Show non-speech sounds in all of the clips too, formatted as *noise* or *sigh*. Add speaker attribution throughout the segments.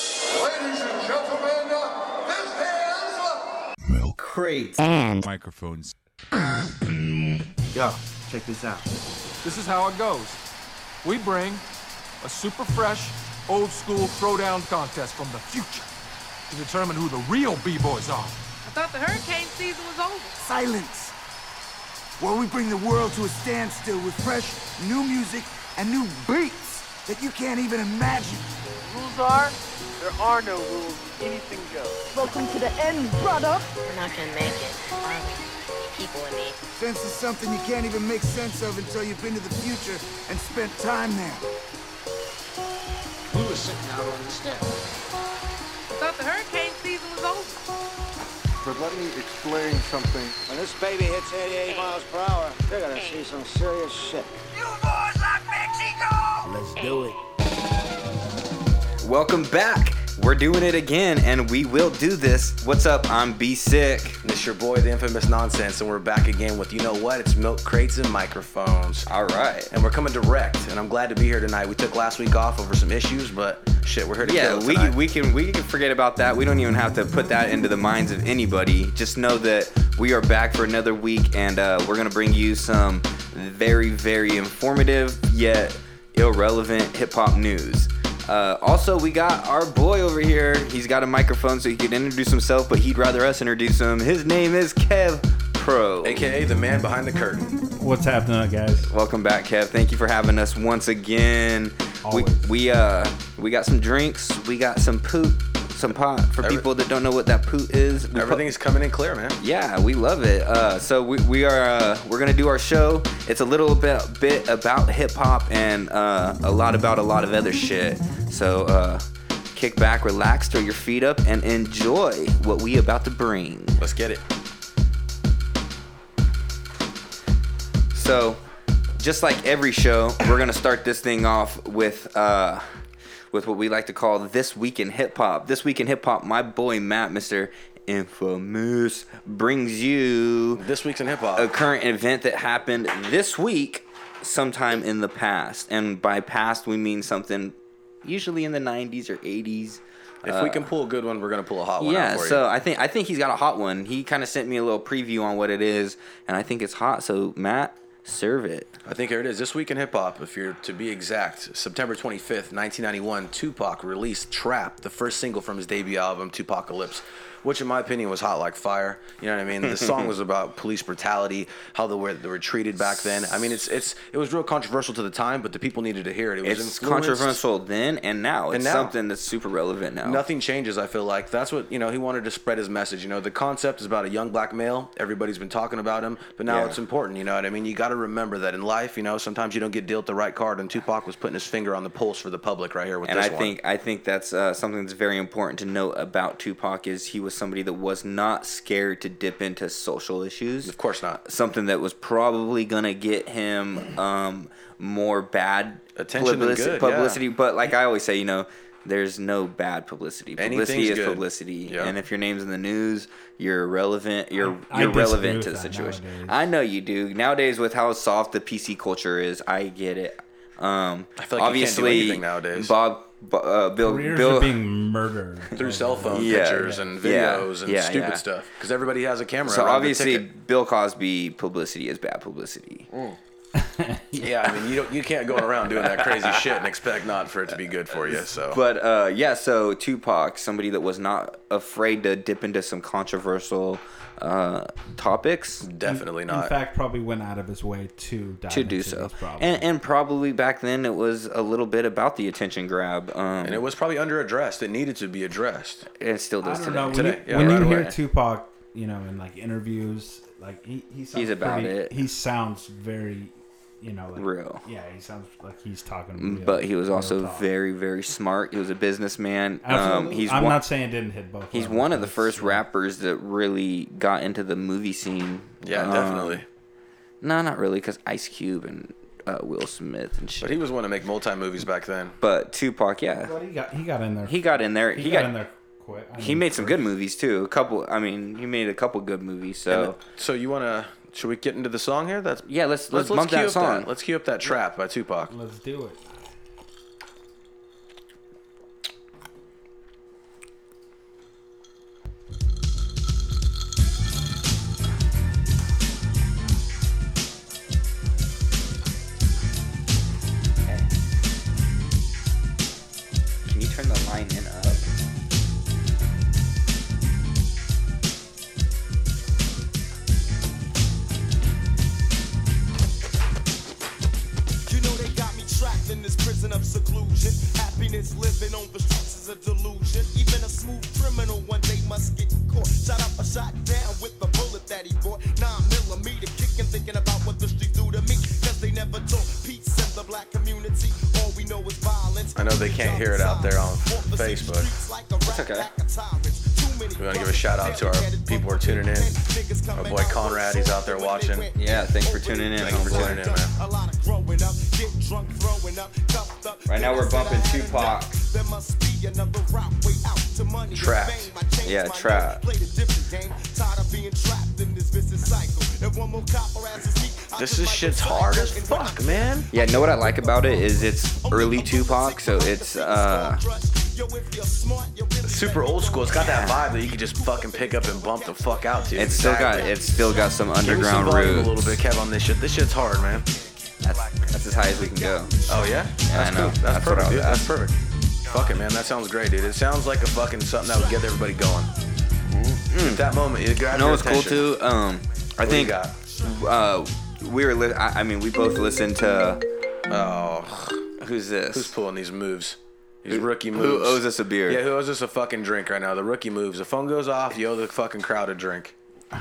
Speaker 1: Ladies and gentlemen, this is
Speaker 2: Crates.
Speaker 3: and
Speaker 2: Microphones.
Speaker 4: Yo, check this out.
Speaker 5: This is how it goes. We bring a super fresh, old school throwdown contest from the future to determine who the real B-boys are.
Speaker 6: I thought the hurricane season was over.
Speaker 7: Silence. While we bring the world to a standstill with fresh, new music and new beats that you can't even imagine.
Speaker 8: rules are, there are no rules. Anything goes.
Speaker 9: Welcome to the end, brother.
Speaker 10: We're not gonna make it. are we? People in need.
Speaker 7: Sense is something you can't even make sense of until you've been to the future and spent time there.
Speaker 11: Blue is sitting out on the steps.
Speaker 6: I thought the hurricane season was over.
Speaker 11: But let me explain something.
Speaker 12: When this baby hits 88 miles per hour, you're gonna see some serious shit.
Speaker 7: Let's do it.
Speaker 3: Welcome back. We're doing it again, and we will do this. What's up? I'm B Sick.
Speaker 13: It's your boy, the infamous nonsense, and we're back again with you know what? It's milk crates and microphones.
Speaker 3: All right.
Speaker 13: And we're coming direct, and I'm glad to be here tonight. We took last week off over some issues, but shit, we're here to
Speaker 3: Yeah,
Speaker 13: kill it
Speaker 3: we,
Speaker 13: tonight.
Speaker 3: we can we can forget about that. We don't even have to put that into the minds of anybody. Just know that we are back for another week, and uh, we're gonna bring you some very very informative yet irrelevant hip hop news. Uh, also, we got our boy over here. He's got a microphone, so he can introduce himself, but he'd rather us introduce him. His name is Kev Pro.
Speaker 13: AKA the man behind the curtain.
Speaker 14: What's happening, guys?
Speaker 3: Welcome back, Kev. Thank you for having us once again.
Speaker 14: Always.
Speaker 3: We we uh we got some drinks, we got some poot, some pot for
Speaker 13: Every-
Speaker 3: people that don't know what that poot is. We po-
Speaker 13: Everything's coming in clear, man.
Speaker 3: yeah, we love it. Uh, so we, we are uh, we're gonna do our show. It's a little bit bit about hip hop and uh, a lot about a lot of other shit. So uh, kick back, relax, throw your feet up, and enjoy what we about to bring.
Speaker 13: Let's get it.
Speaker 3: So, just like every show, we're gonna start this thing off with uh, with what we like to call this week in hip hop. This week in hip hop, my boy Matt, Mister Infamous, brings you
Speaker 13: This week's in hip hop.
Speaker 3: a current event that happened this week, sometime in the past. And by past, we mean something usually in the '90s or '80s.
Speaker 13: If we can pull a good one, we're gonna pull a hot one out
Speaker 3: uh, Yeah,
Speaker 13: for
Speaker 3: so
Speaker 13: you.
Speaker 3: I think I think he's got a hot one. He kind of sent me a little preview on what it is, and I think it's hot. So Matt, serve it.
Speaker 13: I think here it is. This week in hip hop, if you're to be exact, September 25th, 1991, Tupac released Trap, the first single from his debut album, Tupacalypse, which in my opinion was hot like fire. You know what I mean? The
Speaker 3: *laughs*
Speaker 13: song was about police brutality, how they were, they were treated back then. I mean, it's it's it was real controversial to the time, but the people needed to hear it. It was
Speaker 3: it's
Speaker 13: influenced-
Speaker 3: controversial then and now. It's
Speaker 13: And now.
Speaker 3: something that's super relevant now.
Speaker 13: Nothing changes, I feel like. That's what, you know, he wanted to spread his message. You know, the concept is about a young black male. Everybody's been talking about him, but now
Speaker 3: Yeah.
Speaker 13: it's important. You know what I mean? You got to remember that in life, you know, sometimes you don't get dealt the right card, and Tupac was putting his finger on the pulse for the public right here with
Speaker 3: And
Speaker 13: this
Speaker 3: I
Speaker 13: one.
Speaker 3: think I think that's uh, something that's very important to note about Tupac is he was somebody that was not scared to dip into social issues.
Speaker 13: Of course not.
Speaker 3: Something that was probably gonna get him um, more bad
Speaker 13: Attention than
Speaker 3: publici-
Speaker 13: good, yeah.
Speaker 3: publicity. But like I always say, you know, there's no bad publicity. Publicity
Speaker 13: Anything's
Speaker 3: is
Speaker 13: good.
Speaker 3: publicity,
Speaker 13: Yeah.
Speaker 3: and if your name's in the news, you're relevant. You're
Speaker 14: I
Speaker 3: you're
Speaker 14: disagree
Speaker 3: relevant
Speaker 14: with
Speaker 3: to the
Speaker 14: that
Speaker 3: situation.
Speaker 14: nowadays.
Speaker 3: I know you do. Nowadays, with how soft the PC culture is, I get it. Um,
Speaker 13: I feel like you can't do
Speaker 3: obviously,
Speaker 13: anything nowadays.
Speaker 3: Bob, Bo- uh, Bill,
Speaker 14: Careers
Speaker 3: Bill,
Speaker 14: are being murdered
Speaker 13: through cell phone
Speaker 3: Yeah.
Speaker 13: pictures and
Speaker 3: Yeah.
Speaker 13: videos and
Speaker 3: Yeah,
Speaker 13: stupid
Speaker 3: yeah.
Speaker 13: stuff because everybody has a camera.
Speaker 3: so
Speaker 13: around the
Speaker 3: obviously
Speaker 13: ticket.
Speaker 3: Bill Cosby publicity is bad publicity.
Speaker 13: yeah, I mean, you don't, you can't go around doing that crazy shit and expect not for it to be good for you. So,
Speaker 3: But uh, yeah, so Tupac, somebody that was not afraid to dip into some controversial uh, topics
Speaker 13: definitely not.
Speaker 14: In fact, probably went out of his way to dive
Speaker 3: to do
Speaker 14: into
Speaker 3: so,
Speaker 14: these problems.
Speaker 3: and and probably back then it was a little bit about the attention grab, um,
Speaker 13: and it was probably underaddressed. It needed to be addressed.
Speaker 3: it still
Speaker 14: I
Speaker 3: does
Speaker 14: don't
Speaker 3: today.
Speaker 14: know. When
Speaker 13: Today,
Speaker 14: you,
Speaker 13: yeah,
Speaker 14: when
Speaker 13: right
Speaker 14: you
Speaker 13: away.
Speaker 14: hear Tupac, you know, in like interviews, like he, he sounds
Speaker 3: He's about
Speaker 14: pretty-
Speaker 3: it.
Speaker 14: He sounds very, you know, like,
Speaker 3: Real. Mm,
Speaker 14: Yeah, he sounds like he's talking. Real,
Speaker 3: But he was
Speaker 14: real
Speaker 3: also
Speaker 14: talk.
Speaker 3: very very smart. He was a businessman. Um,
Speaker 14: Absolutely.
Speaker 3: he's
Speaker 14: I'm
Speaker 3: one-
Speaker 14: not saying it didn't hit both.
Speaker 3: He's
Speaker 14: levels,
Speaker 3: one of
Speaker 14: but
Speaker 3: the
Speaker 14: it's-
Speaker 3: first rappers that really got into the movie scene.
Speaker 13: Yeah,
Speaker 3: Um,
Speaker 13: definitely.
Speaker 3: No, not really, because Ice Cube and uh, Will Smith and shit.
Speaker 13: But
Speaker 3: But,
Speaker 13: he was one to make multi movies back then.
Speaker 3: Tupac, yeah,
Speaker 14: But he got he got in there.
Speaker 3: he got in there.
Speaker 14: he,
Speaker 3: He,
Speaker 14: got,
Speaker 3: got,
Speaker 14: in there quick. I
Speaker 3: he
Speaker 14: mean,
Speaker 3: made some
Speaker 14: quick.
Speaker 3: good movies too. A couple. I mean, he made a couple good movies. So
Speaker 13: So you want to? Should we get into the song here? That's
Speaker 3: yeah, let's let's, bump
Speaker 13: cue
Speaker 3: that
Speaker 13: up
Speaker 3: song.
Speaker 13: Let's cue up that trap by Tupac.
Speaker 14: Let's do it.
Speaker 3: Line and up.
Speaker 2: You know they got me trapped in this prison of seclusion. Happiness living on the streets is a delusion. Even a smooth criminal one day must get caught. Shot up a shot down with the bullet that he bought. Nine millimeter kicking, thinking about what the streets do to me. Cause they never taught peace in the black community. All we know is violence.
Speaker 13: I know they can't hear it out there on Facebook.
Speaker 2: It's okay.
Speaker 13: We want to give a shout out to our people who are tuning in. My boy Conrad, he's out there watching.
Speaker 3: Yeah, thanks for tuning in,
Speaker 13: Thanks for
Speaker 3: homeboy.
Speaker 13: tuning in, man.
Speaker 3: Right now we're bumping Tupac. Trap. Yeah, trap.
Speaker 13: This is shit's hard as fuck, man.
Speaker 3: Yeah, know what I like about it is it's early Tupac, so it's uh
Speaker 13: super old school. It's got that vibe that you can just fucking pick up and bump the fuck out to.
Speaker 3: it's still got it's still got some
Speaker 13: Give me some
Speaker 3: underground
Speaker 13: volume
Speaker 3: roots.
Speaker 13: A little bit, Kev, on this shit. This shit's hard, man.
Speaker 3: That's, that's as high as we can go.
Speaker 13: Oh yeah,
Speaker 3: Yeah, I
Speaker 13: that's
Speaker 3: know.
Speaker 13: cool. That's,
Speaker 3: That's what
Speaker 13: perfect,
Speaker 3: I
Speaker 13: dude.
Speaker 3: was
Speaker 13: That's perfect. Fuck it, man. That sounds great, dude. It sounds like a fucking something that would get everybody going. At that moment, it
Speaker 3: Mm. You
Speaker 13: got
Speaker 3: know
Speaker 13: your
Speaker 3: what's cool
Speaker 13: attention.
Speaker 3: too? Um, I
Speaker 13: What do you
Speaker 3: think
Speaker 13: got?
Speaker 3: uh, we were. Li- I, I mean, we both listened to.
Speaker 13: Oh,
Speaker 3: who's this?
Speaker 13: Who's pulling these moves? These rookie
Speaker 3: who
Speaker 13: moves.
Speaker 3: owes us a beer?
Speaker 13: Yeah, who owes us a fucking drink right now? The rookie moves. The phone goes off. You owe the fucking crowd a drink.
Speaker 14: *laughs*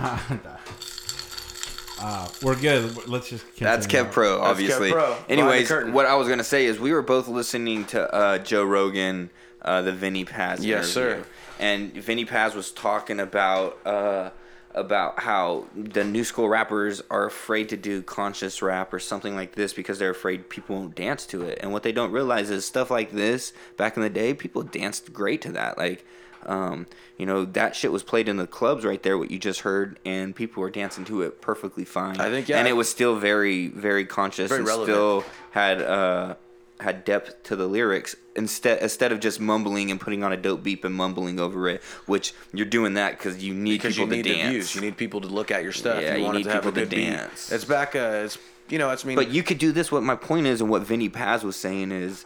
Speaker 14: Uh, we're good. Let's just. Keep
Speaker 3: That's
Speaker 14: going.
Speaker 3: Kev Pro, obviously.
Speaker 13: Pro, behind the
Speaker 3: Anyways,
Speaker 13: curtain.
Speaker 3: what I was gonna say is we were both listening to uh, Joe Rogan, uh, the Vinny Paz.
Speaker 13: Yes, sir.
Speaker 3: interview. And Vinny Paz was talking about uh, about how the new school rappers are afraid to do conscious rap or something like this because they're afraid people won't dance to it. And what they don't realize is stuff like this back in the day, people danced great to that. Like. Um, you know that shit was played in the clubs right there. What you just heard, and people were dancing to it perfectly fine.
Speaker 13: I think, yeah.
Speaker 3: and it was still very, very conscious
Speaker 13: Very
Speaker 3: and
Speaker 13: relevant.
Speaker 3: still had uh, had depth to the lyrics instead instead of just mumbling and putting on a dope beep and mumbling over it, which you're doing that because you need
Speaker 13: because you
Speaker 3: people
Speaker 13: need
Speaker 3: to
Speaker 13: the
Speaker 3: dance.
Speaker 13: views. You need people to look at your stuff.
Speaker 3: Yeah,
Speaker 13: you
Speaker 3: you
Speaker 13: want it
Speaker 3: need
Speaker 13: to have a
Speaker 3: people to
Speaker 13: good beat.
Speaker 3: dance.
Speaker 13: It's back. Uh, it's you know. It's I mean.
Speaker 3: but you could do this. What my point is, and what Vinny Paz was saying is,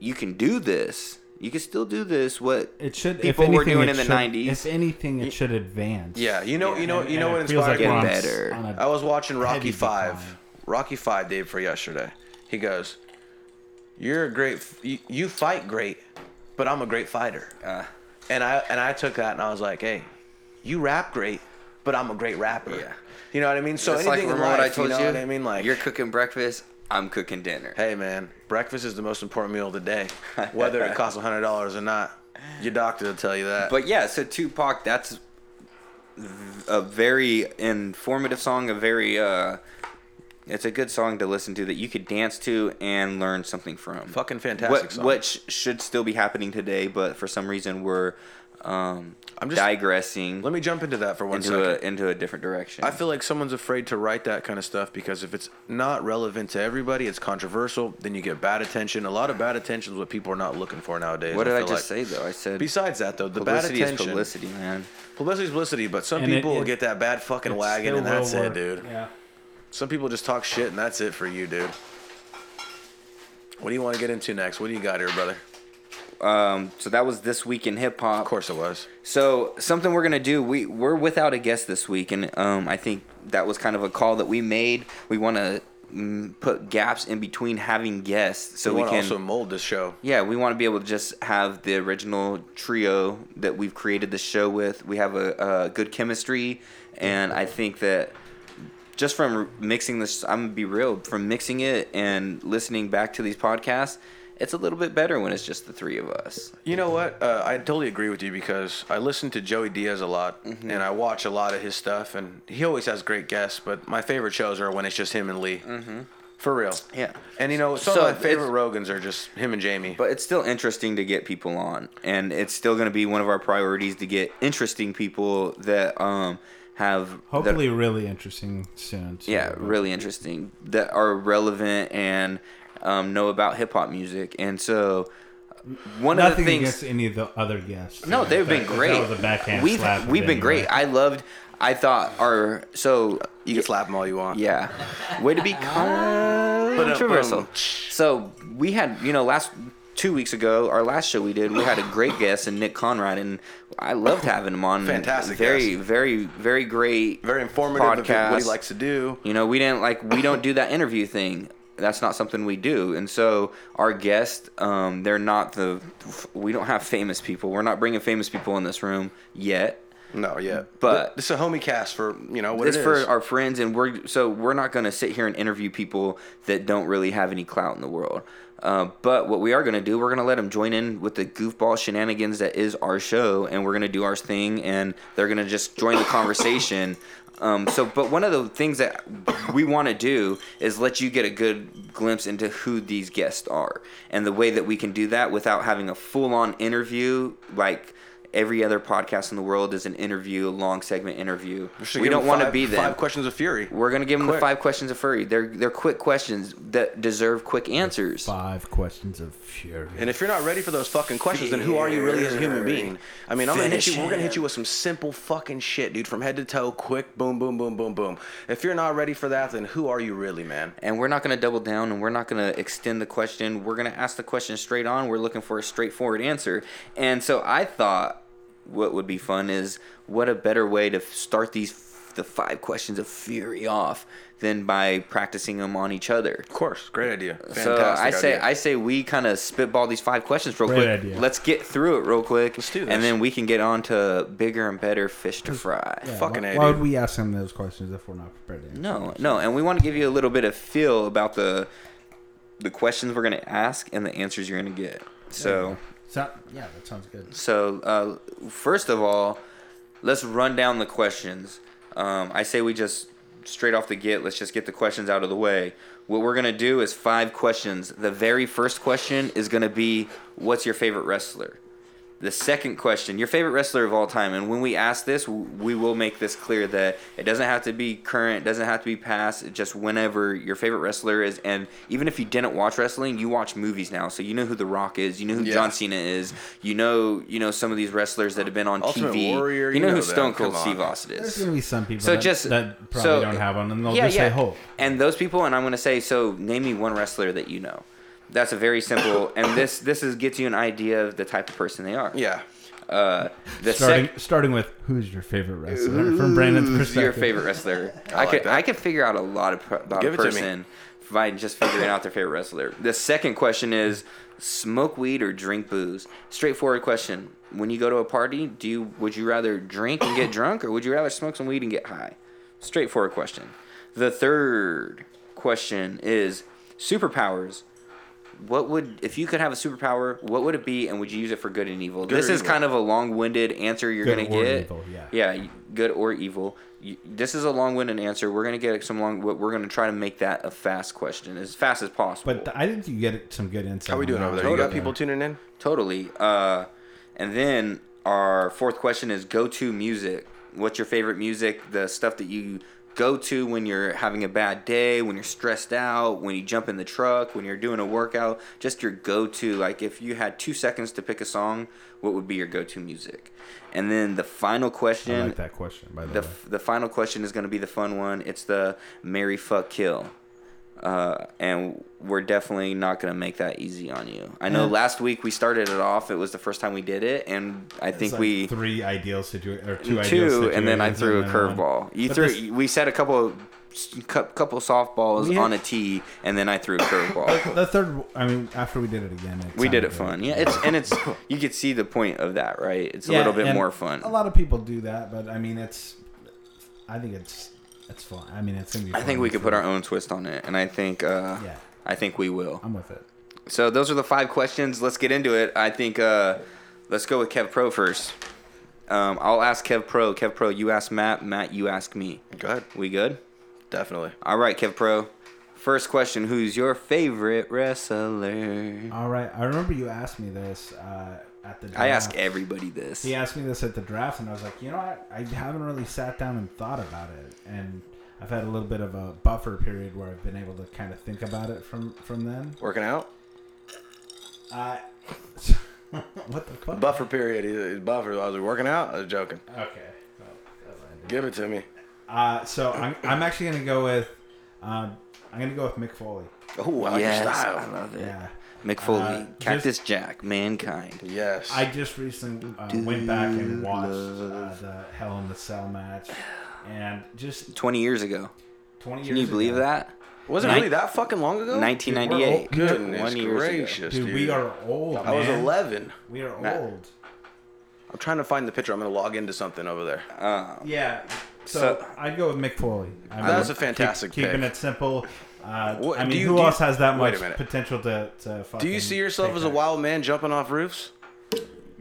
Speaker 3: you can do this. You can still do this. What
Speaker 14: It should. if
Speaker 3: people were
Speaker 14: anything,
Speaker 3: doing
Speaker 14: it
Speaker 3: in the
Speaker 14: should-
Speaker 3: '90s.
Speaker 14: If anything, it should advance.
Speaker 13: Yeah, you know, you know,
Speaker 14: And-
Speaker 13: you know
Speaker 14: and
Speaker 13: what
Speaker 14: it feels
Speaker 13: inspired
Speaker 14: like
Speaker 13: me?
Speaker 14: we're on s- Better. on a
Speaker 13: I was watching Rocky
Speaker 14: heavy
Speaker 13: Five, Rocky Five, Dave for yesterday. He goes, "You're a great, f- you, you fight great, but I'm a great fighter."
Speaker 3: Uh.
Speaker 13: and I and I took that and I was like, "Hey, you rap great, but I'm a great rapper."
Speaker 3: Yeah.
Speaker 13: You know what I mean? So
Speaker 3: it's like
Speaker 13: anything
Speaker 3: remember
Speaker 13: in life,
Speaker 3: what I told
Speaker 13: you
Speaker 3: you.
Speaker 13: know what I mean? Like,
Speaker 3: you're cooking breakfast. I'm cooking dinner.
Speaker 13: hey man, breakfast is the most important meal of the day, whether
Speaker 3: *laughs*
Speaker 13: it costs hundred dollars or not. Your doctor will tell you that.
Speaker 3: But yeah, so Tupac, that's a very informative song. A very, uh, it's a good song to listen to that you could dance to and learn something from.
Speaker 13: Fucking fantastic
Speaker 3: What,
Speaker 13: song.
Speaker 3: Which should still be happening today, but for some reason we're um,
Speaker 13: I'm just-
Speaker 3: digressing
Speaker 13: Let me jump into that for one second.
Speaker 3: into a into a different direction.
Speaker 13: I feel like someone's afraid to write that kind of stuff because if it's not relevant to everybody, it's controversial, then you get bad attention. A lot of bad attention is what people are not looking for nowadays.
Speaker 3: what did I
Speaker 13: feel
Speaker 3: just
Speaker 13: like.
Speaker 3: say though? I said
Speaker 13: Besides that, though, the bad
Speaker 3: publicity
Speaker 13: attention.
Speaker 3: is publicity, man.
Speaker 13: Publicity is publicity, but some
Speaker 14: And it-
Speaker 13: people will
Speaker 14: it-
Speaker 13: get that bad fucking
Speaker 14: it
Speaker 13: wagon
Speaker 14: still
Speaker 13: and that's
Speaker 14: will
Speaker 13: it,
Speaker 14: work.
Speaker 13: dude.
Speaker 14: Yeah.
Speaker 13: Some people just talk shit and that's it for you, dude. What do you want to get into next? What do you got here, brother?
Speaker 3: Um, so that was this week in hip hop.
Speaker 13: Of course it was.
Speaker 3: So something we're gonna do. We we're without a guest this week, and um, I think that was kind of a call that we made. We want to mm, put gaps in between having guests, so
Speaker 13: we
Speaker 3: we,
Speaker 13: wanna
Speaker 3: can.
Speaker 13: also mold this show.
Speaker 3: yeah, we want to be able to just have the original trio that we've created the show with. We have a, a good chemistry, and I think that just from mixing this, I'm gonna be real. From mixing it and listening back to these podcasts, it's a little bit better when it's just the three of us.
Speaker 13: You know what? Uh, I totally agree with you because I listen to Joey Diaz a lot
Speaker 3: Mm-hmm.
Speaker 13: and I watch a lot of his stuff, and he always has great guests. But my favorite shows are when it's just him and Lee. Mm-hmm. For real.
Speaker 3: Yeah.
Speaker 13: And you know, some
Speaker 3: So
Speaker 13: of my
Speaker 3: it's-
Speaker 13: favorite Rogans are just him and Jamie.
Speaker 3: But it's still interesting to get people on, and it's still going to be one of our priorities to get interesting people that um have
Speaker 14: Hopefully,
Speaker 3: that,
Speaker 14: really interesting soon. too,
Speaker 3: yeah,
Speaker 14: but-
Speaker 3: really interesting that are relevant and um, know about hip hop music, and so one of the
Speaker 14: Nothing
Speaker 3: things
Speaker 14: against any of the other guests.
Speaker 3: no,
Speaker 14: If
Speaker 3: they've
Speaker 14: that-
Speaker 3: been
Speaker 14: if that
Speaker 3: great.
Speaker 14: was a backhand
Speaker 3: we've
Speaker 14: slap at
Speaker 3: we've been great.
Speaker 14: anybody.
Speaker 3: I loved. I thought our so
Speaker 13: you can slap him all you want.
Speaker 3: yeah,
Speaker 13: uh, um,
Speaker 3: way to be controversial. So we had you know last two weeks ago, our last show we did, we had a great guest in Nick Conrad, and I loved having him on.
Speaker 13: Fantastic
Speaker 3: very,
Speaker 13: guest.
Speaker 3: very, very great,
Speaker 13: very informative of what he likes to do.
Speaker 3: You know, we didn't like we don't do that interview thing. That's not something we do, and so our guests, um, they're not the. We don't have famous people. We're not bringing famous people in this room yet.
Speaker 13: No, yeah,
Speaker 3: But-
Speaker 13: it's a homie cast for you know what
Speaker 3: it's
Speaker 13: it is.
Speaker 3: for our friends and we're so we're not going to sit here and interview people that don't really have any clout in the world uh, but what we are going to do we're going to let them join in with the goofball shenanigans that is our show and we're going to do our thing and they're going to just join
Speaker 13: *laughs*
Speaker 3: the conversation um, so but one of the things that we want to do is let you get a good glimpse into who these guests are and the way that we can do that without having a full-on interview like every other podcast in the world is an interview, a long segment interview.
Speaker 13: should
Speaker 3: We
Speaker 13: give
Speaker 3: don't
Speaker 13: them
Speaker 3: want to
Speaker 13: five-
Speaker 3: be them.
Speaker 13: Five questions of fury.
Speaker 3: We're gonna give them the
Speaker 13: Quick.
Speaker 3: five questions of fury. They're they're quick questions that deserve quick answers.
Speaker 14: Five questions of fury.
Speaker 13: And if you're not ready for those fucking questions, then who are you really as a human being? I mean, I'm gonna hit
Speaker 3: Finish
Speaker 13: you. We're gonna hit
Speaker 3: him.
Speaker 13: you with some simple fucking shit, dude, from head to toe, quick, boom, boom, boom, boom, boom. If you're not ready for that, then who are you really, man?
Speaker 3: And we're not gonna double down, and we're not gonna extend the question. We're gonna ask the question straight on. We're looking for a straightforward answer. And so I thought, what would be fun is what a better way to start these the five questions of fury off than by practicing them on each other.
Speaker 13: Of course, great idea.
Speaker 3: So I say I say we kind of spitball these five questions real
Speaker 13: Great
Speaker 3: quick.
Speaker 13: idea.
Speaker 3: Let's get through it real quick.
Speaker 13: Let's do
Speaker 3: And
Speaker 13: this.
Speaker 3: then we can get on to bigger and better fish to fry.
Speaker 14: Yeah,
Speaker 13: Fucking
Speaker 14: why,
Speaker 13: A,
Speaker 14: why
Speaker 13: dude.
Speaker 14: would we ask him those questions if we're not prepared to answer?
Speaker 3: No, no, and we want to give you a little bit of feel about the the questions we're gonna ask and the answers you're gonna get. So
Speaker 14: So, yeah, that sounds good.
Speaker 3: so uh, first of all, let's run down the questions. Um, I say we just straight off the get. Let's just get the questions out of the way. What we're gonna do is five questions. The very first question is gonna be, "What's your favorite wrestler?" The second question, your favorite wrestler of all time. And when we ask this, w- we will make this clear that it doesn't have to be current, doesn't have to be past, it just whenever your favorite wrestler is. And even if you didn't watch wrestling, you watch movies now. So you know who The Rock is, you know who
Speaker 13: Yeah.
Speaker 3: John Cena is, you know, you know some of these wrestlers that have been on
Speaker 13: Ultimate
Speaker 3: TV.
Speaker 13: Warrior,
Speaker 3: you,
Speaker 13: you
Speaker 3: know,
Speaker 13: know
Speaker 3: who
Speaker 13: them.
Speaker 3: Stone Cold
Speaker 13: Come on.
Speaker 3: Steve Austin is.
Speaker 14: There's gonna be some people
Speaker 3: So
Speaker 14: that,
Speaker 3: just
Speaker 14: that probably
Speaker 3: so-
Speaker 14: don't have one, and they'll
Speaker 3: yeah,
Speaker 14: just
Speaker 3: yeah.
Speaker 14: say "Oh." Hulk.
Speaker 3: And those people, and I'm gonna say, so name me one wrestler that you know. That's a very simple, and this this is gets you an idea of the type of person they are.
Speaker 13: Yeah.
Speaker 3: Uh, the
Speaker 14: starting
Speaker 3: sec-
Speaker 14: starting with who's your favorite wrestler from Brandon's
Speaker 3: Who's
Speaker 14: perspective.
Speaker 3: Your favorite wrestler.
Speaker 13: *laughs*
Speaker 3: I,
Speaker 13: I like
Speaker 3: could
Speaker 13: that.
Speaker 3: I could figure out a lot of pro- about
Speaker 13: Give
Speaker 3: a
Speaker 13: it to me.
Speaker 3: person by just figuring out their favorite wrestler. The second question is smoke weed or drink booze. Straightforward question. When you go to a party, do you would you rather drink and get drunk or would you rather smoke some weed and get high? Straightforward question. The third question is superpowers. What would if you could have a superpower? What would it be, and would you use it for good and evil?
Speaker 13: Good
Speaker 3: this
Speaker 13: or
Speaker 3: is
Speaker 13: evil?
Speaker 3: kind of a long-winded answer you're
Speaker 14: Good
Speaker 3: gonna
Speaker 14: or
Speaker 3: get.
Speaker 14: evil, yeah.
Speaker 3: Yeah, y- good or evil. You, this is a long-winded answer. We're gonna get some long. We're gonna try to make that a fast question as fast as possible.
Speaker 14: But th- I think you get some good insight.
Speaker 13: How we
Speaker 14: on
Speaker 13: doing
Speaker 14: that.
Speaker 13: over there? You got people tuning in?
Speaker 3: totally. Uh, and then our fourth question is go-to music. What's your favorite music? The stuff that you go to when you're having a bad day, when you're stressed out, when you jump in the truck, when you're doing a workout. Just your go-to. Like if you had two seconds to pick a song, what would be your go-to music? And then the final question.
Speaker 14: I like that question. By the,
Speaker 3: The,
Speaker 14: way,
Speaker 3: f- the final question is going to be the fun one. It's the marry, fuck, kill. Uh, and we're definitely not going to make that easy on you. I know
Speaker 14: Yeah.
Speaker 3: last week we started it off. It was the first time we did it. And I
Speaker 14: It's
Speaker 3: think
Speaker 14: like
Speaker 3: we.
Speaker 14: three ideal situations or two,
Speaker 3: Two,
Speaker 14: ideal
Speaker 3: and then I
Speaker 14: situations
Speaker 3: threw a
Speaker 14: and then one.
Speaker 3: curveball. You
Speaker 14: But
Speaker 3: threw.
Speaker 14: this-
Speaker 3: we said a couple, cou- couple softballs
Speaker 14: Yeah.
Speaker 3: on a tee, and then I threw a curveball.
Speaker 14: the third. I mean, after we did it again, it
Speaker 3: we
Speaker 14: sounded
Speaker 3: did it fun.
Speaker 14: good.
Speaker 3: Yeah, it's
Speaker 14: *laughs*
Speaker 3: and it's. You could see the point of that, right? It's
Speaker 14: Yeah,
Speaker 3: a little bit
Speaker 14: and
Speaker 3: more fun.
Speaker 14: A lot of people do that, but I mean, it's. I think it's it's fun. I mean, it's gonna be.
Speaker 3: I think
Speaker 14: fun
Speaker 3: we could
Speaker 14: for-
Speaker 3: put our own twist on it, and I think. Uh,
Speaker 14: Yeah.
Speaker 3: I think we will.
Speaker 14: I'm with it.
Speaker 3: So those are the five questions. Let's get into it. I think uh, let's go with Kev Pro first. Um, I'll ask Kev Pro. Kev Pro, you ask Matt. Matt, you ask me.
Speaker 13: Go ahead.
Speaker 3: We good?
Speaker 13: Definitely.
Speaker 3: All right, Kev Pro. First question: Who's your favorite wrestler?
Speaker 14: All right, I remember you asked me this uh, at the.
Speaker 3: I ask
Speaker 14: draft.
Speaker 3: everybody this.
Speaker 14: He asked me this at the draft, and I was like, you know, I, I haven't really sat down and thought about it, and I've had a little bit of a buffer period where I've been able to kind of think about it from from then.
Speaker 13: Working out.
Speaker 14: Uh, *laughs* what the fuck?
Speaker 13: Buffer period. He- he- Buffer. I was working out. I was joking.
Speaker 14: Okay.
Speaker 13: Give it to me.
Speaker 14: Uh, so I'm, I'm actually gonna go with, um, I'm gonna go with Mick Foley.
Speaker 13: Oh, I like
Speaker 3: Yes,
Speaker 13: your style.
Speaker 3: I love it.
Speaker 14: Yeah.
Speaker 3: Mick Foley,
Speaker 14: Uh,
Speaker 3: Cactus Jack, Mankind.
Speaker 13: Yes.
Speaker 14: I just recently uh, went back and watched uh, the Hell in the Cell match, and just
Speaker 3: 20 years ago.
Speaker 14: 20
Speaker 3: Can you
Speaker 14: years
Speaker 3: believe
Speaker 14: ago.
Speaker 3: that?
Speaker 13: Was it
Speaker 3: Nin-
Speaker 13: really that fucking long ago?
Speaker 3: 1998.
Speaker 13: Dude, we're old. Goodness
Speaker 3: One years ago.
Speaker 13: gracious, dude.
Speaker 14: Dude, we are old.
Speaker 13: I was
Speaker 14: man.
Speaker 13: 11.
Speaker 14: We are
Speaker 13: Matt.
Speaker 14: old.
Speaker 13: I'm trying to find the picture. I'm gonna log into something over there.
Speaker 14: Yeah. So,
Speaker 13: Uh, So-
Speaker 14: I'd go with Mick Foley. I
Speaker 13: That's
Speaker 14: would
Speaker 13: a fantastic
Speaker 14: keep, Keeping
Speaker 13: pick.
Speaker 14: it simple. Uh,
Speaker 13: What-
Speaker 14: I
Speaker 13: do
Speaker 14: mean,
Speaker 13: you-
Speaker 14: who
Speaker 13: do you-
Speaker 14: else has that
Speaker 13: wait a
Speaker 14: much
Speaker 13: minute.
Speaker 14: potential to, to fucking
Speaker 13: Do you see yourself
Speaker 14: take
Speaker 13: as a
Speaker 14: that?
Speaker 13: wild man jumping off roofs?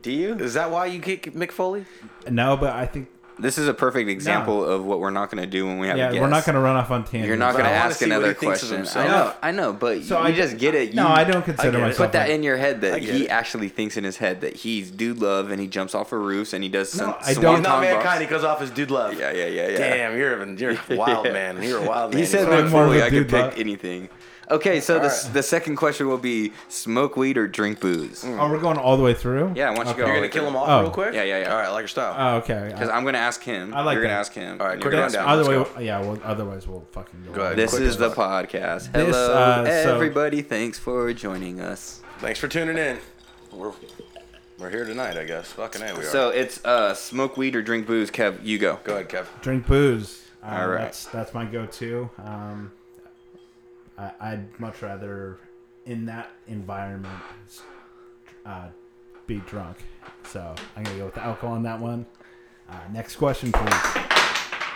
Speaker 3: Do you?
Speaker 13: Is that why you kick Mick Foley?
Speaker 14: No, but I think
Speaker 3: This is a perfect example of what we're not going to do when we have
Speaker 14: yeah,
Speaker 3: a guest.
Speaker 14: we're not going to run off on tangents. Uh,
Speaker 3: You're not going to
Speaker 13: wanna
Speaker 3: ask
Speaker 13: see what
Speaker 3: another
Speaker 13: he thinks of
Speaker 3: question. I
Speaker 13: himself.
Speaker 3: know, I know, but
Speaker 14: So
Speaker 3: you
Speaker 14: I-
Speaker 3: just get it. You,
Speaker 14: No, I don't consider
Speaker 3: I get it.
Speaker 14: myself
Speaker 3: Put that
Speaker 14: a-
Speaker 3: in your head
Speaker 13: I
Speaker 3: that
Speaker 13: get
Speaker 3: he
Speaker 13: it.
Speaker 3: actually thinks in his head that he's dude love and he jumps off of roofs and he does some.
Speaker 14: I
Speaker 3: swan
Speaker 14: don't-
Speaker 13: He's not
Speaker 3: tom
Speaker 13: mankind.
Speaker 3: box.
Speaker 13: He goes off as dude love.
Speaker 3: Yeah, yeah, yeah, yeah.
Speaker 13: Damn, you're a *laughs* you're a wild man. You're a *laughs* wild man.
Speaker 3: He said
Speaker 13: He's like,
Speaker 3: Mick
Speaker 14: more of
Speaker 3: Foley.
Speaker 14: a
Speaker 3: I could
Speaker 14: dude
Speaker 3: pick
Speaker 14: love.
Speaker 3: anything. Okay, so the
Speaker 13: Alright.
Speaker 3: the second question will be smoke weed or drink booze.
Speaker 14: Oh, we're going all the way through.
Speaker 3: Yeah, why don't you go?
Speaker 13: You're
Speaker 3: all the
Speaker 13: gonna
Speaker 3: way
Speaker 13: kill
Speaker 3: through.
Speaker 13: him off
Speaker 14: Oh.
Speaker 13: real quick.
Speaker 3: Yeah, yeah, yeah.
Speaker 13: All right, I like your style.
Speaker 14: Oh, okay.
Speaker 3: Because I'm gonna ask him.
Speaker 14: I like
Speaker 3: You're gonna
Speaker 14: that.
Speaker 3: ask him.
Speaker 13: All right,
Speaker 3: You're
Speaker 13: quick
Speaker 3: gonna
Speaker 13: rundown.
Speaker 3: ask him.
Speaker 14: Other
Speaker 13: Let's
Speaker 14: way,
Speaker 13: go.
Speaker 14: yeah. Well, otherwise we'll fucking go.
Speaker 13: Go ahead.
Speaker 3: This
Speaker 13: Quick
Speaker 3: is
Speaker 13: as
Speaker 3: the
Speaker 13: fuck.
Speaker 3: podcast. Hello,
Speaker 14: This, uh, so-
Speaker 3: everybody. Thanks for joining us.
Speaker 13: Thanks for tuning in. We're we're here tonight, I guess. Fucking a, we are.
Speaker 3: So it's uh, smoke weed or drink booze. Kev, you go.
Speaker 13: go ahead, Kev.
Speaker 14: Drink booze. Um,
Speaker 3: All right.
Speaker 14: That's that's my go-to. Um, I, I'd much rather in that environment s- uh, be drunk. So I'm gonna go with the alcohol on that one. Uh, next question, please.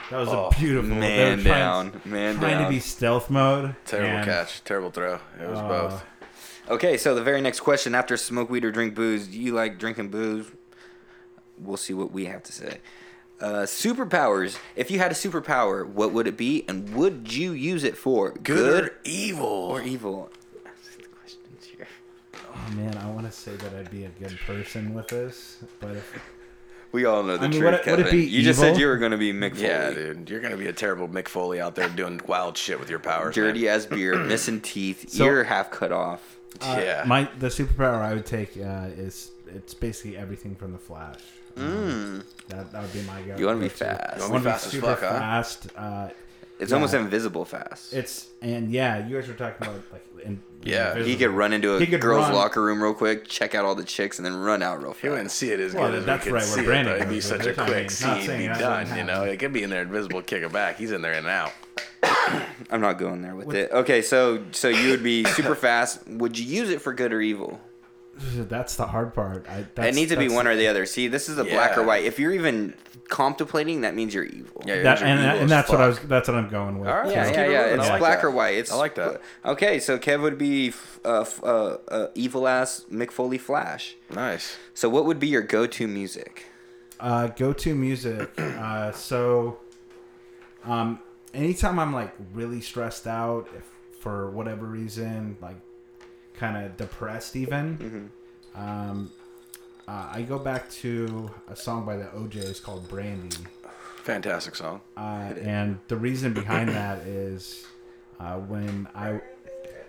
Speaker 14: That was
Speaker 13: Oh,
Speaker 14: a beautiful they
Speaker 3: Man
Speaker 14: were trying-
Speaker 3: down. Man
Speaker 14: Trying to
Speaker 3: down.
Speaker 14: be stealth mode.
Speaker 13: Terrible
Speaker 14: and-
Speaker 13: catch. Terrible throw. It was
Speaker 14: Uh,
Speaker 13: both.
Speaker 3: Okay, so the very next question after smoke weed or drink booze, do you like drinking booze? We'll see what we have to say. Uh, superpowers. If you had a superpower, what would it be, and would you use it for
Speaker 13: Good, or evil.
Speaker 3: or evil? Ask the questions here.
Speaker 14: Oh, man, I want to say that I'd be a good person with this, but if,
Speaker 3: We all know the
Speaker 14: I mean,
Speaker 3: truth,
Speaker 14: would it- would
Speaker 3: Kevin.
Speaker 14: it be
Speaker 3: you just said
Speaker 14: evil?
Speaker 3: you were going to be Mick Foley.
Speaker 13: Yeah, dude, you're gonna be a terrible Mick Foley out there doing wild shit with your powers. man.
Speaker 3: dirty as beer, *clears throat* missing teeth,
Speaker 14: So-
Speaker 3: ear half cut off.
Speaker 14: uh,
Speaker 13: yeah.
Speaker 14: my the superpower I would take uh, is it's basically everything from the Flash. Um, That that would be my go.
Speaker 3: Mm. You wanna be
Speaker 14: go-to.
Speaker 3: fast. You
Speaker 13: wanna
Speaker 14: I
Speaker 13: be
Speaker 14: wanna
Speaker 13: fast as
Speaker 14: super
Speaker 13: fuck, huh?
Speaker 14: Fast. Uh,
Speaker 3: It's
Speaker 14: Yeah.
Speaker 3: almost invisible fast.
Speaker 14: it's and yeah, you guys were talking about like in,
Speaker 13: Yeah,
Speaker 14: invisible.
Speaker 3: he could run into a
Speaker 14: He could
Speaker 3: girl's
Speaker 14: run.
Speaker 3: locker room real quick, check out all the chicks, and then run out real
Speaker 13: He wouldn't
Speaker 3: fast.
Speaker 13: see it as
Speaker 14: Well,
Speaker 13: good as
Speaker 14: that's
Speaker 13: we could
Speaker 14: right where
Speaker 13: see it.
Speaker 14: Brandon
Speaker 13: though. It'd be
Speaker 14: goes,
Speaker 13: such
Speaker 14: but
Speaker 13: a
Speaker 14: I mean,
Speaker 13: quick
Speaker 14: not
Speaker 13: scene,
Speaker 14: saying
Speaker 13: be
Speaker 14: that
Speaker 13: done.
Speaker 14: doesn't
Speaker 13: You know,
Speaker 14: happen.
Speaker 13: it could be in there invisible, kick it back. He's in there and out.
Speaker 3: I'm not going there with it. Okay, so so you would be super fast. Would you use it for good or evil?
Speaker 14: That's the hard part. I, that's,
Speaker 3: It needs to be
Speaker 14: that's-
Speaker 3: one or the other. See, this is a black or
Speaker 13: Yeah.
Speaker 3: white. If you're even contemplating, that means you're evil.
Speaker 13: Yeah,
Speaker 14: That,
Speaker 13: you're
Speaker 14: and,
Speaker 13: evil as
Speaker 14: and that's what I was.
Speaker 13: fuck.
Speaker 14: That's what I'm going with.
Speaker 13: All right.
Speaker 14: too.
Speaker 3: Yeah,
Speaker 13: Let's
Speaker 3: yeah,
Speaker 13: keep it
Speaker 3: yeah.
Speaker 13: moving. I
Speaker 3: It's
Speaker 13: like
Speaker 3: black
Speaker 13: that.
Speaker 3: or white. It's
Speaker 13: I like that.
Speaker 3: Okay, so Kev would be f- uh, f- uh, uh, evil ass Mick Foley Flash.
Speaker 13: Nice.
Speaker 3: So what would be your go-to music?
Speaker 14: Uh, go to music. Uh, so, um, anytime I'm like really stressed out, if for whatever reason, like kind of depressed, even, um, uh, I go back to a song by the OJ's called Brandy.
Speaker 13: Fantastic song.
Speaker 14: Uh, and the reason behind that is uh, when I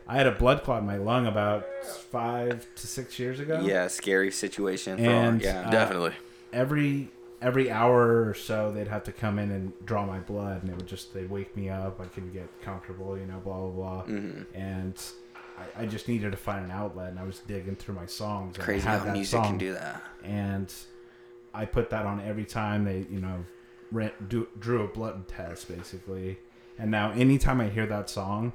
Speaker 14: I had a blood clot in my lung about five to six years ago.
Speaker 3: Yeah, scary situation. For
Speaker 14: And,
Speaker 3: yeah.
Speaker 14: uh,
Speaker 13: Definitely.
Speaker 14: every every hour or so they'd have to come in and draw my blood and it would just they'd wake me up i couldn't get comfortable you know blah blah blah
Speaker 3: Mm-hmm.
Speaker 14: and I, I just needed to find an outlet and i was digging through my songs and I
Speaker 3: Crazy
Speaker 14: had
Speaker 3: how
Speaker 14: that
Speaker 3: music
Speaker 14: song,
Speaker 3: can do that.
Speaker 14: and i put that on every time they you know ran, do, drew a blood test basically and now anytime i hear that song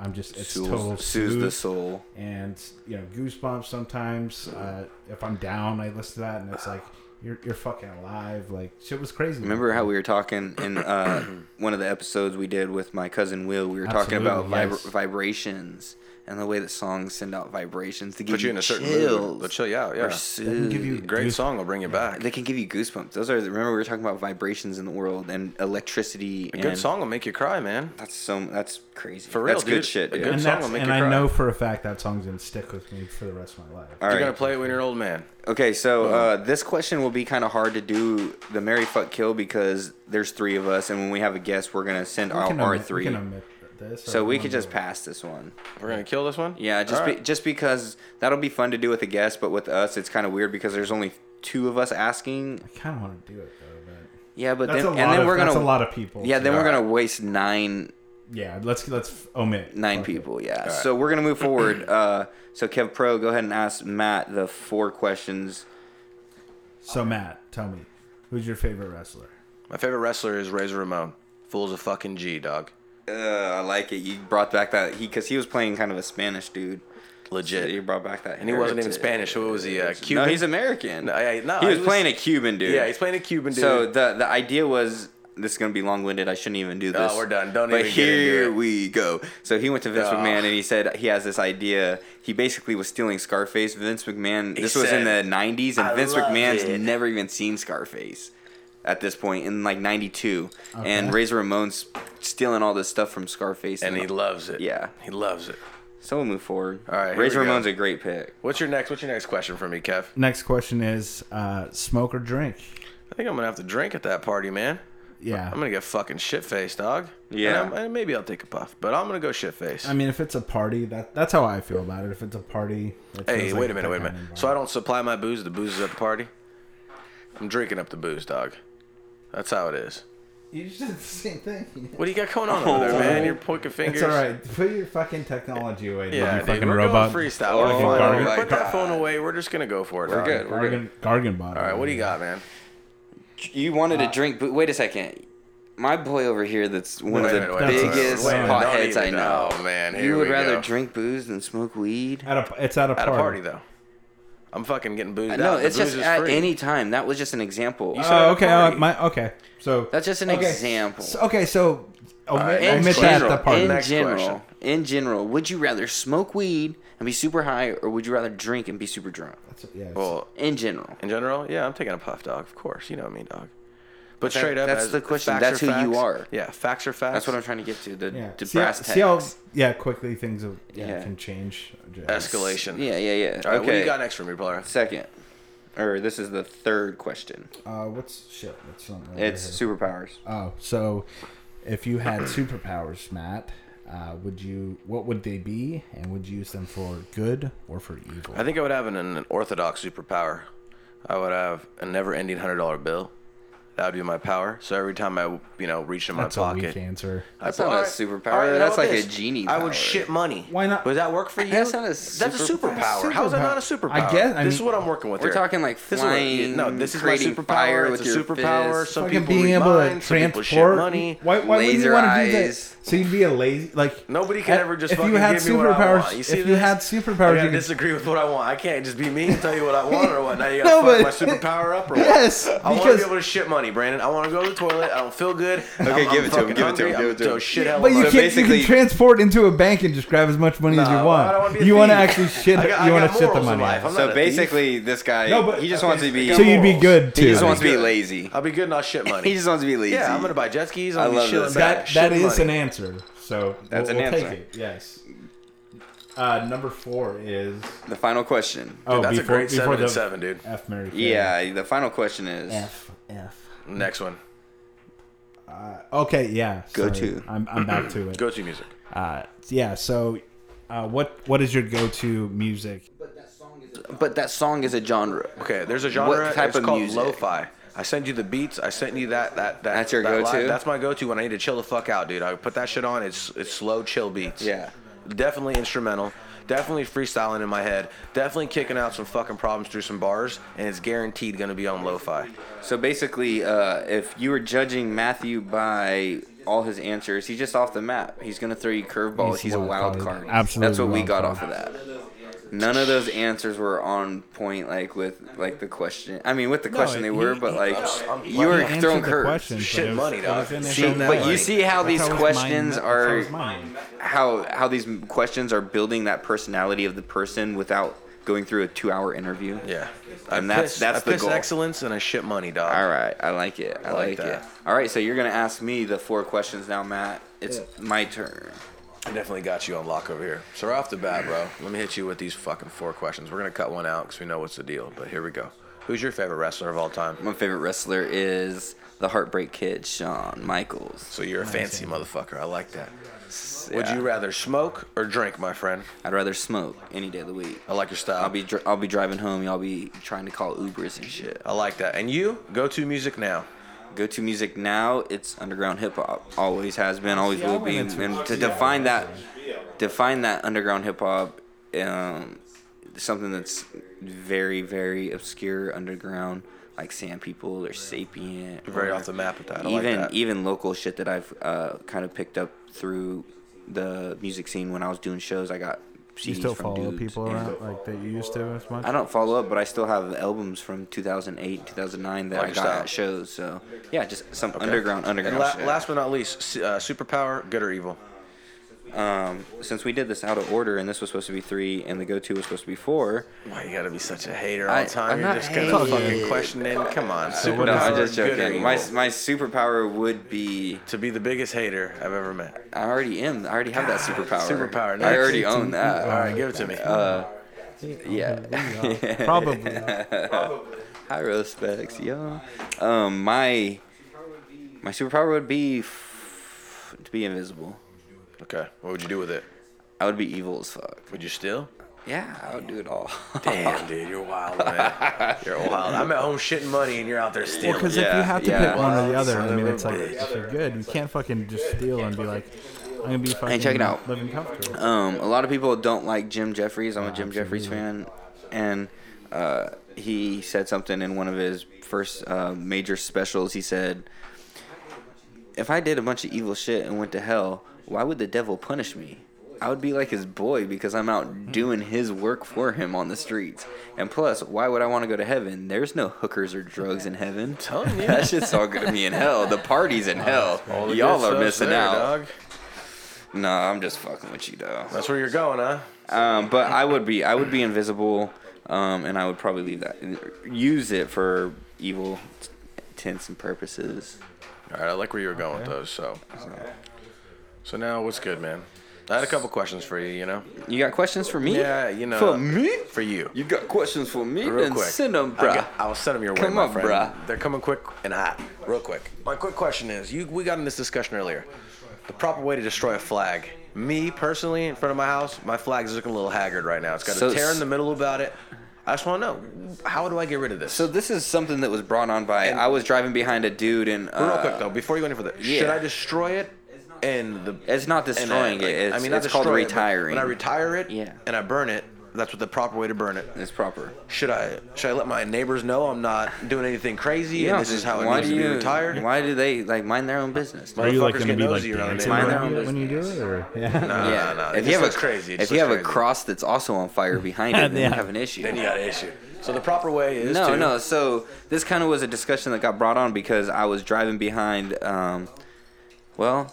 Speaker 14: i'm just it's
Speaker 3: Soothes-
Speaker 14: total
Speaker 3: soothes
Speaker 14: soothe
Speaker 3: the soul.
Speaker 14: and you know goosebumps sometimes uh, if i'm down i listen to that and it's like you're, you're fucking alive like shit was crazy
Speaker 3: Remember how we were talking in uh, *coughs* one of the episodes we did with my cousin Will? We were talking about
Speaker 14: Absolutely, yes.
Speaker 3: vibra- vibrations and the way that songs send out vibrations to give
Speaker 13: Put you in a certain
Speaker 3: chills.
Speaker 13: mood. They'll chill you out. Yeah.
Speaker 3: Or soothe.
Speaker 14: give you-
Speaker 13: Great
Speaker 14: Goose-
Speaker 13: song. will bring you back.
Speaker 3: They can give you goosebumps. Those are remember we were talking about vibrations in the world and electricity.
Speaker 13: A
Speaker 3: and
Speaker 13: good song will make you cry, man.
Speaker 3: That's so. That's crazy.
Speaker 13: For real,
Speaker 3: that's
Speaker 13: dude.
Speaker 3: good shit.
Speaker 13: A
Speaker 3: Dude.
Speaker 13: good
Speaker 14: and,
Speaker 13: song
Speaker 14: that's,
Speaker 13: will make
Speaker 14: and
Speaker 13: you
Speaker 14: i
Speaker 13: cry.
Speaker 14: know for a fact that song's gonna stick with me for the rest of my life
Speaker 3: All
Speaker 13: You're
Speaker 3: right.
Speaker 13: gonna play it when you're an old man.
Speaker 3: Okay, so uh, this question will be kind of hard to do the Mary Fuck Kill because there's three of us, and when we have a guest, we're gonna send
Speaker 14: We
Speaker 3: out
Speaker 14: can
Speaker 3: our
Speaker 14: omit- we
Speaker 3: three.
Speaker 14: can um, omit this, or
Speaker 3: so we
Speaker 14: you
Speaker 3: could
Speaker 14: wanna
Speaker 3: just
Speaker 14: do it?
Speaker 3: pass this one.
Speaker 13: We're gonna kill this one.
Speaker 3: Yeah, just
Speaker 13: All
Speaker 3: be,
Speaker 13: right.
Speaker 3: just because that'll be fun to do with a guest, but with us, it's kind of weird because there's only two of us asking.
Speaker 14: i kind of want to do it though but
Speaker 3: Yeah, but
Speaker 14: That's
Speaker 3: then
Speaker 14: a
Speaker 3: and
Speaker 14: lot
Speaker 3: then
Speaker 14: of-
Speaker 3: we're gonna
Speaker 14: that's a lot of people.
Speaker 3: Yeah, then
Speaker 13: All
Speaker 3: we're
Speaker 13: right.
Speaker 3: gonna waste nine
Speaker 14: yeah, let's let's omit
Speaker 3: nine people. Yeah. So we're gonna move forward. *clears throat* uh, so Kev Pro, go ahead and ask Matt the four questions.
Speaker 14: So Matt, tell me, who's your favorite wrestler?
Speaker 13: My favorite wrestler is Razor Ramon. Fool's a fucking G, dog.
Speaker 3: Uh, I like it. You brought back that he because he was playing kind of a Spanish dude.
Speaker 13: Legit.
Speaker 3: you brought back that.
Speaker 13: And he wasn't even
Speaker 3: heritage.
Speaker 13: Spanish. Who was he? Uh, Cuban.
Speaker 3: No, he's American.
Speaker 13: No, yeah, no,
Speaker 3: he was
Speaker 13: he was-
Speaker 3: playing a Cuban dude.
Speaker 13: Yeah, he's playing a Cuban dude.
Speaker 3: So the the idea was this is gonna be long winded. I shouldn't even do
Speaker 13: No,
Speaker 3: this.
Speaker 13: we're done. Don't
Speaker 3: but
Speaker 13: even get into
Speaker 3: here
Speaker 13: it.
Speaker 3: we go. So he went to Vince
Speaker 13: Ugh.
Speaker 3: McMahon and he said he has this idea. He basically was stealing Scarface. Vince McMahon.
Speaker 13: He
Speaker 3: this was in
Speaker 13: said,
Speaker 3: the '90s, and
Speaker 13: "I
Speaker 3: Vince
Speaker 13: love
Speaker 3: McMahon's
Speaker 13: it."
Speaker 3: never even seen Scarface at this point in like '92.
Speaker 13: Okay.
Speaker 3: And Razor Ramon's stealing all this stuff from Scarface,
Speaker 13: and he loves it.
Speaker 3: Yeah.
Speaker 13: He loves it.
Speaker 3: So we'll move forward. All
Speaker 13: right. here
Speaker 3: Razor
Speaker 13: we go.
Speaker 3: Ramon's a great pick.
Speaker 13: What's your next? What's your next question for me, Kev?
Speaker 14: Next question is uh, smoke or drink?
Speaker 13: I think I'm gonna have to drink at that party, man.
Speaker 14: Yeah.
Speaker 13: I'm gonna get fucking shit faced, dog.
Speaker 14: Yeah.
Speaker 13: And I'm- and maybe I'll take a puff, but I'm gonna go shit faced.
Speaker 14: I mean, if it's a party, that that's how I feel about it. If it's a party, it
Speaker 13: Hey,
Speaker 14: feels
Speaker 13: wait
Speaker 14: like
Speaker 13: a minute,
Speaker 14: that
Speaker 13: wait a
Speaker 14: kind
Speaker 13: minute. So I don't supply my booze. The booze is at the party. I'm drinking up the booze, dog. That's how it is.
Speaker 14: of- You just did the same thing.
Speaker 13: What do you got going on over
Speaker 3: Oh.
Speaker 13: there, man? You're pointing fingers.
Speaker 14: It's all right. Put your fucking technology away.
Speaker 13: Yeah,
Speaker 14: you
Speaker 13: dude,
Speaker 14: fucking
Speaker 13: we're
Speaker 14: robot.
Speaker 13: going freestyle.
Speaker 14: Fucking
Speaker 13: We're fine. We're
Speaker 14: gargan-
Speaker 13: gonna put that phone away. We're just gonna go for it.
Speaker 3: Oh, We're
Speaker 13: dog.
Speaker 3: good. We're good.
Speaker 14: gargan- Gargan bottom.
Speaker 13: All right, what do you got, man?
Speaker 3: You wanted to drink, but wait a second. My boy over here, that's one
Speaker 13: Wait
Speaker 3: of
Speaker 13: a
Speaker 3: the
Speaker 13: minute, wait a minute,
Speaker 3: biggest
Speaker 13: wait a minute, don't
Speaker 3: potheads
Speaker 13: even-
Speaker 3: I know.
Speaker 13: oh, man, here
Speaker 3: you would
Speaker 13: we
Speaker 3: rather
Speaker 13: go.
Speaker 3: drink booze than smoke weed.
Speaker 14: At a, it's at a
Speaker 13: At
Speaker 14: party.
Speaker 13: a party though. I'm fucking getting boozed
Speaker 3: no,
Speaker 13: out. The
Speaker 3: it's just
Speaker 13: booze is
Speaker 3: at
Speaker 13: free.
Speaker 3: any time. That was just an example.
Speaker 13: You
Speaker 14: Oh, okay. Uh, my okay. So
Speaker 3: That's just an
Speaker 14: okay.
Speaker 3: example.
Speaker 14: So- okay, so omit,
Speaker 3: All right, next
Speaker 14: omit that
Speaker 3: question.
Speaker 14: at the party.
Speaker 3: In general, in general, would you rather smoke weed and be super high, or would you rather drink and be super drunk?
Speaker 14: yeah.
Speaker 13: Well,
Speaker 3: in general.
Speaker 13: In general, yeah, I'm taking a puff, dog. Of course, you know me, dog. But
Speaker 3: That-
Speaker 13: straight up,
Speaker 3: that's
Speaker 13: as
Speaker 3: the question.
Speaker 13: facts
Speaker 3: That's
Speaker 13: are
Speaker 3: who you
Speaker 13: facts.
Speaker 3: are.
Speaker 13: Yeah, facts are facts.
Speaker 3: That's what I'm trying to get to. The,
Speaker 14: yeah.
Speaker 3: the
Speaker 14: See,
Speaker 3: brass
Speaker 14: how,
Speaker 3: tacks.
Speaker 14: see how yeah quickly things will, yeah,
Speaker 3: Yeah.
Speaker 14: can change. Just-
Speaker 13: Escalation.
Speaker 3: Yeah, yeah, yeah.
Speaker 13: All right,
Speaker 3: okay.
Speaker 13: what do you got next for me, player?
Speaker 3: Second, or this is the third question.
Speaker 14: Uh, what's shit? That's something. over
Speaker 3: It's
Speaker 14: here.
Speaker 3: superpowers.
Speaker 14: Oh, so if you had superpowers, Matt, uh, would you? What would they be, and would you use them for good or for evil?
Speaker 13: I think I would have an, an orthodox superpower. I would have a never-ending hundred-dollar bill. That would be my power. So every time I, you know, reach in my
Speaker 14: That's a
Speaker 13: pocket,
Speaker 14: weak answer.
Speaker 3: That's
Speaker 13: I-
Speaker 3: not a
Speaker 13: all right,
Speaker 3: superpower.
Speaker 13: all right, how
Speaker 3: That's
Speaker 13: about
Speaker 3: like a genie
Speaker 13: I would
Speaker 3: power.
Speaker 13: shit money.
Speaker 14: Why not?
Speaker 13: Would that work for you?
Speaker 3: That's not a
Speaker 13: That's a
Speaker 3: super-
Speaker 13: superpower. How is that not a
Speaker 14: superpower.
Speaker 13: superpower?
Speaker 14: I guess- I
Speaker 13: this is
Speaker 14: mean-
Speaker 13: what I'm working with.
Speaker 3: We're
Speaker 13: here.
Speaker 3: talking like
Speaker 13: This is what-
Speaker 3: flying,
Speaker 13: no, this is my
Speaker 3: creating fire
Speaker 13: superpower. It's
Speaker 3: with
Speaker 13: a
Speaker 3: your
Speaker 13: superpower.
Speaker 3: fist.
Speaker 13: Some
Speaker 14: Fucking
Speaker 13: people
Speaker 14: being
Speaker 13: read
Speaker 14: able to
Speaker 13: minds, some people shit
Speaker 14: transport
Speaker 13: money.
Speaker 14: Why, why would you
Speaker 3: laser
Speaker 14: want to do that?
Speaker 3: eyes.
Speaker 14: So you'd be a lazy like
Speaker 13: Nobody can
Speaker 14: uh,
Speaker 13: ever just
Speaker 14: if
Speaker 13: fucking
Speaker 14: you had
Speaker 13: give me what I
Speaker 14: superpowers.
Speaker 13: want. You
Speaker 14: if
Speaker 13: see
Speaker 14: you
Speaker 13: this?
Speaker 14: had
Speaker 13: I
Speaker 14: superpowers,
Speaker 13: gotta
Speaker 14: you could
Speaker 13: disagree with what I want. I can't just be me and tell you what I want or what. Now you gotta
Speaker 14: *laughs* No,
Speaker 13: fuck
Speaker 14: but-
Speaker 13: my superpower up or what?
Speaker 14: Yes,
Speaker 13: I want to
Speaker 14: because-
Speaker 13: be able to shit money, Brandon. I want to go to the toilet. I don't feel good.
Speaker 3: *laughs* Okay,
Speaker 13: I'm,
Speaker 3: give
Speaker 13: I'm
Speaker 3: it to him,
Speaker 13: fucking
Speaker 3: give it to him,
Speaker 13: hungry.
Speaker 3: give
Speaker 13: I'm
Speaker 3: it to him.
Speaker 13: down shit hell
Speaker 14: But
Speaker 13: of
Speaker 14: you
Speaker 13: money.
Speaker 14: can't. you
Speaker 3: basically-
Speaker 14: can transport into a bank and just grab as much money as you
Speaker 13: No,
Speaker 14: want.
Speaker 13: I don't wanna be a
Speaker 14: you want to
Speaker 13: thief.
Speaker 14: actually shit.
Speaker 13: *laughs* I got- I
Speaker 14: you want
Speaker 13: got
Speaker 14: to shit the
Speaker 13: morals in
Speaker 14: money.
Speaker 13: life. I'm
Speaker 14: out.
Speaker 13: not a
Speaker 3: So
Speaker 13: thief.
Speaker 3: basically, this guy,
Speaker 14: No, but-
Speaker 3: he just
Speaker 14: okay.
Speaker 3: wants to be.
Speaker 14: So you'd be good
Speaker 3: He just
Speaker 14: too.
Speaker 3: wants to be
Speaker 13: Good.
Speaker 3: *laughs* lazy.
Speaker 13: I'll be good and I'll shit money.
Speaker 3: He just wants to be lazy.
Speaker 13: Yeah, I'm gonna buy jet skis.
Speaker 3: I
Speaker 13: I'm gonna be
Speaker 3: love
Speaker 13: shit
Speaker 3: this.
Speaker 13: like
Speaker 14: That that
Speaker 13: shit
Speaker 14: is
Speaker 13: money.
Speaker 14: an answer. So
Speaker 3: That's
Speaker 14: we'll,
Speaker 3: an
Speaker 14: we'll
Speaker 3: answer.
Speaker 14: Take it. Yes. Uh, number four is
Speaker 3: The final question.
Speaker 14: oh
Speaker 13: that's a
Speaker 14: before,
Speaker 13: great
Speaker 14: before
Speaker 13: seven
Speaker 14: the
Speaker 13: and seven, dude.
Speaker 14: F Mary. Kill.
Speaker 3: Yeah, the final question is.
Speaker 14: F F.
Speaker 13: Next one.
Speaker 14: Okay. Yeah.
Speaker 3: Go
Speaker 14: sorry.
Speaker 3: to.
Speaker 14: I'm I'm back to it.
Speaker 13: Go to music.
Speaker 14: Uh, yeah. So, uh, what what is your go to music?
Speaker 3: But that song is a genre.
Speaker 13: Okay, there's a genre.
Speaker 3: What type
Speaker 13: it's
Speaker 3: of
Speaker 13: called
Speaker 3: music?
Speaker 13: lo-fi. I send you the beats. I sent you that that that.
Speaker 3: That's your
Speaker 13: that
Speaker 3: go-to?
Speaker 13: live- That's my go-to when I need to chill the fuck out, dude. I put that shit on. It's it's slow chill beats.
Speaker 3: Yeah.
Speaker 13: Definitely instrumental. Definitely freestyling in my head. Definitely kicking out some fucking problems through some bars, and it's guaranteed gonna be on lo-fi.
Speaker 3: So basically, uh, if you were judging Matthew by all his answers, he's just off the map. He's gonna throw you curveballs. He's,
Speaker 14: He's
Speaker 3: a
Speaker 14: wild
Speaker 3: wild
Speaker 14: card.
Speaker 3: card.
Speaker 14: Absolutely
Speaker 3: That's what we
Speaker 14: wild
Speaker 3: got
Speaker 14: card.
Speaker 3: off of that. None of those answers were on point, like with like the question. I mean, with the
Speaker 14: No,
Speaker 3: question they
Speaker 14: he-
Speaker 3: were, but
Speaker 14: he-
Speaker 3: like
Speaker 13: I'm-
Speaker 3: you were
Speaker 14: He answered
Speaker 3: throwing
Speaker 14: the
Speaker 3: curves.
Speaker 14: question, but
Speaker 13: Shit
Speaker 14: it was-
Speaker 13: money,
Speaker 14: it
Speaker 13: dog.
Speaker 14: was in his
Speaker 13: See,
Speaker 14: own
Speaker 13: that
Speaker 3: But
Speaker 14: way.
Speaker 3: you see how
Speaker 14: That's
Speaker 3: these
Speaker 14: how it was mine-
Speaker 3: questions
Speaker 14: that's how it
Speaker 3: are
Speaker 14: was mine.
Speaker 3: how how these questions are building that personality of the person without going through a two-hour interview.
Speaker 13: Yeah.
Speaker 3: And
Speaker 13: I
Speaker 3: that's-
Speaker 13: piss,
Speaker 3: that's
Speaker 13: I
Speaker 3: the
Speaker 13: piss
Speaker 3: goal.
Speaker 13: excellence and I shit money, dog.
Speaker 3: All right, I like it. I,
Speaker 13: like
Speaker 3: like, it.
Speaker 13: that.
Speaker 3: All right, so you're gonna ask me the four questions now, Matt. It's my turn.
Speaker 13: I definitely got you on lock over here. So right off the bat, bro, let me hit you with these fucking four questions. We're gonna cut one out because we know what's the deal. But here we go. Who's your favorite wrestler of all time?
Speaker 3: My favorite wrestler is the Heartbreak Kid, Shawn Michaels.
Speaker 13: So you're a fancy motherfucker. I like that. Would
Speaker 3: Yeah.
Speaker 13: you rather smoke or drink, my friend?
Speaker 3: I'd rather smoke any day of the week.
Speaker 13: I like your style.
Speaker 3: I'll be dri- I'll be driving home. Y'all be trying to call Ubers and shit.
Speaker 13: I like that. And you, go to music now.
Speaker 3: Go to music now. It's underground hip hop. Always has been. Always
Speaker 14: See, I
Speaker 3: will
Speaker 14: went
Speaker 3: be.
Speaker 14: into-
Speaker 3: And to define that, define that underground hip hop, um, something that's very, very obscure underground, like Sand People or Sapient.
Speaker 13: Very
Speaker 3: or
Speaker 13: off the map with that. I like
Speaker 3: even
Speaker 13: that.
Speaker 3: even local shit that I've uh, kind of picked up through the music scene when I was doing shows. I got CDs
Speaker 14: you still
Speaker 3: from
Speaker 14: follow
Speaker 3: dudes
Speaker 14: people
Speaker 3: and-
Speaker 14: around like that you used to as much?
Speaker 3: I don't follow up, but I still have albums from 2008, 2009 that
Speaker 13: Like
Speaker 3: I
Speaker 13: your
Speaker 3: got
Speaker 13: style.
Speaker 3: at shows. So yeah, just some
Speaker 13: Okay.
Speaker 3: underground,
Speaker 13: And
Speaker 3: underground.
Speaker 13: la-
Speaker 3: shit.
Speaker 13: last but not least, s- uh, superpower, good or evil.
Speaker 3: Um, since we did this out of order, and this was supposed to be three, and the go-to was supposed to be four.
Speaker 13: Why you gotta be such a hater all
Speaker 3: I-
Speaker 13: the time?
Speaker 3: I'm
Speaker 13: You're
Speaker 3: not
Speaker 13: just gonna
Speaker 3: hating.
Speaker 13: fucking question it. Come on,
Speaker 3: No, I'm just
Speaker 13: good or
Speaker 3: joking. My,
Speaker 13: evil?
Speaker 3: my superpower would be
Speaker 13: to be the biggest hater I've ever met.
Speaker 3: I already am. I already have
Speaker 13: *sighs*
Speaker 3: that superpower.
Speaker 13: Superpower.
Speaker 3: I
Speaker 13: nice.
Speaker 3: already own
Speaker 13: *laughs*
Speaker 3: that.
Speaker 13: All right, give it to me.
Speaker 3: Uh, *laughs* yeah.
Speaker 13: Probably.
Speaker 3: High respects, yo. Um, my my superpower would be f- to be invisible.
Speaker 13: Okay. What would you do with it?
Speaker 3: I would be evil as fuck.
Speaker 13: Would you steal?
Speaker 3: Yeah, I would do it all.
Speaker 13: Damn, dude, you're wild, man.
Speaker 3: *laughs*
Speaker 13: You're wild. I'm at home shitting money, and you're out there stealing.
Speaker 14: Well, because if you have to pick one or the other, I mean, it's like if you're good, you can't fucking just steal and be like, I'm gonna be fucking
Speaker 3: Hey, check it out.
Speaker 14: living comfortable.
Speaker 3: *laughs* Um, a lot of people don't like Jim Jeffries. I'm a Jim Jeffries fan, and uh, he said something in one of his first uh, major specials. He said, "If I did a bunch of evil shit and went to hell, why would the devil punish me? I would be like his boy because I'm
Speaker 13: Hmm.
Speaker 3: out doing his work for him on the streets. And plus, why would I want to go to heaven? There's no hookers or drugs in heaven.
Speaker 13: telling you.
Speaker 3: *laughs* that shit's all gonna be in hell. The party's in hell.
Speaker 13: All the
Speaker 3: Y'all
Speaker 13: good
Speaker 3: are
Speaker 13: stuff's
Speaker 3: missing
Speaker 13: there,
Speaker 3: out."
Speaker 13: dog.
Speaker 3: No, I'm just fucking with you though.
Speaker 13: That's where you're going, huh?
Speaker 3: Um, but I would be I would be invisible, um, and I would probably leave that use it for evil t- intents and purposes.
Speaker 13: All right, I like where you were going with those. So, so now what's good, man? I had a couple questions for you. You know,
Speaker 3: you got questions for me?
Speaker 13: Yeah, you know,
Speaker 3: For me?
Speaker 13: for you.
Speaker 3: You got questions for me?
Speaker 13: Real
Speaker 3: Then
Speaker 13: quick,
Speaker 3: send 'em,
Speaker 13: I
Speaker 3: bruh.
Speaker 13: got- I'll send them your way,
Speaker 3: Come
Speaker 13: my
Speaker 3: on,
Speaker 13: friend.
Speaker 3: bruh.
Speaker 13: They're coming quick and hot. Real quick. My quick question is: You, we got in this discussion earlier. The proper way to destroy a flag. Me personally, in front of my house, my flag is looking a little haggard right now. It's got
Speaker 3: So
Speaker 13: a tear
Speaker 3: s-
Speaker 13: in the middle about it. I just want to know how do I get rid of this?
Speaker 3: So this is something that was brought on by I was driving behind a dude and uh,
Speaker 13: Real quick though, before you go any further,
Speaker 3: yeah.
Speaker 13: should I destroy it? And the
Speaker 3: It's not
Speaker 13: and, uh,
Speaker 3: destroying
Speaker 13: like,
Speaker 3: it. It's,
Speaker 13: I mean, not
Speaker 3: it's called
Speaker 13: destroy it, but
Speaker 3: retiring.
Speaker 13: when I retire it,
Speaker 3: Yeah.
Speaker 13: and I burn it, that's what the proper way to burn it.
Speaker 3: It's proper.
Speaker 13: Should I should I let my neighbors know I'm not doing anything crazy
Speaker 3: You
Speaker 13: and
Speaker 3: know,
Speaker 13: this is how it
Speaker 3: why
Speaker 13: needs
Speaker 3: do
Speaker 13: to be
Speaker 3: you-
Speaker 13: retired?
Speaker 3: Why do they like mind their own business?
Speaker 14: Are you like
Speaker 13: Motherfuckers
Speaker 14: gonna
Speaker 13: get
Speaker 14: be like
Speaker 13: nosy around
Speaker 14: dancing
Speaker 13: neighbors.
Speaker 14: when
Speaker 3: Mine
Speaker 14: you,
Speaker 3: their own
Speaker 14: when you do it?
Speaker 3: *laughs*
Speaker 14: Or, yeah.
Speaker 13: Nah,
Speaker 3: yeah.
Speaker 13: nah, it
Speaker 3: if
Speaker 13: just
Speaker 3: you have a
Speaker 13: looks crazy, it
Speaker 3: if
Speaker 13: just
Speaker 3: you have
Speaker 13: looks
Speaker 3: a
Speaker 13: crazy.
Speaker 3: cross that's also on fire behind it, then
Speaker 14: Yeah.
Speaker 3: you have an issue.
Speaker 13: Then you got an issue. So the proper way is
Speaker 3: no
Speaker 13: to,
Speaker 3: no so this kind of was a discussion that got brought on because i was driving behind um, well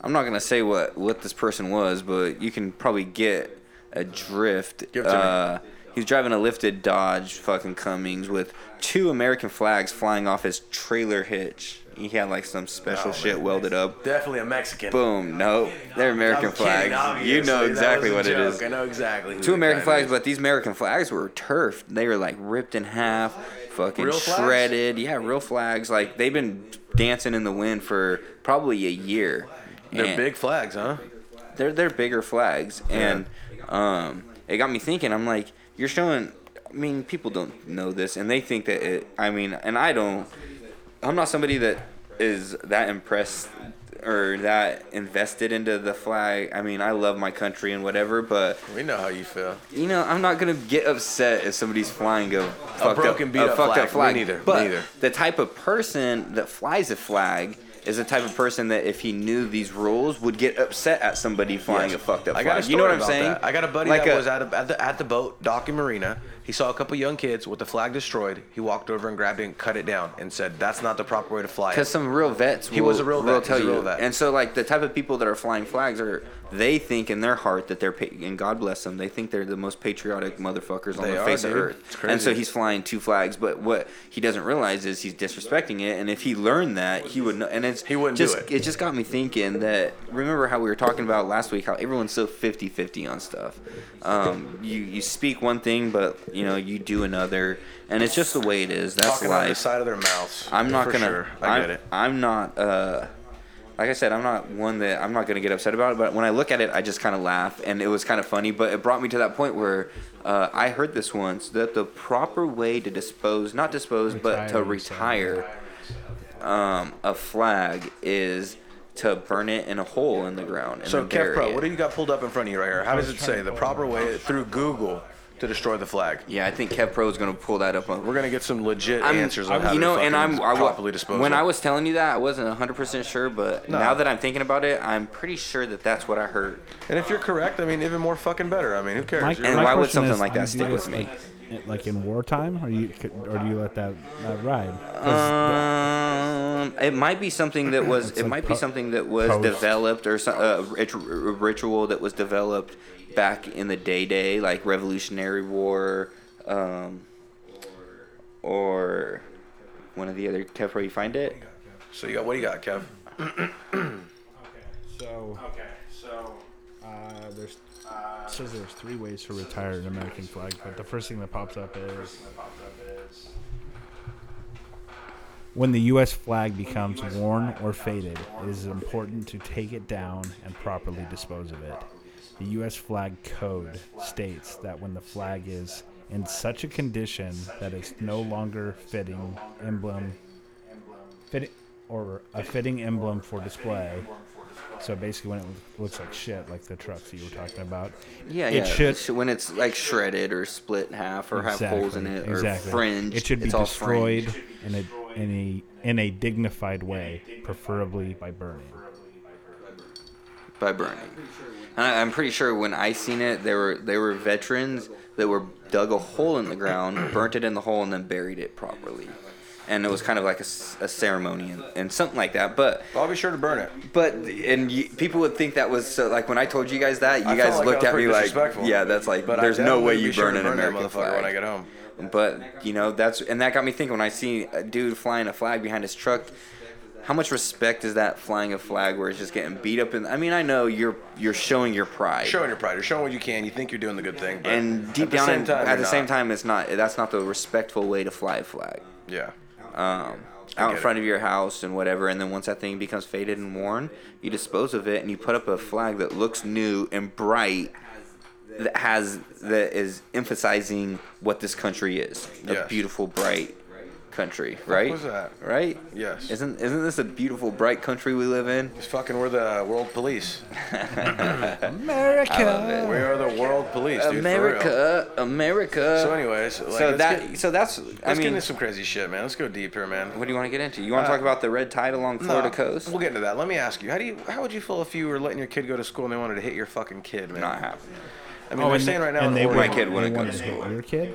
Speaker 3: i'm not going to say what what this person was but you can probably get a drift
Speaker 13: Give it to me.
Speaker 3: uh, he's driving a lifted dodge fucking cummings with two american flags flying off his trailer hitch he had like some special
Speaker 13: Oh,
Speaker 3: shit
Speaker 13: man.
Speaker 3: welded up
Speaker 13: Definitely a Mexican.
Speaker 3: boom no they're american
Speaker 13: I'm kidding,
Speaker 3: flags you
Speaker 13: obviously.
Speaker 3: know
Speaker 13: That
Speaker 3: exactly
Speaker 13: was a
Speaker 3: what it
Speaker 13: joke.
Speaker 3: is
Speaker 13: I know exactly. who
Speaker 3: Two
Speaker 13: that
Speaker 3: American
Speaker 13: guy
Speaker 3: flags,
Speaker 13: is.
Speaker 3: but these American flags were turfed. They were like ripped in half, fucking
Speaker 13: Real flags?
Speaker 3: shredded. Yeah, real flags. Like they've been dancing in the wind for probably a year.
Speaker 13: They're
Speaker 3: And
Speaker 13: big flags, huh?
Speaker 3: They're they're bigger flags, and um, it got me thinking. I'm like, you're showing. I mean, people don't know this, and they think that it. I mean, and I don't. I'm not somebody that is that impressed or that invested into the flag. I mean, I love my country and whatever, but
Speaker 13: We know how you feel.
Speaker 3: you know, I'm not gonna get upset if somebody's flying a, fucked
Speaker 13: broken,
Speaker 3: up,
Speaker 13: beat
Speaker 3: a
Speaker 13: up
Speaker 3: fucked
Speaker 13: flag.
Speaker 3: up flag.
Speaker 13: Me neither, me
Speaker 3: But
Speaker 13: neither.
Speaker 3: the type of person that flies a flag is the type of person that if he knew these rules would get upset at somebody flying
Speaker 13: Yes.
Speaker 3: a fucked up
Speaker 13: I
Speaker 3: flag.
Speaker 13: got a
Speaker 3: you
Speaker 13: story
Speaker 3: know what I'm
Speaker 13: about
Speaker 3: saying?
Speaker 13: that. I got a buddy
Speaker 3: Like
Speaker 13: that
Speaker 3: a-
Speaker 13: was at, a, at, the, at the boat docking marina. He saw a couple young kids with the flag destroyed. He walked over and grabbed it and cut it down and said, "That's not the proper way to fly."
Speaker 3: Because
Speaker 13: it."
Speaker 3: some real vets will,
Speaker 13: He was a real
Speaker 3: will
Speaker 13: vet.
Speaker 3: tell
Speaker 13: He's a real
Speaker 3: you.
Speaker 13: vet.
Speaker 3: And so, like, the type of people that are flying flags are, they think in their heart that they're, pa- and God bless them, they think they're the most patriotic motherfuckers on
Speaker 13: They
Speaker 3: the
Speaker 13: are,
Speaker 3: face of
Speaker 13: dude. It's
Speaker 3: earth.
Speaker 13: crazy.
Speaker 3: And so he's flying two flags, but what he doesn't realize is he's disrespecting it. And if he learned that, he would know. And it's, he
Speaker 13: wouldn't do
Speaker 3: just,
Speaker 13: it.
Speaker 3: It just got me thinking that, remember how we were talking about last week, how everyone's so 50 50 on stuff. Um, you, you speak one thing, but, you know, you do another. And it's just the way it is. That's
Speaker 13: talking out of the
Speaker 3: life.
Speaker 13: side of their mouths.
Speaker 3: I'm not
Speaker 13: For
Speaker 3: gonna.
Speaker 13: Sure. I
Speaker 3: I'm,
Speaker 13: get it.
Speaker 3: I'm not. Uh, like I said, I'm not one that I'm not gonna get upset about it. But when I look at it, I just kind of laugh, and it was kind of funny. But it brought me to that point where uh, I heard this once that the proper way to dispose, not dispose, but to
Speaker 14: Retire,
Speaker 3: retire um, a flag is to burn it in a hole in the ground. And
Speaker 13: So,
Speaker 3: then
Speaker 13: Kev
Speaker 3: bury
Speaker 13: Pro,
Speaker 3: it.
Speaker 13: what do you got pulled up in front of you right here? How
Speaker 3: I
Speaker 13: does
Speaker 3: was
Speaker 13: it
Speaker 3: trying
Speaker 13: say
Speaker 3: to
Speaker 13: the
Speaker 3: pull
Speaker 13: proper way through Google to destroy the flag?
Speaker 3: Yeah, I think Kev Pro is going to pull that up. On,
Speaker 13: We're going to get some legit
Speaker 3: I'm-
Speaker 13: answers on how
Speaker 3: you know,
Speaker 13: to
Speaker 3: and I'm I,
Speaker 13: I,
Speaker 3: wa-
Speaker 13: properly dispose
Speaker 3: When
Speaker 13: of
Speaker 3: I
Speaker 13: it.
Speaker 3: was telling you that, I wasn't 100 percent sure, but
Speaker 13: No.
Speaker 3: now that I'm thinking about it, I'm pretty sure that that's what I heard.
Speaker 13: And if you're correct, I mean, even more fucking better. I mean, who cares?
Speaker 14: My-
Speaker 13: You're
Speaker 14: my
Speaker 13: right.
Speaker 14: question is, do you do this, Like, like in wartime, or you or do you let that, that ride? 'Cause
Speaker 3: Um, it might be something that was. It might be something that was
Speaker 14: post.
Speaker 3: developed or some, uh, rit- ritual that was developed back in the day day, like Revolutionary War, um, or one of the other. Kev, where you find it?
Speaker 13: So you got what do you got, Kev?
Speaker 14: So okay, so uh, there's uh, it says there's three ways to retire an American flag, but the first thing that pops up is when the U.S. flag becomes worn or faded, it is important to take it down and properly dispose of it. The U.S. flag code states that when the flag is in such a condition that it's no longer fitting emblem fit or a fitting emblem for display. So basically, when it looks like shit, like the trucks that you were talking about,
Speaker 3: Yeah,
Speaker 14: it
Speaker 3: yeah.
Speaker 14: should
Speaker 3: It's when it's like shredded or split in half or have holes in it or
Speaker 14: exactly.
Speaker 3: fringed.
Speaker 14: It should be
Speaker 3: it's all
Speaker 14: destroyed
Speaker 3: fringed.
Speaker 14: in a in a in a dignified way, preferably by burning.
Speaker 3: Oh, by burning. And I, I'm pretty sure when I seen it, there were there were veterans that were dug a hole in the ground, *clears throat* burnt it in the hole, and then buried it properly. And it was kind of like a, s- a ceremony and, and something like that. But
Speaker 13: I'll be sure to burn it.
Speaker 3: But and you, people would think that was so. Like when I told you guys that, you
Speaker 13: I felt
Speaker 3: guys
Speaker 13: like I was
Speaker 3: looked at me
Speaker 13: pretty
Speaker 3: like,
Speaker 13: disrespectful.
Speaker 3: yeah, that's like.
Speaker 13: But I
Speaker 3: there's no
Speaker 13: definitely
Speaker 3: way
Speaker 13: be
Speaker 3: you
Speaker 13: sure
Speaker 3: burn
Speaker 13: to
Speaker 3: an
Speaker 13: burn that
Speaker 3: American
Speaker 13: motherfucker
Speaker 3: flag
Speaker 13: when I get home.
Speaker 3: But you know that's and that got me thinking when I see a dude flying a flag behind his truck. How much respect is that flying a flag where it's just getting beat up? And I mean, I know you're you're showing your pride.
Speaker 13: Showing your pride. You're showing what you can. You think you're doing the good thing. But
Speaker 3: and deep
Speaker 13: at the
Speaker 3: down,
Speaker 13: same
Speaker 3: in-
Speaker 13: time,
Speaker 3: at
Speaker 13: you're
Speaker 3: the same
Speaker 13: not.
Speaker 3: time, it's not. That's not the respectful way to fly a flag.
Speaker 13: Yeah.
Speaker 3: Um,
Speaker 13: I
Speaker 3: out
Speaker 13: get
Speaker 3: in
Speaker 13: it.
Speaker 3: front of your house and whatever, and then once that thing becomes faded and worn, you dispose of it and you put up a flag that looks new and bright, that has that is emphasizing what this country is. A
Speaker 13: Yes.
Speaker 3: beautiful, bright country, right?
Speaker 13: was that?
Speaker 3: Right?
Speaker 13: Yes.
Speaker 3: Isn't isn't this a beautiful, bright country we live in?
Speaker 13: It's fucking we're the world
Speaker 3: *laughs*
Speaker 13: police.
Speaker 3: America. I love it.
Speaker 13: We are the world police, dude. For real.
Speaker 3: America, America.
Speaker 13: So anyways, like,
Speaker 3: so
Speaker 13: let's
Speaker 3: that
Speaker 13: get-
Speaker 3: so that's
Speaker 13: Let's
Speaker 3: I
Speaker 13: get
Speaker 3: mean,
Speaker 13: into some crazy shit, man. Let's go deeper, man.
Speaker 3: what do you want to get into? You want to
Speaker 13: Uh,
Speaker 3: talk about the red tide along Florida coast?
Speaker 13: We'll get into that. Let me ask you, how do you, how would you feel if you were letting your kid go to school and they wanted to hit your fucking kid, man?
Speaker 3: Not happening.
Speaker 13: I mean, we're saying right now, in
Speaker 14: Oh, and they
Speaker 13: Oregon-
Speaker 14: want- they want school. Your kid?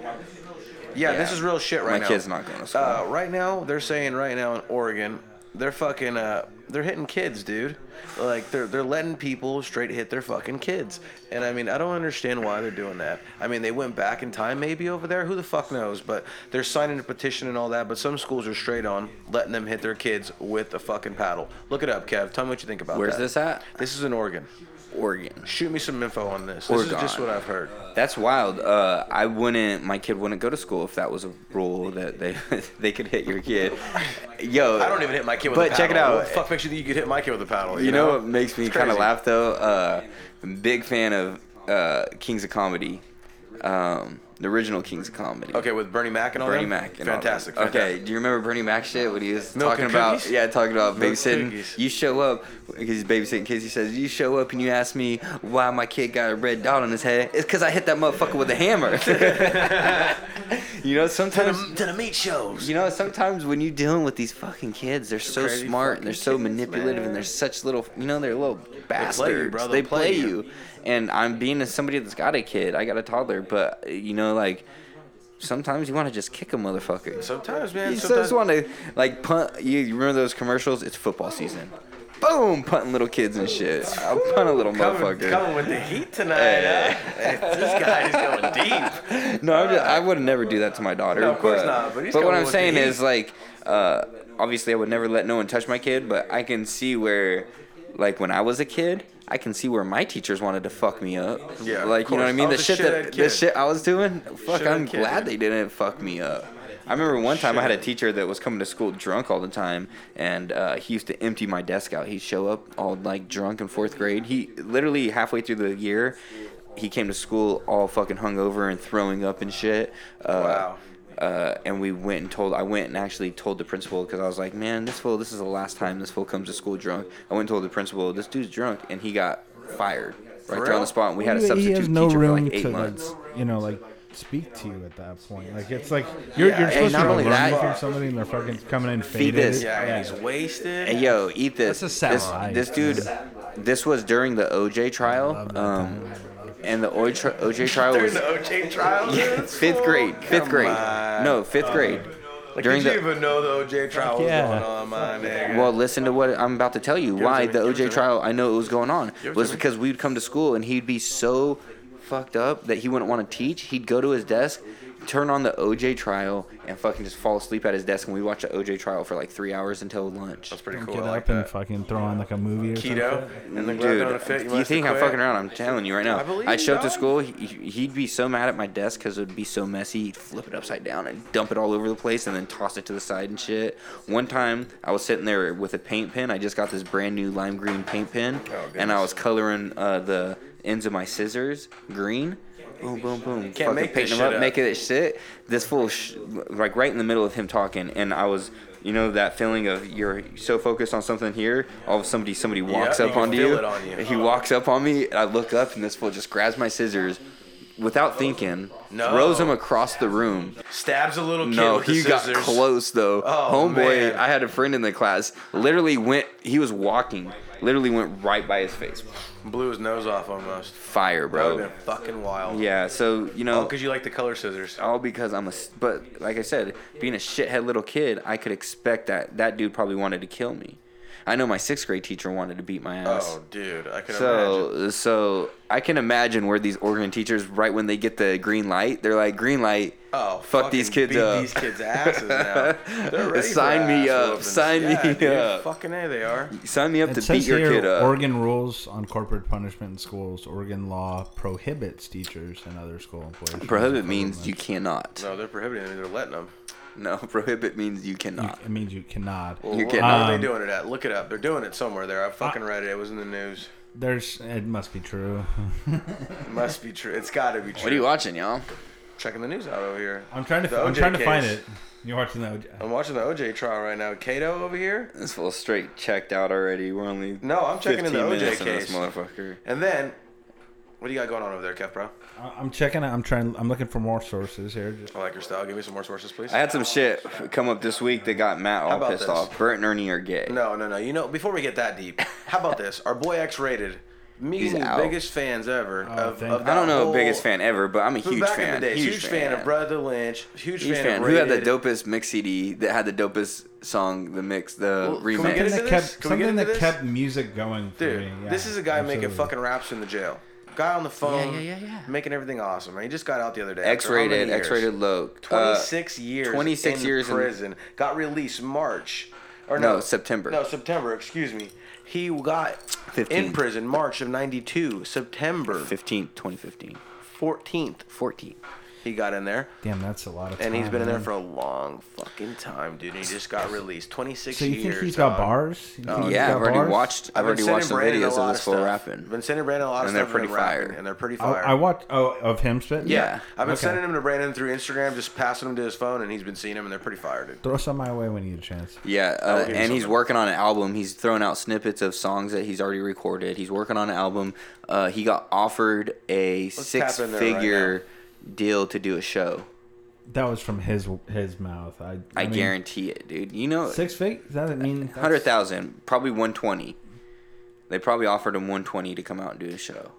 Speaker 13: Yeah,
Speaker 3: Yeah.
Speaker 13: this is real shit right
Speaker 3: My
Speaker 13: now.
Speaker 3: kid's not going to school.
Speaker 13: Uh, right now, they're saying right now in Oregon, they're fucking, uh, they're hitting kids, dude. Like they're they're letting people straight hit their fucking kids. And I mean, I don't understand why they're doing that. I mean, they went back in time maybe over there. Who the fuck knows? But they're signing a petition and all that. But some schools are straight on letting them hit their kids with a fucking paddle. Look it up, Kev. Tell me what you think about
Speaker 3: Where's
Speaker 13: that.
Speaker 3: this at?
Speaker 13: This is in Oregon.
Speaker 3: Oregon.
Speaker 13: Shoot me some info on this. This
Speaker 3: Oregon.
Speaker 13: is just what I've heard.
Speaker 3: That's wild. Uh, I wouldn't. My kid wouldn't go to school if that was a rule that they *laughs* they could hit your kid. Yo,
Speaker 13: I don't even hit my kid with
Speaker 3: but
Speaker 13: a paddle.
Speaker 3: check it out.
Speaker 13: What the fuck makes you think you could hit my kid with a paddle?
Speaker 3: You, know, what makes me
Speaker 13: It's
Speaker 3: kind of
Speaker 13: crazy.
Speaker 3: laugh though? Uh, big fan of uh, Kings of Comedy, um, the original Kings of Comedy.
Speaker 13: Okay, with Bernie Mac and all
Speaker 3: Bernie
Speaker 13: them?
Speaker 3: Mac. And all that.
Speaker 13: fantastic,
Speaker 3: Okay, do you remember Bernie Mac shit when he was
Speaker 13: Milk
Speaker 3: talking
Speaker 13: and
Speaker 3: about?
Speaker 13: cookies?
Speaker 3: Yeah, talking about
Speaker 13: Milk and
Speaker 3: babysitting.
Speaker 13: cookies.
Speaker 3: You show up because he's babysitting kids. He says, "You show up and you ask me why my kid got a red dot on his head. It's because I hit that motherfucker with a hammer." *laughs* you know, sometimes
Speaker 13: to the meat shows.
Speaker 3: you know, sometimes when you're dealing with these fucking kids, they're so
Speaker 13: Crazy
Speaker 3: smart
Speaker 13: fucking
Speaker 3: and they're so
Speaker 13: kids,
Speaker 3: manipulative
Speaker 13: man.
Speaker 3: and they're such little, you know, they're little bastards.
Speaker 13: bro.
Speaker 3: They play you. And I'm being as somebody that's got a kid, I got a toddler, but you know, like sometimes you want to just kick a motherfucker.
Speaker 13: Sometimes, man.
Speaker 3: You
Speaker 13: sometimes-
Speaker 3: just want to like punt. You you remember those commercials? It's football season. Boom, punting little kids and shit. I'll punt a little
Speaker 13: coming,
Speaker 3: motherfucker.
Speaker 13: coming with the heat tonight.
Speaker 3: Hey.
Speaker 13: huh? Hey, this guy is going
Speaker 3: *laughs*
Speaker 13: deep.
Speaker 3: no, I'm just, I would never do that to my daughter.
Speaker 13: No, of course
Speaker 3: but,
Speaker 13: not, but he's
Speaker 3: what
Speaker 13: coming
Speaker 3: I'm
Speaker 13: with
Speaker 3: saying
Speaker 13: the heat.
Speaker 3: is like, uh, obviously, I would never let no one touch my kid, but I can see where, like, when I was a kid. I can see where my teachers wanted to fuck me up.
Speaker 13: Yeah, of
Speaker 3: like you know what
Speaker 13: course.
Speaker 3: I mean.
Speaker 13: I
Speaker 3: The
Speaker 13: was a
Speaker 3: shit
Speaker 13: shithead
Speaker 3: that the
Speaker 13: kid.
Speaker 3: shit I was doing. Fuck,
Speaker 13: Shithead
Speaker 3: I'm
Speaker 13: kid,
Speaker 3: glad
Speaker 13: dude.
Speaker 3: they didn't fuck me up. I remember one time I had a teacher that was coming to school drunk all the time, and uh, he used to empty my desk out. He'd show up all like drunk in fourth grade. He literally halfway through the year, he came to school all fucking hungover and throwing up and shit. Uh,
Speaker 13: Wow.
Speaker 3: Uh, and we went and told. I went and actually told the principal because I was like, "Man, this fool. This is the last time this fool comes to school drunk." I went and told the principal, "This dude's drunk," and he got fired right there on the spot. And we had a
Speaker 14: Well, he- he
Speaker 3: substitute
Speaker 14: has no
Speaker 3: teacher for
Speaker 14: room
Speaker 3: like eight
Speaker 14: to,
Speaker 3: months.
Speaker 14: Like, you know, like speak to you at that point. Like it's like you're,
Speaker 3: Yeah,
Speaker 14: you're
Speaker 3: and
Speaker 14: supposed
Speaker 3: not
Speaker 14: to
Speaker 3: only
Speaker 14: learn
Speaker 3: that-
Speaker 14: from somebody and they're fucking coming in faded.
Speaker 3: Feed this.
Speaker 13: wasted.
Speaker 3: Hey, yo, eat this.
Speaker 14: That's a
Speaker 3: this,
Speaker 14: satellite.
Speaker 3: this dude, this was during the OJ trial. Um, and the OJ, tri- OJ trial was
Speaker 13: OJ trial.
Speaker 3: Yeah, *laughs* fifth grade. Fifth grade. No, fifth grade.
Speaker 13: Like,
Speaker 3: During
Speaker 13: did
Speaker 3: the
Speaker 13: you even know the OJ trial was
Speaker 3: yeah.
Speaker 13: going on, my nigga?
Speaker 3: well, listen to what I'm about to tell you.
Speaker 13: it
Speaker 3: Why
Speaker 13: to me,
Speaker 3: the
Speaker 13: give it to
Speaker 3: OJ
Speaker 13: me.
Speaker 3: trial? I know it was going on
Speaker 13: Give it
Speaker 3: was
Speaker 13: to me.
Speaker 3: because we'd come to school and he'd be so fucked up that he wouldn't want to teach. He'd go to his desk, turn on the OJ trial, and fucking just fall asleep at his desk. And we watched the OJ trial for like three hours until lunch. That's
Speaker 13: pretty
Speaker 14: Get up and fucking throw on like a movie or
Speaker 13: Keto
Speaker 14: something.
Speaker 13: and then glad
Speaker 3: Dude,
Speaker 13: they're on a fit. You,
Speaker 3: you,
Speaker 13: must
Speaker 3: think
Speaker 13: have
Speaker 3: I'm
Speaker 13: quit.
Speaker 3: fucking around? I'm telling you right now.
Speaker 13: I believe
Speaker 3: I'd
Speaker 13: you,
Speaker 3: show up to
Speaker 13: dog.
Speaker 3: school. He, he'd be so mad at my desk because it would be so messy. He'd flip it upside down and dump it all over the place and then toss it to the side and shit. One time, I was sitting there with a paint pen. I just got this brand new lime green paint pen,
Speaker 13: Oh,
Speaker 3: and I was coloring uh, the ends of my scissors green. Boom, boom, boom.
Speaker 13: Can't
Speaker 3: Fucking
Speaker 13: make this
Speaker 3: painting
Speaker 13: shit
Speaker 3: them up,
Speaker 13: up.
Speaker 3: making it shit. This fool, sh- like right in the middle of him talking, and I was. You know that feeling of you're so focused on something here, all of a sudden somebody walks
Speaker 13: you
Speaker 3: up
Speaker 13: can
Speaker 3: onto
Speaker 13: feel
Speaker 3: you.
Speaker 13: it on you.
Speaker 3: He walks up on me, and I look up, and this fool just grabs my scissors without thinking,
Speaker 13: No.
Speaker 3: throws them across the room.
Speaker 13: Stabs a little kid
Speaker 3: No,
Speaker 13: with the
Speaker 3: he got
Speaker 13: scissors.
Speaker 3: close though.
Speaker 13: Oh,
Speaker 3: Homeboy,
Speaker 13: man.
Speaker 3: I had a friend in the class. Literally went. He was walking. Literally went right by his face.
Speaker 13: Blew his nose off almost.
Speaker 3: Fire,
Speaker 13: That would have
Speaker 3: bro.
Speaker 13: been fucking wild.
Speaker 3: Yeah. So you know.
Speaker 13: Oh, because you like the color scissors.
Speaker 3: all because I'm a. s- But like I said, being a shithead little kid, I could expect that that dude probably wanted to kill me. I know my sixth grade teacher wanted to beat my ass.
Speaker 13: Oh, dude, I can
Speaker 3: So, so I can imagine where these Oregon teachers, right when they get the green light, they're like, "Green light,
Speaker 13: Oh,
Speaker 3: fuck these
Speaker 13: fucking
Speaker 3: kids
Speaker 13: beat
Speaker 3: up,
Speaker 13: these kids' asses
Speaker 3: *laughs*
Speaker 13: now. They're ready for
Speaker 3: sign me
Speaker 13: ass
Speaker 3: up,
Speaker 13: whoopings.
Speaker 3: sign
Speaker 13: Yeah,
Speaker 3: me
Speaker 13: dude,
Speaker 3: up,
Speaker 13: Fucking a, they are.
Speaker 3: *laughs* sign me up
Speaker 14: It
Speaker 3: to
Speaker 14: says
Speaker 3: beat your
Speaker 14: here,
Speaker 3: kid up."
Speaker 14: Oregon rules on corporate punishment in schools. Oregon law prohibits teachers and other school employees. from
Speaker 3: *laughs* prohibit
Speaker 14: performing
Speaker 3: means you cannot.
Speaker 13: No, they're prohibiting them. They're letting them.
Speaker 3: *laughs* No, prohibit means you cannot.
Speaker 14: It means you cannot.
Speaker 13: Well,
Speaker 3: You
Speaker 13: wh-
Speaker 3: can-
Speaker 13: How are
Speaker 14: Um,
Speaker 13: they doing it at? Look it up. They're doing it somewhere there. I fucking read it. It was in the news.
Speaker 14: There's. It must be true. *laughs*
Speaker 13: It must be true. It's got to be true.
Speaker 3: What are you watching, y'all?
Speaker 13: Checking the news out over here.
Speaker 14: I'm trying to.
Speaker 13: The
Speaker 14: I'm
Speaker 13: OJ
Speaker 14: trying to find
Speaker 13: case.
Speaker 14: it. You're watching the OJ.
Speaker 13: I'm watching the OJ trial right now. Kato over here.
Speaker 3: This full straight checked out already. We're only
Speaker 13: No, I'm checking in the
Speaker 3: 15
Speaker 13: OJ
Speaker 3: minutes in this
Speaker 13: case.
Speaker 3: motherfucker.
Speaker 13: And then, what do you got going on over there, Kev, bro?
Speaker 14: I- I'm checking. out- I'm trying. I'm looking for more sources here. Just-
Speaker 13: I like your style. Give me some more sources, please.
Speaker 3: I had some shit come up this week that got Matt all
Speaker 13: about
Speaker 3: pissed
Speaker 13: this?
Speaker 3: off. Bert and Ernie are gay.
Speaker 13: No, no, no. You know, before we get that deep, how about this? Our boy X rated. Me
Speaker 3: He's
Speaker 13: and you,
Speaker 3: out.
Speaker 13: biggest fans ever of,
Speaker 14: Oh, thank
Speaker 13: of
Speaker 14: God.
Speaker 3: I don't
Speaker 13: that
Speaker 3: know
Speaker 13: whole-
Speaker 3: biggest fan ever, but I'm a
Speaker 13: From
Speaker 3: huge
Speaker 13: Oh. back
Speaker 3: fan.
Speaker 13: in the day, huge, fan, of Brother Lynch. Huge,
Speaker 3: Huge fan.
Speaker 13: fan. of
Speaker 3: Who had the
Speaker 13: Rated.
Speaker 3: dopest mix CD that had the dopest song, the mix, the
Speaker 13: Well, can we
Speaker 3: remix?
Speaker 13: get into
Speaker 14: Something that
Speaker 13: this?
Speaker 14: kept,
Speaker 13: Can we get
Speaker 14: something
Speaker 13: into
Speaker 14: that
Speaker 13: this?
Speaker 14: kept music going for
Speaker 13: Dude,
Speaker 14: me. Yeah,
Speaker 13: this is a guy making
Speaker 14: absolutely.
Speaker 13: fucking raps in the jail. Guy on the phone,
Speaker 3: yeah, yeah, yeah.
Speaker 13: making everything awesome. Man, he just got out the other day. after how many
Speaker 3: X-rated,
Speaker 13: years?
Speaker 3: X-rated low. Uh,
Speaker 13: 26 years
Speaker 3: 26
Speaker 13: in
Speaker 3: years in-
Speaker 13: prison got released march or
Speaker 3: No,
Speaker 13: no,
Speaker 3: September.
Speaker 13: no september excuse me he got
Speaker 3: 15.
Speaker 13: in prison march of 92 september
Speaker 3: 15th, 2015.
Speaker 13: 14th
Speaker 3: 14.
Speaker 13: he got in there
Speaker 14: Damn, that's a lot of. Time,
Speaker 13: and he's been in there
Speaker 14: Oh, man.
Speaker 13: for a long fucking time dude and he just got released 26
Speaker 14: So you
Speaker 13: years
Speaker 14: think he's got
Speaker 13: dog.
Speaker 14: bars? You
Speaker 13: Oh,
Speaker 14: think he's
Speaker 3: Oh, yeah,
Speaker 14: got
Speaker 3: I've already
Speaker 14: bars?
Speaker 3: watched. I've,
Speaker 13: been
Speaker 3: already
Speaker 13: sending
Speaker 3: watched some
Speaker 13: Brandon a
Speaker 3: videos
Speaker 13: lot
Speaker 3: of this
Speaker 13: stuff.
Speaker 3: full rapping.
Speaker 13: Been sending Brandon a lot of
Speaker 3: And they're
Speaker 13: stuff of him
Speaker 3: pretty fire.
Speaker 13: rapping, and they're pretty
Speaker 14: I,
Speaker 13: fire.
Speaker 14: I watched. Oh, of him spitting.
Speaker 13: yeah, I've been
Speaker 14: Okay.
Speaker 13: sending him to Brandon through Instagram, just passing him to his phone, and he's been seeing him, and they're pretty fire, dude.
Speaker 14: Throw some my way when you get a chance.
Speaker 3: Yeah, uh,
Speaker 13: give you
Speaker 3: and he's
Speaker 13: something.
Speaker 3: working on an album. He's throwing out snippets of songs that he's already recorded. He's working on an album. Uh, he got offered a
Speaker 13: tap in there right
Speaker 3: six-figure deal to do a show.
Speaker 14: That was from his his mouth. I.
Speaker 3: I,
Speaker 14: mean,
Speaker 3: guarantee it, dude. You know,
Speaker 14: Six feet? Does that mean that's-
Speaker 3: hundred thousand, probably one twenty. They probably offered him one twenty to come out and do a show.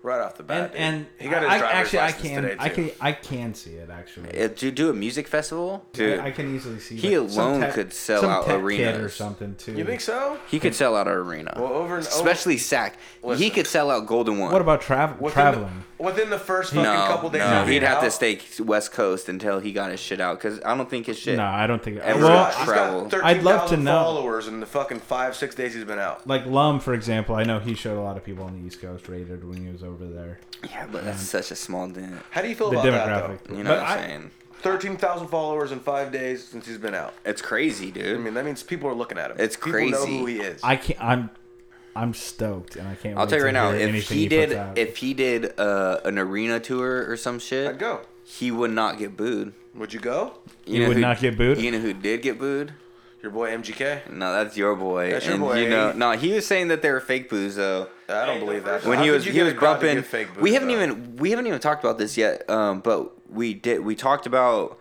Speaker 13: Right off the
Speaker 14: And,
Speaker 13: bat, dude.
Speaker 14: and
Speaker 13: he got his
Speaker 14: I,
Speaker 13: driver's
Speaker 14: actually, I
Speaker 13: license
Speaker 14: can,
Speaker 13: today too.
Speaker 14: I can, I can see it actually.
Speaker 3: If you Uh, do a music festival, dude,
Speaker 14: I, I can easily see.
Speaker 3: he
Speaker 14: that. Some
Speaker 3: alone
Speaker 14: tech-
Speaker 3: could sell
Speaker 14: some
Speaker 3: out
Speaker 14: tech kid
Speaker 3: arenas.
Speaker 14: or something too.
Speaker 13: You think so?
Speaker 3: he could sell out an arena.
Speaker 13: Well, over and-
Speaker 3: especially SAC. He
Speaker 13: Listen.
Speaker 3: could sell out Golden One.
Speaker 14: What about travel?
Speaker 13: Within
Speaker 14: traveling?
Speaker 13: The, within the first fucking
Speaker 3: no,
Speaker 13: couple days,
Speaker 3: no,
Speaker 13: of
Speaker 3: he'd
Speaker 13: being
Speaker 3: have to
Speaker 13: out,
Speaker 3: stay West Coast until he got his shit out. Cause I don't think his shit.
Speaker 14: No, I don't think.
Speaker 3: And
Speaker 13: He's
Speaker 3: we're
Speaker 14: well,
Speaker 13: got, he's got
Speaker 3: travel.
Speaker 13: 13,000
Speaker 14: I'd love to know.
Speaker 13: Followers in the fucking five six days he's been out.
Speaker 14: like Lum, for example, I know he showed a lot of people on the East Coast rated when he was over there.
Speaker 3: Yeah, but that's such a small dent.
Speaker 13: How do you feel
Speaker 14: The
Speaker 13: about
Speaker 14: demographic.
Speaker 13: that
Speaker 3: You know
Speaker 14: But
Speaker 3: what I'm
Speaker 14: I-
Speaker 3: saying?
Speaker 13: though? Thirteen thousand followers in five days since he's been out.
Speaker 3: It's crazy, dude.
Speaker 13: I mean, that means people are looking at him.
Speaker 3: It's
Speaker 13: people know
Speaker 3: crazy.
Speaker 13: who he is.
Speaker 14: I can't. I'm, I'm stoked, and I can't.
Speaker 3: I'll
Speaker 14: wait
Speaker 3: tell you
Speaker 14: to
Speaker 3: right now,
Speaker 14: hear
Speaker 3: if
Speaker 14: anything
Speaker 3: he
Speaker 14: puts
Speaker 3: did,
Speaker 14: out.
Speaker 3: if he did uh, an arena tour or some shit,
Speaker 13: I'd go.
Speaker 3: he would not get booed.
Speaker 13: Would you go?
Speaker 3: You
Speaker 14: He
Speaker 3: know
Speaker 14: would
Speaker 3: who-
Speaker 14: not get booed?
Speaker 3: You know who did get booed?
Speaker 13: Your boy MGK.
Speaker 3: No, that's your boy.
Speaker 13: That's your
Speaker 3: and
Speaker 13: boy. eh?
Speaker 3: You know, no, he was saying that they were fake boos though.
Speaker 13: I don't believe that.
Speaker 3: When
Speaker 13: How
Speaker 3: he
Speaker 13: could
Speaker 3: was
Speaker 13: you
Speaker 3: he
Speaker 13: get
Speaker 3: was
Speaker 13: a crowd to
Speaker 3: bumping.
Speaker 13: get fake boos,
Speaker 3: we haven't
Speaker 13: though?
Speaker 3: even we haven't even talked about this yet. Um, but we did we talked about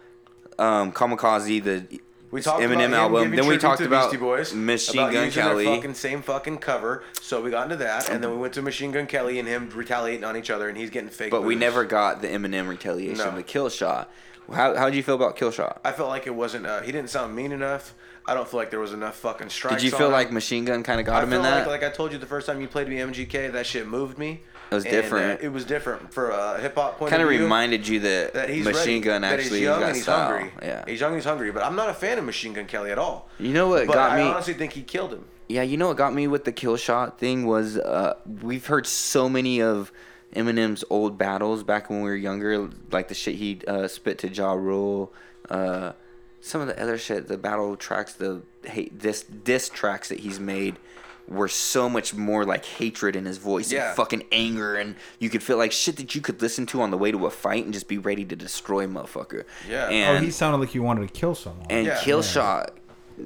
Speaker 3: um Kamikaze the
Speaker 13: We talked
Speaker 3: Eminem
Speaker 13: about him
Speaker 3: album.
Speaker 13: giving
Speaker 3: Then we
Speaker 13: tribute
Speaker 3: talked
Speaker 13: to
Speaker 3: about
Speaker 13: Beastie Boys,
Speaker 3: Machine
Speaker 13: about
Speaker 3: Gun
Speaker 13: using their
Speaker 3: Kelly.
Speaker 13: fucking same fucking cover. So we got into that, and then we went to Machine Gun Kelly and him retaliating on each other, and he's getting fake.
Speaker 3: But we
Speaker 13: boos.
Speaker 3: never got the Eminem retaliation,
Speaker 13: No.
Speaker 3: the kill shot. How how did you feel about kill shot?
Speaker 13: I felt like it wasn't. Uh, he didn't sound mean enough. I don't feel like there was enough fucking strikes.
Speaker 3: Did you
Speaker 13: on
Speaker 3: feel
Speaker 13: him.
Speaker 3: like Machine Gun kind of got
Speaker 13: I
Speaker 3: him
Speaker 13: feel
Speaker 3: in
Speaker 13: like,
Speaker 3: that?
Speaker 13: Like I told you the first time you played me MGK, that shit moved me.
Speaker 3: It was
Speaker 13: And, uh,
Speaker 3: different.
Speaker 13: it was different for a hip hop point
Speaker 3: Kind of
Speaker 13: of view.
Speaker 3: reminded you that,
Speaker 13: that he's ready,
Speaker 3: Machine Gun
Speaker 13: that
Speaker 3: actually
Speaker 13: he's young
Speaker 3: got
Speaker 13: and he's
Speaker 3: style.
Speaker 13: hungry.
Speaker 3: Yeah.
Speaker 13: he's young and he's hungry. But I'm not a fan of Machine Gun Kelly at all.
Speaker 3: You know what
Speaker 13: but
Speaker 3: got
Speaker 13: I
Speaker 3: me?
Speaker 13: honestly think he killed him.
Speaker 3: Yeah, you know what got me with the kill shot thing was uh, we've heard so many of Eminem's old battles back when we were younger, like the shit he uh, spit to Ja Rule, uh, some of the other shit, the battle tracks, the hate this diss tracks that he's made were so much more like hatred in his voice
Speaker 13: Yeah.
Speaker 3: and fucking anger and you could feel like shit that you could listen to on the way to a fight and just be ready to destroy motherfucker.
Speaker 13: Yeah.
Speaker 3: And
Speaker 14: oh, he sounded like he wanted to kill someone.
Speaker 3: and
Speaker 14: Yeah.
Speaker 3: kill shot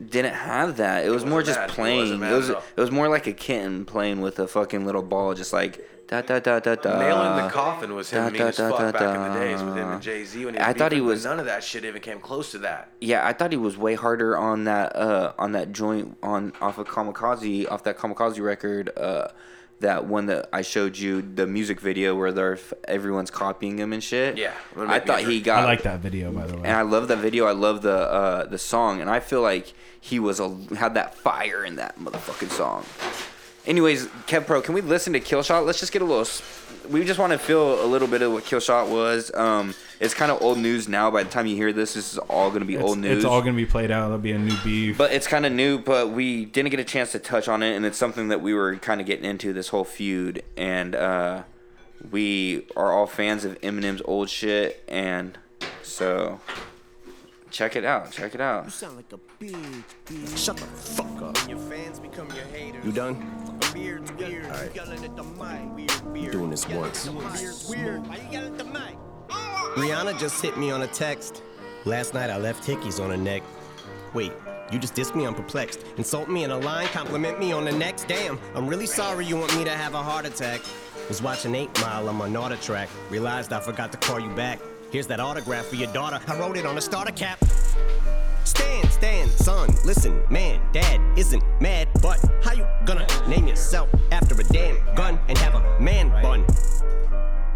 Speaker 3: didn't have that. It was more just
Speaker 13: mad. It wasn't
Speaker 3: playing. It,
Speaker 13: mad
Speaker 3: was
Speaker 13: at all.
Speaker 3: it was more like a kitten playing with a fucking little ball, just like da da da da da.
Speaker 13: Nailing the coffin was him
Speaker 3: Uh, da,
Speaker 13: mean
Speaker 3: da,
Speaker 13: as
Speaker 3: da,
Speaker 13: fuck
Speaker 3: da,
Speaker 13: back in the days with him
Speaker 3: da.
Speaker 13: and Jay Z when he was
Speaker 3: I thought he
Speaker 13: beefing, but
Speaker 3: was-
Speaker 13: none of that shit even came close to that.
Speaker 3: Yeah, I thought he was way harder on that uh on that joint on off of Kamikaze off that Kamikaze record uh that one that I showed you the music video where they're everyone's copying him and shit.
Speaker 13: Yeah, I'm gonna
Speaker 3: I
Speaker 13: make me
Speaker 3: thought
Speaker 13: a
Speaker 3: he
Speaker 13: drink.
Speaker 3: got
Speaker 14: I like that video by the way.
Speaker 3: and I love that video. I love the uh, the song, and I feel like he was a, had that fire in that motherfucking song. Anyways, Kev Pro, can we listen to Killshot? Let's just get a little. s- We just want to feel a little bit of what Killshot was. Um, it's kind of old news now. By the time you hear this, this is all gonna be
Speaker 14: It's,
Speaker 3: old news.
Speaker 14: it's all gonna be played out. There'll be a new beef.
Speaker 3: But it's kind of new, but we didn't get a chance to touch on it, and it's something that we were kind of getting into this whole feud, and uh, we are all fans of Eminem's old shit, and so check it out, check it out.
Speaker 15: sound like a bitch, bitch. Shut the fuck up. Your fans become your haters. You done? Alright. I'm doing this once. Rihanna just hit me on a text. Last night I left hickeys on her neck. Wait, you just dissed me? I'm perplexed. Insult me in a line, compliment me on the next. Damn, I'm really sorry you want me to have a heart attack. Was watching 8 Mile on my Nauta track. Realized I forgot to call you back. Here's that autograph for your daughter. I wrote it on a starter cap. Stand, stand, son, listen, man, dad isn't mad, but how you gonna name yourself after a damn gun and have a man bun?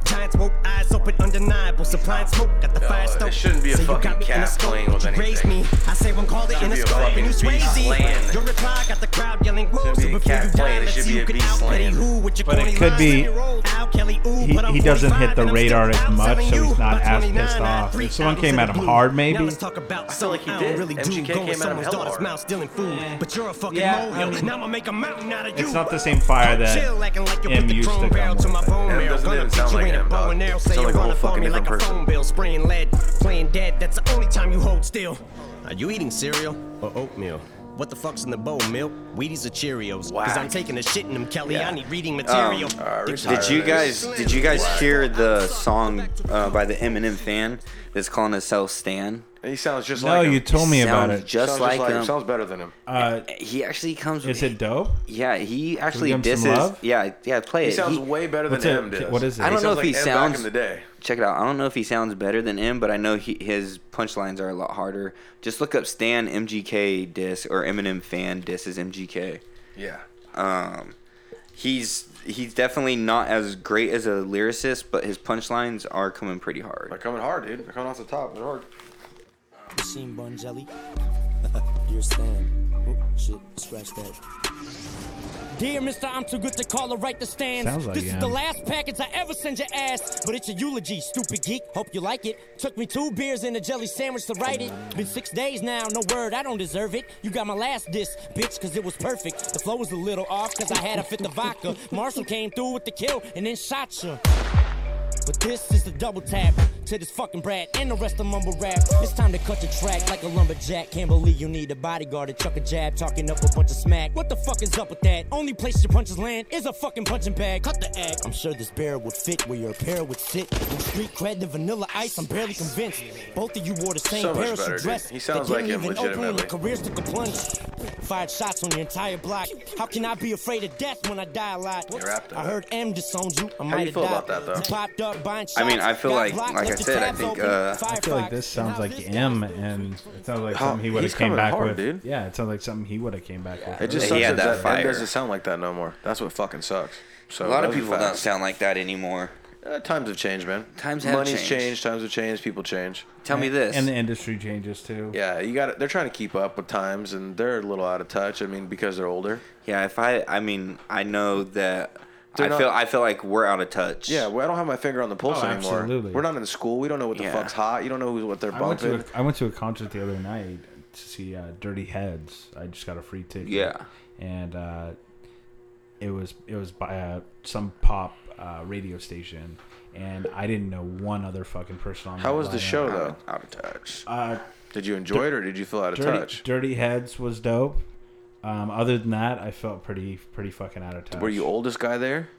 Speaker 15: Giants woke eyes open, undeniable, supplying smoke at the fire stove.
Speaker 13: It shouldn't be a
Speaker 15: Say you
Speaker 13: fucking
Speaker 15: got me in a
Speaker 13: cat
Speaker 15: scope,
Speaker 13: playing with
Speaker 15: you
Speaker 13: anything.
Speaker 15: raised me. I say one call it in
Speaker 13: Should
Speaker 15: a
Speaker 13: be a
Speaker 15: scope, and
Speaker 13: fucking
Speaker 15: you
Speaker 13: beast
Speaker 15: swayzy.
Speaker 13: laying.
Speaker 15: Your reply got the crowd yelling woo.
Speaker 13: Should be
Speaker 15: So
Speaker 13: a
Speaker 15: before
Speaker 13: cat
Speaker 15: you
Speaker 13: playing,
Speaker 15: die,
Speaker 13: it
Speaker 15: let's
Speaker 13: should
Speaker 15: see
Speaker 13: be
Speaker 15: who
Speaker 13: a
Speaker 15: can
Speaker 13: beast
Speaker 15: outplay
Speaker 13: laying.
Speaker 15: who with your
Speaker 14: But it
Speaker 15: corny
Speaker 14: could
Speaker 15: lines.
Speaker 14: be-
Speaker 15: Al Kelly, ooh,
Speaker 14: He,
Speaker 15: but I'm
Speaker 14: he doesn't
Speaker 15: 45
Speaker 14: hit the
Speaker 15: and I'm
Speaker 14: radar
Speaker 15: still
Speaker 14: as
Speaker 15: out
Speaker 14: much,
Speaker 15: selling
Speaker 14: so he's not
Speaker 15: you by
Speaker 14: as
Speaker 15: 29,
Speaker 14: pissed
Speaker 15: I
Speaker 14: off.
Speaker 15: three
Speaker 14: If someone
Speaker 15: albums
Speaker 14: came
Speaker 15: in
Speaker 14: at
Speaker 15: the
Speaker 14: him
Speaker 15: blue.
Speaker 14: hard,
Speaker 15: Now
Speaker 14: maybe.
Speaker 15: let's talk about
Speaker 13: feel like he
Speaker 15: something I
Speaker 13: did.
Speaker 15: don't really do.
Speaker 13: MGK
Speaker 15: Go
Speaker 13: came
Speaker 15: in
Speaker 13: out of
Speaker 15: someone's
Speaker 13: hell
Speaker 15: daughter's
Speaker 13: hard.
Speaker 15: mouth stealing food, but you're a fucking
Speaker 14: Yeah, I
Speaker 15: mole.
Speaker 14: mean,
Speaker 15: Now I'ma make a mountain out of you.
Speaker 14: It's not the same fire that
Speaker 15: Chill, acting like you
Speaker 14: M
Speaker 15: put the
Speaker 14: used to
Speaker 15: chrome barrel
Speaker 14: come
Speaker 15: to my
Speaker 14: with.
Speaker 15: bone
Speaker 13: Em
Speaker 15: marrow.
Speaker 13: doesn't
Speaker 15: Gonna
Speaker 13: even
Speaker 15: beat
Speaker 13: sound
Speaker 15: you
Speaker 13: like
Speaker 15: in a
Speaker 13: him,
Speaker 15: bow
Speaker 13: dog.
Speaker 15: and arrow. Say
Speaker 13: Sound
Speaker 15: you
Speaker 13: like a whole
Speaker 15: run up on
Speaker 13: fucking
Speaker 15: me like
Speaker 13: different
Speaker 15: a
Speaker 13: person.
Speaker 15: phone bill. Spraying lead, playing dead. That's the only time you hold still. Are you eating cereal or oatmeal? What the fuck's in the bowl, milk? Wheaties or Cheerios? Cause I'm taking a shit in them, Kelly. I need reading
Speaker 13: Um,
Speaker 15: material.
Speaker 3: Did you guys did you guys hear the song uh, by the Eminem fan that's calling himself Stan?
Speaker 13: He sounds just
Speaker 14: No,
Speaker 13: like him.
Speaker 14: you told me about
Speaker 3: Sounds
Speaker 14: it.
Speaker 3: Just
Speaker 13: sounds
Speaker 3: like,
Speaker 13: just like him.
Speaker 3: him.
Speaker 13: Sounds better than him.
Speaker 14: Uh,
Speaker 3: he actually comes.
Speaker 14: Is it dope?
Speaker 3: Yeah, he actually
Speaker 14: give him some
Speaker 3: disses.
Speaker 14: love?
Speaker 3: Yeah, yeah, play
Speaker 13: He
Speaker 3: it.
Speaker 13: sounds way better than
Speaker 14: What's it?
Speaker 13: him does.
Speaker 14: What is it?
Speaker 3: I don't know if
Speaker 13: sounds
Speaker 3: he
Speaker 13: like him
Speaker 3: sounds
Speaker 13: back in the day.
Speaker 3: Check it out. I don't know if he sounds better than him, but I know he, his punchlines are a lot harder. Just look up Stan MGK diss or Eminem fan diss is MGK.
Speaker 13: Yeah.
Speaker 3: Um, he's he's definitely not as great as a lyricist, but his punchlines are coming pretty hard.
Speaker 13: They're coming hard, dude. They're coming off the top. They're hard.
Speaker 16: Machine bun jelly. Dear Stan. Oh, shit, scratch that. Dear Mr. I'm too good to call or write the stands.
Speaker 14: Sounds like
Speaker 16: this
Speaker 14: him.
Speaker 16: is the last package I ever send your ass. But it's a eulogy, stupid geek. Hope you like it. Took me two beers and a jelly sandwich to write it. Been six days now, no word, I don't deserve it. You got my last diss, bitch, cause it was perfect. The flow was a little off, cause I had a fit of vodka. Marshall came through with the kill and then shot ya. But this is the double tap. to this fucking brat and the rest of mumble rap. It's time to cut the track like a lumberjack. Can't believe you need a bodyguard to chuck a jab, talking up a bunch of smack. What the fuck is up with that? Only place your punches land is a fucking punching bag. Cut the act. I'm sure this barrel would fit where your apparel would sit. From street cred to vanilla ice, I'm barely convinced. Both of you wore the same
Speaker 13: So much
Speaker 16: parachute
Speaker 13: better, dude.
Speaker 16: dress.
Speaker 13: He sounds
Speaker 16: that
Speaker 13: like
Speaker 16: didn't
Speaker 13: him
Speaker 16: even open when
Speaker 13: legitimately.
Speaker 16: your careers took a plunge. Fired shots on your entire block. How can I be afraid of death when I die a lot?
Speaker 13: wrapped it
Speaker 16: I
Speaker 13: up.
Speaker 16: heard M disowned you. I
Speaker 13: do
Speaker 16: might
Speaker 13: you
Speaker 16: have
Speaker 13: feel about
Speaker 16: died.
Speaker 13: that, though?
Speaker 16: Popped up buying
Speaker 3: I mean,
Speaker 16: shots,
Speaker 3: I feel
Speaker 16: got
Speaker 3: like-
Speaker 16: blocked,
Speaker 3: like I
Speaker 16: left the
Speaker 3: said, I
Speaker 16: tabs
Speaker 3: think,
Speaker 16: open,
Speaker 3: uh,
Speaker 14: I feel like this sounds like M, and it sounds like
Speaker 13: Huh,
Speaker 14: something he would
Speaker 13: he's
Speaker 14: have came
Speaker 13: coming
Speaker 14: back
Speaker 13: hard,
Speaker 14: with.
Speaker 13: dude.
Speaker 14: Yeah, it sounds like something he would have came back with.
Speaker 13: It just
Speaker 3: He
Speaker 13: sucks
Speaker 3: had
Speaker 13: that,
Speaker 3: that
Speaker 13: that,
Speaker 3: fire.
Speaker 13: doesn't sound like that no more. That's what fucking sucks. So
Speaker 3: a lot of
Speaker 13: those are
Speaker 3: people don't
Speaker 13: facts.
Speaker 3: sound like that anymore.
Speaker 13: Uh, times have changed, man.
Speaker 3: Times have
Speaker 13: Money's
Speaker 3: changed.
Speaker 13: Times have changed. People change.
Speaker 3: Tell me this.
Speaker 14: And the industry changes too.
Speaker 13: Yeah, you got. They're trying to keep up with times, and they're a little out of touch. I mean, because they're older.
Speaker 3: Yeah, if I, I mean, I know that.
Speaker 13: They're
Speaker 3: I
Speaker 13: not-
Speaker 3: feel, I feel like we're out of touch.
Speaker 13: Yeah, well, I don't have my finger on the pulse
Speaker 14: Oh,
Speaker 13: anymore.
Speaker 14: absolutely.
Speaker 13: We're not in school. We don't know what the
Speaker 3: Yeah.
Speaker 13: fuck's hot. You don't know who's what they're
Speaker 14: I went, to
Speaker 13: bumping.
Speaker 14: a, I went to a concert the other night to see uh, Dirty Heads. I just got a free ticket.
Speaker 3: Yeah.
Speaker 14: and uh, it was it was by uh, some pop uh, radio station, and I didn't know one other fucking person on.
Speaker 13: How
Speaker 14: that
Speaker 13: was the
Speaker 14: lineup.
Speaker 13: show though? Out of touch.
Speaker 14: Uh,
Speaker 13: did you enjoy it or did you feel out of
Speaker 14: Dirty,
Speaker 13: touch?
Speaker 14: Dirty Heads was dope. Um, other than that, I felt pretty pretty fucking out of touch.
Speaker 13: Were you oldest guy there?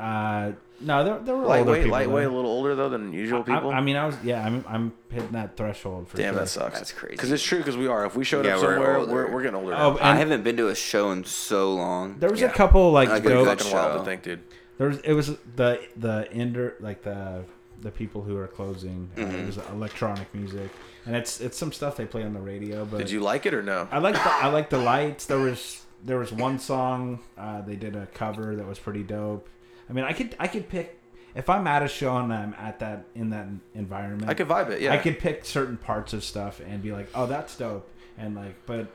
Speaker 14: Uh, no, there, there were older
Speaker 13: Lightweight,
Speaker 14: people
Speaker 13: lightweight,
Speaker 14: there.
Speaker 13: a little older though than usual
Speaker 14: I-
Speaker 13: people.
Speaker 14: I, mean, I was yeah, I'm I'm hitting that threshold for
Speaker 13: Damn,
Speaker 14: sure.
Speaker 13: that sucks.
Speaker 3: That's crazy.
Speaker 13: Because it's true. Because we are. If we showed
Speaker 3: Yeah,
Speaker 13: up
Speaker 3: we're
Speaker 13: somewhere,
Speaker 3: older.
Speaker 13: we're, we're getting older.
Speaker 14: Oh,
Speaker 13: now.
Speaker 14: and-
Speaker 3: I haven't been to a show in so long.
Speaker 14: There was a couple like
Speaker 3: Like a
Speaker 14: dope.
Speaker 3: good
Speaker 13: fucking wild
Speaker 3: show.
Speaker 13: to think, dude.
Speaker 14: There was it was the the ender like the the people who are closing. uh, it
Speaker 13: Mhm.
Speaker 14: was electronic music, and it's it's some stuff they play on the radio. But
Speaker 13: Did you like it or no?
Speaker 14: I like the, I like the lights. There was there was one song uh, they did a cover that was pretty dope. I mean, I could I could pick if I'm at a show and I'm at that in that environment.
Speaker 13: I could vibe it, yeah.
Speaker 14: I could pick certain parts of stuff and be like, oh, that's dope, and like, but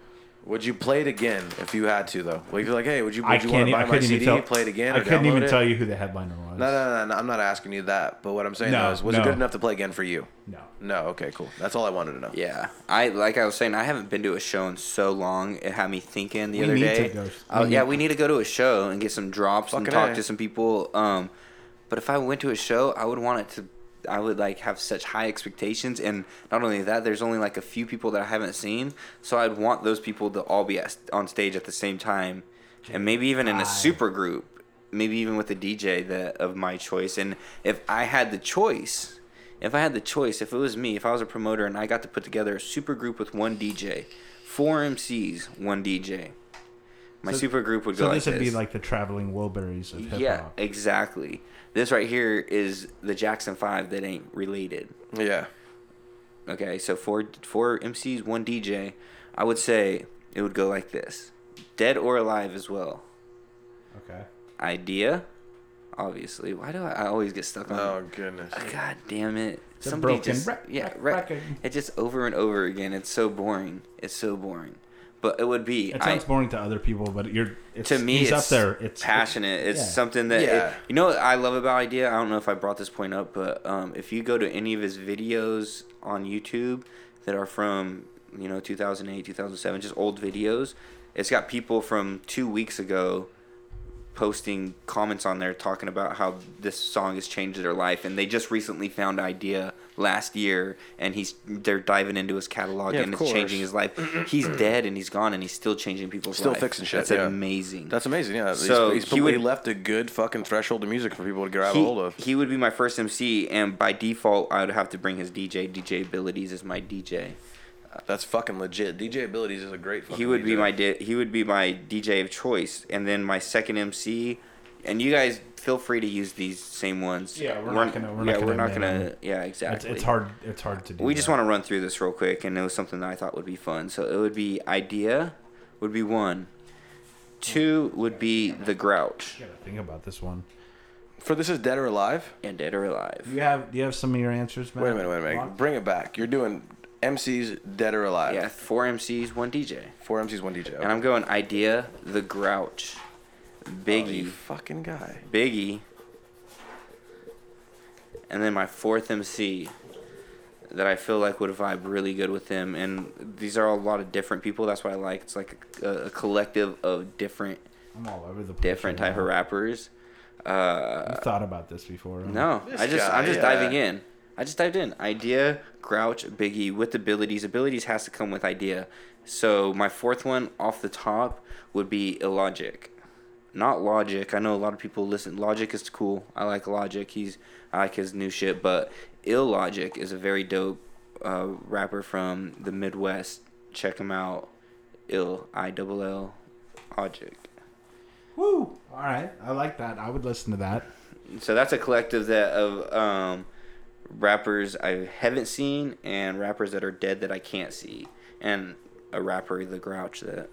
Speaker 13: Would you play it again if you had to though? Would you be like, hey, would you? Would
Speaker 14: I
Speaker 13: you
Speaker 14: can't.
Speaker 13: want
Speaker 14: Even,
Speaker 13: to
Speaker 14: I
Speaker 13: buy my
Speaker 14: couldn't
Speaker 13: CD,
Speaker 14: even tell.
Speaker 13: play it again?
Speaker 14: I
Speaker 13: or
Speaker 14: couldn't even
Speaker 13: download it?
Speaker 14: tell you who the headliner was.
Speaker 13: No, no, no, no. I'm not asking you that. But what I'm saying
Speaker 14: No,
Speaker 13: is, was it
Speaker 14: no.
Speaker 13: good enough to play again for you?
Speaker 14: No.
Speaker 13: No. Okay. Cool. That's all I wanted to know.
Speaker 3: Yeah, I like I was saying, I haven't been to a show in so long. It had me thinking the
Speaker 14: We
Speaker 3: other
Speaker 14: need
Speaker 3: day.
Speaker 14: to go.
Speaker 3: Oh
Speaker 14: We
Speaker 3: yeah,
Speaker 14: need
Speaker 3: we need to go to a show and get some drops and
Speaker 13: Fucking
Speaker 3: talk
Speaker 13: A.
Speaker 3: to some people. Um, but if I went to a show, I would want it to. I would like have such high expectations, and not only that, there's only like a few people that I haven't seen, so I'd want those people to all be at, on stage at the same time, and maybe even in a super group, maybe even with a DJ that of my choice. And if I had the choice, if I had the choice, if it was me, if I was a promoter and I got to put together a super group with one DJ, four MCs, one DJ, my
Speaker 14: So-
Speaker 3: super group would go
Speaker 14: So
Speaker 3: like
Speaker 14: this would be
Speaker 3: this.
Speaker 14: like the traveling Wilburys of hip hop.
Speaker 3: yeah, exactly. This right here is the Jackson Five that ain't related.
Speaker 13: Yeah.
Speaker 3: Okay, so four four MCs, one DJ. I would say it would go like this: Dead or Alive as well.
Speaker 14: Okay.
Speaker 3: Idea, obviously. Why do I, I always get stuck on? Ah,
Speaker 13: Oh goodness.
Speaker 3: God damn it!
Speaker 14: a
Speaker 3: Somebody
Speaker 14: broken
Speaker 3: just
Speaker 14: rec-
Speaker 3: yeah,
Speaker 14: rec-
Speaker 3: right.
Speaker 14: record.
Speaker 3: It just over and over again. It's so boring. It's so boring. But it would be.
Speaker 14: It
Speaker 3: I-
Speaker 14: sounds boring to other people, but you're it's,
Speaker 3: to me,
Speaker 14: he's
Speaker 3: it's
Speaker 14: up there. It's
Speaker 3: passionate. It's
Speaker 14: yeah.
Speaker 3: something that it-
Speaker 13: Yeah.
Speaker 3: you know. What I love about idea. I don't know if I brought this point up, but um, if you go to any of his videos on YouTube that are from you know 2008, 2007, just old videos, it's got people from two weeks ago posting comments on there talking about how this song has changed their life and they just recently found idea last year and he's they're diving into his catalog
Speaker 13: Yeah, of
Speaker 3: and it's
Speaker 13: course.
Speaker 3: changing his life he's
Speaker 14: *clears throat*
Speaker 3: dead and he's gone and he's still changing people's
Speaker 13: Still
Speaker 3: life.
Speaker 13: fixing shit.
Speaker 3: that's
Speaker 13: yeah.
Speaker 3: amazing
Speaker 13: That's amazing. Yeah.
Speaker 3: So
Speaker 13: he's, he's,
Speaker 3: he would-
Speaker 13: he left a good fucking threshold of music for people to grab a
Speaker 3: he,
Speaker 13: hold of.
Speaker 3: he would be my first MC, and by default, I would have to bring his DJ. DJ Abilities is my DJ.
Speaker 13: That's fucking legit. DJ Abilities is a great. Fucking
Speaker 3: He would be
Speaker 13: DJ.
Speaker 3: my di- he would be my DJ of choice, and then my second MC. And you guys feel free to use these same ones.
Speaker 14: Yeah, we're not gonna- we're not
Speaker 3: yeah, we're
Speaker 14: gonna
Speaker 3: not
Speaker 14: name
Speaker 3: gonna.
Speaker 14: them.
Speaker 3: Yeah,
Speaker 14: It's,
Speaker 3: exactly.
Speaker 14: it's hard. It's hard to do.
Speaker 3: We just
Speaker 14: that.
Speaker 3: want to run through this real quick, and it was something that I thought would be fun. So it would be idea, would be one. Two would be the Grouch,
Speaker 14: Gotta think about this one.
Speaker 13: For this is dead or alive.
Speaker 3: and Dead or Alive.
Speaker 14: Do you have Do you have some of your answers, Matt?
Speaker 13: Wait a minute. Wait a minute. Bring it back. You're doing MCs dead or alive.
Speaker 3: Yeah, four MCs, one DJ.
Speaker 13: Four MCs, one DJ.
Speaker 3: And I'm going idea, the grouch,
Speaker 13: Oh,
Speaker 3: Biggie,
Speaker 13: you fucking guy.
Speaker 3: Biggie, and then my fourth MC that I feel like would vibe really good with them. And these are a lot of different people. That's what I like. It's like a, a collective of different
Speaker 14: I'm all over the place.
Speaker 3: different
Speaker 14: right
Speaker 3: type of
Speaker 14: now.
Speaker 3: rappers. Uh,
Speaker 14: You thought about this before? huh?
Speaker 3: no,
Speaker 13: This
Speaker 3: I just
Speaker 13: guy,
Speaker 3: I'm just
Speaker 13: yeah.
Speaker 3: diving in. I just typed in idea, grouch, biggie with abilities. Abilities has to come with idea. So my fourth one off the top would be illogic. Not logic. I know a lot of people listen. Logic is cool. I like logic. He's I like his new shit. But illogic is a very dope uh, rapper from the Midwest. Check him out. Ill I double L logic.
Speaker 14: Woo! All right, I like that. I would listen to that.
Speaker 3: so that's a collective that of um, rappers I haven't seen and rappers that are dead that I can't see, and a rapper the Grouch that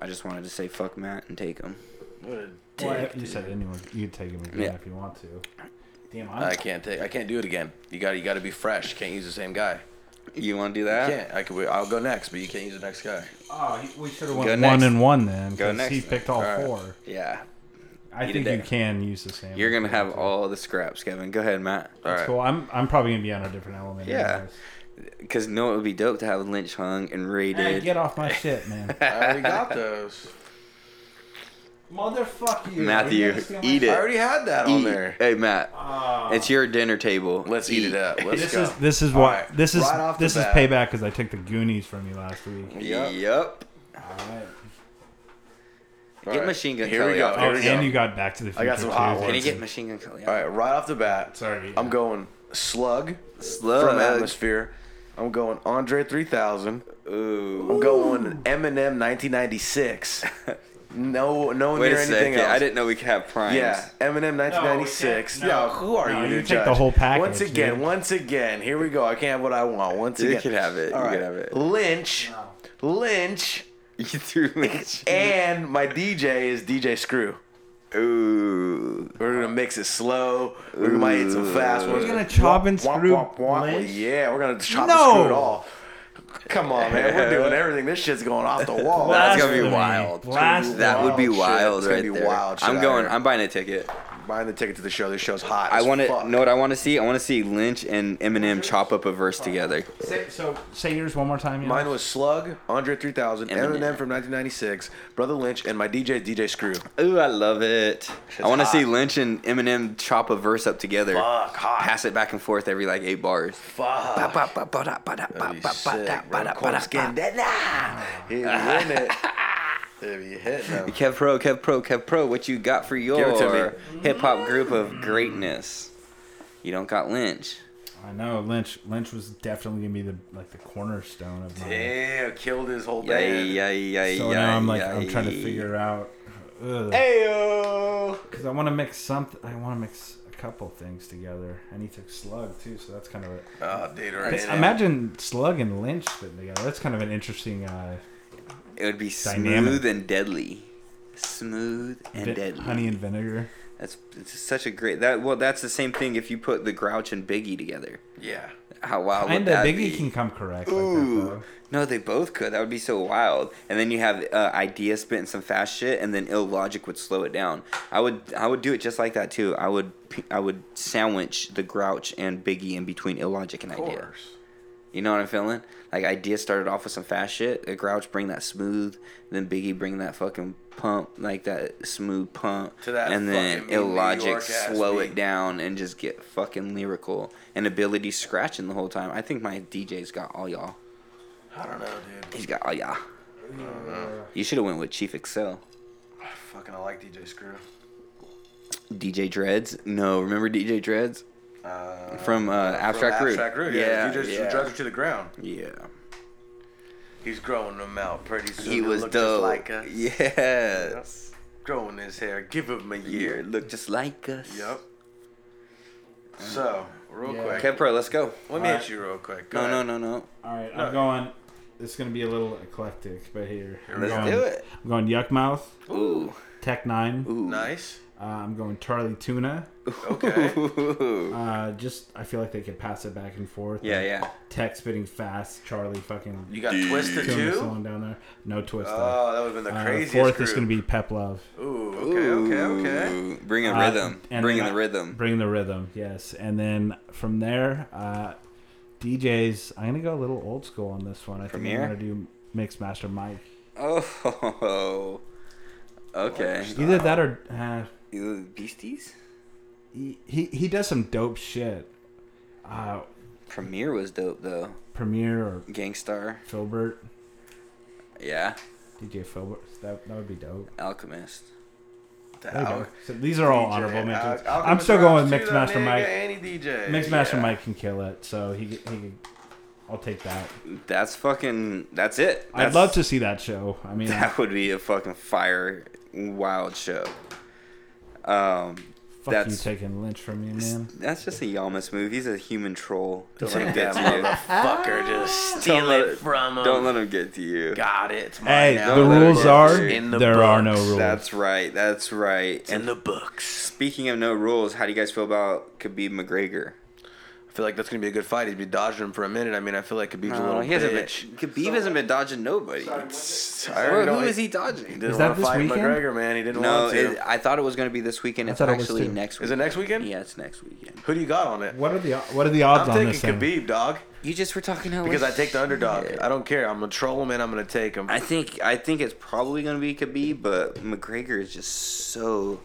Speaker 3: I just wanted to say fuck Matt and take him.
Speaker 13: What a dick,
Speaker 14: Well, you
Speaker 13: dude.
Speaker 14: said anyone. You could take him again
Speaker 3: Yeah.
Speaker 14: if you want to. Damn, I'm,
Speaker 13: I can't take. I can't do it again. You got. to You got to be fresh. Can't use the same guy.
Speaker 3: You want to do that?
Speaker 13: You can't. I could. I'll go next, but you can't use the next
Speaker 3: *laughs*
Speaker 13: guy.
Speaker 14: Oh, he- we should have
Speaker 13: Go
Speaker 14: went one
Speaker 13: next.
Speaker 14: and one then.
Speaker 3: Go
Speaker 14: 'cause
Speaker 3: next.
Speaker 14: He picked all,
Speaker 3: All right.
Speaker 14: four.
Speaker 3: Yeah.
Speaker 14: I
Speaker 3: You
Speaker 14: think
Speaker 3: did
Speaker 14: you
Speaker 3: that.
Speaker 14: can use the same.
Speaker 3: You're gonna have all the scraps, Kevin. Go ahead, Matt. All
Speaker 14: That's cool. I'm I'm probably gonna be on a different element.
Speaker 3: Yeah. Because no, it would be dope to have Lynch hung and raided.
Speaker 14: Hey, get off my shit,
Speaker 13: *laughs*
Speaker 14: man.
Speaker 13: I already got those.
Speaker 14: Motherfuck you.
Speaker 3: Matthew, eat it.
Speaker 13: I already had that on
Speaker 3: Eat.
Speaker 13: there.
Speaker 3: Hey, Matt, it's your dinner table.
Speaker 13: Let's eat it up. Let's
Speaker 14: this
Speaker 13: go.
Speaker 14: is this is
Speaker 13: All
Speaker 14: why
Speaker 13: right,
Speaker 14: this is
Speaker 13: right off the
Speaker 14: this is
Speaker 13: bat.
Speaker 14: payback because I took the Goonies from you last week.
Speaker 13: Yep.
Speaker 3: Yep. Get
Speaker 13: Alright,
Speaker 3: Machine Gun
Speaker 13: Here
Speaker 3: Kelly
Speaker 13: we go.
Speaker 3: out.
Speaker 13: Here
Speaker 14: Oh,
Speaker 13: we go.
Speaker 14: and you got Back to the
Speaker 13: I got some
Speaker 14: Future,
Speaker 13: hot
Speaker 14: too.
Speaker 13: ones.
Speaker 3: Can you get Machine Gun Kelly?
Speaker 13: All right, right off the bat.
Speaker 14: Sorry.
Speaker 13: I'm going Slug.
Speaker 3: Slug.
Speaker 13: from Atmosphere. I'm going Andre 3000.
Speaker 3: Ooh.
Speaker 13: I'm going Eminem
Speaker 3: *laughs*
Speaker 13: 1996. no, no
Speaker 3: Wait
Speaker 13: near
Speaker 3: a
Speaker 13: anything
Speaker 3: second.
Speaker 13: else.
Speaker 3: I didn't know we could have primes.
Speaker 13: Yeah, Eminem 1996.
Speaker 14: No, we
Speaker 13: yeah,
Speaker 14: can't.
Speaker 13: who are
Speaker 14: No,
Speaker 13: you
Speaker 14: you
Speaker 13: to
Speaker 14: take
Speaker 13: judge?
Speaker 14: the whole package,
Speaker 13: Once again,
Speaker 14: dude.
Speaker 13: once again, here we go. I can't have what I want. Once
Speaker 3: You
Speaker 13: again,
Speaker 3: can have it.
Speaker 13: All
Speaker 3: You can
Speaker 13: right.
Speaker 3: have it.
Speaker 13: Lynch, Lynch,
Speaker 3: You *laughs* threw Lynch.
Speaker 13: and my DJ is DJ Screw.
Speaker 3: Ooh.
Speaker 13: We're gonna mix it slow. We might hit some fast ones.
Speaker 14: We're gonna chop and
Speaker 13: Womp,
Speaker 14: screw
Speaker 13: womp, womp.
Speaker 14: Lynch?
Speaker 13: Yeah, we're gonna chop
Speaker 14: No.
Speaker 13: and screw it all. Come on, man. We're doing everything. This shit's going off the wall.
Speaker 3: That's gonna be
Speaker 14: Blasphemy.
Speaker 3: wild.
Speaker 14: Blasphemy.
Speaker 3: That would be
Speaker 13: Wild shit.
Speaker 3: wild,
Speaker 13: It's
Speaker 3: right
Speaker 13: gonna be
Speaker 3: there.
Speaker 13: wild shit
Speaker 3: I'm
Speaker 13: out
Speaker 3: going.
Speaker 13: here.
Speaker 3: I'm buying a ticket.
Speaker 13: Buying the ticket to the show. This show's hot.
Speaker 3: I
Speaker 13: as
Speaker 3: want
Speaker 13: fuck.
Speaker 3: to know what I want to see. I want to see Lynch and Eminem chop up a verse together.
Speaker 14: Say, so say yours one more time. Jonas.
Speaker 13: Mine was Slug, Andre 3000, Eminem,
Speaker 3: Eminem.
Speaker 13: from 1996, Brother Lynch, and my DJ DJ Screw.
Speaker 3: Ooh, I love it. I want to
Speaker 13: hot.
Speaker 3: see Lynch and Eminem chop a verse up together.
Speaker 13: Fuck, hot.
Speaker 3: Pass it back and forth every like eight bars.
Speaker 13: Fuck.
Speaker 3: Ba, ba, ba, ba, da, ba, da, ba,
Speaker 13: That'd be
Speaker 3: ba, ba, da,
Speaker 13: sick,
Speaker 3: ba,
Speaker 13: bro.
Speaker 3: da, ba, da, ba.
Speaker 13: Corpscandella. He was in *laughs* it. If you hit them.
Speaker 3: Kev Pro, Kev Pro, Kev Pro, what you got for
Speaker 13: it to me.
Speaker 3: your hip hop group of greatness? You don't got Lynch.
Speaker 14: I know Lynch. Lynch was definitely gonna be the like the cornerstone of my.
Speaker 13: Damn, killed his whole
Speaker 3: Yeah,
Speaker 13: band.
Speaker 3: yeah, yeah,
Speaker 14: So now I'm like I'm trying to figure out.
Speaker 13: Ayo.
Speaker 14: Because I want to mix something. I want to mix a couple things together. And he took Slug too, so that's kind of it.
Speaker 13: Oh, dude, right
Speaker 14: That's-
Speaker 13: in it.
Speaker 14: imagine Slug and Lynch fitting together. That's kind of an interesting. Uh,
Speaker 3: It would be
Speaker 14: Dynamic.
Speaker 3: smooth and deadly. Smooth and
Speaker 14: vi-
Speaker 3: deadly.
Speaker 14: honey and vinegar.
Speaker 3: That's it's such a great that. Well, that's the same thing if you put the Grouch and Biggie together.
Speaker 13: Yeah.
Speaker 3: How wild would
Speaker 14: And
Speaker 3: that
Speaker 14: Biggie
Speaker 3: be?
Speaker 14: can come correct. Like that,
Speaker 3: Ooh,
Speaker 14: though.
Speaker 3: no, they both could. That would be so wild. And then you have uh, idea spitting some fast shit, and then illogic would slow it down. I would, I would do it just like that too. I would, p- I would sandwich the Grouch and Biggie in between illogic and
Speaker 13: Of
Speaker 3: idea.
Speaker 13: course.
Speaker 3: You know what I'm feeling? Like idea started off with some fast shit. The Grouch bring that smooth, then Biggie bring that fucking pump, like that smooth pump,
Speaker 13: To that
Speaker 3: and then
Speaker 13: fucking New
Speaker 3: illogic
Speaker 13: York-ass
Speaker 3: slow it
Speaker 13: beat.
Speaker 3: down and just get fucking lyrical and ability scratching the whole time. I think my DJ's got all y'all.
Speaker 13: I don't know, dude.
Speaker 3: He's got all y'all. You should have went with Chief Excel.
Speaker 13: I fucking I like DJ Screw.
Speaker 3: DJ Dreads? No, remember DJ Dreads?
Speaker 13: Uh,
Speaker 3: From, uh, Abstract Root.
Speaker 13: Abstract Root, yeah.
Speaker 3: Yeah,
Speaker 13: DJ
Speaker 3: yeah.
Speaker 13: drags him to the ground.
Speaker 3: Yeah.
Speaker 13: He's growing them out pretty soon.
Speaker 3: He
Speaker 13: He'll
Speaker 3: was
Speaker 13: look just
Speaker 3: dope.
Speaker 13: Like us.
Speaker 3: Yes.
Speaker 13: Growing his hair. Give him a
Speaker 3: Yeah,
Speaker 13: year.
Speaker 3: look just like us.
Speaker 13: Yep. So, real quick.
Speaker 3: Okay, Pro, let's go.
Speaker 13: Let me hit you real quick. Go
Speaker 3: no,
Speaker 13: ahead.
Speaker 3: no, no, no.
Speaker 14: All right,
Speaker 13: No.
Speaker 14: I'm going. It's gonna be a little eclectic, but here. I'm
Speaker 3: Let's
Speaker 14: going,
Speaker 3: do it.
Speaker 14: I'm going Yuck Mouth,
Speaker 3: Ooh.
Speaker 14: Tech Nine.
Speaker 3: Ooh.
Speaker 13: Nice.
Speaker 14: Uh, I'm going Charlie Tuna.
Speaker 13: Okay.
Speaker 3: Ooh.
Speaker 14: Uh, just I feel like they could pass it back and forth.
Speaker 3: Yeah,
Speaker 14: Like,
Speaker 3: yeah.
Speaker 14: Tech spitting fast. Charlie fucking
Speaker 13: You got Twisted
Speaker 14: killing
Speaker 13: too?
Speaker 14: someone down there. No twist.
Speaker 13: Oh, that would have been the
Speaker 14: Uh,
Speaker 13: craziest
Speaker 14: fourth
Speaker 13: group.
Speaker 14: is gonna be Pep Love.
Speaker 13: Ooh, okay, okay, okay.
Speaker 3: Ooh, Mm, Bring in
Speaker 14: Uh,
Speaker 3: rhythm.
Speaker 14: and
Speaker 3: Bring in
Speaker 14: then
Speaker 3: the
Speaker 14: I-
Speaker 3: rhythm.
Speaker 14: Bring the rhythm, yes. And then from there, uh, DJs. I'm gonna go a little old school on this one. I
Speaker 3: Premiere?
Speaker 14: think I'm gonna do Mix Master Mike.
Speaker 3: Oh. Okay.
Speaker 14: Either that or uh,
Speaker 3: You Beasties?
Speaker 14: he he he does some dope shit. Uh,
Speaker 3: Premiere was dope though.
Speaker 14: Premier or
Speaker 3: Gangstar.
Speaker 14: Filbert,
Speaker 3: Yeah.
Speaker 14: DJ Filbert. That that would be dope.
Speaker 3: Alchemist.
Speaker 14: There you go. So these are all honorable mentions. I'm still going with Mixed Master Mike. Mixed Master Mike can kill it, so he he. can- I'll take that.
Speaker 3: That's fucking. That's it.
Speaker 14: I'd love to see that show. I mean,
Speaker 3: *laughs* that would be a fucking fire, wild show. Um,
Speaker 14: Fuck
Speaker 3: that's
Speaker 14: you taking Lynch from me, man.
Speaker 3: that's just a Yamas move. He's a human troll. Don't
Speaker 13: Take
Speaker 3: let him get
Speaker 13: that
Speaker 3: to you.
Speaker 13: motherfucker, just
Speaker 3: Don't
Speaker 13: steal
Speaker 3: let
Speaker 13: it from him.
Speaker 3: Don't let him get to you.
Speaker 13: Got it. It's mine
Speaker 14: Hey,
Speaker 13: now.
Speaker 14: the
Speaker 13: Let it
Speaker 14: rules
Speaker 13: get
Speaker 14: are
Speaker 13: there. In the
Speaker 14: there are no
Speaker 13: books.
Speaker 14: rules.
Speaker 3: That's right. That's right.
Speaker 13: in the books.
Speaker 3: Speaking of no rules, how do you guys feel about Khabib McGregor?
Speaker 13: I feel like that's gonna be a good fight. He'd be dodging him for a minute. I mean, I feel like Khabib's a
Speaker 3: No,
Speaker 13: little
Speaker 3: Oh, he hasn't been,
Speaker 13: bitch.
Speaker 3: Khabib hasn't been dodging nobody.
Speaker 13: I
Speaker 3: Who-
Speaker 13: already know
Speaker 3: who
Speaker 13: he-
Speaker 3: is he dodging?
Speaker 13: He didn't Is that wanna this fight weekend? McGregor, man. He didn't
Speaker 3: no,
Speaker 13: want to.
Speaker 3: it- I thought it was going to be this weekend.
Speaker 13: I
Speaker 3: It's
Speaker 13: thought it was
Speaker 3: actually
Speaker 13: too.
Speaker 3: next.
Speaker 13: Is it next weekend?
Speaker 3: Yeah, it's next weekend.
Speaker 13: Who do you got on it?
Speaker 14: What are the what are the odds
Speaker 13: I'm
Speaker 14: on this
Speaker 13: taking
Speaker 14: thing?
Speaker 13: Khabib, dog.
Speaker 3: You just were talking how
Speaker 13: Because I take the underdog. I don't care. I'm gonna troll him and I'm gonna take him.
Speaker 3: I think I think it's probably going to be Khabib, but McGregor is just so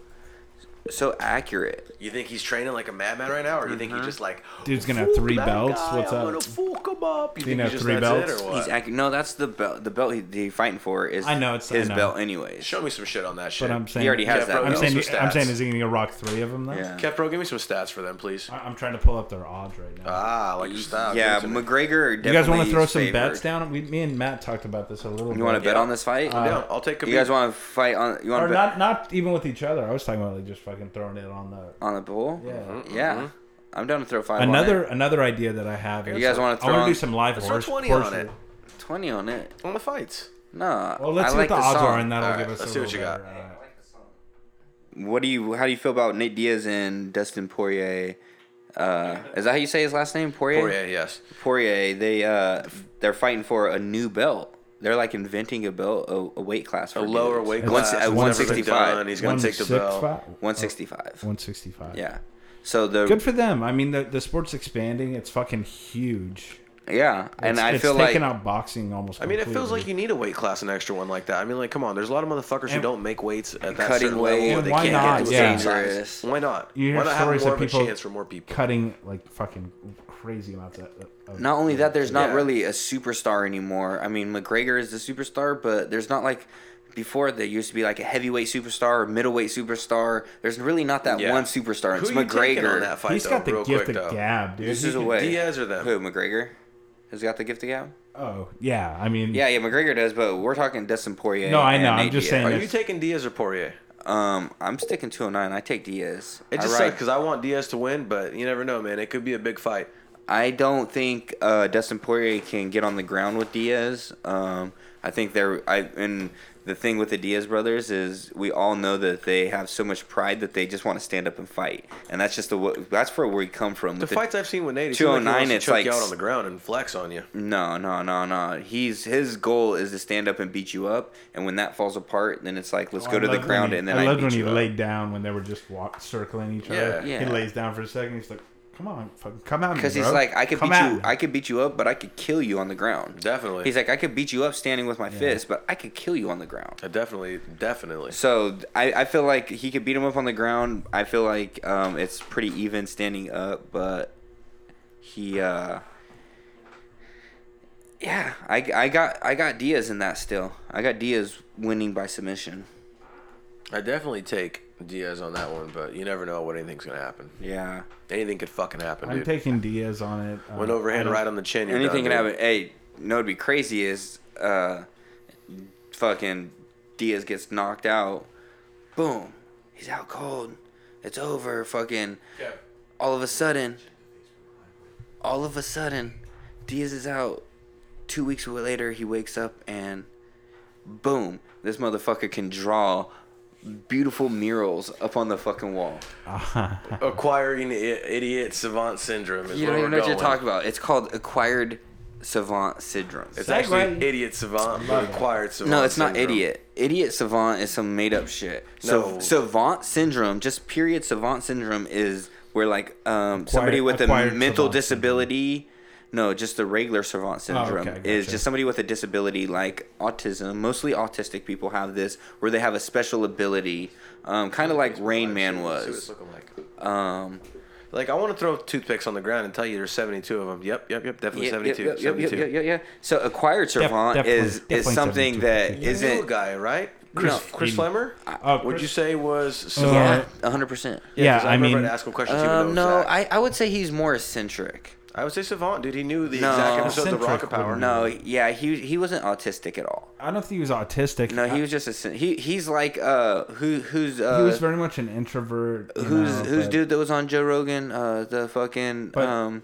Speaker 3: so accurate.
Speaker 13: You think he's training like a madman right now, or you think he just like
Speaker 14: Dude's gonna have Mm-hmm. three
Speaker 13: "Fuck that
Speaker 14: belts.
Speaker 13: guy,
Speaker 14: What's
Speaker 13: I'm
Speaker 14: up?
Speaker 13: gonna fuck him up. You
Speaker 14: He gonna
Speaker 13: think he
Speaker 14: have
Speaker 13: just
Speaker 14: three
Speaker 13: that's
Speaker 14: belts?
Speaker 13: it or what?
Speaker 3: He's accu- no, that's the belt. The belt he, he's fighting for is
Speaker 14: I know, it's- I
Speaker 3: his
Speaker 14: know.
Speaker 3: belt anyways.
Speaker 13: Show me some shit on that shit.
Speaker 14: But I'm saying
Speaker 3: He already has that.
Speaker 14: I'm
Speaker 3: belt.
Speaker 14: saying
Speaker 13: Those are
Speaker 14: I'm
Speaker 13: stats.
Speaker 14: saying is he gonna rock three of them though?
Speaker 3: Yeah.
Speaker 13: Kefro, give me some stats for them, please.
Speaker 14: I- I'm trying to pull up their odds right now.
Speaker 13: Ah, I like your style.
Speaker 3: yeah,
Speaker 13: Give me some-
Speaker 3: McGregor.
Speaker 14: you guys want
Speaker 3: want
Speaker 14: to throw some bets down? We, me and Matt talked about this a little.
Speaker 3: You want to
Speaker 14: bit.
Speaker 3: bet on this fight?
Speaker 14: Uh, Yeah,
Speaker 13: I'll take
Speaker 3: You
Speaker 13: Khabib.
Speaker 3: guys want to fight on? You want
Speaker 14: Or
Speaker 3: to bet
Speaker 14: not not even with each other. I was talking about like just fucking throwing it on the
Speaker 3: on the bull?
Speaker 14: Yeah. Mhm,
Speaker 3: yeah.
Speaker 13: Mm-hmm.
Speaker 3: I'm down to throw five. on
Speaker 14: another
Speaker 3: it.
Speaker 14: another idea that I have.
Speaker 3: You
Speaker 14: is,
Speaker 3: guys
Speaker 14: like,
Speaker 3: wanna
Speaker 14: I
Speaker 3: throw
Speaker 14: want to do
Speaker 3: on-
Speaker 14: some live
Speaker 13: Let's throw
Speaker 14: horse.
Speaker 13: 20
Speaker 14: horse
Speaker 13: on it.
Speaker 3: twenty on it.
Speaker 13: on the fights.
Speaker 3: No.
Speaker 14: Well, let's
Speaker 3: I
Speaker 14: see
Speaker 3: like
Speaker 14: what the, odds
Speaker 3: song.
Speaker 14: are, and that'll
Speaker 13: All right,
Speaker 14: give us.
Speaker 13: let's
Speaker 14: a
Speaker 13: see what
Speaker 14: little
Speaker 13: you got.
Speaker 14: better, uh,
Speaker 3: What do you? How do you feel about Nate Diaz and Dustin Poirier? Uh, is that how you say his last name? Poirier.
Speaker 13: Poirier, yes.
Speaker 3: Poirier. They uh, f- they're fighting for a new belt. They're like inventing a belt, a, a weight class, for
Speaker 13: A lower
Speaker 3: dudes.
Speaker 13: weight
Speaker 3: Once-
Speaker 13: class.
Speaker 3: at
Speaker 13: It's
Speaker 3: one
Speaker 13: never been
Speaker 3: sixty
Speaker 13: done.
Speaker 3: five.
Speaker 13: He's gonna take the belt.
Speaker 14: 165?
Speaker 3: One sixty five.
Speaker 14: 165.
Speaker 3: Yeah. So the
Speaker 14: Good for them. I mean, the, the sport's expanding. It's fucking huge.
Speaker 3: yeah, and
Speaker 14: It's-
Speaker 3: I
Speaker 14: it's
Speaker 3: feel like
Speaker 14: taking out boxing almost.
Speaker 13: I mean, it feels
Speaker 14: completely.
Speaker 13: like you need a weight class, an extra one like that. I mean, like, come on. There's a lot of motherfuckers who
Speaker 14: And-
Speaker 13: don't make weights at that
Speaker 3: Cutting
Speaker 13: certain level.
Speaker 3: weight.
Speaker 13: Where
Speaker 14: And
Speaker 13: they
Speaker 14: why
Speaker 13: can't
Speaker 14: not?
Speaker 13: Get to
Speaker 14: Yeah.
Speaker 13: the same
Speaker 3: Dangerous.
Speaker 13: size. Why not?
Speaker 14: You hear
Speaker 13: why not have
Speaker 14: stories
Speaker 13: more
Speaker 14: of
Speaker 13: of a
Speaker 14: people
Speaker 13: chance for more people?
Speaker 14: cutting like fucking crazy amounts of. of
Speaker 3: Not only that, there's not
Speaker 13: Yeah.
Speaker 3: really a superstar anymore. I mean, McGregor is the superstar, but there's not like before there used to be like a heavyweight superstar or middleweight superstar. There's really not that
Speaker 13: Yeah.
Speaker 3: one superstar.
Speaker 13: Who
Speaker 3: It's
Speaker 13: you taking
Speaker 3: McGregor.
Speaker 13: on that fight,
Speaker 14: He's
Speaker 13: though,
Speaker 14: got the
Speaker 13: real
Speaker 14: gift
Speaker 13: quick,
Speaker 14: of
Speaker 13: though?
Speaker 14: gab, dude.
Speaker 3: This
Speaker 14: He
Speaker 3: is
Speaker 14: can-
Speaker 3: a way.
Speaker 13: Diaz or them?
Speaker 3: Who McGregor? Has got the gift of gab?
Speaker 14: Oh yeah, I mean,
Speaker 3: Yeah, yeah, McGregor does, but we're talking Dustin Poirier.
Speaker 14: No, I
Speaker 3: and
Speaker 14: know, I'm
Speaker 3: Nate
Speaker 14: just
Speaker 3: Diaz.
Speaker 13: Are
Speaker 14: saying
Speaker 13: you taking Diaz or Poirier?
Speaker 3: Um, I'm sticking 209. I take Diaz.
Speaker 13: It
Speaker 3: I
Speaker 13: just
Speaker 3: ride-
Speaker 13: sucks because I want Diaz to win, but you never know, man. It could be a big fight.
Speaker 3: I don't think uh, Dustin Poirier can get on the ground with Diaz. Um, I think they're I and the thing with the Diaz brothers is we all know that they have so much pride that they just want to stand up and fight, and that's just the wa- that's where we come from.
Speaker 13: The
Speaker 3: with
Speaker 13: fights I've seen with Nate, it seems like he
Speaker 3: 209,
Speaker 13: wants to
Speaker 3: it's
Speaker 13: choke
Speaker 3: like
Speaker 13: you out
Speaker 3: s-
Speaker 13: on the ground and flex on you.
Speaker 3: no, no, no, no. He's his goal is to stand up and beat you up, and when that falls apart, then it's like let's
Speaker 14: Oh,
Speaker 3: go
Speaker 14: I
Speaker 3: to the
Speaker 14: loved when
Speaker 3: ground,
Speaker 14: he-
Speaker 3: and then
Speaker 14: I
Speaker 3: I,
Speaker 14: loved
Speaker 3: beat
Speaker 14: when he
Speaker 3: you up.
Speaker 14: laid down when they were just walk, circling each other.
Speaker 3: Yeah.
Speaker 14: He
Speaker 3: Yeah.
Speaker 14: lays down for a second. He's like, "Come on, fucking come at me."
Speaker 3: Because he's
Speaker 14: bro.
Speaker 3: like, I could
Speaker 14: Come
Speaker 3: beat
Speaker 14: at
Speaker 3: you.
Speaker 14: me."
Speaker 3: I could beat you up, but I could kill you on the ground.
Speaker 13: Definitely.
Speaker 3: He's like, I could beat you up standing with my fist, but I could kill you on the ground.
Speaker 13: Uh, Definitely, definitely.
Speaker 3: So I, I feel like he could beat him up on the ground. I feel like um, it's pretty even standing up, but he, uh, yeah, I, I got I got Diaz in that still. I got Diaz winning by submission.
Speaker 13: I definitely take Diaz on that one, but you never know what anything's gonna happen.
Speaker 3: Yeah,
Speaker 13: Anything could fucking happen,
Speaker 14: I'm
Speaker 13: dude.
Speaker 14: taking Diaz on it. Uh,
Speaker 13: Went
Speaker 14: I
Speaker 13: overhand
Speaker 14: don't-
Speaker 13: right on the chin. You're
Speaker 3: anything can
Speaker 13: done,
Speaker 3: happen. Hey, no, it'd be crazy is uh, fucking Diaz gets knocked out. Boom, he's out cold. It's over. Fucking. all of a sudden, all of a sudden, Diaz is out. Two weeks later, he wakes up and boom, this motherfucker can draw beautiful murals up on the fucking wall.
Speaker 13: dude. Acquiring I- idiot savant syndrome. Is
Speaker 3: You
Speaker 13: where
Speaker 3: don't even know
Speaker 13: we're
Speaker 3: what you're
Speaker 13: going.
Speaker 3: talking about. It's called acquired savant syndrome.
Speaker 13: It's actually idiot savant, but acquired savant.
Speaker 3: no, it's not
Speaker 13: syndrome.
Speaker 3: idiot. Idiot savant is some made up shit. So
Speaker 13: No.
Speaker 3: savant syndrome, just period savant syndrome is where like um, somebody with a
Speaker 14: acquired
Speaker 3: mental
Speaker 14: savant
Speaker 3: disability. No, just the regular savant syndrome
Speaker 14: okay,
Speaker 3: is
Speaker 14: gotcha.
Speaker 3: just somebody with a disability like autism. Mostly autistic people have this where they have a special ability, um, kind of like Rain Man was.
Speaker 13: Looking like
Speaker 3: Um,
Speaker 13: Like I want to throw toothpicks on the ground and tell you there's 72 of them. Yep, yep, yep. Definitely
Speaker 3: Yep, yep,
Speaker 13: 72.
Speaker 3: yep, yep,
Speaker 13: 72.
Speaker 3: yep, yep, yep. So acquired servant
Speaker 13: definitely-
Speaker 3: is is
Speaker 13: definitely
Speaker 3: something
Speaker 13: 72.
Speaker 3: that
Speaker 13: You knew a
Speaker 3: isn't
Speaker 13: guy, right?
Speaker 3: No.
Speaker 13: Chris, Chris Flemmer? would
Speaker 3: Chris-
Speaker 13: you say was similar?
Speaker 3: Yeah, hundred percent.
Speaker 13: Yeah, 'cause I remember I'd ask a question too, but that
Speaker 3: Um,
Speaker 13: was
Speaker 3: no,
Speaker 13: Zach.
Speaker 3: I, I would say he's more eccentric.
Speaker 13: I would say Savant, dude. He knew the exact episode of The Rocket Power.
Speaker 3: No, yeah, he he wasn't autistic at all.
Speaker 14: I don't know if he was autistic.
Speaker 3: No,
Speaker 13: Uh,
Speaker 3: he was just a he. He's like uh, who who's
Speaker 14: he
Speaker 3: uh,
Speaker 14: was very much an introvert. you
Speaker 3: who's
Speaker 14: know,
Speaker 3: who's
Speaker 14: but-
Speaker 3: dude that was on Joe Rogan? Uh, the fucking
Speaker 14: But-
Speaker 3: um,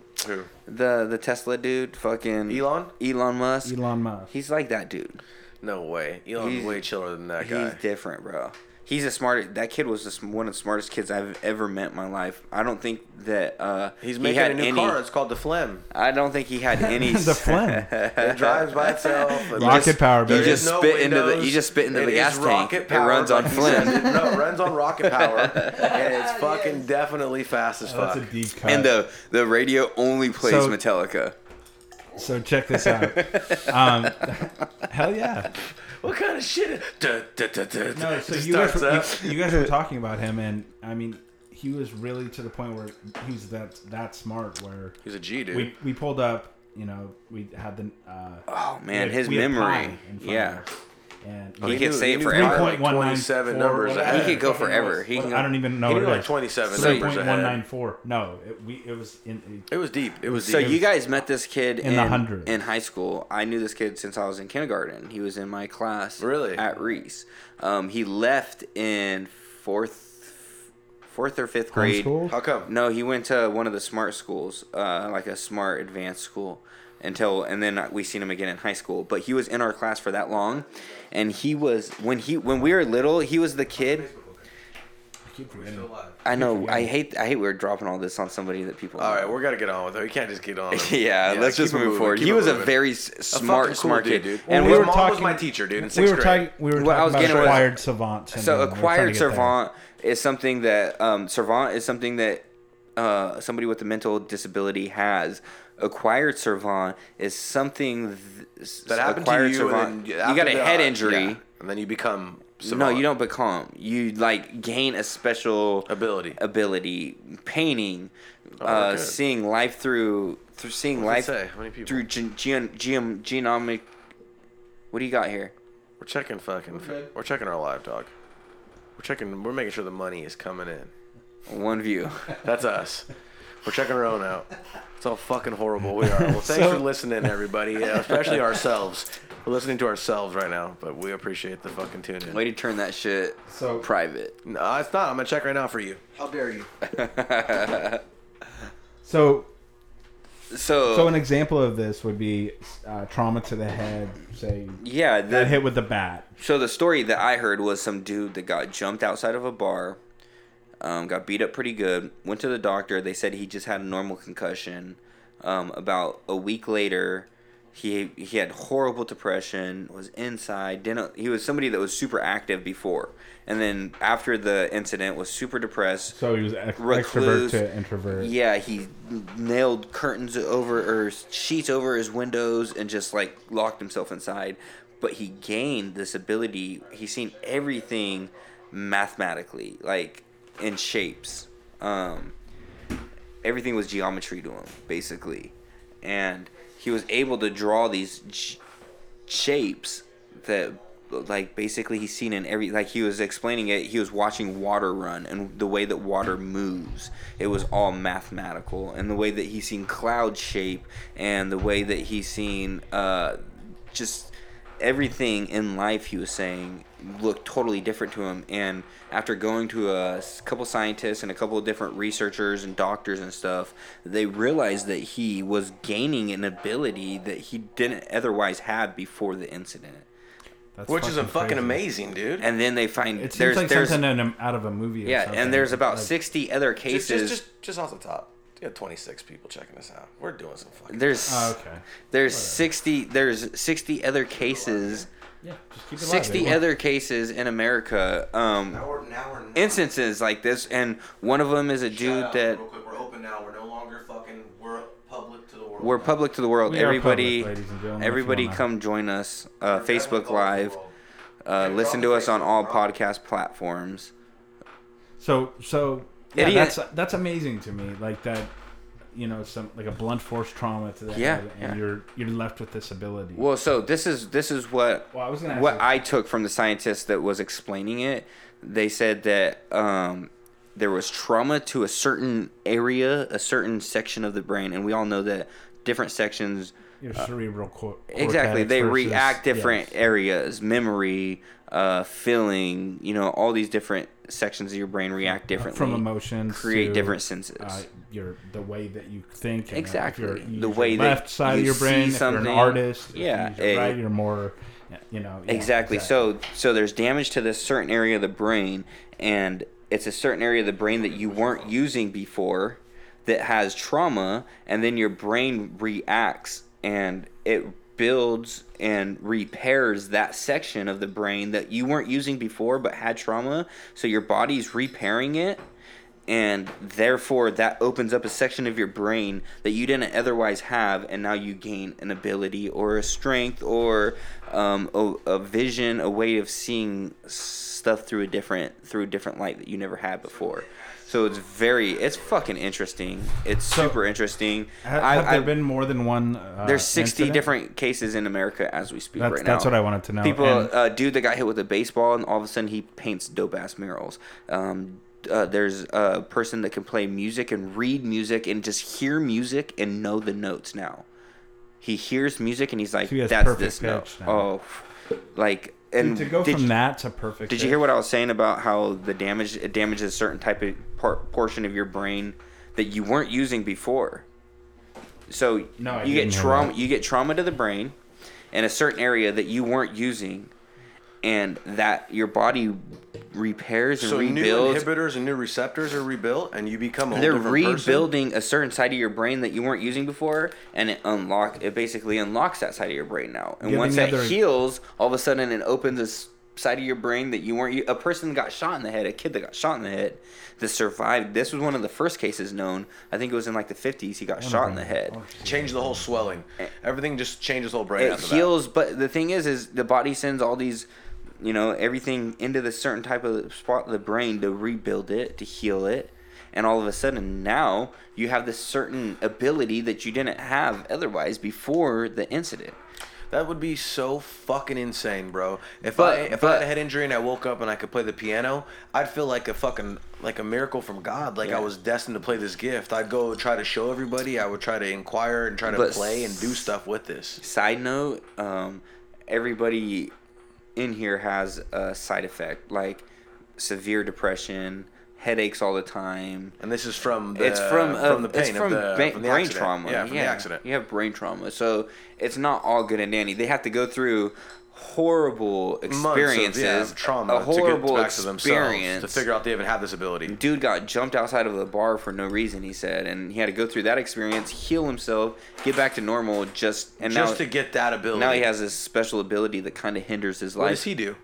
Speaker 3: the the Tesla dude, fucking
Speaker 13: Elon,
Speaker 3: Elon Musk.
Speaker 14: Elon Musk.
Speaker 3: He's like that dude.
Speaker 13: No way. Elon's way chiller than that
Speaker 3: He's
Speaker 13: guy.
Speaker 3: different, bro. He's a smart. That kid was the, sm- one of the smartest kids I've ever met in my life. I don't think that uh,
Speaker 13: He's
Speaker 3: he
Speaker 13: making
Speaker 3: had
Speaker 13: a new
Speaker 3: any-
Speaker 13: car. It's called the Flem.
Speaker 3: I don't think
Speaker 14: *laughs*
Speaker 3: he had any.
Speaker 14: The
Speaker 3: *laughs*
Speaker 14: phlegm.
Speaker 13: It drives by itself.
Speaker 3: You
Speaker 14: Rocket
Speaker 3: just-
Speaker 14: power,
Speaker 3: You
Speaker 14: baby.
Speaker 3: just
Speaker 13: There's no
Speaker 3: spit into the.
Speaker 13: windows.
Speaker 3: You just spit into
Speaker 13: It
Speaker 3: the
Speaker 13: is
Speaker 3: gas tank.
Speaker 13: rocket
Speaker 3: It
Speaker 13: powered,
Speaker 3: runs
Speaker 13: like
Speaker 3: on
Speaker 13: he says
Speaker 3: Flynn.
Speaker 13: it- *laughs* no, it runs on
Speaker 3: *laughs*
Speaker 13: rocket power, and it's fucking definitely fast as fuck.
Speaker 14: Oh, That's a deep cut.
Speaker 3: And the the radio only plays
Speaker 14: So-
Speaker 3: Metallica.
Speaker 14: so check this out. um, *laughs* hell yeah.
Speaker 13: What kind of shit? is- Duh, duh, duh, duh,
Speaker 14: No,
Speaker 13: duh,
Speaker 14: so
Speaker 13: just
Speaker 14: you guys,
Speaker 13: starts
Speaker 14: were,
Speaker 13: up.
Speaker 14: you, you guys were talking about him, and I mean, he was really to the point where he was that that smart. Where
Speaker 13: He was a G, dude.
Speaker 14: We, we pulled up, you know, we had the. Uh,
Speaker 3: oh
Speaker 13: man, his memory. Yeah.
Speaker 14: and
Speaker 13: He could say
Speaker 14: knew
Speaker 13: forever.
Speaker 14: 3.194
Speaker 13: 27 numbers.
Speaker 14: whatever
Speaker 13: He
Speaker 14: the
Speaker 13: could go
Speaker 14: fuck it was.
Speaker 13: forever. He
Speaker 14: What-
Speaker 13: can-
Speaker 14: I don't even know
Speaker 13: he
Speaker 14: what
Speaker 13: knew
Speaker 14: it
Speaker 13: like
Speaker 14: is.
Speaker 13: 27 numbers ahead.
Speaker 14: 3.194. No, it, we, it was in.
Speaker 13: It was deep. It was
Speaker 3: So
Speaker 13: deep.
Speaker 3: you guys met this kid
Speaker 14: In
Speaker 3: in,
Speaker 14: the
Speaker 3: in,
Speaker 14: hundreds.
Speaker 3: high school. I knew this kid since I was in kindergarten. He was in my class.
Speaker 13: Really?
Speaker 3: At Reese. Um, he left in fourth. Fourth or fifth grade.
Speaker 13: school? How come?
Speaker 3: No, he went to one of the smart schools, uh, like a smart advanced school, until and then we seen him again in high school. But he was in our class for that long, and he was when he when we were little, he was the kid. I know. I hate. I hate we're dropping all this on somebody that people.
Speaker 13: All
Speaker 3: know.
Speaker 13: right, we're gotta get on with it. We can't just get on.
Speaker 3: *laughs*
Speaker 13: with it.
Speaker 3: Yeah, let's
Speaker 13: keep
Speaker 3: just
Speaker 13: it
Speaker 3: move
Speaker 13: moving,
Speaker 3: forward.
Speaker 13: keep
Speaker 3: He
Speaker 13: it
Speaker 3: was a
Speaker 13: moving.
Speaker 3: very s-
Speaker 13: fucking
Speaker 3: smart,
Speaker 13: cool
Speaker 3: smart
Speaker 13: dude,
Speaker 3: kid.
Speaker 13: dude.
Speaker 3: And
Speaker 13: His
Speaker 3: we were
Speaker 13: mom was
Speaker 3: talking-
Speaker 13: my teacher, dude. In
Speaker 14: we
Speaker 13: sixth
Speaker 14: were,
Speaker 13: grade.
Speaker 14: talking. we were
Speaker 3: Well, I was
Speaker 14: talking
Speaker 3: getting
Speaker 14: about
Speaker 3: at was-
Speaker 14: acquired savant.
Speaker 3: So
Speaker 14: syndrome. We were trying to
Speaker 3: acquired
Speaker 14: get there.
Speaker 3: servant is something that um, servant is something that uh, somebody with a mental disability has. Acquired servant is something th-
Speaker 13: that happened to
Speaker 3: acquired
Speaker 13: you.
Speaker 3: servant-
Speaker 13: and then
Speaker 3: you
Speaker 13: after
Speaker 3: got a
Speaker 13: that,
Speaker 3: head
Speaker 13: yeah,
Speaker 3: injury.
Speaker 13: and then you become.
Speaker 3: No,
Speaker 13: savant.
Speaker 3: you don't become. You like gain a special ability. Ability, painting, uh,
Speaker 13: Oh, okay.
Speaker 3: seeing life through through seeing
Speaker 13: What
Speaker 3: life
Speaker 13: does it say? How many people?
Speaker 3: through gen, gen, gen, genomic. What do you got here?
Speaker 13: We're checking fucking. We're, checking our live dog. We're checking. We're making sure the money is coming in. *laughs*
Speaker 3: One view.
Speaker 13: That's us. We're checking our own out. It's all fucking horrible. We are. Well, thanks
Speaker 14: So-
Speaker 13: for listening, everybody. uh, especially ourselves. We're listening to ourselves right now, but we appreciate the fucking tune in.
Speaker 3: Way to turn that shit
Speaker 14: so
Speaker 3: private.
Speaker 13: No, it's not. I'm gonna check right now for you. How dare you?
Speaker 14: So
Speaker 3: So,
Speaker 14: So an example of this would be uh, trauma to the head, say
Speaker 3: Yeah, the-
Speaker 14: that hit with the bat.
Speaker 3: So the story that I heard was some dude that got jumped outside of a bar, um, got beat up pretty good. Went to the doctor. They said he just had a normal concussion. Um, about a week later, he he had horrible depression. Was inside. Didn't he was somebody that was super active before, and then after the incident was super depressed.
Speaker 14: So he was ex- extrovert
Speaker 3: recluse.
Speaker 14: to introvert.
Speaker 3: Yeah, he nailed curtains over or sheets over his windows and just like locked himself inside. But he gained this ability. He's seen everything mathematically, like in shapes. Um, everything was geometry to him, basically, and he was able to draw these sh- shapes that like basically he's seen in every like he was explaining it he was watching water run and the way that water moves it was all mathematical and the way that he's seen cloud shape and the way that he's seen uh just everything in life he was saying looked totally different to him and after going to a s- couple scientists and a couple of different researchers and doctors and stuff they realized that he was gaining an ability that he didn't otherwise have before the incident
Speaker 13: Which is a fucking amazing, dude.
Speaker 3: and then they find
Speaker 14: It seems
Speaker 3: there's
Speaker 14: like
Speaker 3: there's
Speaker 14: something in a, out of a movie. or
Speaker 3: yeah
Speaker 14: something.
Speaker 3: and there's about
Speaker 14: Like,
Speaker 3: 60 other
Speaker 13: Just-
Speaker 3: cases
Speaker 13: Just, just, just off the top. We got 26 people checking us out. We're doing some fucking.
Speaker 3: There's
Speaker 13: Oh,
Speaker 14: Ah, okay.
Speaker 3: There's sixty. There's sixty other cases.
Speaker 14: Yeah, just keep it alive,
Speaker 3: sixty
Speaker 14: baby.
Speaker 3: other cases in America. Um, instances like this, and one of them is a dude that
Speaker 13: We're open now. We're no longer fucking. We're public to the world.
Speaker 3: we're public to the world.
Speaker 13: We are
Speaker 3: everybody,
Speaker 13: public, ladies and gentlemen, if you
Speaker 3: everybody,
Speaker 13: wanna-
Speaker 3: come join us. Uh, Facebook Live. Uh, listen to us on all podcast platforms.
Speaker 14: so so yeah,
Speaker 3: Idiot.
Speaker 14: that's that's amazing to me. Like that, you know, some like a blunt force trauma to the
Speaker 3: Yeah,
Speaker 14: head,
Speaker 3: yeah.
Speaker 14: and you're you're left with this ability.
Speaker 3: Well, so this is this is what
Speaker 14: Well, I was gonna ask
Speaker 3: what
Speaker 14: you-
Speaker 3: I took from the scientist that was explaining it. They said that um, there was trauma to a certain area, a certain section of the brain, and we all know that different sections
Speaker 14: Your
Speaker 3: uh,
Speaker 14: cerebral cor-
Speaker 3: exactly
Speaker 14: cortex
Speaker 3: they
Speaker 14: versus-
Speaker 3: react
Speaker 14: yeah.
Speaker 3: different areas, memory, uh, feeling, you know, all these different sections of your brain react differently
Speaker 14: from emotions,
Speaker 3: create
Speaker 14: to,
Speaker 3: different senses.
Speaker 14: Uh, your the way that you think and uh,
Speaker 3: Exactly.
Speaker 14: If you're, you
Speaker 3: The
Speaker 14: use
Speaker 3: way
Speaker 14: your
Speaker 3: that
Speaker 14: left side
Speaker 3: you
Speaker 14: of your brain.
Speaker 3: see
Speaker 14: If you're an
Speaker 3: something.
Speaker 14: artist, if you
Speaker 3: Yeah,
Speaker 14: use your
Speaker 3: eh.
Speaker 14: right, you're more, you know, yeah,
Speaker 3: exactly. So so there's damage to this certain area of the brain, and it's a certain area of the brain that you weren't using before that has trauma, and then your brain reacts and it builds and repairs that section of the brain that you weren't using before but had trauma. So your body's repairing it. And therefore, that opens up a section of your brain that you didn't otherwise have, and now you gain an ability or a strength or um, a, a vision, a way of seeing stuff through a different through a different light that you never had before. So it's very, it's fucking interesting. It's super interesting.
Speaker 14: Have,
Speaker 3: I-
Speaker 14: have
Speaker 3: I-
Speaker 14: there been more than one? Uh,
Speaker 3: there's 60
Speaker 14: incident?
Speaker 3: different cases in America as we speak
Speaker 14: That's-
Speaker 3: right now.
Speaker 14: that's what I wanted to know.
Speaker 3: People,
Speaker 14: And-
Speaker 3: uh, dude that got hit with a baseball, and all of a sudden he paints dope ass murals. Um, uh, there's a person that can play music and read music and just hear music and know the notes now. He hears music and he's like,
Speaker 14: So he has
Speaker 3: "That's
Speaker 14: perfect
Speaker 3: this note."
Speaker 14: pitch now.
Speaker 3: Oh, f- like and
Speaker 14: Dude, to go
Speaker 3: did
Speaker 14: from
Speaker 3: you-
Speaker 14: that to perfect.
Speaker 3: Did you hear what I was saying about how the damage it damages a certain type of par- portion of your brain that you weren't using before? So
Speaker 14: No, I
Speaker 3: you get
Speaker 14: didn't hear
Speaker 3: trauma.
Speaker 14: that.
Speaker 3: You get trauma to the brain, in a certain area that you weren't using, and that your body repairs and
Speaker 13: So
Speaker 3: rebuilds.
Speaker 13: new inhibitors and new receptors are rebuilt, and you become a whole
Speaker 3: They're
Speaker 13: different person?
Speaker 3: rebuilding a certain side of your brain that you weren't using before, and it unlock it basically unlocks that side of your brain now. And
Speaker 13: Yeah,
Speaker 3: once
Speaker 13: then
Speaker 3: that
Speaker 13: the other-
Speaker 3: heals, all of a sudden it opens this side of your brain that you weren't. A person got shot in the head, a kid that got shot in the head, that survived. This was one of the first cases known. I think it was in like the fifties.
Speaker 13: Oh
Speaker 3: He got shot in the head.
Speaker 13: Change the whole swelling. Everything just changes the whole brain.
Speaker 3: It
Speaker 13: after
Speaker 3: heals, but the thing is, is the body sends all these, you know, everything into the certain type of spot of the brain to rebuild it, to heal it, and all of a sudden now you have this certain ability that you didn't have otherwise before the incident.
Speaker 13: That. that would be so fucking insane, bro. If
Speaker 3: But-
Speaker 13: I if I
Speaker 3: but-
Speaker 13: had a head injury and I woke up and I could play the piano, I'd feel like a fucking like a miracle from God. Like
Speaker 3: Yeah.
Speaker 13: I was destined to play this gift. I'd go try to show everybody. I would try to inquire and try to
Speaker 3: But
Speaker 13: play and do stuff with this.
Speaker 3: Side note, um, everybody in here has a side effect like severe depression, headaches all the time.
Speaker 13: And this is from the,
Speaker 3: it's from, uh,
Speaker 13: from the pain
Speaker 3: it's
Speaker 13: of
Speaker 3: from
Speaker 13: the,
Speaker 3: ba-
Speaker 13: from the
Speaker 3: brain
Speaker 13: accident.
Speaker 3: trauma.
Speaker 13: Yeah, from the accident.
Speaker 3: You have brain trauma, so it's not all good and dandy. They have to go through horrible
Speaker 13: Months of, yeah,
Speaker 3: experiences,
Speaker 13: trauma,
Speaker 3: a horrible
Speaker 13: to get back to
Speaker 3: experience.
Speaker 13: themselves to figure out they even have this ability.
Speaker 3: Dude got jumped outside of the bar for no reason. He said, and he had to go through that experience, heal himself, get back to normal, just and
Speaker 13: just
Speaker 3: now
Speaker 13: to get that ability.
Speaker 3: now he has this special ability that kind of hinders his life.
Speaker 13: What does he do?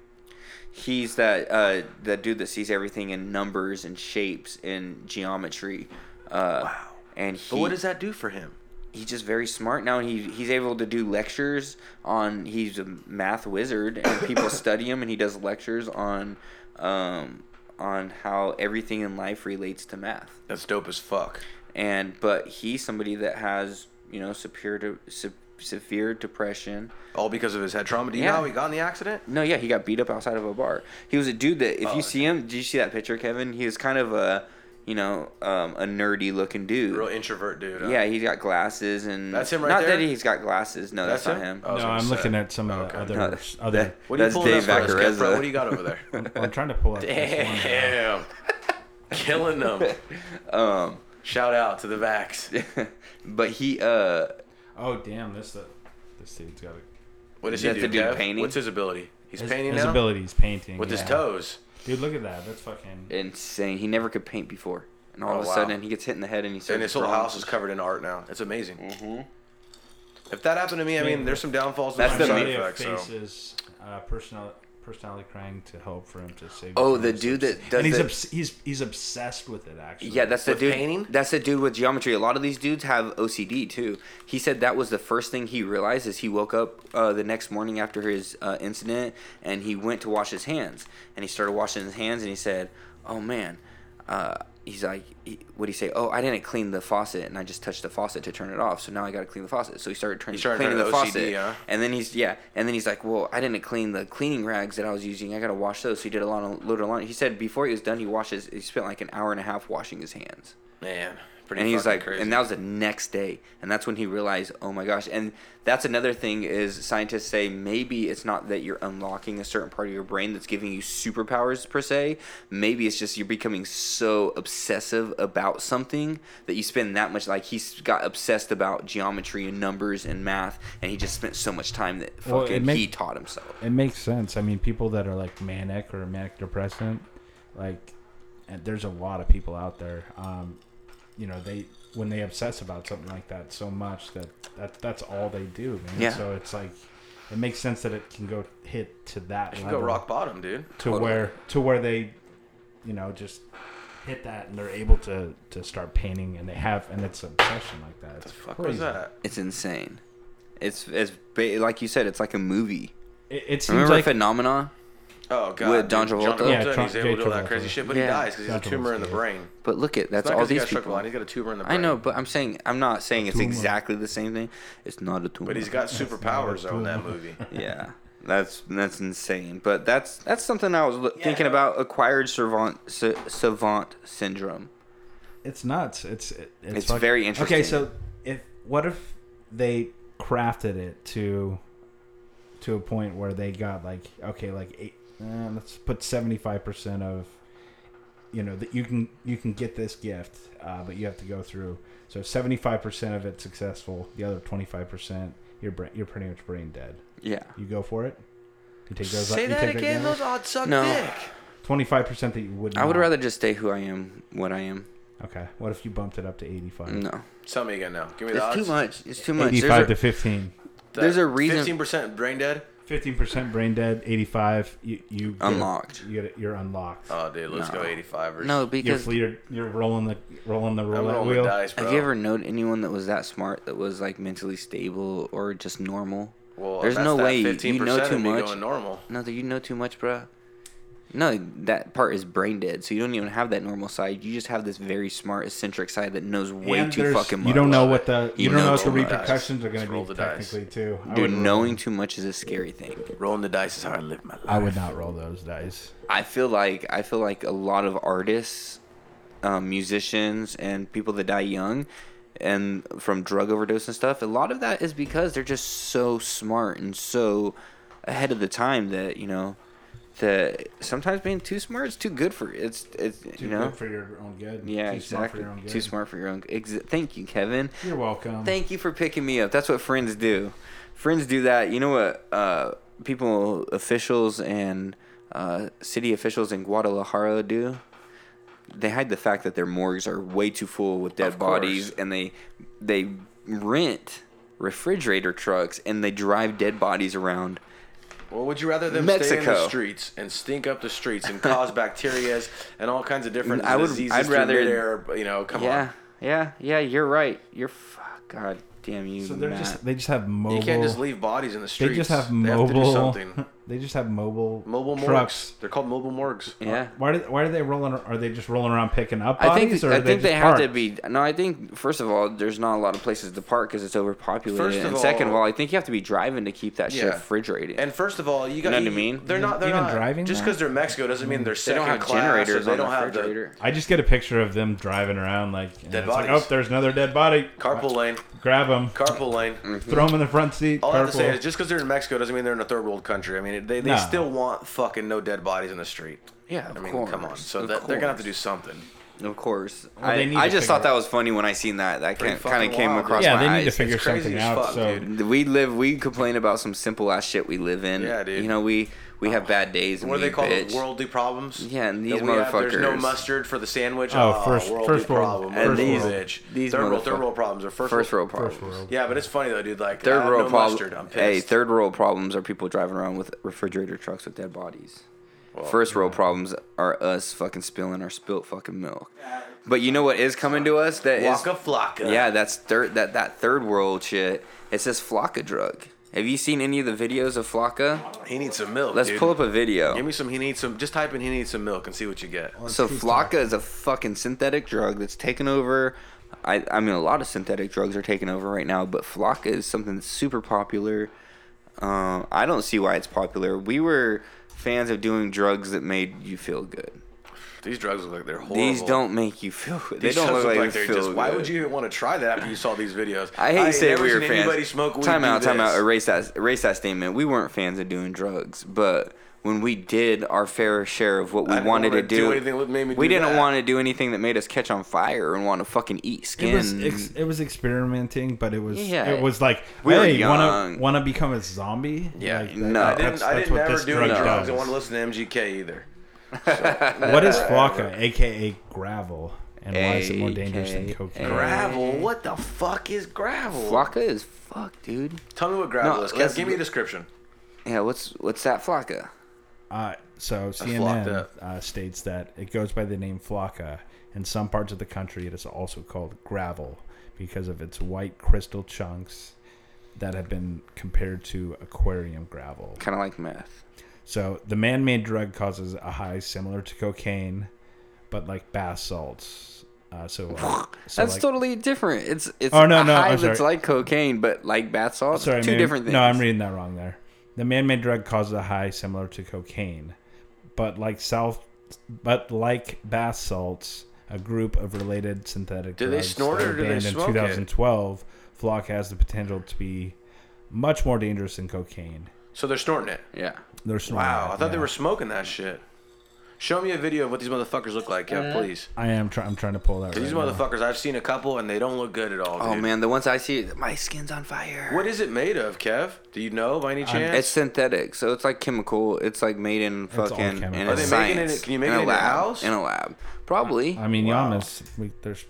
Speaker 3: He's that uh, that dude that sees everything in numbers and shapes and geometry. Uh, wow. And he,
Speaker 13: But what does that do for him?
Speaker 3: He's just very smart now, and he he's able to do lectures on. He's a math wizard, and
Speaker 13: *laughs*
Speaker 3: people study him, and he does lectures on, um, on how everything in life relates to math.
Speaker 13: That's dope as fuck.
Speaker 3: And but he's somebody that has you know severe de- se- severe depression.
Speaker 13: All because of his head trauma. Do you know how he got in the accident?
Speaker 3: No, yeah, he got beat up outside of a bar. He was a dude that if
Speaker 13: Oh,
Speaker 3: you see him, did you see that picture, Kevin? He was kind of a, you know, um, a nerdy looking dude.
Speaker 13: Real introvert dude. huh?
Speaker 3: yeah, he's got glasses and
Speaker 13: That's him right
Speaker 3: Not
Speaker 13: there?
Speaker 3: that he's got glasses. No, that's,
Speaker 13: That's
Speaker 3: not
Speaker 13: him?
Speaker 3: him.
Speaker 13: I was
Speaker 14: no,
Speaker 13: gonna
Speaker 14: I'm
Speaker 13: say.
Speaker 14: looking at some of the other
Speaker 3: No,
Speaker 14: other.
Speaker 3: *laughs* that-
Speaker 13: What are you
Speaker 3: that's
Speaker 13: pulling
Speaker 3: Dave
Speaker 13: up for us, Kev, bro?
Speaker 3: Vacarezza.
Speaker 13: What do you got over there?
Speaker 3: *laughs*
Speaker 14: I'm trying to pull up. this one.
Speaker 13: Damn. Killing them.
Speaker 3: *laughs* um,
Speaker 13: Shout out to the Vax.
Speaker 3: but he uh,
Speaker 14: Oh damn! This the, this dude's got a,
Speaker 13: What does he
Speaker 3: That's
Speaker 13: do?
Speaker 3: the dude
Speaker 13: Kev?
Speaker 3: painting?
Speaker 13: What's his ability? He's
Speaker 14: his,
Speaker 13: painting
Speaker 14: his
Speaker 13: now?
Speaker 14: ability is painting
Speaker 13: With his
Speaker 14: yeah.
Speaker 13: toes.
Speaker 14: Dude, look at that. That's fucking.
Speaker 3: insane. He never could paint before, and all
Speaker 13: Oh,
Speaker 3: of a
Speaker 13: wow.
Speaker 3: sudden he gets hit in the head and he starts.
Speaker 13: and his whole
Speaker 3: drawing.
Speaker 13: house is covered in art now. It's amazing. Mm-hmm. If that happened to me, I mean, there's some downfalls. and
Speaker 3: That's
Speaker 13: some
Speaker 3: the
Speaker 13: side
Speaker 3: main-
Speaker 13: effects. So.
Speaker 14: faces uh, personal personality crying to help for him to save.
Speaker 3: Oh,
Speaker 14: his
Speaker 3: the
Speaker 14: life.
Speaker 3: dude that does
Speaker 14: and he's
Speaker 3: the-
Speaker 14: obs- he's he's obsessed with it actually.
Speaker 3: Yeah, that's the dude. That's the dude with geometry. A lot of these dudes have OCD too. He said that was the first thing he realized as he woke up uh, the next morning after his uh, incident, and he went to wash his hands, and he started washing his hands, and he said, "Oh man, uh, he's like, he, what do you say? Oh, I didn't clean the faucet, and I just touched the faucet to turn it off. So now I got to clean the faucet. So he started turning,
Speaker 13: He started
Speaker 3: cleaning
Speaker 13: turning
Speaker 3: the
Speaker 13: OCD,
Speaker 3: faucet,
Speaker 13: huh?
Speaker 3: and then he's yeah, and then he's like, well, I didn't clean the cleaning rags that I was using. I got to wash those. So he did a lot of load of laundry. He said before he was done, he washes. He spent like an hour and a half washing his hands.
Speaker 13: Man, pretty
Speaker 3: and he was
Speaker 13: fucking
Speaker 3: like,
Speaker 13: crazy.
Speaker 3: and that was the next day, and that's when he realized, oh my gosh. And that's another thing is scientists say maybe it's not that you're unlocking a certain part of your brain that's giving you superpowers per se. Maybe it's just you're becoming so obsessive about something that you spend that much. Like he's got obsessed about geometry and numbers and math, and he just spent so much time that fucking
Speaker 14: Well, it make-
Speaker 3: he taught himself.
Speaker 14: It makes sense. I mean, people that are like manic or manic depressant, like, and there's a lot of people out there. Um, you know, they when they obsess about something like that so much that, that that's all they do, man.
Speaker 13: Yeah.
Speaker 14: So it's like, it makes sense that it can go hit to that.
Speaker 13: It can go
Speaker 14: level
Speaker 13: rock bottom, dude.
Speaker 14: To
Speaker 13: Totally.
Speaker 14: where to where they, you know, just hit that and they're able to to start painting and they have and it's an obsession like that. It's
Speaker 13: fuck
Speaker 14: crazy.
Speaker 3: It's insane. It's it's ba- like you said. It's like a movie.
Speaker 14: It- it seems
Speaker 3: remember
Speaker 14: like-
Speaker 3: Phenomena.
Speaker 13: Oh god,
Speaker 3: with Don
Speaker 13: dude.
Speaker 3: Travolta.
Speaker 13: yeah, and he's able to do all that crazy shit, but he dies because he has a tumor in the brain.
Speaker 3: But look at
Speaker 13: It's
Speaker 3: that's
Speaker 13: not
Speaker 3: all
Speaker 13: 'cause he
Speaker 3: these
Speaker 13: got struck
Speaker 3: people.
Speaker 13: by lightning, He's got a tumor in the
Speaker 3: I
Speaker 13: brain.
Speaker 3: know, but I'm saying I'm not saying it's
Speaker 13: tumor.
Speaker 3: exactly the same thing. It's not a tumor.
Speaker 13: But he's got superpowers though in that movie.
Speaker 3: yeah. That's that's insane, but that's that's something I was lo- thinking about acquired savant sa- savant syndrome.
Speaker 14: It's nuts. It's it, it's,
Speaker 3: It's very
Speaker 14: Okay,
Speaker 3: interesting.
Speaker 14: so if what if they crafted it to to a point where they got like okay, like eight, uh, let's put seventy five percent of you know that you can you can get this gift, uh, but you have to go through. So seventy five percent of it's successful. The other twenty five percent, you're bra- you're pretty much brain dead.
Speaker 3: Yeah.
Speaker 14: you go for it. You take those.
Speaker 13: Say
Speaker 14: you
Speaker 13: that
Speaker 14: take
Speaker 13: again. Those odds suck
Speaker 3: No.
Speaker 13: dick.
Speaker 14: Twenty five percent that you would.
Speaker 3: I would
Speaker 14: not.
Speaker 3: rather just stay who I am, what I am.
Speaker 14: Okay, what if you bumped it up to eighty five?
Speaker 3: No,
Speaker 13: Tell me again now. Give me
Speaker 3: it's
Speaker 13: the odds.
Speaker 3: too much. It's too much. There's
Speaker 14: 85
Speaker 3: a-
Speaker 14: to 15.
Speaker 3: There's a reason.
Speaker 13: Fifteen percent brain dead.
Speaker 14: Fifteen percent brain dead, eighty five. You you get-
Speaker 3: Unlocked. Uh,
Speaker 14: you get, you're unlocked.
Speaker 13: Oh, dude, let's
Speaker 3: No.
Speaker 13: go eighty-five. Or
Speaker 3: No,
Speaker 14: you're,
Speaker 3: because
Speaker 14: fl- you're you're rolling the rolling the roulette
Speaker 13: rolling the
Speaker 14: wheel.
Speaker 13: dice, bro.
Speaker 3: Have you ever known anyone that was that smart that was like mentally stable or just normal?
Speaker 13: Well,
Speaker 3: there's
Speaker 13: that's
Speaker 3: no
Speaker 13: that
Speaker 3: way you- you
Speaker 13: 15%
Speaker 3: know
Speaker 13: of
Speaker 3: too
Speaker 13: me
Speaker 3: much.
Speaker 13: going normal.
Speaker 3: No, that you know too much, bruh. No, that part is brain dead, so you don't even have that normal side. You just have this very smart, eccentric side that knows way
Speaker 14: And
Speaker 3: too
Speaker 14: there's-
Speaker 3: fucking much.
Speaker 14: You don't know what the you,
Speaker 3: You
Speaker 14: don't
Speaker 3: know
Speaker 14: know what the
Speaker 3: too much.
Speaker 14: repercussions are going
Speaker 13: Let's roll
Speaker 14: to
Speaker 13: the
Speaker 14: be
Speaker 13: dice.
Speaker 14: technically too. I
Speaker 3: Dude,
Speaker 14: would roll-
Speaker 3: knowing too much is a scary thing.
Speaker 13: Rolling the dice is how I live my life.
Speaker 14: I would not roll those dice.
Speaker 3: I feel like I feel like a lot of artists, um, musicians, and people that die young, and from drug overdose and stuff. A lot of that is because they're just so smart and so ahead of the time that you know that sometimes being too smart is too good for it's it's
Speaker 14: Too
Speaker 3: you know
Speaker 14: good for your own good.
Speaker 3: yeah
Speaker 14: Too smart for
Speaker 3: exactly
Speaker 14: your own
Speaker 3: too
Speaker 14: good.
Speaker 3: smart for your own ex- thank you Kevin
Speaker 14: You're welcome.
Speaker 3: Thank you for picking me up. That's what friends do. Friends do that. You know what? Uh, people, officials, and uh, city officials in Guadalajara do? They hide the fact that their morgues are way too full with dead bodies, and they they rent refrigerator trucks and they drive dead bodies around.
Speaker 13: Well, would you rather them stay in the
Speaker 3: Mexico.
Speaker 13: streets and stink up the streets and
Speaker 3: *laughs*
Speaker 13: cause bacterias and all kinds of different
Speaker 3: I would-
Speaker 13: diseases
Speaker 3: I'd
Speaker 13: through
Speaker 3: rather-
Speaker 13: midair? You know, come
Speaker 3: yeah,
Speaker 13: on.
Speaker 3: yeah, yeah. You're right. You're fuck. God damn you,
Speaker 14: So they're
Speaker 3: Matt.
Speaker 14: just they just have mobile.
Speaker 13: You can't just leave bodies in the streets.
Speaker 14: They just have
Speaker 13: They have
Speaker 14: mobile.
Speaker 13: to do something.
Speaker 14: *laughs* They just have mobile
Speaker 13: Mobile morgues.
Speaker 14: trucks.
Speaker 13: They're called mobile morgues.
Speaker 14: Why, why, do, why are they rolling? Are they just rolling around picking up
Speaker 3: I
Speaker 14: bodies?
Speaker 3: think
Speaker 14: or are
Speaker 3: I think
Speaker 14: they,
Speaker 3: they,
Speaker 14: just
Speaker 3: have to
Speaker 14: parked?
Speaker 3: be. No, I think first of all, there's not a lot of places to park because it's overpopulated,
Speaker 13: First of
Speaker 3: and second of
Speaker 13: all-
Speaker 3: all, I think you have to be driving to keep that shit
Speaker 13: Yeah.
Speaker 3: refrigerated.
Speaker 13: And first of all, you
Speaker 3: You
Speaker 13: got
Speaker 3: know what I mean? Mm.
Speaker 13: They're not. They're
Speaker 14: Even
Speaker 13: not
Speaker 14: driving?
Speaker 13: Just
Speaker 14: No.
Speaker 13: because they're Mexico doesn't mean they're
Speaker 3: They
Speaker 13: second
Speaker 3: don't have
Speaker 13: class or
Speaker 3: generators
Speaker 13: They
Speaker 3: on the
Speaker 13: don't have the
Speaker 3: refrigerator.
Speaker 14: I just get a picture of them driving around like and
Speaker 13: Dead
Speaker 14: it's like,
Speaker 13: bodies.
Speaker 14: oh, there's another dead body.
Speaker 13: carpool lane.
Speaker 14: Grab them.
Speaker 13: Carpool lane.
Speaker 14: Throw them in the front seat.
Speaker 13: All I have to say
Speaker 14: carpool.
Speaker 13: is just because they're in Mexico doesn't mean they're in a third world country. I mean, they, they
Speaker 14: No.
Speaker 13: still want fucking no dead bodies in the street.
Speaker 3: Yeah,
Speaker 13: I
Speaker 3: of
Speaker 13: mean, come on.
Speaker 3: course,
Speaker 13: So
Speaker 3: of
Speaker 13: that, they're gonna have
Speaker 3: course.
Speaker 13: to do something.
Speaker 3: of course,
Speaker 14: Well, they need
Speaker 3: I, I
Speaker 14: to
Speaker 3: just thought
Speaker 14: figure-
Speaker 3: that was funny when I seen that. That
Speaker 13: Pretty
Speaker 3: kind of
Speaker 13: fucking
Speaker 3: came
Speaker 13: wild,
Speaker 3: across
Speaker 14: yeah,
Speaker 3: my
Speaker 14: they need
Speaker 3: eyes.
Speaker 14: to figure
Speaker 13: It's crazy
Speaker 14: something
Speaker 13: as
Speaker 14: out.
Speaker 13: fuck,
Speaker 14: so
Speaker 13: dude.
Speaker 3: we live. We complain about some simple ass shit we live in.
Speaker 13: Yeah, dude. Oh.
Speaker 3: You know we we have bad days. And
Speaker 13: What do
Speaker 3: we
Speaker 13: they call
Speaker 3: bitch.
Speaker 13: it? Worldly problems.
Speaker 3: Yeah, and
Speaker 13: That
Speaker 3: these
Speaker 13: we have- There's no
Speaker 3: motherfuckers-
Speaker 13: mustard for the sandwich.
Speaker 14: Oh,
Speaker 13: Oh,
Speaker 14: first-
Speaker 13: worldly
Speaker 14: first world-
Speaker 13: problem.
Speaker 14: And
Speaker 13: Worldly
Speaker 14: these-
Speaker 13: bitch.
Speaker 3: these
Speaker 13: third world, third
Speaker 3: motherfuck-
Speaker 13: world problems or first,
Speaker 3: First world
Speaker 14: First
Speaker 3: problems.
Speaker 14: world.
Speaker 13: Yeah, but it's funny though, dude. Like
Speaker 3: Third
Speaker 13: I have
Speaker 3: world
Speaker 13: no
Speaker 3: problem.
Speaker 13: mustard. I'm pissed.
Speaker 3: Hey, third world problems are people driving around with refrigerator trucks with dead bodies. First world problems are us fucking spilling our spilt fucking milk. But you know what is coming to us? That is
Speaker 13: Waka flocka.
Speaker 3: Yeah, that's third that that third world shit. It's this flocka drug. Have you seen any of the videos of Flocka?
Speaker 13: He needs some milk.
Speaker 3: Let's
Speaker 13: dude.
Speaker 3: pull up a video.
Speaker 13: Give me some. He needs some. Just type in he needs some milk and see what you get.
Speaker 3: So Flocka is a fucking synthetic drug that's taken over. I, I mean, a lot of synthetic drugs are taken over right now, but Flocka is something that's super popular. Uh, I don't see why it's popular. We were fans of doing drugs that made you feel good.
Speaker 13: These drugs look like they're horrible.
Speaker 3: These don't make you feel good. They
Speaker 13: These
Speaker 3: don't
Speaker 13: drugs
Speaker 3: look like,
Speaker 13: they're
Speaker 3: you feel
Speaker 13: just.
Speaker 3: good.
Speaker 13: Why would you even want to try that after you saw these videos?
Speaker 3: *laughs* I hate to say
Speaker 13: never
Speaker 3: we were
Speaker 13: seen
Speaker 3: fans.
Speaker 13: Anybody smoke weed?
Speaker 3: time
Speaker 13: do
Speaker 3: out, time
Speaker 13: this.
Speaker 3: out. Erase that. Erase that statement. We weren't fans of doing drugs, but when we did our fair share of what
Speaker 13: I
Speaker 3: we
Speaker 13: didn't
Speaker 3: wanted
Speaker 13: wanna
Speaker 3: to
Speaker 13: do
Speaker 3: do,
Speaker 13: anything that made me
Speaker 3: we
Speaker 13: do
Speaker 3: didn't
Speaker 13: that.
Speaker 3: want to do anything that made us catch on fire and want to fucking eat skin.
Speaker 14: It was ex- it was experimenting, but it was
Speaker 3: Yeah.
Speaker 14: it was like
Speaker 3: We were
Speaker 14: hey, want
Speaker 3: young.
Speaker 14: to want to become a zombie?
Speaker 3: Yeah.
Speaker 14: like,
Speaker 3: No.
Speaker 13: I didn't.
Speaker 14: that's-
Speaker 13: I
Speaker 14: that's
Speaker 13: didn't
Speaker 14: what
Speaker 13: ever
Speaker 14: this
Speaker 13: do
Speaker 14: drug
Speaker 13: any drugs. I
Speaker 14: does.
Speaker 13: want to listen to MGK either.
Speaker 14: What is flocka, aka gravel, and why is it more dangerous than
Speaker 3: AKA.
Speaker 14: cocaine?
Speaker 13: Gravel. What the fuck is gravel?
Speaker 3: Flocka is fuck, dude.
Speaker 13: Tell me what gravel
Speaker 3: No,
Speaker 13: is.
Speaker 3: let's-
Speaker 13: Kev, Give me a description.
Speaker 3: Yeah, what's what's that flocka?
Speaker 14: Uh, so
Speaker 13: flocked
Speaker 14: CNN uh, states that it goes by the name flocka. In some parts of the country, it is also called gravel because of its white crystal chunks that have been compared to aquarium gravel.
Speaker 3: Kind of like meth.
Speaker 14: So the man-made drug causes a high similar to cocaine, but like bath salts. Uh, so,
Speaker 3: *laughs*
Speaker 14: uh, so
Speaker 3: That's
Speaker 14: like,
Speaker 3: totally different. It's it's
Speaker 14: Oh, no,
Speaker 3: a
Speaker 14: no,
Speaker 3: high
Speaker 14: I'm
Speaker 3: that's
Speaker 14: sorry.
Speaker 3: like cocaine, but like bath salts.
Speaker 14: sorry,
Speaker 3: two
Speaker 14: maybe-
Speaker 3: different things.
Speaker 14: No, I'm reading that wrong there. The man-made drug causes a high similar to cocaine, but like south, but like bath salts, a group of related synthetic
Speaker 13: Do they
Speaker 14: drugs
Speaker 13: snort
Speaker 14: that
Speaker 13: it or
Speaker 14: were
Speaker 13: do they
Speaker 14: banned
Speaker 13: smoke it?
Speaker 14: in 2012, Flock has the potential to be much more dangerous than cocaine.
Speaker 13: So they're snorting it.
Speaker 3: Yeah.
Speaker 14: They're snorting.
Speaker 13: Wow.
Speaker 14: it,
Speaker 13: I thought they
Speaker 14: yeah.
Speaker 13: were smoking that shit. Show me a video of what these motherfuckers look like,
Speaker 3: Mm-hmm.
Speaker 13: Kev, please.
Speaker 14: I am trying. I'm trying to pull that.
Speaker 13: 'Cause These
Speaker 14: right now.
Speaker 13: motherfuckers, I've seen a couple, and they don't look good at all.
Speaker 3: Oh
Speaker 13: dude.
Speaker 3: man, the ones I see, my skin's on fire.
Speaker 13: What is it made of, Kev? Do you know by any chance?
Speaker 3: Um, It's synthetic, so it's like chemical. It's like made in
Speaker 14: all
Speaker 3: fucking in
Speaker 14: chemical.
Speaker 3: a
Speaker 14: Are they
Speaker 13: making it-
Speaker 3: science.
Speaker 13: can you make
Speaker 3: in
Speaker 13: it
Speaker 3: a
Speaker 13: in your
Speaker 3: lab,
Speaker 13: house?
Speaker 3: In a lab, probably.
Speaker 14: I mean, Giannis, we, there's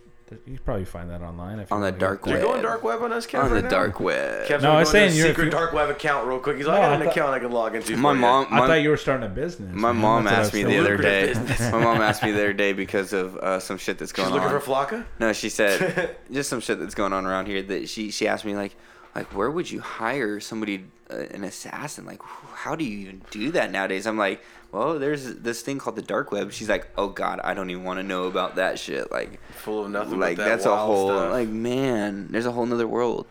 Speaker 14: you could probably find that online if you
Speaker 3: On the
Speaker 14: wanna go-
Speaker 3: dark
Speaker 13: You're
Speaker 3: web.
Speaker 13: going dark web on us, Kev?
Speaker 3: On the
Speaker 13: right now?
Speaker 3: dark web.
Speaker 13: Kev's
Speaker 14: No,
Speaker 13: no,
Speaker 14: I
Speaker 13: I
Speaker 14: was saying you're-
Speaker 13: secret
Speaker 14: if you-
Speaker 13: dark web account real quick. He's like,
Speaker 14: No,
Speaker 13: I got
Speaker 14: I
Speaker 13: an
Speaker 14: thought-
Speaker 13: account I can log into.
Speaker 3: My
Speaker 13: for you."
Speaker 3: mom,
Speaker 14: I
Speaker 3: my,
Speaker 14: thought you were starting a business.
Speaker 3: my
Speaker 14: man.
Speaker 3: mom
Speaker 14: That's what I
Speaker 3: asked me
Speaker 14: was
Speaker 3: the
Speaker 14: thinking.
Speaker 3: other day.
Speaker 14: *laughs*
Speaker 13: Lucrative business.
Speaker 3: my mom asked me the other day because of uh, some shit that's going
Speaker 13: She's looking
Speaker 3: on.
Speaker 13: for Flocka?
Speaker 3: No,
Speaker 13: *laughs*
Speaker 3: she said just some shit that's going on around here that she she asked me like like where would you hire somebody uh, an assassin like wh- how do you even do that nowadays? I'm like, well, there's this thing called the dark web. She's like, oh god, I don't even want to know about that shit. Like
Speaker 13: Full of nothing. but
Speaker 3: like
Speaker 13: that
Speaker 3: that's a
Speaker 13: wild
Speaker 3: whole
Speaker 13: stuff.
Speaker 3: like man, there's a whole nother world.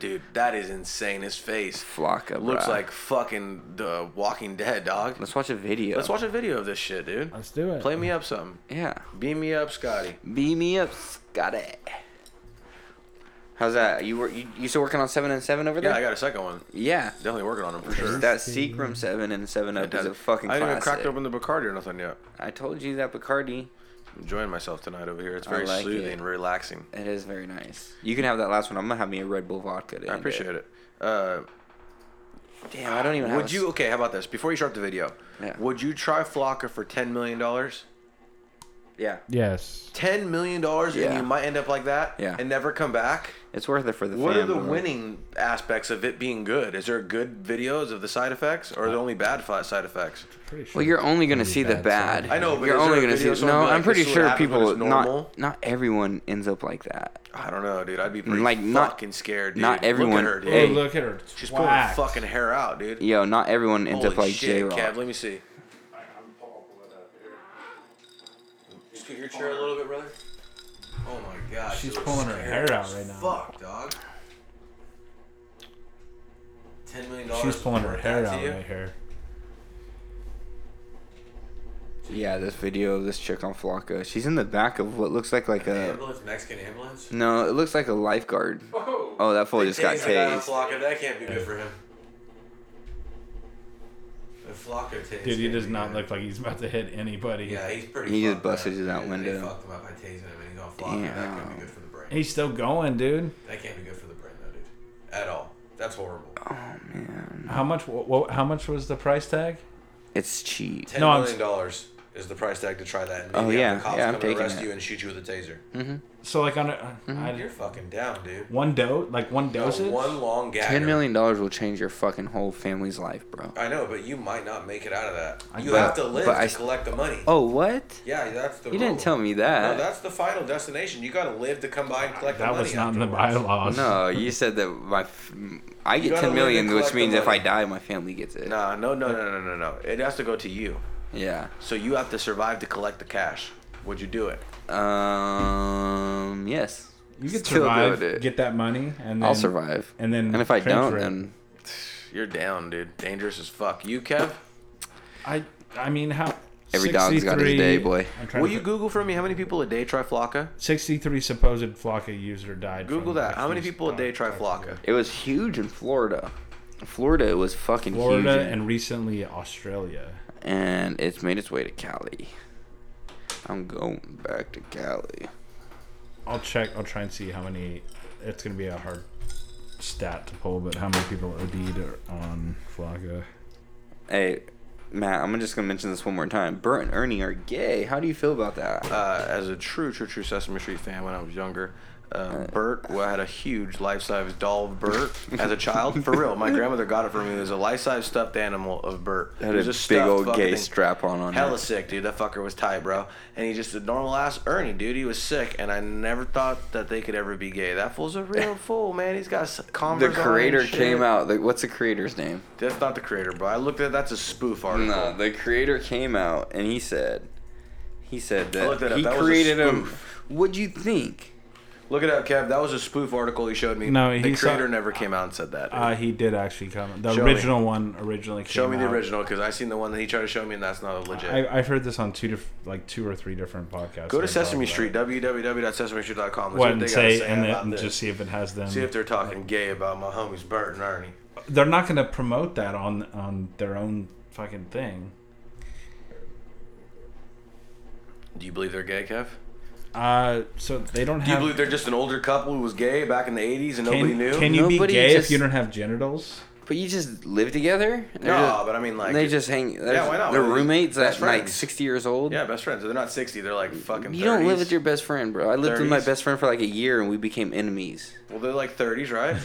Speaker 13: dude, that is insane. His face
Speaker 3: Flocka
Speaker 13: looks
Speaker 3: bruh.
Speaker 13: like fucking The Walking Dead, dog.
Speaker 3: uh, Let's watch a video.
Speaker 13: Let's watch a video of this shit, dude.
Speaker 14: Let's do it.
Speaker 13: Play me up something.
Speaker 3: Yeah,
Speaker 13: Beam me up, Scotty.
Speaker 3: beam me up, Scotty. How's that? You were you, you still working on seven and seven over there?
Speaker 13: Yeah, I got a second one.
Speaker 3: Yeah.
Speaker 13: Definitely working on him for sure.
Speaker 3: That Seagram 7 and 7 Up is a
Speaker 13: I
Speaker 3: fucking classic.
Speaker 13: haven't even cracked open the Bacardi or nothing yet.
Speaker 3: I told you that Bacardi.
Speaker 13: I'm enjoying myself tonight over here. It's
Speaker 3: I
Speaker 13: very
Speaker 3: like
Speaker 13: soothing
Speaker 3: it.
Speaker 13: and relaxing.
Speaker 3: It is very nice. You can have that last one. I'm gonna have me a Red Bull vodka. To
Speaker 13: I appreciate it. Uh,
Speaker 3: Damn, I don't even. have
Speaker 13: would
Speaker 3: a-
Speaker 13: you? Okay, how about this? Before you start the video,
Speaker 3: Yeah.
Speaker 13: would you try Flocka for ten million dollars?
Speaker 3: Yeah,
Speaker 14: Yes.
Speaker 13: Ten million dollars, and
Speaker 3: Yeah.
Speaker 13: you might end up like that,
Speaker 3: Yeah.
Speaker 13: and never come back.
Speaker 3: it's worth it for the.
Speaker 13: What are the
Speaker 3: family.
Speaker 13: winning aspects of it being good? Is there good videos of the side effects, or are
Speaker 3: Uh.
Speaker 13: there only bad fi- side effects?
Speaker 14: Pretty sure.
Speaker 3: Well, you're only gonna
Speaker 14: Pretty
Speaker 3: see the
Speaker 14: bad
Speaker 3: bad.
Speaker 13: I know, but
Speaker 3: you're
Speaker 13: is
Speaker 3: only
Speaker 13: there a
Speaker 3: gonna
Speaker 13: video
Speaker 3: see.
Speaker 13: somewhere
Speaker 3: No,
Speaker 13: like,
Speaker 3: I'm
Speaker 13: this
Speaker 3: pretty
Speaker 13: is what
Speaker 3: sure
Speaker 13: happens when
Speaker 3: people.
Speaker 13: it's normal?
Speaker 3: Not not everyone ends up like that.
Speaker 13: I don't know, dude. I'd be pretty
Speaker 3: Like, not-
Speaker 13: fucking scared. Dude.
Speaker 3: not
Speaker 13: Look
Speaker 3: everyone-
Speaker 13: at her, dude.
Speaker 14: Oh,
Speaker 3: Hey.
Speaker 14: look at her.
Speaker 13: She's pulling her
Speaker 14: Wax.
Speaker 13: fucking hair out, dude.
Speaker 3: Yo, not everyone ends
Speaker 13: Holy
Speaker 3: up like J
Speaker 13: shit, Kev.
Speaker 3: Rock.
Speaker 13: Let me see. Scoot your chair a little bit, brother. Oh my god.
Speaker 14: She's
Speaker 13: she looks
Speaker 14: pulling her
Speaker 13: scared
Speaker 14: hair out
Speaker 13: as
Speaker 14: right now.
Speaker 13: Fuck, dog. Ten million dollars.
Speaker 14: She's pulling her
Speaker 13: worth
Speaker 14: hair
Speaker 13: that to
Speaker 14: out
Speaker 13: you?
Speaker 14: right here.
Speaker 3: Yeah, this video of this chick on Flocka. She's in the back of what looks like like a.
Speaker 13: Ambulance, Mexican ambulance.
Speaker 3: No, it looks like a lifeguard.
Speaker 13: Whoa.
Speaker 3: Oh, that fool just got
Speaker 13: Tased the guy on
Speaker 3: tased.
Speaker 13: Flocka. That can't be good for him. The Flocka tased
Speaker 14: Dude, he
Speaker 13: can't
Speaker 14: does
Speaker 13: be
Speaker 14: not
Speaker 13: good.
Speaker 14: look like he's about to hit anybody.
Speaker 13: Yeah, he's pretty.
Speaker 3: He just
Speaker 13: fucked
Speaker 3: busted
Speaker 13: up.
Speaker 3: his out
Speaker 13: They-
Speaker 3: window.
Speaker 13: They fucked him up by tasing him, and he's on Flocka. That can't
Speaker 3: Damn.
Speaker 13: be good for the brain.
Speaker 14: He's still going, dude.
Speaker 13: That can't be good for the brain, though, dude. At all. That's horrible.
Speaker 3: Oh.
Speaker 14: How much? wha- wha- how much was the price tag?
Speaker 3: It's cheap.
Speaker 13: Ten
Speaker 14: No, I'm-
Speaker 13: million dollars. is the price tag to try that. And
Speaker 3: Oh,
Speaker 13: maybe have
Speaker 3: yeah.
Speaker 13: the cops
Speaker 3: Yeah, I'm
Speaker 13: come and
Speaker 3: taking
Speaker 13: arrest
Speaker 3: it.
Speaker 13: you and shoot you with a taser.
Speaker 3: Mm-hmm.
Speaker 14: So like on a I-
Speaker 13: You're fucking down, dude.
Speaker 14: one dose, like one dosage.
Speaker 13: One long gagger.
Speaker 3: Ten million dollars will change your fucking whole family's life, bro.
Speaker 13: I know, but you might not make it out of that.
Speaker 3: I
Speaker 13: you
Speaker 3: bet-
Speaker 13: have to live
Speaker 3: but
Speaker 13: to
Speaker 3: I-
Speaker 13: collect the money.
Speaker 3: Oh, what?
Speaker 13: Yeah, that's the.
Speaker 3: You didn't
Speaker 13: rule.
Speaker 3: tell me that.
Speaker 13: No, that's the final destination. You got to live to come by and collect the money. afterwards.
Speaker 14: bylaws.
Speaker 3: No, you said that my f- I
Speaker 13: You
Speaker 3: get
Speaker 13: gotta
Speaker 3: ten
Speaker 13: live
Speaker 3: million,
Speaker 13: and
Speaker 3: which
Speaker 13: collect
Speaker 3: means
Speaker 13: the
Speaker 3: if I
Speaker 13: money.
Speaker 3: die, my family gets it.
Speaker 13: Nah, no, no, no, no, no, no. It has to go to you.
Speaker 3: Yeah.
Speaker 13: So you have to survive to collect the cash. Would you do it?
Speaker 3: Um. Yes.
Speaker 14: You could
Speaker 3: Still
Speaker 14: survive,
Speaker 3: doing it.
Speaker 14: get that money, and then,
Speaker 3: I'll survive.
Speaker 14: And then,
Speaker 3: and if I don't,
Speaker 14: transfer it.
Speaker 3: then
Speaker 13: You're down, dude. Dangerous as fuck. You, Kev?
Speaker 14: I, I mean, how
Speaker 3: Every dog's got his day, boy.
Speaker 13: Will you Google for me how many people a day try Flocka?
Speaker 14: Sixty-three supposed Flocka user died.
Speaker 13: Google
Speaker 14: from
Speaker 13: that. How many
Speaker 14: diffuse
Speaker 13: people a day try Flocka?
Speaker 3: it was huge in Florida. Florida it was fucking
Speaker 14: Florida
Speaker 3: huge, in-
Speaker 14: and recently Australia.
Speaker 3: and it's made its way to Cali. I'm going back to Cali.
Speaker 14: I'll check. I'll try and see how many. It's gonna be a hard stat to pull, but how many people OD'd are on Flocka?
Speaker 3: Hey, Matt, I'm just gonna mention this one more time. Bert and Ernie are gay. How do you feel about that?
Speaker 13: Uh, as a true, true, true Sesame Street fan when I was younger, uh, Bert, well, I had a huge life-size doll of
Speaker 3: *laughs*
Speaker 13: Bert as a child. For real, my grandmother got it for me. It was a life-size stuffed animal of Bert.
Speaker 3: Had
Speaker 13: It was
Speaker 3: a big
Speaker 13: stuffed
Speaker 3: old
Speaker 13: fucking
Speaker 3: gay
Speaker 13: thing.
Speaker 3: strap-on on
Speaker 13: Hella
Speaker 3: it.
Speaker 13: sick, dude. That fucker was tight, bro. And he just a normal ass Ernie, dude. He was sick, and I never thought that they could ever be gay. That fool's a
Speaker 3: *laughs*
Speaker 13: real fool, man. He's got s-
Speaker 3: the
Speaker 13: Converse on and
Speaker 3: creator
Speaker 13: shit.
Speaker 3: came out. Like, what's the creator's name?
Speaker 13: That's not the creator, bro. I looked at that's a spoof article.
Speaker 3: No, the creator came out and he said, he said
Speaker 13: I looked it
Speaker 3: that
Speaker 13: up.
Speaker 3: he
Speaker 13: That was a
Speaker 3: created him.
Speaker 13: spoof.
Speaker 3: What'd you think?
Speaker 13: Look it up, Kev. That was a spoof article you showed me.
Speaker 14: No,
Speaker 13: the
Speaker 14: he saw-
Speaker 13: creator never came out and said that. dude.
Speaker 14: Uh, he did actually come. The
Speaker 13: Show me.
Speaker 14: original one originally. Came
Speaker 13: Show me the
Speaker 14: out.
Speaker 13: original because I seen the one that he tried to show me, and that's not legit.
Speaker 14: I, I've heard this on two, diff- like two or three different podcasts. that
Speaker 13: Go to
Speaker 14: I talk
Speaker 13: Sesame
Speaker 14: about
Speaker 13: Street, www.sesamestreet.com. Let's see
Speaker 14: What
Speaker 13: what they
Speaker 14: and
Speaker 13: say,
Speaker 14: say,
Speaker 13: say
Speaker 14: and, then,
Speaker 13: about
Speaker 14: and
Speaker 13: this.
Speaker 14: just see if it has them.
Speaker 13: see if they're talking gay about my homies Bert and Ernie.
Speaker 14: they're not going to promote that on on their own fucking thing.
Speaker 13: Do you believe they're gay, Kev?
Speaker 14: Uh, so they don't
Speaker 13: Do you
Speaker 14: have.
Speaker 13: believe they're just an older couple who was gay back in the 80s and nobody
Speaker 14: can,
Speaker 13: knew?
Speaker 14: can you
Speaker 3: Nobody
Speaker 14: be gay
Speaker 3: just-
Speaker 14: if you don't have genitals?
Speaker 3: But you just live together? They're
Speaker 13: No,
Speaker 3: just-
Speaker 13: but I mean, like-
Speaker 3: They just hang.
Speaker 13: Yeah, why not?
Speaker 3: They're
Speaker 13: Why not?
Speaker 3: roommates
Speaker 13: Best
Speaker 3: at like
Speaker 13: friends.
Speaker 3: 60 years old.
Speaker 13: yeah, best friends. They're not 60. They're like fucking.
Speaker 3: You don't live
Speaker 13: 30s.
Speaker 3: with your best friend, bro. I lived with my
Speaker 13: 30s.
Speaker 3: best friend for like a year and we became enemies.
Speaker 13: Well, they're like 30s,
Speaker 14: *laughs*
Speaker 13: right?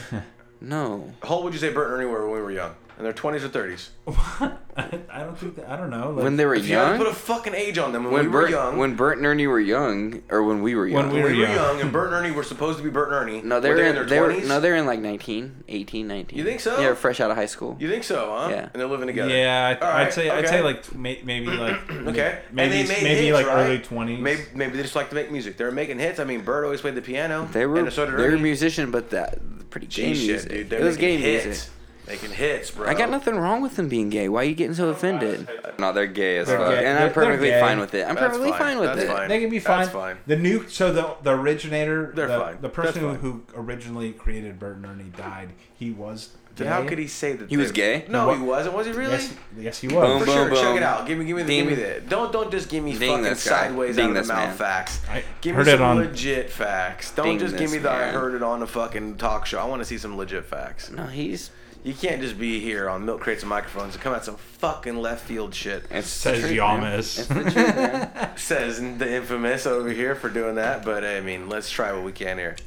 Speaker 3: No.
Speaker 13: How old would you say Bert and Ernie were when we were young? In their 20s or 30s?
Speaker 14: *laughs* I don't think that, I don't know. Like,
Speaker 3: When they were
Speaker 13: If you had to
Speaker 3: young?
Speaker 13: put a fucking age on them when,
Speaker 3: when
Speaker 13: we
Speaker 3: Bert,
Speaker 13: were young.
Speaker 3: when Bert and Ernie were young, or when we were young.
Speaker 14: When we were
Speaker 13: we were
Speaker 14: young.
Speaker 13: young and Bert and Ernie were supposed to be Bert and Ernie.
Speaker 3: No, they're
Speaker 13: were they
Speaker 3: in,
Speaker 13: in
Speaker 3: they
Speaker 13: their
Speaker 3: were,
Speaker 13: 20s?
Speaker 3: no, they're in like 19, 18, 19.
Speaker 13: You think so?
Speaker 3: They're fresh out of high school.
Speaker 13: You think so, huh?
Speaker 3: Yeah.
Speaker 13: And they're living together.
Speaker 14: Yeah, I,
Speaker 13: All right,
Speaker 14: I'd say I'd
Speaker 13: okay.
Speaker 14: say like may, maybe like
Speaker 13: *clears throat* okay. And
Speaker 14: maybe
Speaker 13: they made
Speaker 14: maybe
Speaker 13: hits,
Speaker 14: like
Speaker 13: right?
Speaker 14: early twenties.
Speaker 13: Maybe, maybe they just like to make music. They were making hits. I mean, Bird always played the piano.
Speaker 3: They were
Speaker 13: and so
Speaker 3: they
Speaker 13: did
Speaker 3: were a
Speaker 13: Ernie.
Speaker 3: musician, but that pretty gay
Speaker 13: Gee, shit,
Speaker 3: music.
Speaker 13: dude. They're
Speaker 3: It was gay
Speaker 13: making hits.
Speaker 3: music.
Speaker 13: Making hits, bro.
Speaker 3: I got nothing wrong with them being gay. Why are you getting so offended? No, they're gay as
Speaker 14: They're
Speaker 3: fuck,
Speaker 14: gay.
Speaker 3: and
Speaker 14: They're-
Speaker 3: I'm
Speaker 14: they're
Speaker 3: perfectly
Speaker 14: gay.
Speaker 3: fine with it. I'm
Speaker 13: That's
Speaker 3: perfectly
Speaker 13: fine.
Speaker 3: fine with
Speaker 13: That's
Speaker 3: it.
Speaker 13: fine.
Speaker 14: They can be fine.
Speaker 13: That's fine.
Speaker 14: The new so the the originator
Speaker 13: They're
Speaker 14: the,
Speaker 13: fine.
Speaker 14: the person
Speaker 13: That's fine.
Speaker 14: who originally created Bert and Ernie died. He was
Speaker 13: Then
Speaker 14: gay.
Speaker 13: how could he say that?
Speaker 3: He
Speaker 13: they-
Speaker 3: was gay?
Speaker 13: No,
Speaker 14: No,
Speaker 13: he
Speaker 14: what-
Speaker 13: wasn't. Was he really?
Speaker 14: Yes, yes he
Speaker 13: For
Speaker 14: was.
Speaker 3: Boom, boom,
Speaker 13: sure. Check
Speaker 3: boom.
Speaker 13: it out. Give me, give me, the,
Speaker 3: Ding.
Speaker 13: give me the. Don't, don't just give me
Speaker 3: Ding
Speaker 13: fucking
Speaker 3: this guy.
Speaker 13: sideways
Speaker 3: Ding
Speaker 13: out of
Speaker 3: this
Speaker 13: the mouth
Speaker 3: man.
Speaker 13: facts.
Speaker 14: I
Speaker 13: give
Speaker 14: heard
Speaker 13: me
Speaker 14: it
Speaker 13: some
Speaker 14: on-
Speaker 13: legit facts. Don't
Speaker 3: Ding
Speaker 13: just give
Speaker 3: this
Speaker 13: me the. I
Speaker 3: man.
Speaker 13: heard it on a fucking talk show. I want to see some legit facts.
Speaker 3: No, he's
Speaker 13: You can't just be here on milk crates and microphones and come at some fucking left field shit.
Speaker 3: it's
Speaker 14: Says
Speaker 3: the truth, man.
Speaker 14: Yamas.
Speaker 3: It's the truth, man.
Speaker 13: Says the infamous over here for doing that, but I mean, let's try what we can here.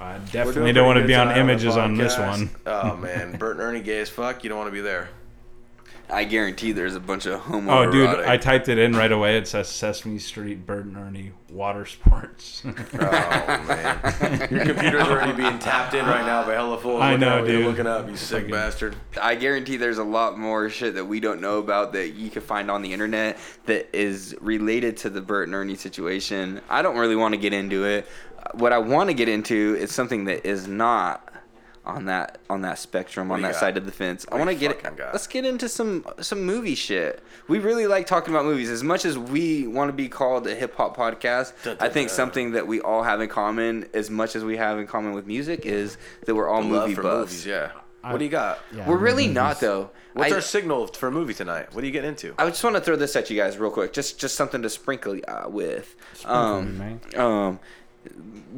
Speaker 14: I
Speaker 13: We're
Speaker 14: definitely
Speaker 13: doing
Speaker 14: don't want to be
Speaker 13: pretty good
Speaker 14: on
Speaker 13: tonight the
Speaker 14: images on this
Speaker 13: podcast.
Speaker 14: one.
Speaker 13: oh man, Bert and Ernie gay as fuck. You don't want to be there.
Speaker 3: *laughs* I guarantee there's a bunch of homo.
Speaker 14: Oh, dude, I typed it in right away. It says Sesame Street, Bert and Ernie, water sports.
Speaker 13: Oh
Speaker 14: *laughs*
Speaker 13: man, your computer's already being tapped in right now by hella fools.
Speaker 14: I
Speaker 13: Look at
Speaker 14: know,
Speaker 13: what you're
Speaker 14: dude.
Speaker 13: Looking up, you sick
Speaker 14: Fucking-
Speaker 13: bastard.
Speaker 3: I guarantee there's a lot more shit that we don't know about that you can find on the internet that is related to the Bert and Ernie situation. I don't really want to get into it. What I want to get into is something that is not on that on that spectrum on
Speaker 13: do you
Speaker 3: that
Speaker 13: got?
Speaker 3: side of the fence. I
Speaker 13: What
Speaker 3: want
Speaker 13: do
Speaker 3: to
Speaker 13: you
Speaker 3: get
Speaker 13: fucking got?
Speaker 3: let's get into some some movie shit. We really like talking about movies as much as we want to be called a hip hop podcast.
Speaker 13: Dun, dun,
Speaker 3: I think
Speaker 13: dun.
Speaker 3: something that we all have in common as much as we have in common with music is that we're all
Speaker 13: Love
Speaker 3: movie
Speaker 13: for
Speaker 3: buffs.
Speaker 13: movies, yeah. what do you got?
Speaker 3: We're really not though.
Speaker 13: What's
Speaker 3: I-
Speaker 13: our signal for a movie tonight? What are you getting into?
Speaker 3: I just want to throw this at you guys real quick. Just just something to sprinkle uh, with.
Speaker 14: me,
Speaker 3: Um, um,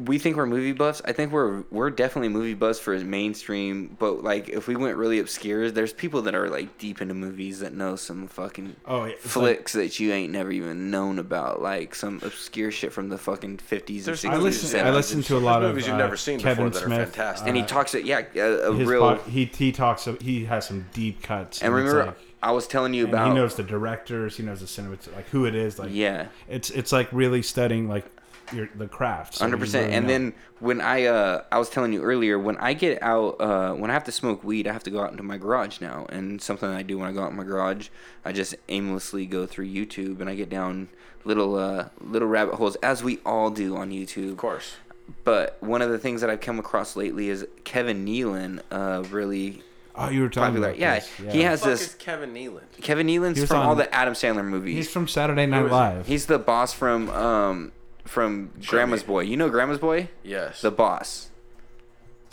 Speaker 3: we think we're movie buffs. I think we're we're definitely movie buffs for mainstream, but like if we went really obscure, there's people that are like deep into movies that know some fucking
Speaker 14: Oh, yeah, it's
Speaker 3: flicks that you ain't never even known about, like some obscure shit from the fucking 50s and 60s.
Speaker 14: I listen.
Speaker 3: and 70s.
Speaker 14: I listen to a lot of
Speaker 13: movies you've
Speaker 14: uh,
Speaker 13: never seen before
Speaker 14: Kevin
Speaker 13: that are
Speaker 14: Smith, uh,
Speaker 13: fantastic.
Speaker 3: and he talks it, yeah, a, a
Speaker 14: his
Speaker 3: real.
Speaker 14: pod- he he talks. of- He has some deep cuts.
Speaker 3: and
Speaker 14: it's
Speaker 3: remember,
Speaker 14: like-
Speaker 3: I was telling you
Speaker 14: and
Speaker 3: about
Speaker 14: he knows the directors. He knows the cinematography, like who it is. Like
Speaker 3: Yeah.
Speaker 14: it's it's like really studying like your the craft. so you
Speaker 3: Hundred percent.
Speaker 14: really
Speaker 3: And
Speaker 14: know.
Speaker 3: then when I uh, I was telling you earlier, when I get out, uh, when I have to smoke weed, I have to go out into my garage now. And something I do when I go out in my garage, I just aimlessly go through YouTube and I get down little uh, little rabbit holes, as we all do on YouTube. Of
Speaker 13: course.
Speaker 3: But one of the things that I've come across lately is Kevin Nealon, uh, really.
Speaker 14: Oh, you were talking
Speaker 3: popular.
Speaker 14: about
Speaker 3: yeah,
Speaker 14: this, yeah.
Speaker 3: he has
Speaker 13: Fuck
Speaker 3: this.
Speaker 13: is Kevin Nealon.
Speaker 3: Kevin Nealon's
Speaker 14: He was
Speaker 3: from
Speaker 14: on-
Speaker 3: all the Adam Sandler movies.
Speaker 14: he's from Saturday Night Live.
Speaker 3: He's the boss from um from Grandma's Boy. You know Grandma's Boy?
Speaker 13: Yes.
Speaker 3: The boss.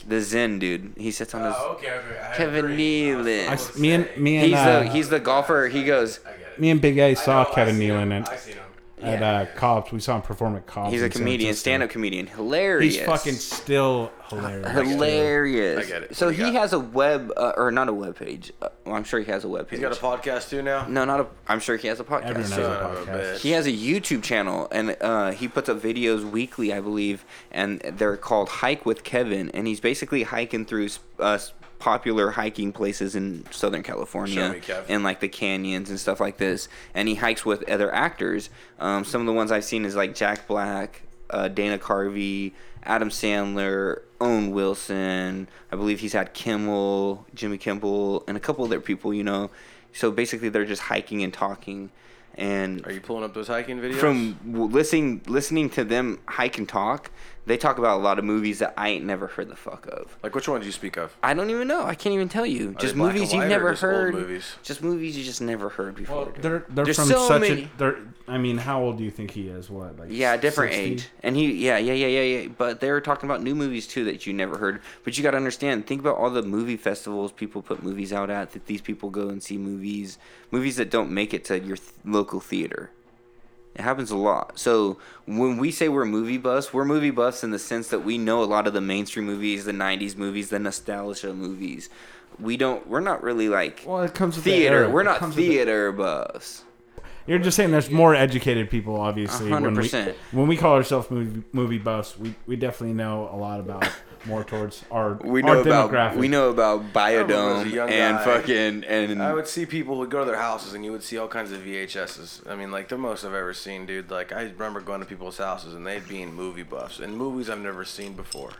Speaker 3: The Zen dude. He sits on his.
Speaker 13: okay, Oh, okay. I
Speaker 3: Kevin Nealon.
Speaker 14: I s- me and- me and,
Speaker 3: he's
Speaker 14: uh,
Speaker 3: the he's the golfer. He goes.
Speaker 14: Me and Big A saw Kevin Nealon and at
Speaker 3: Yeah.
Speaker 14: uh, Cobb's. We saw him perform at Cobb's.
Speaker 3: He's a
Speaker 14: in San
Speaker 3: comedian,
Speaker 14: Francisco.
Speaker 3: stand-up comedian. Hilarious.
Speaker 14: He's fucking still hilarious.
Speaker 3: hilarious.
Speaker 13: I get it.
Speaker 3: So
Speaker 13: What do
Speaker 3: he
Speaker 13: you
Speaker 3: has a web uh, or not a web page. Uh, well, I'm sure he has a web
Speaker 13: He's
Speaker 3: page.
Speaker 13: got a podcast too now.
Speaker 3: no, not a. I'm sure he has a podcast.
Speaker 14: Everyone has a
Speaker 13: Son of a
Speaker 14: podcast.
Speaker 13: bitch.
Speaker 3: He has a YouTube channel and uh, he puts up videos weekly, I believe, and they're called Hike with Kevin. And he's basically hiking through uh, popular hiking places in Southern
Speaker 13: Show
Speaker 3: California
Speaker 13: me, Kev.
Speaker 3: and like the canyons and stuff like this. And he hikes with other actors. Um, some of the ones I've seen is like Jack Black, uh, Dana Carvey, Adam Sandler, Owen Wilson. I believe he's had Kimmel, Jimmy Kimmel, and a couple other people, you know. So basically, they're just hiking and talking. And
Speaker 13: Are you pulling up those hiking videos?
Speaker 3: from w- listening listening to them hike and talk, they talk about a lot of movies that I ain't never heard the fuck of.
Speaker 13: like which one do you speak of?
Speaker 3: I don't even know. I can't even tell
Speaker 13: they
Speaker 3: you. Just
Speaker 13: black and
Speaker 3: movies you've
Speaker 13: white or
Speaker 3: never
Speaker 13: just old
Speaker 3: heard.
Speaker 13: movies?
Speaker 3: Just movies you just never heard before. dude.
Speaker 14: They're they're
Speaker 3: There's
Speaker 14: from
Speaker 3: so
Speaker 14: such
Speaker 3: many.
Speaker 14: a. They're, I mean, how old do you think he is? What like?
Speaker 3: yeah, different
Speaker 14: 60?
Speaker 3: age. And he, yeah, yeah, yeah, yeah, yeah. But they were talking about new movies too that you never heard. But you got to understand, think about all the movie festivals people put movies out at. That these people go and see movies, movies that don't make it to your th- local theater. It happens a lot. So when we say we're movie buffs, we're movie buffs in the sense that we know a lot of the mainstream movies, the '90s movies, the nostalgia movies. We don't. We're not really like
Speaker 14: Well, it comes with the
Speaker 3: theater.
Speaker 14: era.
Speaker 3: We're
Speaker 14: It
Speaker 3: not
Speaker 14: comes with the-
Speaker 3: theater buffs.
Speaker 14: You're just saying there's more educated people, obviously.
Speaker 3: A hundred
Speaker 14: when we-
Speaker 3: percent.
Speaker 14: When we call ourselves movie, movie buffs, we, we definitely know a lot about more towards our
Speaker 3: *laughs* We
Speaker 14: our
Speaker 3: know about
Speaker 14: demographic.
Speaker 3: we know about
Speaker 13: remember as a
Speaker 3: biodome
Speaker 13: young
Speaker 3: and
Speaker 13: guy,
Speaker 3: fucking and
Speaker 14: Mm.
Speaker 13: I would see people would go to their houses and you would see all kinds of VHSs. I mean, like the most I've ever seen, dude. Like I remember going to people's houses and they'd be in movie buffs and movies I've never seen before.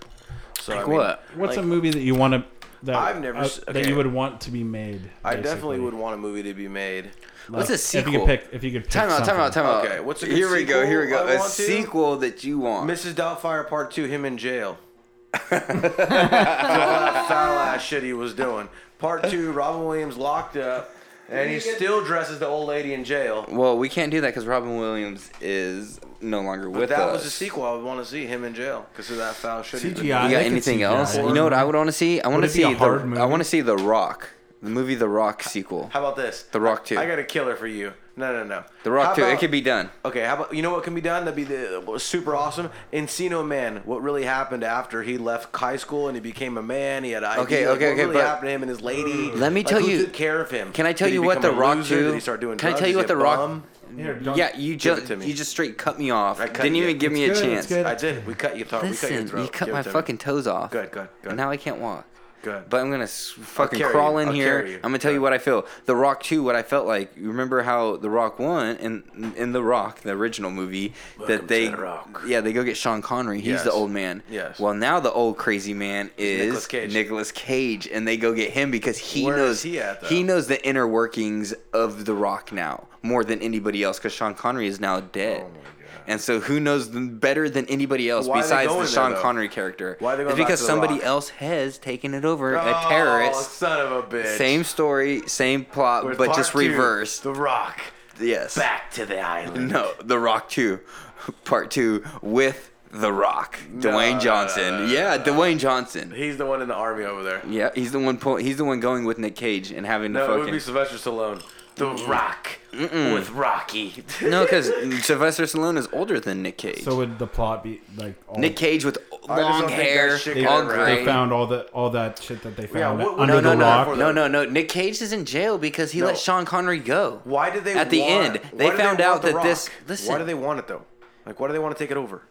Speaker 13: So
Speaker 3: Like
Speaker 13: I mean,
Speaker 3: what?
Speaker 14: What's
Speaker 13: like,
Speaker 14: a movie that you want to that
Speaker 13: I've never
Speaker 14: uh,
Speaker 13: s-
Speaker 14: that
Speaker 13: okay.
Speaker 14: you would want to be made?
Speaker 13: I definitely
Speaker 14: basically?
Speaker 13: would want a movie to be made.
Speaker 3: What's a sequel?
Speaker 14: If you could pick, if you could pick
Speaker 3: time out, time out,
Speaker 14: something.
Speaker 3: time out.
Speaker 13: Okay, what's a good
Speaker 3: here we go, here we go.
Speaker 13: sequel I
Speaker 3: A
Speaker 13: want to?
Speaker 3: sequel that you want.
Speaker 13: Mrs. Doubtfire Part Two, him in jail. *laughs* That's all that foul ass shit he was doing. Part two, Robin Williams locked up, and he still dresses the old lady in jail.
Speaker 3: Well, we can't do that because Robin Williams is no longer
Speaker 13: But
Speaker 3: with
Speaker 13: that
Speaker 3: us.
Speaker 13: was a sequel I would want to see him in jail because of that foul shit. he did.
Speaker 14: CGI.
Speaker 3: you
Speaker 14: I
Speaker 3: got
Speaker 14: could
Speaker 3: anything
Speaker 14: see
Speaker 3: else?
Speaker 14: that.
Speaker 3: You know what I would want to see? I want to
Speaker 14: it be
Speaker 3: see
Speaker 14: a
Speaker 3: the
Speaker 14: hard movie?
Speaker 3: I want to see The Rock, the movie The Rock sequel.
Speaker 13: How about this?
Speaker 3: The Rock Two.
Speaker 13: I got a killer for you. No, no, no.
Speaker 3: the Rock
Speaker 13: How
Speaker 3: Two. It
Speaker 13: about-
Speaker 3: could be done.
Speaker 13: Okay, how about you know what can be done? That'd be the what's super awesome Encino Man. What really happened after he left high school and he became a man? He had ID.
Speaker 3: Okay,
Speaker 13: like,
Speaker 3: okay,
Speaker 13: what
Speaker 3: okay,
Speaker 13: Really
Speaker 3: but-
Speaker 13: happened to him and his lady.
Speaker 3: Let me
Speaker 13: Like,
Speaker 3: tell
Speaker 13: who
Speaker 3: you-
Speaker 13: took care of him.
Speaker 3: Can I tell
Speaker 13: Did he
Speaker 3: you what
Speaker 13: become
Speaker 3: The
Speaker 13: a
Speaker 3: Rock
Speaker 13: loser?
Speaker 3: Two?
Speaker 13: Did he start doing
Speaker 3: Can I
Speaker 13: drugs?
Speaker 3: tell
Speaker 13: Is
Speaker 3: you
Speaker 13: he
Speaker 3: what
Speaker 13: a
Speaker 3: The Rock?
Speaker 13: bum?
Speaker 14: Here, don't-
Speaker 3: Yeah, you
Speaker 13: Give it
Speaker 3: just
Speaker 13: to me.
Speaker 3: you just straight cut me off.
Speaker 13: I cut
Speaker 3: Didn't
Speaker 13: you.
Speaker 3: even give me a
Speaker 14: good, it's
Speaker 3: chance.
Speaker 14: good.
Speaker 13: I did. We cut your throat. we cut your
Speaker 3: Listen,
Speaker 13: throat.
Speaker 3: you cut
Speaker 13: Give
Speaker 3: my
Speaker 13: it to me.
Speaker 3: fucking toes off.
Speaker 13: Good, good, good.
Speaker 3: And now I can't walk.
Speaker 13: Good.
Speaker 3: But I'm gonna s- fucking
Speaker 13: carry
Speaker 3: crawl
Speaker 13: you.
Speaker 3: in
Speaker 13: I'll
Speaker 3: here.
Speaker 13: carry you.
Speaker 3: I'm gonna tell you what I feel. The Rock 2, what I felt like. You remember how The Rock won in in The Rock, the original movie,
Speaker 13: Welcome to
Speaker 3: that they
Speaker 13: The Rock.
Speaker 3: yeah they go get Sean Connery. He's
Speaker 13: Yes.
Speaker 3: the old man.
Speaker 13: Yes.
Speaker 3: Well, now the old crazy man is
Speaker 13: Nicolas Cage.
Speaker 3: Nicolas Cage, and they go get him because he
Speaker 13: Where
Speaker 3: knows
Speaker 13: is he at, though?
Speaker 3: knows the inner workings of The Rock now more than anybody else because Sean Connery is now dead. And so, who knows them better than anybody else
Speaker 13: Oh Why are they
Speaker 3: besides the
Speaker 13: going there,
Speaker 3: Sean
Speaker 13: though?
Speaker 3: Connery character?
Speaker 13: Why are they going
Speaker 3: it's
Speaker 13: back
Speaker 3: because
Speaker 13: to The
Speaker 3: somebody
Speaker 13: Rock?
Speaker 3: else has taken it over.
Speaker 13: Oh,
Speaker 3: a terrorist.
Speaker 13: son of a bitch.
Speaker 3: Same story, same plot,
Speaker 13: With
Speaker 3: but
Speaker 13: part
Speaker 3: just
Speaker 13: two,
Speaker 3: reversed.
Speaker 13: the Rock
Speaker 3: yes.
Speaker 13: back to the island.
Speaker 3: No, The Rock 2, *laughs* part 2 with The Rock. Dwayne Johnson. yeah, Dwayne Johnson.
Speaker 13: He's the one in the army over there.
Speaker 3: Yeah, he's the one pull, he's the one going with Nick Cage and having to
Speaker 13: No, it
Speaker 3: fucking
Speaker 13: would be Sylvester Stallone. The Rock
Speaker 3: Mm-mm.
Speaker 13: with Rocky.
Speaker 3: no, because Sylvester Stallone is older than Nick Cage.
Speaker 14: So would the plot be like all
Speaker 3: Nick Cage with
Speaker 14: I just
Speaker 3: long
Speaker 14: don't think
Speaker 3: hair,
Speaker 14: that shit
Speaker 3: all
Speaker 14: got-
Speaker 3: gray.
Speaker 14: They found all the all that shit that they found
Speaker 3: what-
Speaker 14: under
Speaker 3: no,
Speaker 14: the
Speaker 3: no,
Speaker 14: rock.
Speaker 3: no, no, no, no. Nick Cage is in jail because he
Speaker 13: No.
Speaker 3: let Sean Connery go.
Speaker 13: *laughs* Why did they
Speaker 3: at the
Speaker 13: want-
Speaker 3: end?
Speaker 13: why
Speaker 3: They
Speaker 13: do
Speaker 3: found
Speaker 13: want
Speaker 3: out
Speaker 13: The
Speaker 3: that this.
Speaker 13: Rock?
Speaker 3: Listen,
Speaker 13: Why do they want it though? Like, why do they want to take it over?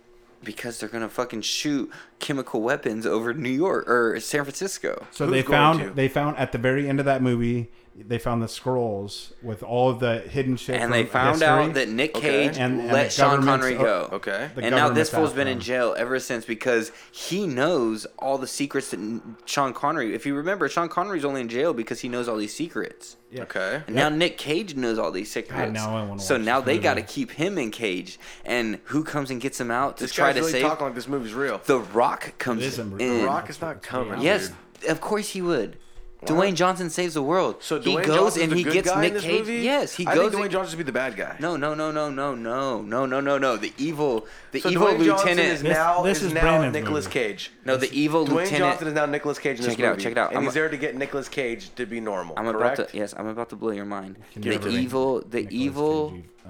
Speaker 3: Because they're gonna fucking shoot chemical weapons over New York or San Francisco.
Speaker 14: So they found they found at the very end of that movie they found the scrolls with all of the hidden shit.
Speaker 3: and
Speaker 14: from
Speaker 3: they found
Speaker 14: history.
Speaker 3: out that Nick Cage let
Speaker 14: the
Speaker 3: Sean
Speaker 14: government's-
Speaker 3: Connery go.
Speaker 14: oh, the
Speaker 3: And now this
Speaker 14: government's
Speaker 3: fool's been
Speaker 14: after
Speaker 3: in
Speaker 14: him.
Speaker 3: jail ever since because he knows all the secrets that n- Sean Connery. If you remember, Sean Connery's only in jail because he knows all these secrets.
Speaker 14: Yeah.
Speaker 13: Okay.
Speaker 3: And now Nick Cage knows all these secrets.
Speaker 14: now I wanna
Speaker 3: so
Speaker 14: watch
Speaker 3: now
Speaker 14: this
Speaker 3: they
Speaker 14: movie.
Speaker 3: got to keep him in cage. And who comes and gets him out to
Speaker 13: This
Speaker 3: try
Speaker 13: guy's
Speaker 3: to
Speaker 13: really
Speaker 3: save?
Speaker 13: talking like this movie's real.
Speaker 3: The Rock comes
Speaker 13: It isn't
Speaker 3: in.
Speaker 13: real. The Rock is not coming,
Speaker 3: Yes,
Speaker 13: dude.
Speaker 3: of course he would. Dwayne Johnson saves the world.
Speaker 13: So
Speaker 3: he
Speaker 13: Dwayne
Speaker 3: goes
Speaker 13: Johnson's
Speaker 3: and
Speaker 13: the
Speaker 3: he
Speaker 13: good
Speaker 3: gets
Speaker 13: guy in
Speaker 3: Nick
Speaker 13: this
Speaker 3: Cage.
Speaker 13: movie?
Speaker 3: Yes, he
Speaker 13: I
Speaker 3: goes.
Speaker 13: think Dwayne Johnson's be the bad guy.
Speaker 3: No, no, no, no, no, no, no, no, no, no. The evil, the
Speaker 13: So
Speaker 3: evil
Speaker 13: Dwayne Johnson
Speaker 3: lieutenant
Speaker 13: is now is, now Nicolas Cage.
Speaker 3: No, the evil
Speaker 13: Dwayne
Speaker 3: lieutenant.
Speaker 13: Johnson is now Nicolas Cage in
Speaker 3: Check
Speaker 13: this
Speaker 3: it out,
Speaker 13: movie,
Speaker 3: check it out.
Speaker 13: And
Speaker 3: I'm
Speaker 13: he's
Speaker 3: a-
Speaker 13: there to get Nicolas Cage to be normal.
Speaker 3: I'm about
Speaker 13: correct?
Speaker 3: to. Yes, I'm about to blow your mind.
Speaker 13: Give it
Speaker 3: The
Speaker 13: to me.
Speaker 3: evil, the evil.
Speaker 14: uh,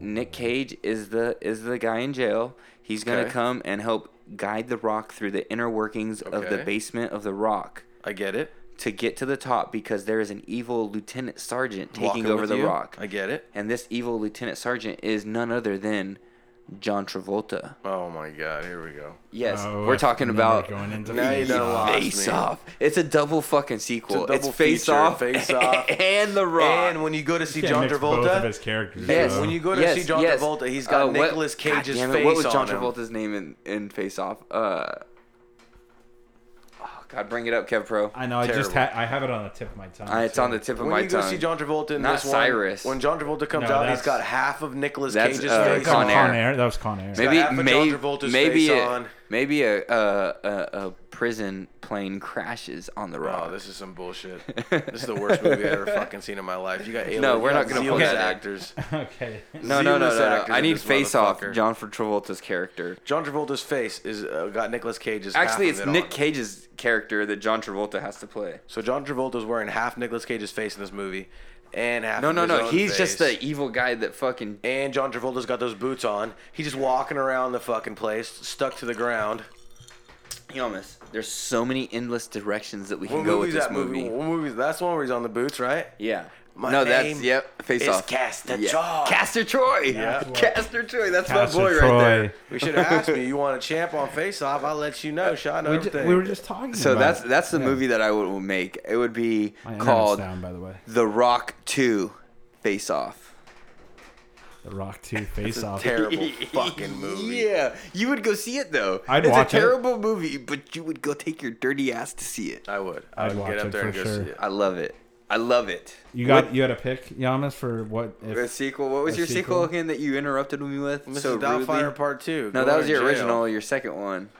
Speaker 3: Nick Cage is the is the guy in jail. He's gonna
Speaker 13: Okay.
Speaker 3: come and help guide the Rock through the inner workings of the
Speaker 13: Okay.
Speaker 3: basement of the Rock
Speaker 13: I get it.
Speaker 3: to get to the top because there is an evil lieutenant sergeant taking
Speaker 13: Walking
Speaker 3: over
Speaker 13: with
Speaker 3: the
Speaker 13: you.
Speaker 3: Rock.
Speaker 13: I get it.
Speaker 3: And this evil lieutenant sergeant is none other than John Travolta.
Speaker 13: Oh my God! Here we go.
Speaker 3: Yes,
Speaker 13: Oh,
Speaker 3: we're
Speaker 13: I-
Speaker 3: talking
Speaker 13: now
Speaker 3: about
Speaker 13: we're going into Now you done lost me.
Speaker 3: Face Off. It's a double fucking sequel. It's,
Speaker 13: It's a double
Speaker 3: Face
Speaker 13: feature, *laughs*
Speaker 3: Off,
Speaker 13: Face Off,
Speaker 3: *laughs* and The Rock.
Speaker 13: And when you go to see
Speaker 3: can't
Speaker 13: John
Speaker 3: mix
Speaker 13: Travolta,
Speaker 3: both of his
Speaker 14: characters,
Speaker 13: Yes.
Speaker 14: so-
Speaker 13: When you go to
Speaker 3: Yes,
Speaker 13: see John
Speaker 3: yes.
Speaker 13: Travolta, he's got
Speaker 3: Uh, what-
Speaker 13: Nicolas
Speaker 3: God
Speaker 13: Cage's
Speaker 3: damn it,
Speaker 13: face
Speaker 3: What was
Speaker 13: on
Speaker 3: John
Speaker 13: him.
Speaker 3: Travolta's name in, in Face Off? Uh, oh God, bring it up, Kev Pro.
Speaker 14: I know. I just ha- I have it on the tip of my tongue.
Speaker 3: Uh, it's on the
Speaker 14: too.
Speaker 3: tip of
Speaker 13: when
Speaker 3: my
Speaker 13: you go
Speaker 3: tongue.
Speaker 13: see John Travolta in
Speaker 3: Not
Speaker 13: this one,
Speaker 3: Cyrus.
Speaker 13: when John Travolta comes
Speaker 14: No,
Speaker 13: out, he's
Speaker 14: that's-
Speaker 13: got half of Nicolas
Speaker 3: That's,
Speaker 13: Cage's
Speaker 3: uh,
Speaker 13: face
Speaker 3: Con
Speaker 13: on.
Speaker 3: Air.
Speaker 14: Con Air. That was Con Air.
Speaker 13: He's got
Speaker 3: Maybe
Speaker 13: half of
Speaker 3: maybe
Speaker 13: John Travolta's
Speaker 3: maybe
Speaker 13: face
Speaker 3: a,
Speaker 13: on.
Speaker 3: maybe a, uh, a a prison plane crashes on the rock.
Speaker 13: Oh, this is some
Speaker 3: *laughs*
Speaker 13: bullshit. This is the worst movie I've ever fucking seen in my life. You got alien,
Speaker 3: No, we're
Speaker 13: you
Speaker 3: not
Speaker 13: got
Speaker 3: gonna
Speaker 13: zealous
Speaker 3: put that in.
Speaker 13: actors.
Speaker 14: *laughs*
Speaker 13: *laughs*
Speaker 14: Okay.
Speaker 3: No, no, no,
Speaker 13: Zealous
Speaker 3: no, no.
Speaker 13: actors
Speaker 3: I
Speaker 13: in
Speaker 3: need
Speaker 13: this
Speaker 3: Face Off.
Speaker 13: motherfucker.
Speaker 3: John Travolta's character.
Speaker 13: John Travolta's face is uh, got Nicolas Cage's.
Speaker 3: Actually,
Speaker 13: half
Speaker 3: it's
Speaker 13: of it
Speaker 3: Nick
Speaker 13: on.
Speaker 3: Cage's character that John Travolta has to play.
Speaker 13: So John Travolta's wearing half Nicolas Cage's face in this movie, and half.
Speaker 3: No,
Speaker 13: of
Speaker 3: no,
Speaker 13: his
Speaker 3: no.
Speaker 13: own
Speaker 3: He's just
Speaker 13: face.
Speaker 3: the evil guy that fucking.
Speaker 13: And John Travolta's got those boots on. He's just walking around the fucking place, stuck to the ground.
Speaker 3: Yamas. There's so many endless directions that we can
Speaker 13: What
Speaker 3: go
Speaker 13: movie
Speaker 3: with
Speaker 13: is
Speaker 3: this
Speaker 13: that movie?
Speaker 3: movie.
Speaker 13: What movie? is- That's the one where he's on the boots, right?
Speaker 3: Yeah.
Speaker 13: My
Speaker 3: no, that's
Speaker 13: name
Speaker 3: yep. Face
Speaker 13: is
Speaker 3: off.
Speaker 13: Castor
Speaker 3: Yeah.
Speaker 13: Troy.
Speaker 3: Castor Troy. *laughs*
Speaker 13: Yeah.
Speaker 3: Castor Troy. That's
Speaker 14: Castor
Speaker 3: my boy
Speaker 14: Troy.
Speaker 3: right there.
Speaker 13: We should have asked me. You want a champ on Face Off? I'll let you know. Shot
Speaker 14: We, ju-
Speaker 13: everything.
Speaker 14: we were just talking.
Speaker 3: So
Speaker 14: about
Speaker 3: that's
Speaker 14: it.
Speaker 3: that's the
Speaker 14: Yeah.
Speaker 3: movie that I would would make. It would be
Speaker 14: My internet's
Speaker 3: called
Speaker 14: down, by the way.
Speaker 3: The Rock Two, Face Off.
Speaker 14: The Rock
Speaker 13: *laughs*
Speaker 14: Two Face Off.
Speaker 3: *laughs*
Speaker 13: terrible fucking movie.
Speaker 3: Yeah, you would go see it though.
Speaker 14: I'd
Speaker 3: it's
Speaker 14: watch
Speaker 3: a
Speaker 14: it.
Speaker 3: terrible movie, but you would go take your dirty ass to see it.
Speaker 13: I would.
Speaker 14: I'd watch it for sure.
Speaker 3: I love it. I love it.
Speaker 14: You got you had a pick, Yamas, for what? If,
Speaker 3: The sequel. What was
Speaker 14: a
Speaker 3: your sequel? again that you interrupted me with?
Speaker 13: Mrs.
Speaker 3: So
Speaker 13: Doubtfire
Speaker 3: rudely?
Speaker 13: Part Two.
Speaker 3: No,
Speaker 13: Going
Speaker 3: that was
Speaker 13: to
Speaker 3: your
Speaker 13: jail.
Speaker 3: original. Your second one.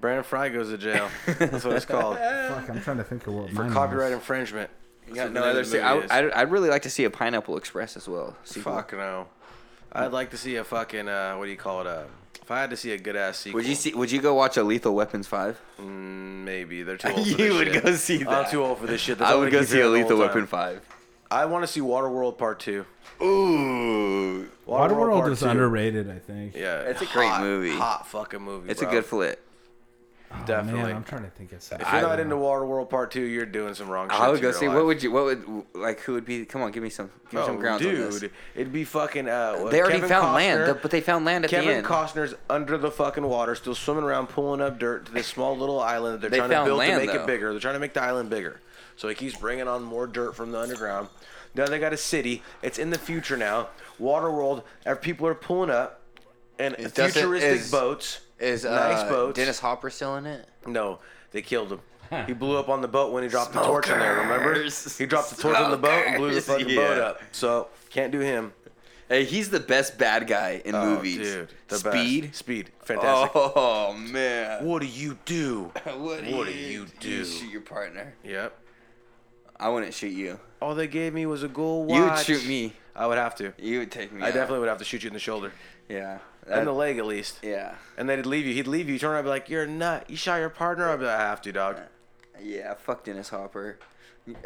Speaker 13: Brandon Fry goes to jail. That's what it's
Speaker 3: *laughs*
Speaker 13: called.
Speaker 14: Fuck, I'm trying to think of what
Speaker 13: For
Speaker 14: mine
Speaker 13: copyright
Speaker 14: was.
Speaker 13: infringement. That's
Speaker 3: Yeah,
Speaker 13: what
Speaker 3: no
Speaker 13: the name
Speaker 3: other.
Speaker 13: of the
Speaker 3: Se-
Speaker 13: movie
Speaker 3: I,
Speaker 13: is.
Speaker 3: I, I'd really like to see a Pineapple Express as well. Sequel.
Speaker 13: Fuck no. I'd like to see a fucking uh, what do you call it? Uh, if I had to see a good ass sequel,
Speaker 3: Would you see? Would you go watch a Lethal Weapons Five?
Speaker 13: Mm, maybe they're too old. For
Speaker 3: *laughs* You
Speaker 13: this
Speaker 3: would
Speaker 13: shit.
Speaker 3: go see
Speaker 13: I'm
Speaker 3: that.
Speaker 13: too old for this shit.
Speaker 3: I
Speaker 13: all
Speaker 3: would
Speaker 13: they
Speaker 3: go
Speaker 13: keep
Speaker 3: see a
Speaker 13: hearing the
Speaker 3: Lethal
Speaker 13: whole
Speaker 3: Weapon
Speaker 13: time.
Speaker 3: Five.
Speaker 13: I want to see Waterworld Part Two.
Speaker 3: Ooh,
Speaker 13: Waterworld Part
Speaker 14: Waterworld is
Speaker 13: Two.
Speaker 14: underrated, I think.
Speaker 13: Yeah,
Speaker 3: It's a great
Speaker 13: hot,
Speaker 3: movie.
Speaker 13: Hot fucking movie.
Speaker 3: it's a
Speaker 13: bro.
Speaker 3: good flick.
Speaker 13: Definitely.
Speaker 14: Oh, Man, I'm trying to think of something. Oh,
Speaker 13: If you're not
Speaker 14: I-
Speaker 13: into Waterworld Part Two, you're doing some wrong shit.
Speaker 3: I would
Speaker 13: to
Speaker 3: go
Speaker 13: your
Speaker 3: see.
Speaker 13: life.
Speaker 3: What would you? What would like? Who would be? Come on, give me some. Give me some
Speaker 13: Oh,
Speaker 3: grounds
Speaker 13: dude,
Speaker 3: on this.
Speaker 13: it'd be fucking. Uh, what,
Speaker 3: They already
Speaker 13: Kevin
Speaker 3: found
Speaker 13: Costner,
Speaker 3: land, th- but they found land at the
Speaker 13: Kevin
Speaker 3: end.
Speaker 13: Costner's under the fucking water, still swimming around, pulling up dirt to this small little island that they're
Speaker 3: They
Speaker 13: trying to
Speaker 3: found
Speaker 13: build
Speaker 3: land,
Speaker 13: to make
Speaker 3: though.
Speaker 13: it bigger. They're trying to make the island bigger, so he keeps bringing on more dirt from the underground. Now they got a city. It's in the future now. Waterworld. ev- People are pulling up, and
Speaker 3: doesn't-
Speaker 13: futuristic
Speaker 3: is-
Speaker 13: boats.
Speaker 3: Is uh,
Speaker 13: nice boats.
Speaker 3: Dennis Hopper still in it?
Speaker 13: No, they killed him. He blew up on the boat when he dropped the torch in there. Remember?
Speaker 3: Smokers.
Speaker 13: He dropped the torch on the boat and blew the
Speaker 3: Smokers,
Speaker 13: fucking boat
Speaker 3: yeah.
Speaker 13: up. So can't do him.
Speaker 3: Hey, he's the best bad guy in
Speaker 13: Oh,
Speaker 3: movies.
Speaker 13: dude, the best.
Speaker 3: Speed.
Speaker 13: Speed, fantastic.
Speaker 3: Oh man.
Speaker 13: What do you
Speaker 3: *laughs*
Speaker 13: do?
Speaker 3: What,
Speaker 13: What do you do?
Speaker 3: shoot your partner.
Speaker 13: Yep.
Speaker 3: I wouldn't shoot you.
Speaker 13: All they gave me was a gold
Speaker 3: You would
Speaker 13: watch.
Speaker 3: shoot me.
Speaker 13: I would have to.
Speaker 3: You would take me.
Speaker 13: I
Speaker 3: out.
Speaker 13: definitely would have to shoot you in the shoulder
Speaker 3: Yeah.
Speaker 13: and the
Speaker 3: That-
Speaker 13: leg at least.
Speaker 3: Uh, yeah.
Speaker 13: And they'd leave you. He'd leave you. He'd Turn around, and be like, "You're a nut. You shot your partner." I'd be like, "I have to, dog."
Speaker 3: Yeah. Fuck Dennis Hopper.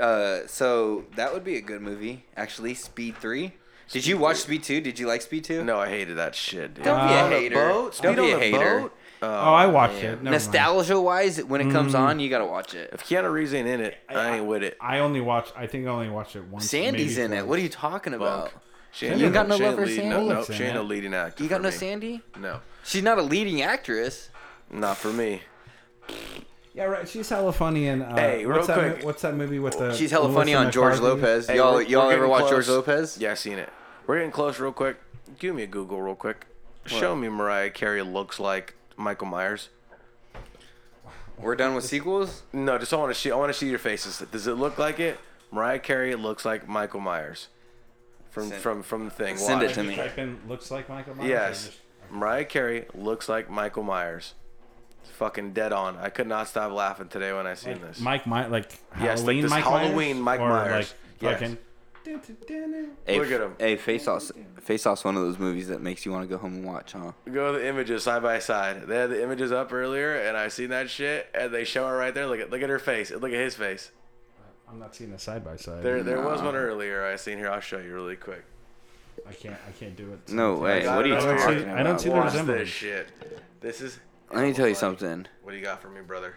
Speaker 3: Uh, so that would be a good movie, actually. Speed three. Did you watch Speed Two? Did you like Speed Two?
Speaker 13: No, I hated that shit. Dude.
Speaker 3: Don't be
Speaker 13: Uh,
Speaker 3: a
Speaker 13: on a
Speaker 3: hater.
Speaker 13: boat? Speed
Speaker 3: Don't be
Speaker 13: on
Speaker 3: a
Speaker 13: a
Speaker 3: hater.
Speaker 13: boat? Oh, Oh, I watched man. it. Never mind.
Speaker 3: Nostalgia wise, when it comes
Speaker 14: Mm.
Speaker 3: on, you gotta watch it.
Speaker 13: If Keanu Reeves ain't in it, I ain't with it.
Speaker 14: I only watched. I think I only watched it once.
Speaker 3: Sandy's
Speaker 14: maybe
Speaker 3: in it.
Speaker 14: twice.
Speaker 3: What are you talking about?
Speaker 13: Shane,
Speaker 3: you got no
Speaker 13: Shane
Speaker 3: love for
Speaker 13: lead-
Speaker 3: Sandy.
Speaker 13: No, no, Shane a leading actor.
Speaker 3: You got
Speaker 13: for
Speaker 3: no
Speaker 13: me.
Speaker 3: Sandy?
Speaker 13: No,
Speaker 3: she's not a leading actress.
Speaker 13: Not for me.
Speaker 14: Yeah, right. She's hella funny and uh,
Speaker 13: Hey, real
Speaker 14: what's that,
Speaker 13: quick.
Speaker 14: mo- What's that movie with the?
Speaker 3: She's hella
Speaker 14: Melissa
Speaker 3: funny on George
Speaker 14: McCarthy?
Speaker 3: Lopez. Y'all-
Speaker 13: we're-
Speaker 3: y'all
Speaker 13: we're
Speaker 3: ever
Speaker 13: getting
Speaker 3: watch
Speaker 13: close.
Speaker 3: George Lopez?
Speaker 13: Yeah, I seen it. We're getting close, real quick. Give me a Google, real quick. Show me Mariah Carey looks like Michael Myers.
Speaker 3: We're done with sequels.
Speaker 13: No, just I want to see. I want to see your faces. Does it look like it? Mariah Carey looks like Michael Myers from
Speaker 14: Send-
Speaker 13: from from the thing.
Speaker 3: send it
Speaker 13: Watch.
Speaker 3: to me.
Speaker 14: Type in looks like Michael Myers.
Speaker 13: Yes, Mariah Carey looks like Michael Myers. It's fucking dead on. I could not stop laughing today when I seen
Speaker 14: Like
Speaker 13: this.
Speaker 14: Mike, My- like
Speaker 13: Yes, like
Speaker 14: Halloween,
Speaker 13: this
Speaker 14: Mike
Speaker 13: Halloween
Speaker 14: Myers,
Speaker 13: Mike
Speaker 14: Or,
Speaker 13: Myers.
Speaker 14: Like,
Speaker 13: Yes.
Speaker 14: fucking-
Speaker 3: Hey,
Speaker 13: Look at him.
Speaker 3: Hey, Face Off's Face Off's one of those movies that makes you want to go home and watch, huh?
Speaker 13: Go to the images side by side. They had the images up earlier, and I seen that shit, and they show her right there. Look at look at her face. Look at his face.
Speaker 14: I'm not seeing this side by side.
Speaker 13: There there was
Speaker 14: Nah.
Speaker 13: one earlier I seen here. I'll show you really quick.
Speaker 14: I can't. I can't do it.
Speaker 3: No way.
Speaker 13: got
Speaker 3: What are
Speaker 13: it
Speaker 3: you
Speaker 13: over here.
Speaker 3: talking about?
Speaker 14: I don't see the
Speaker 13: Watch
Speaker 14: resemblance.
Speaker 13: this shit. This is.
Speaker 3: Let me tell you something.
Speaker 13: What do you got for me, brother?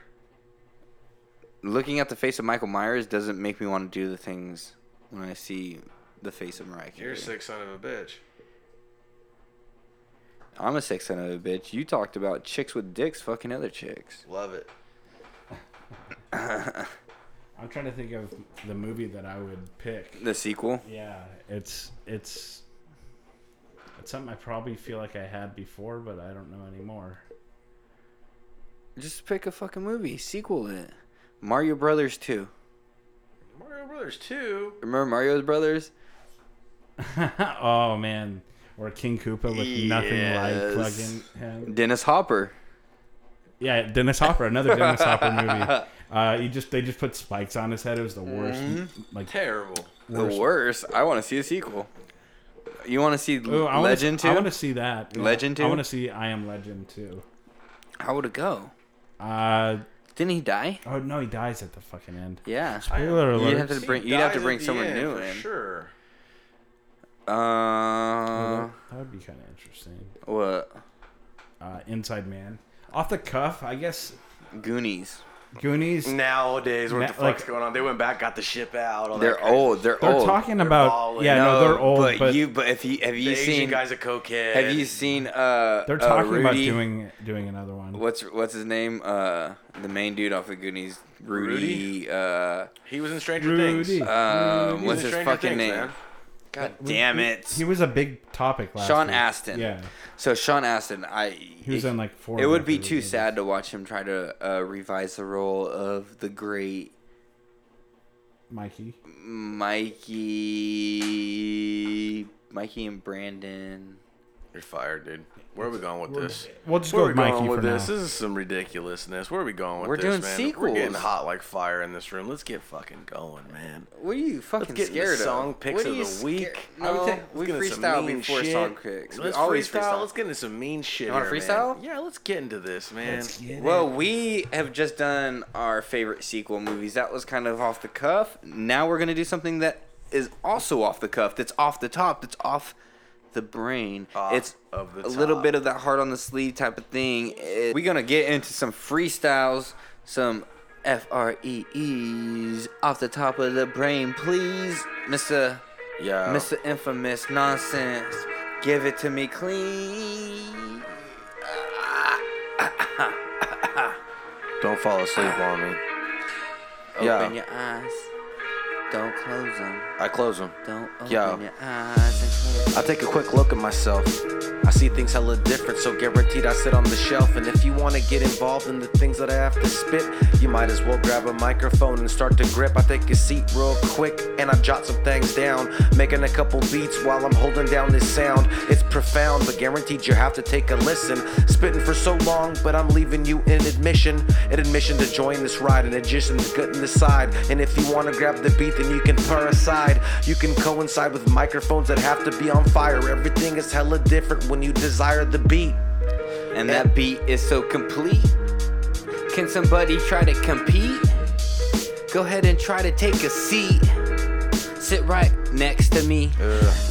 Speaker 3: Looking at the face of Michael Myers doesn't make me want to do the things when I see the face of Mariah
Speaker 13: You're
Speaker 3: Carey.
Speaker 13: a sick son of a bitch.
Speaker 3: I'm a sick son of a bitch. You talked about chicks with dicks fucking other chicks.
Speaker 13: Love it.
Speaker 14: I'm trying to think of the movie that I would pick.
Speaker 3: The sequel?
Speaker 14: Yeah, it's it's it's something I probably feel like I had before, but I don't know anymore. *laughs*
Speaker 3: Just pick a fucking movie, sequel it. Mario Brothers 2.
Speaker 13: Mario Brothers 2.
Speaker 3: Remember Mario's Brothers?
Speaker 14: oh man, or King Koopa with nothing like
Speaker 3: Yes.
Speaker 14: plugging him.
Speaker 3: Dennis Hopper.
Speaker 14: Yeah, Dennis Hopper, another Dennis Hopper
Speaker 3: *laughs*
Speaker 14: movie. Uh, he just they just put spikes on his head. It was the worst.
Speaker 3: Mhm.
Speaker 14: Like
Speaker 13: Terrible.
Speaker 3: The worst. I want to see a sequel. You want to see
Speaker 14: Ooh, Oh, I wanna-
Speaker 3: Legend 2?
Speaker 14: I want to see that. Yeah.
Speaker 3: Legend 2?
Speaker 14: I want to see I Am Legend 2.
Speaker 3: How would it go?
Speaker 14: Uh,
Speaker 3: Didn't he die?
Speaker 14: Oh no, he dies at the fucking end.
Speaker 3: Yeah.
Speaker 14: Spoiler alert.
Speaker 3: You'd have to bring, you'd have to
Speaker 13: dies
Speaker 3: bring
Speaker 13: at the
Speaker 3: someone
Speaker 13: end,
Speaker 3: new
Speaker 13: for
Speaker 3: in.
Speaker 13: Sure.
Speaker 3: Uh,
Speaker 14: that would be kind of interesting.
Speaker 3: what?
Speaker 14: Uh, Inside Man. Off the cuff, I guess.
Speaker 3: Goonies.
Speaker 14: Goonies.
Speaker 13: Nowadays, what
Speaker 14: Na-
Speaker 13: the fuck's
Speaker 14: like-
Speaker 13: going on? They went back, got the ship out. All
Speaker 3: They're
Speaker 13: that kind of
Speaker 3: old. They're,
Speaker 14: They're
Speaker 3: old.
Speaker 14: talking about
Speaker 13: balling.
Speaker 14: yeah, no, they're old, but,
Speaker 3: but, you. But if you have you
Speaker 13: The
Speaker 3: seen
Speaker 13: Asian guy's a cokehead.
Speaker 3: Have you seen? Uh,
Speaker 14: they're
Speaker 3: uh,
Speaker 14: talking about
Speaker 3: Rudy?
Speaker 14: doing doing another one.
Speaker 3: What's what's his name? Uh, the main dude off the Goonies, Rudy. Uh,
Speaker 13: He was in Stranger
Speaker 14: Rudy.
Speaker 13: Things.
Speaker 3: um,
Speaker 13: He's
Speaker 3: what's
Speaker 13: in
Speaker 3: his
Speaker 13: Stranger
Speaker 3: fucking
Speaker 13: Things,
Speaker 3: name?
Speaker 13: man.
Speaker 3: God damn it!
Speaker 14: He was a big topic last.
Speaker 3: Sean
Speaker 14: week.
Speaker 3: Astin.
Speaker 14: Yeah,
Speaker 3: So Sean Astin, I he
Speaker 14: was in, like, four
Speaker 3: It would
Speaker 14: of
Speaker 3: be
Speaker 14: the
Speaker 3: too
Speaker 14: movies.
Speaker 3: sad to watch him try to uh, revise the role of the great
Speaker 14: Mikey.
Speaker 3: Mikey, Mikey and Brandon.
Speaker 13: You're fired, dude. Where are we going with
Speaker 14: We're-
Speaker 13: this?
Speaker 14: we'll just
Speaker 13: Where
Speaker 14: go
Speaker 13: are we
Speaker 14: with Mikey
Speaker 13: going with
Speaker 14: for
Speaker 13: this.
Speaker 14: now.
Speaker 13: This is some ridiculousness. Where are we going with
Speaker 3: We're
Speaker 13: this,
Speaker 3: doing
Speaker 13: man? We're getting
Speaker 3: sequels.
Speaker 13: hot like fire in this room. Let's get fucking going, man.
Speaker 3: What are you fucking
Speaker 13: get into
Speaker 3: scared of?
Speaker 13: song picks
Speaker 3: What are
Speaker 13: of
Speaker 3: you
Speaker 13: the
Speaker 3: sca-
Speaker 13: week.
Speaker 3: No,
Speaker 13: I would take-
Speaker 3: we
Speaker 13: let's get into some
Speaker 3: freestyle
Speaker 13: mean
Speaker 3: before
Speaker 13: shit.
Speaker 3: song picks. We
Speaker 13: Let's
Speaker 3: always
Speaker 13: freestyle.
Speaker 3: freestyle.
Speaker 13: Let's get into some mean shit.
Speaker 3: wanna
Speaker 13: here, man.
Speaker 3: freestyle?
Speaker 13: Yeah, let's get into this, man.
Speaker 3: Well, we have just done our favorite sequel movies. That was kind of off the cuff. Now we're gonna do something that is also off the cuff. That's off the top. That's off the brain.
Speaker 13: Off
Speaker 3: it's
Speaker 13: of the
Speaker 3: a little
Speaker 13: top.
Speaker 3: bit of that heart on the sleeve type of thing. It- we're gonna get into some freestyles, some F R E E's off the top of the brain, please, Mister.
Speaker 13: Yeah.
Speaker 3: Mr. Infamous Nonsense. Give it to me clean.
Speaker 13: Don't fall asleep on me.
Speaker 3: Open
Speaker 13: Yeah.
Speaker 3: your eyes. Don't close them.
Speaker 13: I close them.
Speaker 3: Don't open
Speaker 13: Yeah.
Speaker 3: your eyes and close
Speaker 13: I take a quick look at myself. I see things hella different, so guaranteed I sit on the shelf. And if you wanna get involved in the things that I have to spit, you might as well grab a microphone and start to grip. I take a seat real quick and I jot some things down, making a couple beats while I'm holding down this sound. It's profound, but guaranteed you have to take a listen. Spitting for so long, but I'm leaving you in admission. An admission to join this ride, an addition to getting the side. And if you wanna grab the beat, then you can purr aside. You can coincide with microphones that have to be on fire. Everything is hella different when you desire the beat.
Speaker 3: them. And that beat is so complete. Can somebody try to compete? Go ahead and try to take a seat. Sit right next to me.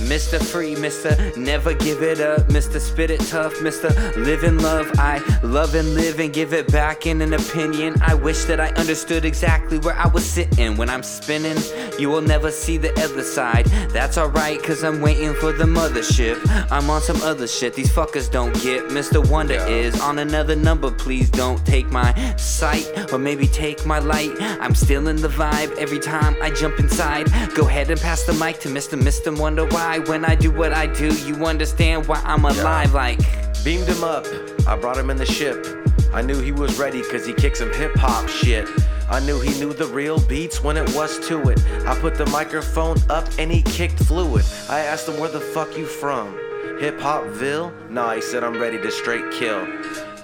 Speaker 3: Mr. Free, Mr. Never Give It Up, Mr. Spit It Tough, Mr. Live in Love. I love and live and give it back in an opinion. I wish that I understood exactly where I was sitting when I'm spinning. You will never see the other side. That's alright, cause I'm waiting for the mothership. I'm on some other shit these fuckers don't get. Mr. Wonder is on another number, please don't take my sight or maybe take my light. I'm still in the vibe every time I jump inside. Go ahead and pass the mic to Mr. Mr. Wonder why. When I do what I do, you understand why I'm alive. Like,
Speaker 13: beamed him up. I brought him in the ship. I knew he was ready cause he kicks some hip hop shit. I knew he knew the real beats when it was to it. I put the microphone up and he kicked fluid. I asked him where the fuck you from? Hip Hopville? Nah, he said I'm ready to straight kill.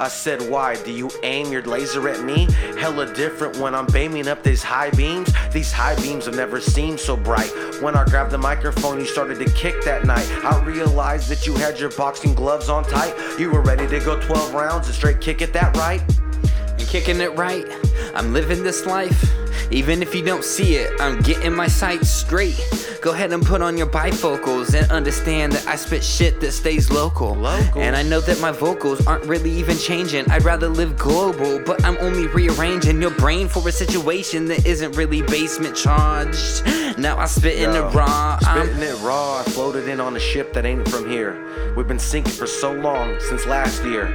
Speaker 13: I said, why do you aim your laser at me? Hella different when I'm beaming up these high beams. These high beams have never seemed so bright. When I grabbed the microphone, you started to kick that night. I realized that you had your boxing gloves on tight. You were ready to go 12 rounds and straight kick it that right.
Speaker 3: and kicking it right. I'm living this life. Even if you don't see it, I'm getting my sights straight. Go ahead and put on your bifocals and understand that I spit shit that stays local. local. And I know that my vocals aren't really even changing. I'd rather live global, but I'm only rearranging your brain for a situation that isn't really basement charged. Now I spit in the
Speaker 13: Yo,
Speaker 3: raw. I'm
Speaker 13: Spitting it raw. I floated in on a ship that ain't from here. We've been sinking for so long since last year.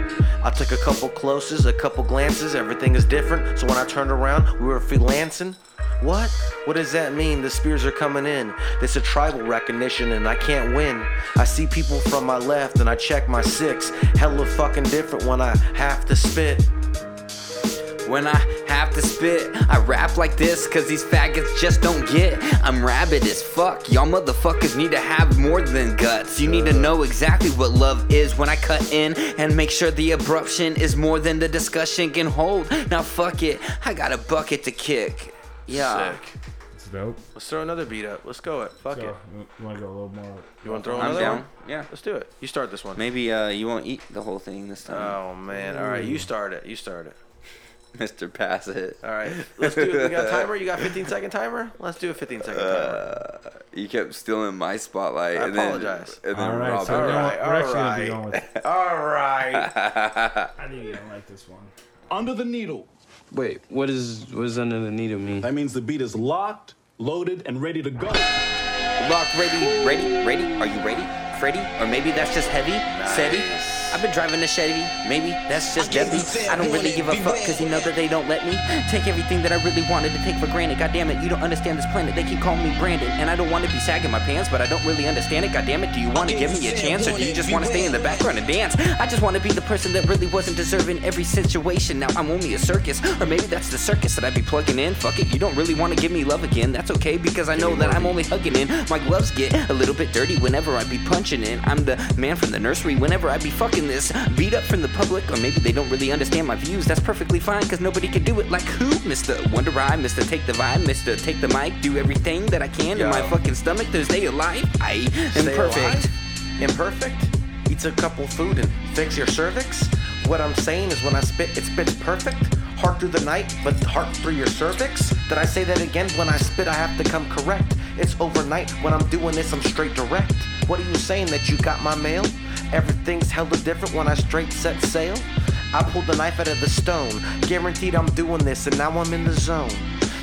Speaker 13: I took a couple closes, a couple glances. Everything is different. So when I turned around, we were freelancing. What? What does that mean? The spears are coming in. It's a tribal recognition and I can't win. I see people from my left and I check my six. Hella fucking different when I have to spit.
Speaker 3: When I have to spit, I rap like this, cause these faggots just don't get. I'm rabid as fuck. Y'all motherfuckers need to have more than guts. You need to know exactly what love is when I cut in and make sure the abruption is more than the discussion can hold. Now fuck it, I got a bucket to kick. Yeah.
Speaker 13: Sick.
Speaker 14: It's dope.
Speaker 13: Let's throw another beat up. Let's go it. Fuck
Speaker 14: So,
Speaker 13: it.
Speaker 14: you want to go a little more?
Speaker 13: You want to throw
Speaker 3: I'm
Speaker 13: another
Speaker 3: down.
Speaker 13: one? Yeah. Let's do it. You start this one.
Speaker 3: Maybe uh, you won't eat the whole thing this time.
Speaker 13: Oh man. All right. You start it. You start it.
Speaker 3: *laughs* Mr. Pass it.
Speaker 13: Oh. All right. Let's do it. You got a timer? You got 15 second timer? Let's do a 15 second timer.
Speaker 3: Uh, you kept stealing my spotlight.
Speaker 13: I
Speaker 3: and then-
Speaker 13: apologize.
Speaker 3: And then
Speaker 14: All right, so
Speaker 3: Robin.
Speaker 14: now we're actually gonna be going with.
Speaker 13: All right. *laughs*
Speaker 14: *laughs* I think you're gonna like this one.
Speaker 17: Under the needle. Wait, what is what does under the needle mean? That means the beat is locked, loaded, and ready to go.
Speaker 3: Lock, ready, ready, ready. Are you ready, Freddy? Or maybe that's just heavy, Seti. I've been driving a Chevy. Maybe that's just Debbie. I don't really give a fuck because you know that they don't let me take everything that I really wanted to take for granted. God damn it, you don't understand this planet. They keep calling me Brandon, and I don't want to be sagging my pants, but I don't really understand it. God damn it, do you want to give me a chance or do you just want to stay in the background and dance? I just want to be the person that really wasn't deserving every situation. Now I'm only a circus, or maybe that's the circus that I be plugging in. Fuck it, you don't really want to give me love again. That's okay because I know that I'm only hugging in. My gloves get a little bit dirty whenever I be punching in. I'm the man from the nursery whenever I be fucking this. Beat up from the public, or maybe they don't really understand my views. That's perfectly fine because nobody can do it like who? Mr. Wonder Eye, Mr. Take the Vibe, Mr. Take the Mic, do everything that I can in my
Speaker 13: Yo.
Speaker 3: fucking stomach. Thursday alive, I am
Speaker 13: Stay
Speaker 3: perfect.
Speaker 13: alive? Imperfect? Eats a couple food and fix your cervix? What I'm saying is when I spit, it spits perfect. Heart through the night, but heart through your cervix. Did I say that again? When I spit, I have to come correct. It's overnight. When I'm doing this, I'm straight direct. What are you saying that you got my mail? Everything's hella different when I straight set sail. I pulled the knife out of the stone. Guaranteed I'm doing this, and now I'm in the zone.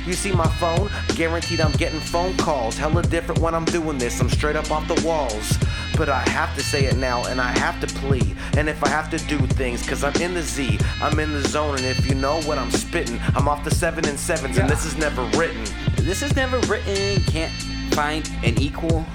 Speaker 13: You see my phone? Guaranteed I'm getting phone calls. Hella different when I'm doing this. I'm straight up off the walls. But I have to say it now and I have to plea. And if I have to do things, cause I'm in the Z, I'm in the zone. And if you know what I'm spitting, I'm off the seven and sevens, and this is never written.
Speaker 3: This is never written, can't find an equal.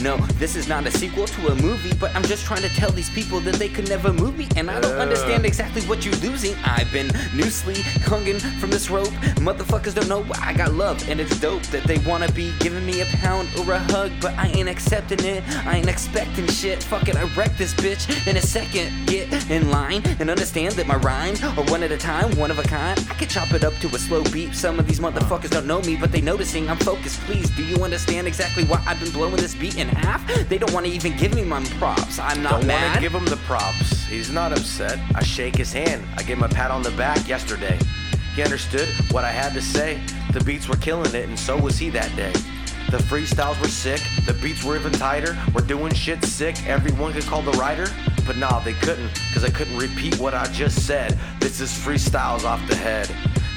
Speaker 3: No, this is not a sequel to a movie, but I'm just trying to tell these people that they could never move me, and I don't
Speaker 13: Yeah.
Speaker 3: understand exactly what you're losing. I've been loosely hunging from this rope. Motherfuckers don't know why I got love, and it's dope that they wanna be giving me a pound or a hug, but I ain't accepting it. I ain't expecting shit. Fuck it, I wreck this bitch in a second. Get in line and understand that my rhymes are one at a time, one of a kind. I could chop it up to a slow beat. Some of these motherfuckers don't know me, but they noticing I'm focused. Please, do you understand exactly why I've been blowing this beat in half? They don't wanna even give me my props. I'm not
Speaker 13: Don't
Speaker 3: mad.
Speaker 13: wanna give him the props. He's not upset. I shake his hand. I give him a pat on the back yesterday. He understood what I had to say. The beats were killing it, and so was he that day. The freestyles were sick, the beats were even tighter. We're doing shit sick, everyone could call the writer. But nah, they couldn't, cause I couldn't repeat what I just said. This is freestyles off the head.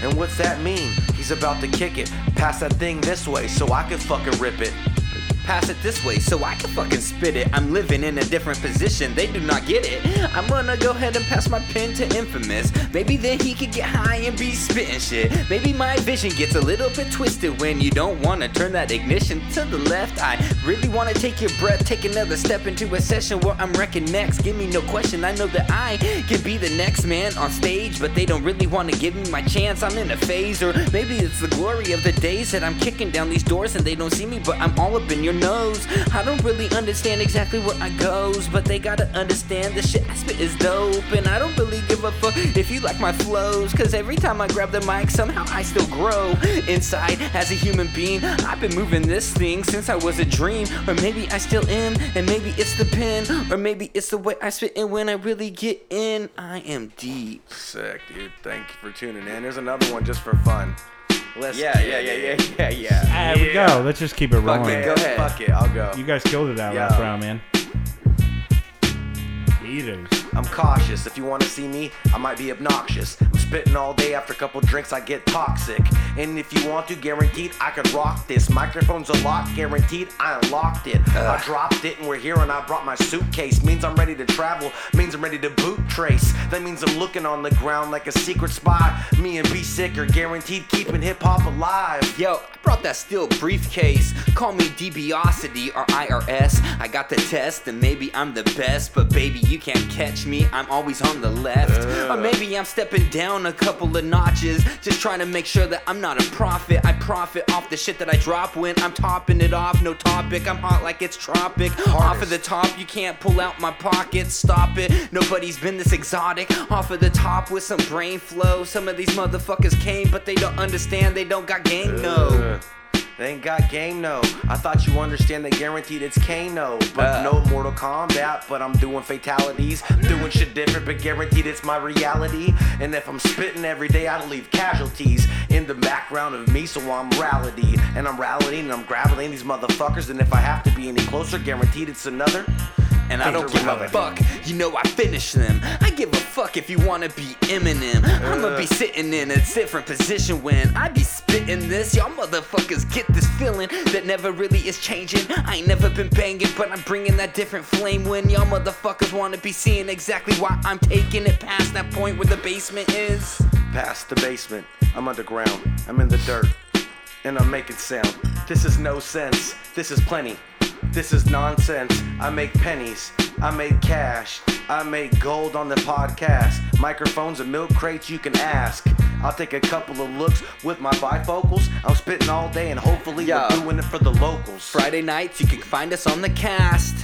Speaker 13: And what's that mean? He's about to kick it. Pass that thing this way so I can fucking rip it.
Speaker 3: Pass it this way so I can fucking spit it. I'm living in a different position, they do not get it. I'm gonna go ahead and pass my pen to Infamous. Maybe then he could get high and be spitting shit. Maybe my vision gets a little bit twisted when you don't wanna turn that ignition to the left. I really wanna take your breath, take another step into a session where I'm wrecking next. Give me no question, I know that I can be the next man on stage, but they don't really wanna give me my chance. I'm in a phase, or maybe it's the glory of the days that I'm kicking down these doors and they don't see me, but I'm all up in your nose. I don't really understand exactly where I goes, but they gotta understand the shit I spit is dope. And I don't really give a fuck if you like my flows, cause every time I grab the mic, somehow I still grow inside as a human being. I've been moving this thing since I was a dream, or maybe I still am, and maybe it's the pen, or maybe it's the way I spit. And when I really get in, I am deep.
Speaker 13: Sick, dude. Thank you for tuning in. There's another one just for fun. Let's
Speaker 3: Yeah, yeah, yeah, yeah, yeah, yeah.
Speaker 14: There we go. Let's just keep it
Speaker 13: Fuck
Speaker 14: rolling.
Speaker 13: it, go ahead. Fuck it, I'll go.
Speaker 14: You guys killed it that
Speaker 13: Yeah.
Speaker 14: last round, man. Eaters.
Speaker 13: I'm cautious. If you want to see me, I might be obnoxious. I'm spitting all day after a couple drinks, I get toxic. And if you want to, guaranteed I could rock this. Microphone's a lock, guaranteed I unlocked it. I dropped it and we're here and I brought my suitcase. Means I'm ready to travel, means I'm ready to boot trace. That means I'm looking on the ground like a secret spy. Me and B Sick are guaranteed keeping hip hop alive.
Speaker 3: Yo, I brought that steel briefcase. Call me DBosity or IRS. I got the test and maybe I'm the best, but baby, you can't catch me. I'm always on the left. Or maybe I'm stepping down a couple of notches, just trying to make sure that I'm not a prophet. I profit off the shit that I drop when I'm topping it off. No topic, I'm hot like it's tropic. Off of the top, you can't pull out my pocket. Stop it, nobody's been this exotic. Off of the top with some brain flow. Some of these motherfuckers came, but they don't understand. They don't got gang, no.
Speaker 13: Ugh. They ain't got game, no. I thought you understand that guaranteed it's Kano. But no Mortal Kombat, but I'm doing fatalities. Doing shit different, but guaranteed it's my reality. And if I'm spitting every day, I'd leave casualties in the background of me, so I'm reality. And I'm rallying and I'm grappling these motherfuckers. And if I have to be any closer, guaranteed it's another.
Speaker 3: And I don't give a fuck, you know I finish them. I give a fuck if you wanna be Eminem. I'ma be sitting in a different position when I be spitting this. Y'all motherfuckers get this feeling that never really is changing. I ain't never been banging, but I'm bringing that different flame when y'all motherfuckers wanna be seeing exactly why I'm taking it past that point where the basement is.
Speaker 13: Past the basement, I'm underground, I'm in the dirt, and I'm making sound. This is no sense, this is plenty, this is nonsense. I make pennies, I make cash, I make gold on the podcast. Microphones and milk crates, you can ask. I'll take a couple of looks with my bifocals. I'm spitting all day, and hopefully,
Speaker 3: Yeah.
Speaker 13: we're doing it for the locals.
Speaker 3: Friday nights, you can find us on the cast.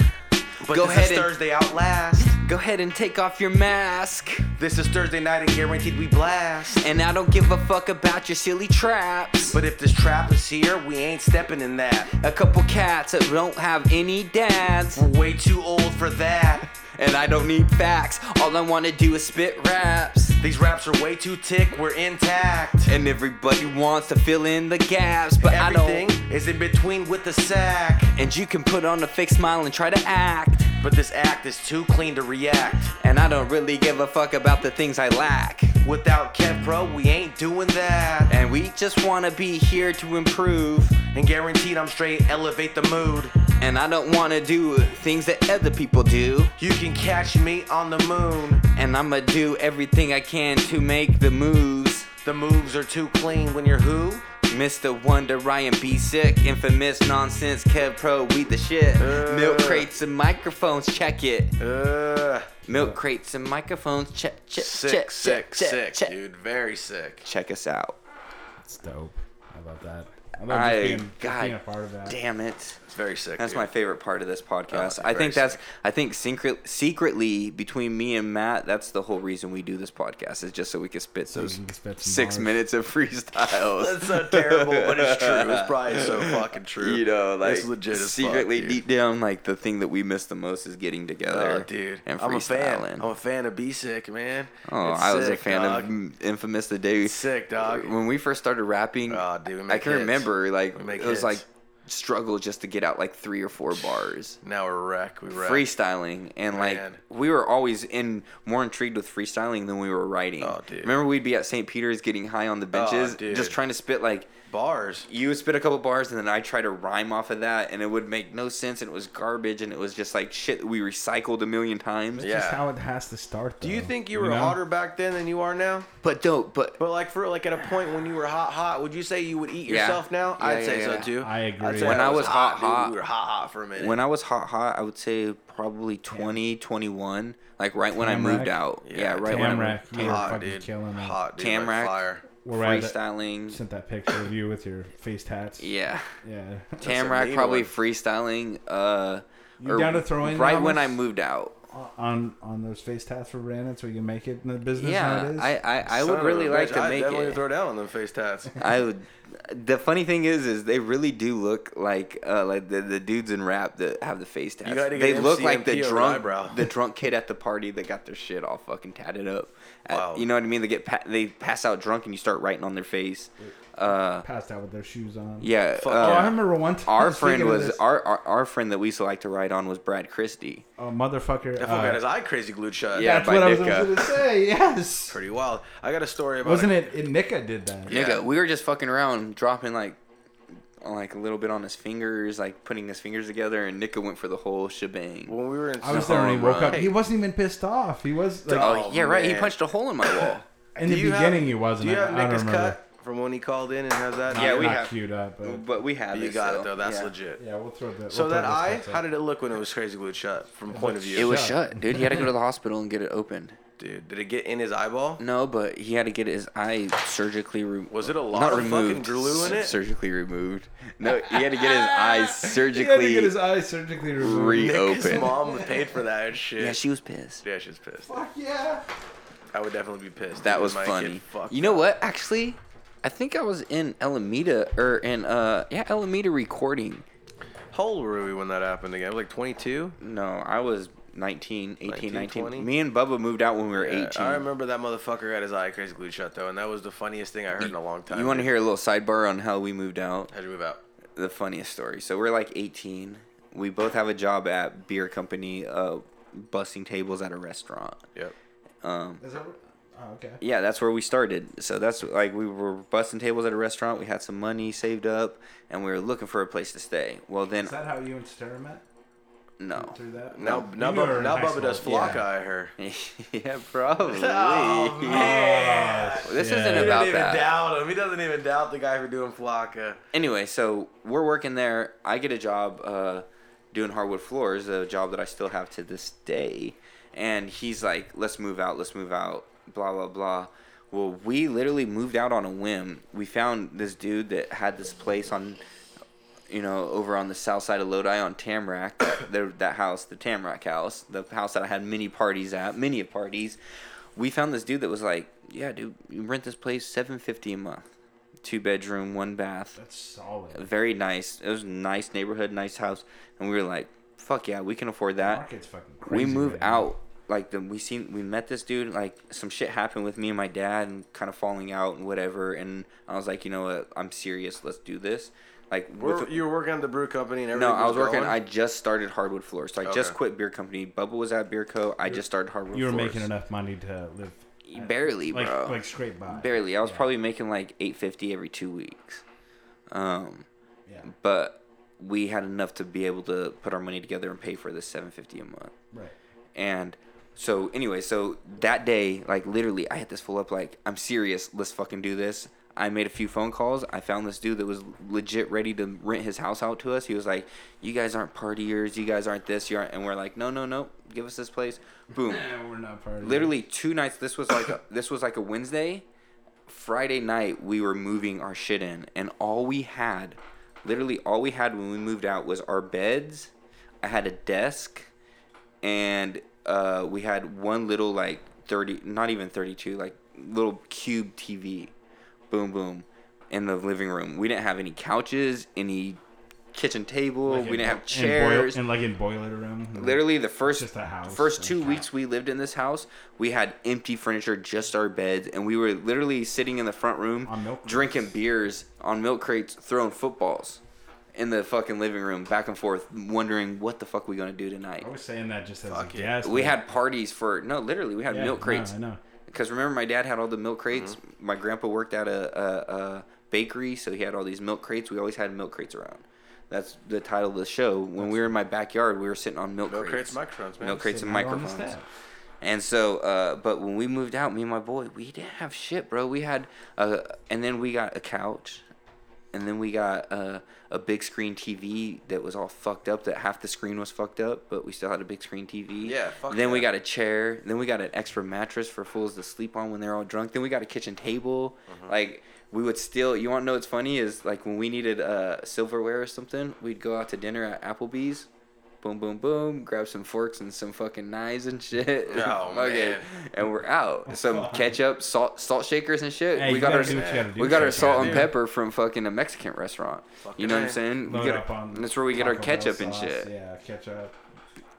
Speaker 13: But
Speaker 3: Go
Speaker 13: this
Speaker 3: ahead
Speaker 13: is
Speaker 3: and-
Speaker 13: Thursday out last. Go ahead and take off your mask. This is Thursday night and guaranteed we blast. And I don't give a fuck about your silly traps. But if this trap is here, we ain't stepping in that.
Speaker 3: A couple cats that don't have any dads. We're
Speaker 13: way too old for that.
Speaker 3: And I don't need facts. All I wanna do is spit raps.
Speaker 13: These raps are way too tick, we're intact.
Speaker 3: And everybody wants to fill in the gaps, but
Speaker 13: Everything
Speaker 3: I don't.
Speaker 13: is in between with the sack.
Speaker 3: And you can put on a fake smile and try to act.
Speaker 13: But this act is too clean to react.
Speaker 3: And I don't really give a fuck about the things I lack.
Speaker 13: Without Kev Pro, we ain't doing that.
Speaker 3: And we just wanna be here to improve.
Speaker 13: And guaranteed I'm straight, elevate the mood.
Speaker 3: And I don't wanna do things that other people do.
Speaker 13: You can catch me on the moon.
Speaker 3: And I'ma do everything I can to make the moves.
Speaker 13: The moves are too clean when you're who?
Speaker 3: Mr. Wonder, Ryan B. Sick, infamous nonsense, Kev Pro, we the shit. Milk crates and microphones, check it. Uh. Milk crates and microphones, check, check,
Speaker 13: Sick,
Speaker 3: check,
Speaker 13: sick,
Speaker 3: check,
Speaker 13: sick,
Speaker 3: check.
Speaker 13: dude. Very sick.
Speaker 3: Check us out.
Speaker 14: It's dope. How about that? How about just
Speaker 3: I,
Speaker 14: being- just
Speaker 3: God,
Speaker 14: being a part of that?
Speaker 3: damn it.
Speaker 13: It's very sick.
Speaker 3: That's
Speaker 13: dude.
Speaker 3: my favorite part of this podcast.
Speaker 13: Oh,
Speaker 3: I
Speaker 13: very
Speaker 3: think that's I think secret, secretly between me and Matt, that's the whole reason we do this podcast is just so we can spit
Speaker 14: we
Speaker 3: those
Speaker 14: can spit some
Speaker 3: six
Speaker 14: bars.
Speaker 3: minutes of freestyles.
Speaker 13: *laughs* That's so terrible, but it's true.
Speaker 3: *laughs*
Speaker 13: It's probably so fucking true.
Speaker 3: You know, like
Speaker 13: It's legit as fuck,
Speaker 3: secretly
Speaker 13: dude.
Speaker 3: deep down, like the thing that we miss the most is getting together,
Speaker 13: Oh, dude.
Speaker 3: and
Speaker 13: I'm a fan.
Speaker 3: freestyling.
Speaker 13: I'm a fan of B Sick, man.
Speaker 3: Oh,
Speaker 13: It's
Speaker 3: I was
Speaker 13: sick,
Speaker 3: a fan
Speaker 13: dog.
Speaker 3: of M- Infamous the day.
Speaker 13: Sick, dog. Oh,
Speaker 3: When we first started rapping,
Speaker 13: dude, we
Speaker 3: I
Speaker 13: make
Speaker 3: can
Speaker 13: hits.
Speaker 3: remember like it
Speaker 13: make
Speaker 3: was
Speaker 13: hits.
Speaker 3: like struggle just to get out like three or four bars.
Speaker 13: Now we're wreck. We wreck.
Speaker 3: freestyling and like
Speaker 13: Man.
Speaker 3: we were always in more intrigued with freestyling than we were writing. Oh, dude. Oh, Remember we'd be at St. Peter's getting high on the benches,
Speaker 13: dude.
Speaker 3: just trying to spit like
Speaker 13: bars.
Speaker 3: You would spit a couple bars and then I try to rhyme off of that and it would make no sense and it was garbage and it was just like shit that we recycled a million times.
Speaker 14: That's just how it has to start.
Speaker 13: Do you
Speaker 14: though,
Speaker 13: think you were
Speaker 14: know?
Speaker 13: hotter back then than you are now?
Speaker 3: But don't. But
Speaker 13: but like for like at a point when you were hot, hot, would you say you would eat
Speaker 3: Yeah.
Speaker 13: yourself now?
Speaker 3: Yeah,
Speaker 13: I'd
Speaker 3: yeah,
Speaker 13: say
Speaker 3: yeah.
Speaker 13: so too.
Speaker 14: I agree.
Speaker 13: I'd say
Speaker 3: When I was hot,
Speaker 13: dude.
Speaker 3: hot.
Speaker 13: we were hot, hot for a minute.
Speaker 3: When I was hot, hot, I would say probably 20, 21, like right when I
Speaker 14: Tamrac?
Speaker 3: moved out. Yeah, right when I
Speaker 14: Tamrac,
Speaker 3: moved
Speaker 14: you were
Speaker 3: Hot,
Speaker 14: fucking
Speaker 3: dude.
Speaker 14: killing me.
Speaker 13: Hot, dude,
Speaker 3: Tamrac,
Speaker 13: like fire.
Speaker 14: Where I had-
Speaker 3: freestyling.
Speaker 14: Sent that picture of you with your faced hats.
Speaker 3: Yeah.
Speaker 14: Yeah. *laughs*
Speaker 3: Tamrac probably freestyling. Uh,
Speaker 14: You
Speaker 3: or
Speaker 14: down to throw in
Speaker 3: right when I
Speaker 14: numbers?
Speaker 3: moved out.
Speaker 14: on on those face tats for Brandon so you can make it in the business
Speaker 3: Yeah,
Speaker 14: nowadays?
Speaker 3: I- I- I would
Speaker 13: Son of
Speaker 3: really
Speaker 13: a
Speaker 3: like
Speaker 13: bitch,
Speaker 3: to
Speaker 13: I'd
Speaker 3: make
Speaker 13: definitely
Speaker 3: it.
Speaker 13: throw down on them face
Speaker 3: *laughs*
Speaker 13: tats.
Speaker 3: I would. The funny thing is, is they really do look like uh, like the, the dudes in rap that have the face tats.
Speaker 13: gotta get
Speaker 3: They look like the
Speaker 13: MCMP on an
Speaker 3: drunk
Speaker 13: eyebrow.
Speaker 3: the drunk kid at the party that got their shit all fucking tatted up. Uh,
Speaker 13: Wow.
Speaker 3: You know what I mean? They get pa- they pass out drunk and you start writing on their face. Uh,
Speaker 14: passed out with their shoes on.
Speaker 3: yeah.
Speaker 14: Fuck
Speaker 3: uh,
Speaker 14: yeah. Oh, I remember one time-
Speaker 3: Our
Speaker 14: speaking
Speaker 3: friend
Speaker 14: of
Speaker 3: was
Speaker 14: this-
Speaker 3: our, our our friend that we used to like to write on was Brad Christie.
Speaker 14: Oh motherfucker.
Speaker 13: That
Speaker 14: uh,
Speaker 13: fool got his eye crazy glued shut.
Speaker 3: Yeah,
Speaker 14: That's by what I was Nika. gonna say, *laughs* yes.
Speaker 13: uh, Pretty wild. I got a story about
Speaker 14: wasn't
Speaker 13: a-
Speaker 14: it, it Nika did that?
Speaker 3: Nigga, we were just fucking around, dropping like, like a little bit on his fingers, like putting his fingers together, and Nika went for the whole shebang.
Speaker 13: *laughs* When we were in,
Speaker 14: I was there when he woke up. He wasn't even pissed off. He was like
Speaker 3: oh, yeah, right. He punched a hole in my wall.
Speaker 14: In the
Speaker 13: oh, Do you have-
Speaker 14: beginning he wasn't.
Speaker 13: Do you
Speaker 14: I-
Speaker 13: have
Speaker 14: I don't
Speaker 13: Nick's
Speaker 14: remember.
Speaker 13: cut from when he called in and has that?
Speaker 14: Not- Yeah, we not have- queued up, but-
Speaker 3: *laughs* but we have
Speaker 13: You
Speaker 3: it
Speaker 13: got
Speaker 3: still.
Speaker 13: it though. That's
Speaker 3: Yeah.
Speaker 13: legit.
Speaker 14: Yeah, we'll throw that-
Speaker 13: So
Speaker 14: we'll throw
Speaker 13: that
Speaker 14: those
Speaker 13: eye,
Speaker 14: cuts up.
Speaker 13: how did it look when it was crazy glued shut from point of view?
Speaker 3: It was shut, dude. He had to go to the hospital and get it opened.
Speaker 13: Dude, did it get in his eyeball?
Speaker 3: No, but he had to get his eye surgically removed.
Speaker 13: Was it a lot
Speaker 3: Not
Speaker 13: of fucking
Speaker 3: removed,
Speaker 13: glue in
Speaker 3: s-
Speaker 13: it?
Speaker 3: Surgically removed. No, he had to get *laughs* his eye surgically.
Speaker 14: he had to get his eye surgically removed?
Speaker 13: Nick's
Speaker 3: reopened.
Speaker 13: mom paid for that and shit.
Speaker 3: Yeah, she was pissed.
Speaker 13: Yeah, she was pissed.
Speaker 14: Yeah.
Speaker 13: I would definitely be pissed.
Speaker 3: That
Speaker 13: dude.
Speaker 3: was
Speaker 13: Might
Speaker 3: funny.
Speaker 13: get fucked
Speaker 3: You know what? Actually, I think I was in Alameda or in uh yeah Alameda recording.
Speaker 13: How old were we when that happened again? I was like 22.
Speaker 3: No, I was 19, 18, 19.
Speaker 13: 20?
Speaker 3: Me and Bubba moved out when we were
Speaker 13: Yeah,
Speaker 3: 18.
Speaker 13: I remember that motherfucker got his eye crazy glued shut though, and that was the funniest thing I heard in a long time.
Speaker 3: You want to hear a little sidebar on how we moved out?
Speaker 13: How'd you move out?
Speaker 3: The funniest story. So we're like 18. We both have a job at beer company, uh, busting tables at a restaurant.
Speaker 13: Yep.
Speaker 3: Um,
Speaker 14: Is that oh, okay.
Speaker 3: yeah, that's where we started. So that's like we were busting tables at a restaurant. We had some money saved up, and we were looking for a place to stay. Well, then
Speaker 14: Is that how you and Sarah met?
Speaker 3: no.
Speaker 14: Through that?
Speaker 13: Now,
Speaker 14: You
Speaker 13: now,
Speaker 14: knew her
Speaker 13: Bubba,
Speaker 14: in
Speaker 13: now
Speaker 14: high
Speaker 13: Bubba
Speaker 14: school.
Speaker 13: does flock
Speaker 14: Yeah.
Speaker 13: eye her.
Speaker 3: *laughs* yeah, probably.
Speaker 13: Oh, man.
Speaker 14: Oh,
Speaker 3: Well, this
Speaker 13: Yeah.
Speaker 3: isn't
Speaker 13: He
Speaker 3: about
Speaker 13: doesn't
Speaker 3: that.
Speaker 13: even doubt him. He doesn't even doubt the guy for doing Flocka.
Speaker 3: Anyway, so we're working there. I get a job uh, doing hardwood floors, a job that I still have to this day. And he's like, let's move out, let's move out, blah, blah, blah. Well, we literally moved out on a whim. We found this dude that had this place on, you know, over on the south side of Lodi on Tamrac, that, that house, *coughs* the Tamrac house, the house that I had many parties at, many of parties. We found this dude that was like, yeah, dude, you rent this place seven fifty a month, two bedroom, one bath.
Speaker 14: That's solid.
Speaker 3: Very nice. It was a nice neighborhood, nice house, and we were like, fuck yeah, we can afford that.
Speaker 14: Market's fucking
Speaker 3: we
Speaker 14: crazy
Speaker 3: move
Speaker 14: right now.
Speaker 3: out. Like the, we seen we met this dude like some shit happened with me and my dad and kind of falling out and whatever and I was like you know what I'm serious let's do this like
Speaker 13: Were-
Speaker 3: with-
Speaker 13: you were working at the brew company and everything.
Speaker 3: no I was working
Speaker 13: going?
Speaker 3: I just started hardwood floor so I just
Speaker 13: Okay.
Speaker 3: quit beer company Bubba was at beer co I just started hardwood
Speaker 14: You were
Speaker 3: Floors.
Speaker 14: making enough money to live.
Speaker 3: barely,
Speaker 14: like,
Speaker 3: bro.
Speaker 14: Like scrape by.
Speaker 3: Barely. I was probably making like eight fifty every two weeks. Um,
Speaker 14: Yeah.
Speaker 3: but we had enough to be able to put our money together and pay for this seven fifty a month.
Speaker 14: Right.
Speaker 3: And so anyway, so that day, like literally, I hit this full up. Like I'm serious. Let's fucking do this. I made a few phone calls. I found this dude that was legit ready to rent his house out to us. He was like, "You guys aren't partiers. You guys aren't this. You aren't." And we're like, "No, no, no. Give us this place." Boom.
Speaker 14: we're not part of
Speaker 3: Literally two nights. This was like a, *coughs* this was like a Wednesday. Friday night we were moving our shit in, and all we had, literally all we had when we moved out was our beds. I had a desk, and uh, we had one little like thirty, not even thirty-two, like little cube TV. Boom, boom, in the living room. We didn't have any couches, any kitchen table.
Speaker 14: Like
Speaker 3: we
Speaker 14: in-
Speaker 3: didn't have
Speaker 14: in boil-
Speaker 3: chairs.
Speaker 14: and like in boiler room.
Speaker 3: Literally, the first
Speaker 14: Mm-hmm. Just a house
Speaker 3: first
Speaker 14: and
Speaker 3: two
Speaker 14: crap.
Speaker 3: weeks we lived in this house, we had empty furniture, just our beds, and we were literally sitting in the front room
Speaker 14: On milk crates.
Speaker 3: drinking beers on milk crates, throwing footballs. in the fucking living room, back and forth, wondering what the fuck we gonna do tonight.
Speaker 14: I was saying that just as a guess.
Speaker 3: We had parties for no, literally, we had
Speaker 14: Yeah,
Speaker 3: milk
Speaker 14: no,
Speaker 3: crates.
Speaker 14: I know.
Speaker 3: Because remember, my dad had all the milk crates. My grandpa worked at a, a, a bakery, so he had all these milk crates. We always had milk crates around. That's the title of the show. When we were in my backyard, we were sitting on milk,
Speaker 13: Milk
Speaker 3: crates,
Speaker 13: crates, microphones, man.
Speaker 3: milk crates, and
Speaker 13: Sitting right on the
Speaker 3: microphones.
Speaker 13: step.
Speaker 3: And so, uh, but when we moved out, me and my boy, we didn't have shit, bro. We had, uh, and then we got a couch, and then we got uh, a big screen TV that was all fucked up. That half the screen was fucked up, but we still had a big screen TV.
Speaker 13: Yeah, fuck
Speaker 3: Then we
Speaker 13: yeah.
Speaker 3: got a chair. Then we got an extra mattress for fools to sleep on when they're all drunk. Then we got a kitchen table.
Speaker 13: Mm-hmm.
Speaker 3: Like we would still. You want to know what's funny is like when we needed uh, silverware or something, we'd go out to dinner at Applebee's. Boom, boom, boom! Grab some forks and some fucking knives and *laughs* shit.
Speaker 13: Oh,
Speaker 3: Okay.
Speaker 13: man.
Speaker 3: And we're out.
Speaker 14: *laughs*
Speaker 3: Some ketchup, salt, salt shakers and shit.
Speaker 14: Hey,
Speaker 3: we
Speaker 14: you
Speaker 3: got
Speaker 14: gotta
Speaker 3: our
Speaker 14: do what you gotta do,
Speaker 3: we got our
Speaker 14: Chef.
Speaker 3: salt
Speaker 14: Yeah,
Speaker 3: and
Speaker 14: dude.
Speaker 3: pepper from fucking a Mexican restaurant. you
Speaker 14: Fucking
Speaker 3: know what
Speaker 14: A.
Speaker 3: I'm saying? We
Speaker 14: Load
Speaker 3: get-
Speaker 14: up on
Speaker 3: that's where we get our
Speaker 14: Taco Bell
Speaker 3: ketchup and
Speaker 14: sauce,
Speaker 3: shit.
Speaker 14: Yeah, ketchup.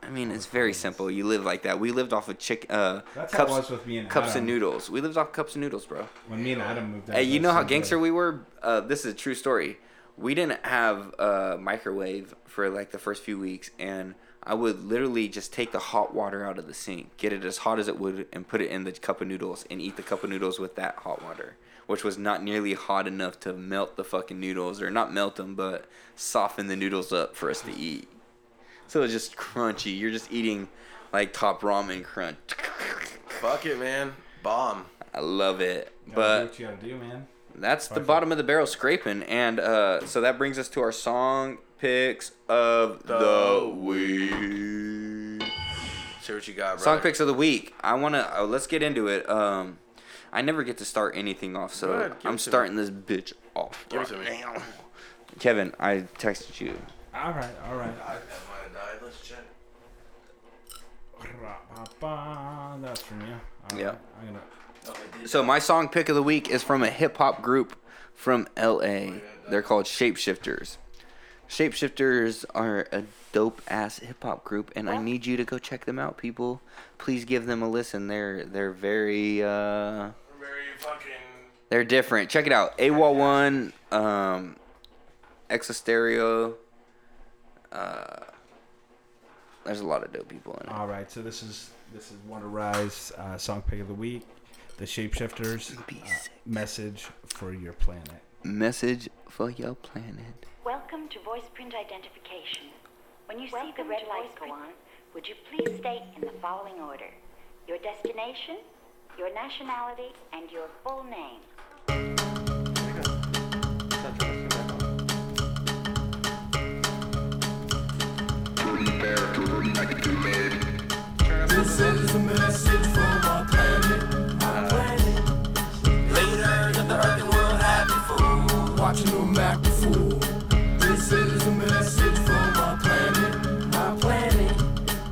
Speaker 3: I mean, it's very simple. You live like that. We lived off of chick uh,
Speaker 14: That's how it was
Speaker 3: cups,
Speaker 14: with me and
Speaker 3: cups
Speaker 14: Adam.
Speaker 3: and noodles. We lived off cups and noodles, bro.
Speaker 14: When me and Adam moved out.
Speaker 3: Hey, you
Speaker 14: that's
Speaker 3: know how
Speaker 14: something.
Speaker 3: gangster we were? Uh, this is a true story. We didn't have a microwave for like the first few weeks, and I would literally just take the hot water out of the sink, get it as hot as it would, and put it in the cup of noodles and eat the cup of noodles with that hot water, which was not nearly hot enough to melt the fucking noodles, or not melt them, but soften the noodles up for us to eat. So it's just crunchy. You're just eating like top ramen crunch.
Speaker 13: Fuck it, man. Bomb.
Speaker 3: I love it.
Speaker 14: Gotta do
Speaker 3: But
Speaker 14: what you gotta do, man.
Speaker 3: that's the bottom of the barrel scraping, and uh, so that brings us to our song picks of the, week.
Speaker 13: See what you got, bro.
Speaker 3: Song picks of the week. I wanna oh, let's get into it. Um, I never get to start anything off, so
Speaker 13: Go ahead, give it to
Speaker 3: I'm
Speaker 13: me.
Speaker 3: starting this bitch off.
Speaker 13: Give it to me.
Speaker 3: Kevin, I texted you.
Speaker 14: All right, all right.
Speaker 13: I might have died. Let's check.
Speaker 14: Ra-ba-ba, That's from you. All
Speaker 3: Yeah.
Speaker 14: right, I'm gonna.
Speaker 3: So my song pick of the week is from a hip hop group from LA. They're called Shapeshifters. Shapeshifters are a dope ass hip hop group, and I need you to go check them out, people. Please give them a listen. They're they're very uh, they're different. Check it out. AWOL one, um, Exostereo. Uh, there's a lot of dope people in it.
Speaker 14: All right, so this is this is Wonder Rise uh, song pick of the week. The Shapeshifters uh, message for your planet.
Speaker 3: Message for your planet.
Speaker 18: Welcome to voice print identification. When you see the red lights go on, would you please state in the following order your destination, your nationality, and your full name?
Speaker 2: This is a message from our planet, our planet. Leaders of the earth and world happy fool, watching them act a fool. This is a message from our planet, our planet.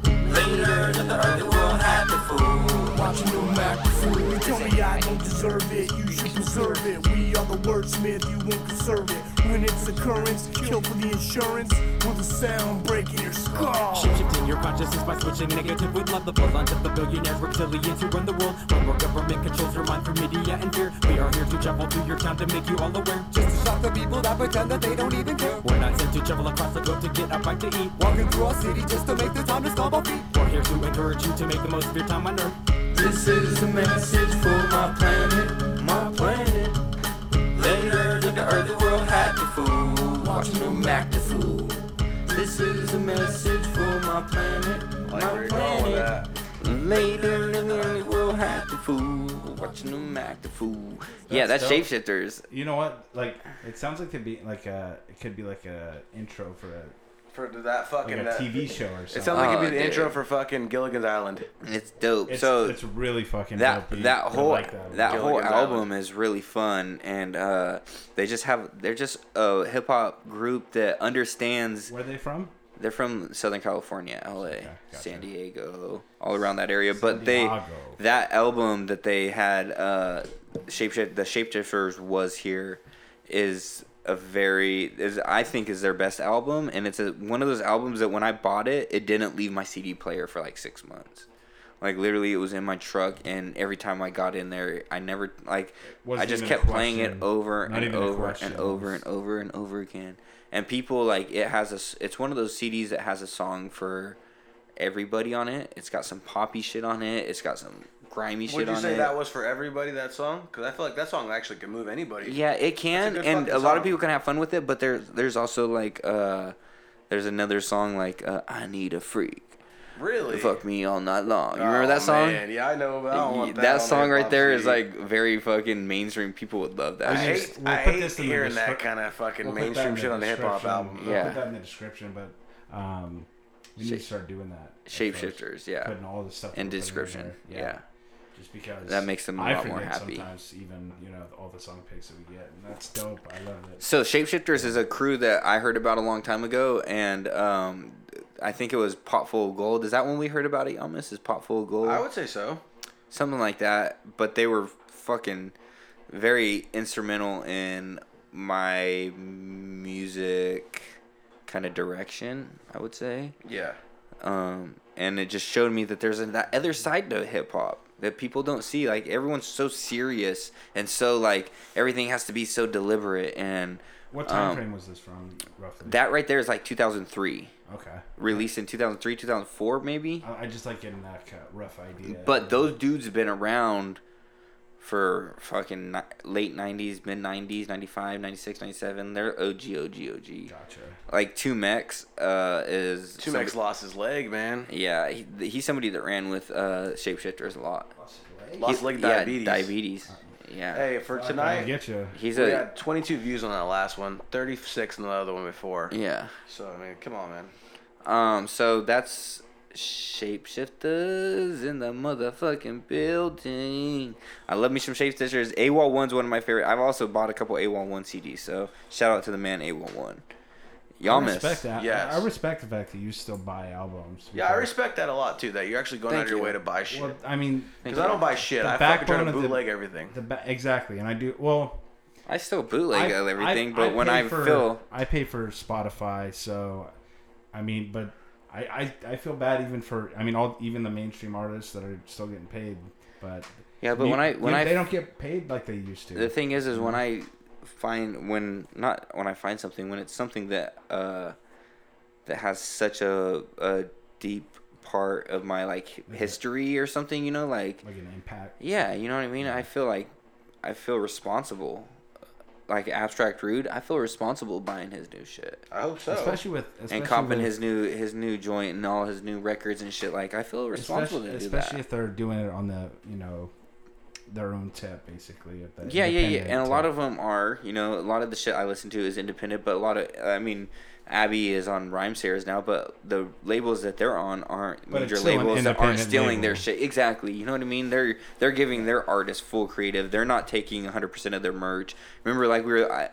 Speaker 2: Leaders of the earth and world happy fool, watching them act a fool.
Speaker 19: You tell me I don't deserve it, you should preserve it. We are the wordsmith, you won't conserve it. When it's occurrence, kill for the insurance, with a sound breaking your skull.
Speaker 20: Shape shifting your consciousness by switching negative with love. The pull onto the billionaires, reptilians who run the world. When more government controls your mind through media and fear, we are here to travel through your town to make you all aware. Just to shock the people that pretend that they don't even care. We're not sent to travel across the globe to get a bite to eat. Walking through our city just to make the time to stomp our feet. We're here to encourage you to make the most of your time on earth.
Speaker 2: This is a message for my planet, my planet. Later that the earth, the world had the fool, watching them act the fool. This is a message for my planet, my planet. Later that the earth, the world had the fool, watching them act the fool. yeah, that's
Speaker 14: That's dope.
Speaker 3: Shapeshifters.
Speaker 14: You know what? Like it sounds like it'd be like a it could be like a intro for a
Speaker 13: For that fucking
Speaker 14: Like a
Speaker 3: uh,
Speaker 13: that-
Speaker 14: TV show or
Speaker 13: It
Speaker 14: something.
Speaker 13: sounds like it'd
Speaker 14: Oh,
Speaker 13: be the
Speaker 14: dude.
Speaker 13: intro for fucking Gilligan's Island.
Speaker 3: It's dope.
Speaker 14: It's-
Speaker 3: so
Speaker 14: it's really fucking
Speaker 3: that
Speaker 14: dope. You-
Speaker 3: that
Speaker 14: I
Speaker 3: whole
Speaker 14: like
Speaker 3: that,
Speaker 14: that.
Speaker 3: whole
Speaker 14: Gilligan's
Speaker 3: album is really fun, and uh, they just have they're just a hip hop group that understands.
Speaker 14: Where are they from?
Speaker 3: They're from Southern California, LA, San Diego, all around that area. But they
Speaker 14: Diego.
Speaker 3: that album that they had uh, shapeshift the shapeshifters was here is a very is I think is their best album, and it's a, one of those albums that when I bought it, it didn't leave my CD player for like six months Like literally, it was in my truck, and every time I got in there, I never like
Speaker 14: Wasn't
Speaker 3: I just
Speaker 14: even a
Speaker 3: kept playing it
Speaker 14: question.
Speaker 3: over
Speaker 14: Not
Speaker 3: and
Speaker 14: even a
Speaker 3: over and
Speaker 14: question.
Speaker 3: over and over and over again. And people like it has a. s- It's one of those CDs that has a song for everybody on it. It's got some poppy shit on it. It's got some grimy shit
Speaker 13: Would you
Speaker 3: on
Speaker 13: say
Speaker 3: it.
Speaker 13: that was for everybody? That song? Because I feel like that song actually could move anybody.
Speaker 3: Yeah, it can,
Speaker 13: good
Speaker 3: and
Speaker 13: fucking
Speaker 3: a lot of
Speaker 13: song.
Speaker 3: people can have fun with it. But there's there's also like uh, there's another song like uh, I need a freak.
Speaker 13: Really?
Speaker 3: Fuck me all night long. You remember
Speaker 13: Oh,
Speaker 3: that song?
Speaker 13: man, yeah, I know, but I don't want that
Speaker 3: that
Speaker 13: on
Speaker 3: song
Speaker 13: my
Speaker 3: right
Speaker 13: pop
Speaker 3: there is
Speaker 13: CD.
Speaker 3: like very fucking mainstream. People would love that.
Speaker 13: I
Speaker 3: shit.
Speaker 13: hate, I hate hearing that kind of
Speaker 14: We'll
Speaker 13: fucking
Speaker 14: put that in
Speaker 13: mainstream
Speaker 14: the
Speaker 13: shit on the hip hop
Speaker 14: description.
Speaker 13: album.
Speaker 14: We'll put that in the description, but um, we need to
Speaker 3: Shape-
Speaker 14: start doing that. as far as
Speaker 3: Shapeshifters, yeah.
Speaker 14: Putting all the stuff
Speaker 3: in
Speaker 14: we're putting
Speaker 3: description,
Speaker 14: there.
Speaker 3: yeah.
Speaker 14: Just because
Speaker 3: That makes them a
Speaker 14: I
Speaker 3: lot more
Speaker 14: forget
Speaker 3: happy.
Speaker 14: Sometimes even you know all the song picks that we get, and that's dope. I love it.
Speaker 3: So Shapeshifters is a crew that I heard about a long time ago, and um, I think it was Pot Full of Gold. Is that when we heard about it? Almost is Pot Full of Gold.
Speaker 13: I would say so.
Speaker 3: something like that. But they were fucking very instrumental in my music kind of direction. I would say.
Speaker 13: Yeah.
Speaker 3: Um, and it just showed me that there's an, that other side to hip hop that people don't see. Like everyone's so serious and so like everything has to be so deliberate and.
Speaker 14: What time
Speaker 3: um,
Speaker 14: frame was this from, roughly?
Speaker 3: that right there is like 2003.
Speaker 14: Okay.
Speaker 3: Released in 2003, 2004, maybe.
Speaker 14: I, I just like getting that kind of rough idea.
Speaker 3: But those dudes have been around for fucking ni- late 90s, mid 90s, 95, 96, 97. They're OG, OG, OG.
Speaker 14: Gotcha.
Speaker 3: Like 2Mex uh, is.
Speaker 13: Two Max lost his leg, man.
Speaker 3: Yeah, he, he's somebody that ran with uh, Shapeshifters a lot.
Speaker 13: Lost leg
Speaker 3: Yeah,
Speaker 13: diabetes.
Speaker 3: diabetes. Yeah.
Speaker 13: Hey, for
Speaker 3: I
Speaker 13: tonight,
Speaker 14: get you.
Speaker 3: He's
Speaker 13: we
Speaker 3: a-
Speaker 13: had 22 views on that last one, 36 on the other one before.
Speaker 3: Yeah.
Speaker 13: So I mean, come on, man.
Speaker 3: Um, so that's shapeshifters in the motherfucking building. I love me some shapeshifters. AWOL one's one of my favorite. I've also bought a couple AWOL one CDs. So shout out to the man AWOL one. Y'all
Speaker 14: I
Speaker 3: miss.
Speaker 14: respect that.
Speaker 13: Yes.
Speaker 14: I I respect the fact that you still buy albums.
Speaker 13: Yeah, I respect that a lot too. That you're actually going
Speaker 14: Thank
Speaker 13: out of your
Speaker 14: you.
Speaker 13: way to buy shit.
Speaker 14: Well, I mean,
Speaker 13: because I don't buy shit.
Speaker 14: The
Speaker 13: I fucking try
Speaker 14: backbone
Speaker 13: to
Speaker 14: of the-
Speaker 13: bootleg everything.
Speaker 14: The ba- exactly, and I do well.
Speaker 3: I still bootleg
Speaker 14: I-
Speaker 3: everything, but when
Speaker 14: pay
Speaker 3: I
Speaker 14: for-
Speaker 3: feel
Speaker 14: I pay for Spotify, so I mean, but I, I I feel bad even for I mean all even the mainstream artists that are still getting paid, but
Speaker 3: Yeah, but
Speaker 14: you-
Speaker 3: when I-
Speaker 14: you-
Speaker 3: when I-
Speaker 14: they don't get paid like they used to.
Speaker 3: the thing is, is when I find when not when I find something when it's something that uh that has such a a deep part of my like
Speaker 14: Mm-hmm.
Speaker 3: history or something, you know, like
Speaker 14: like an impact.
Speaker 3: Yeah, you know what I mean. I feel like I feel responsible. Like abstract rude, I feel responsible buying his new shit.
Speaker 13: I hope so.
Speaker 14: Especially with- especially
Speaker 3: and copping
Speaker 14: with-
Speaker 3: his new his new joint and all his new records and shit. Like I feel responsible
Speaker 14: especially,
Speaker 3: to do
Speaker 14: especially
Speaker 3: that.
Speaker 14: if they're doing it on the you know their own tip basically. If that
Speaker 3: yeah, yeah, yeah.
Speaker 14: independent
Speaker 3: And a
Speaker 14: tip.
Speaker 3: lot of them are, you know, a lot of the shit I listen to is independent, but a lot of, I mean, Abby is on Rhyme Sayers now, but the labels that they're on aren't
Speaker 14: But it's
Speaker 3: major
Speaker 14: still an
Speaker 3: labels that aren't
Speaker 14: independent
Speaker 3: stealing their
Speaker 14: label.
Speaker 3: shit. Exactly. You know what I mean? They're they're giving their artists full creative. They're not taking 100% of their merch. Remember, like, we were, I,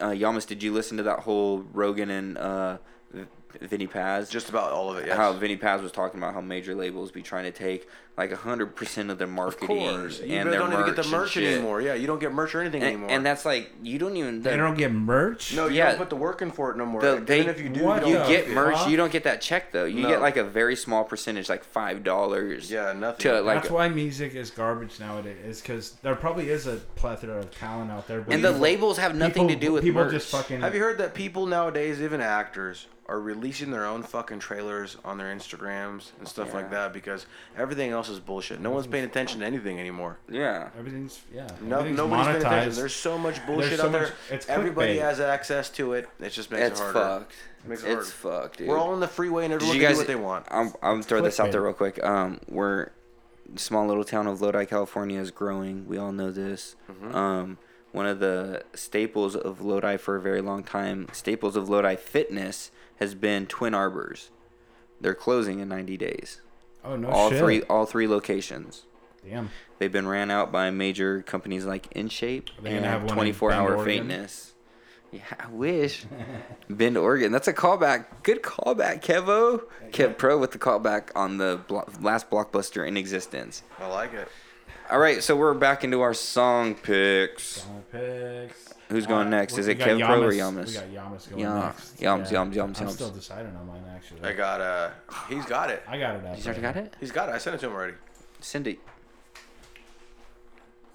Speaker 3: uh, Yamas, did you listen to that whole Rogan and, uh, V- Vinny Paz,
Speaker 13: just about all of it. Yes.
Speaker 3: How Vinny Paz was talking about how major labels be trying to take like hundred percent of their marketing
Speaker 13: course. You really
Speaker 3: and their
Speaker 13: don't
Speaker 3: merch
Speaker 13: even get the
Speaker 3: and
Speaker 13: merch
Speaker 3: shit.
Speaker 13: anymore. Yeah, you don't get merch or anything
Speaker 3: and,
Speaker 13: anymore.
Speaker 3: and that's like you don't even.
Speaker 14: they don't get merch.
Speaker 13: no, you
Speaker 3: yeah.
Speaker 13: don't put the work in for it no more.
Speaker 3: the-
Speaker 13: Even
Speaker 3: they-
Speaker 13: if you do,
Speaker 3: you,
Speaker 13: you, don't
Speaker 3: get
Speaker 13: get it.
Speaker 3: merch. You don't get that check though. You
Speaker 13: No.
Speaker 3: get like a very small percentage, like five dollars. Yeah,
Speaker 13: nothing.
Speaker 3: To like,
Speaker 14: That's why music is garbage nowadays, is because there probably is a plethora of talent out there.
Speaker 3: And the labels have nothing to do with
Speaker 14: people
Speaker 3: merch.
Speaker 14: just fucking.
Speaker 13: Have you heard that people nowadays, even actors, are releasing their own fucking trailers on their Instagrams and stuff like
Speaker 14: Yeah.
Speaker 13: that because everything else is bullshit. No one's
Speaker 3: Mm-hmm.
Speaker 13: paying attention to anything anymore.
Speaker 3: Yeah.
Speaker 14: Everything's yeah.
Speaker 13: No,
Speaker 14: everything's
Speaker 13: nobody's paying attention.
Speaker 14: monetized.
Speaker 13: There's so much
Speaker 14: There's
Speaker 13: bullshit
Speaker 14: so
Speaker 13: out there.
Speaker 14: much- it's
Speaker 13: Everybody
Speaker 14: clickbait.
Speaker 13: has access to it. It just makes
Speaker 3: It's
Speaker 13: it harder.
Speaker 3: fucked.
Speaker 13: Makes it
Speaker 3: It's
Speaker 13: harder.
Speaker 3: fucked, dude.
Speaker 13: We're all in the freeway and everyone
Speaker 3: Did
Speaker 13: can do what they want.
Speaker 3: I'm, I'm throw this out there
Speaker 13: clickbait.
Speaker 3: real quick. Um, we're small little town of Lodi, California is growing. We all know this.
Speaker 13: Mhm.
Speaker 3: Um, one of the staples of Lodi for a very long time, staples of Lodi fitness has been Twin Arbors. They're closing in 90 days.
Speaker 14: Oh, no
Speaker 3: all
Speaker 14: shit.
Speaker 3: three all three locations.
Speaker 14: Damn.
Speaker 3: They've been ran out by major companies like InShape
Speaker 14: Are they gonna have one
Speaker 3: and
Speaker 14: in
Speaker 3: 24
Speaker 14: Bend,
Speaker 3: Hour
Speaker 14: Oregon?
Speaker 3: Faintness. Yeah, I wish. *laughs* Bend, Oregon. That's a callback. Good callback, Kevo. Kev Pro with the callback on the blo- last blockbuster in existence.
Speaker 13: I like it.
Speaker 3: All right, so we're back into our song picks.
Speaker 14: Picks. Uh,
Speaker 3: Who's going next? Is
Speaker 14: we
Speaker 3: it
Speaker 14: got
Speaker 3: Kev Pro or
Speaker 14: Yamas.
Speaker 3: Yamas?
Speaker 14: We got Yamas going
Speaker 3: Yum-
Speaker 14: next.
Speaker 3: Yums,
Speaker 14: Yeah.
Speaker 3: yums, yums,
Speaker 14: I'm
Speaker 3: yums.
Speaker 14: still deciding on mine actually.
Speaker 13: I got uh he's got it.
Speaker 14: I got it. Up
Speaker 3: He's already got it?
Speaker 13: He's got it. I sent it to him already.
Speaker 3: Send it.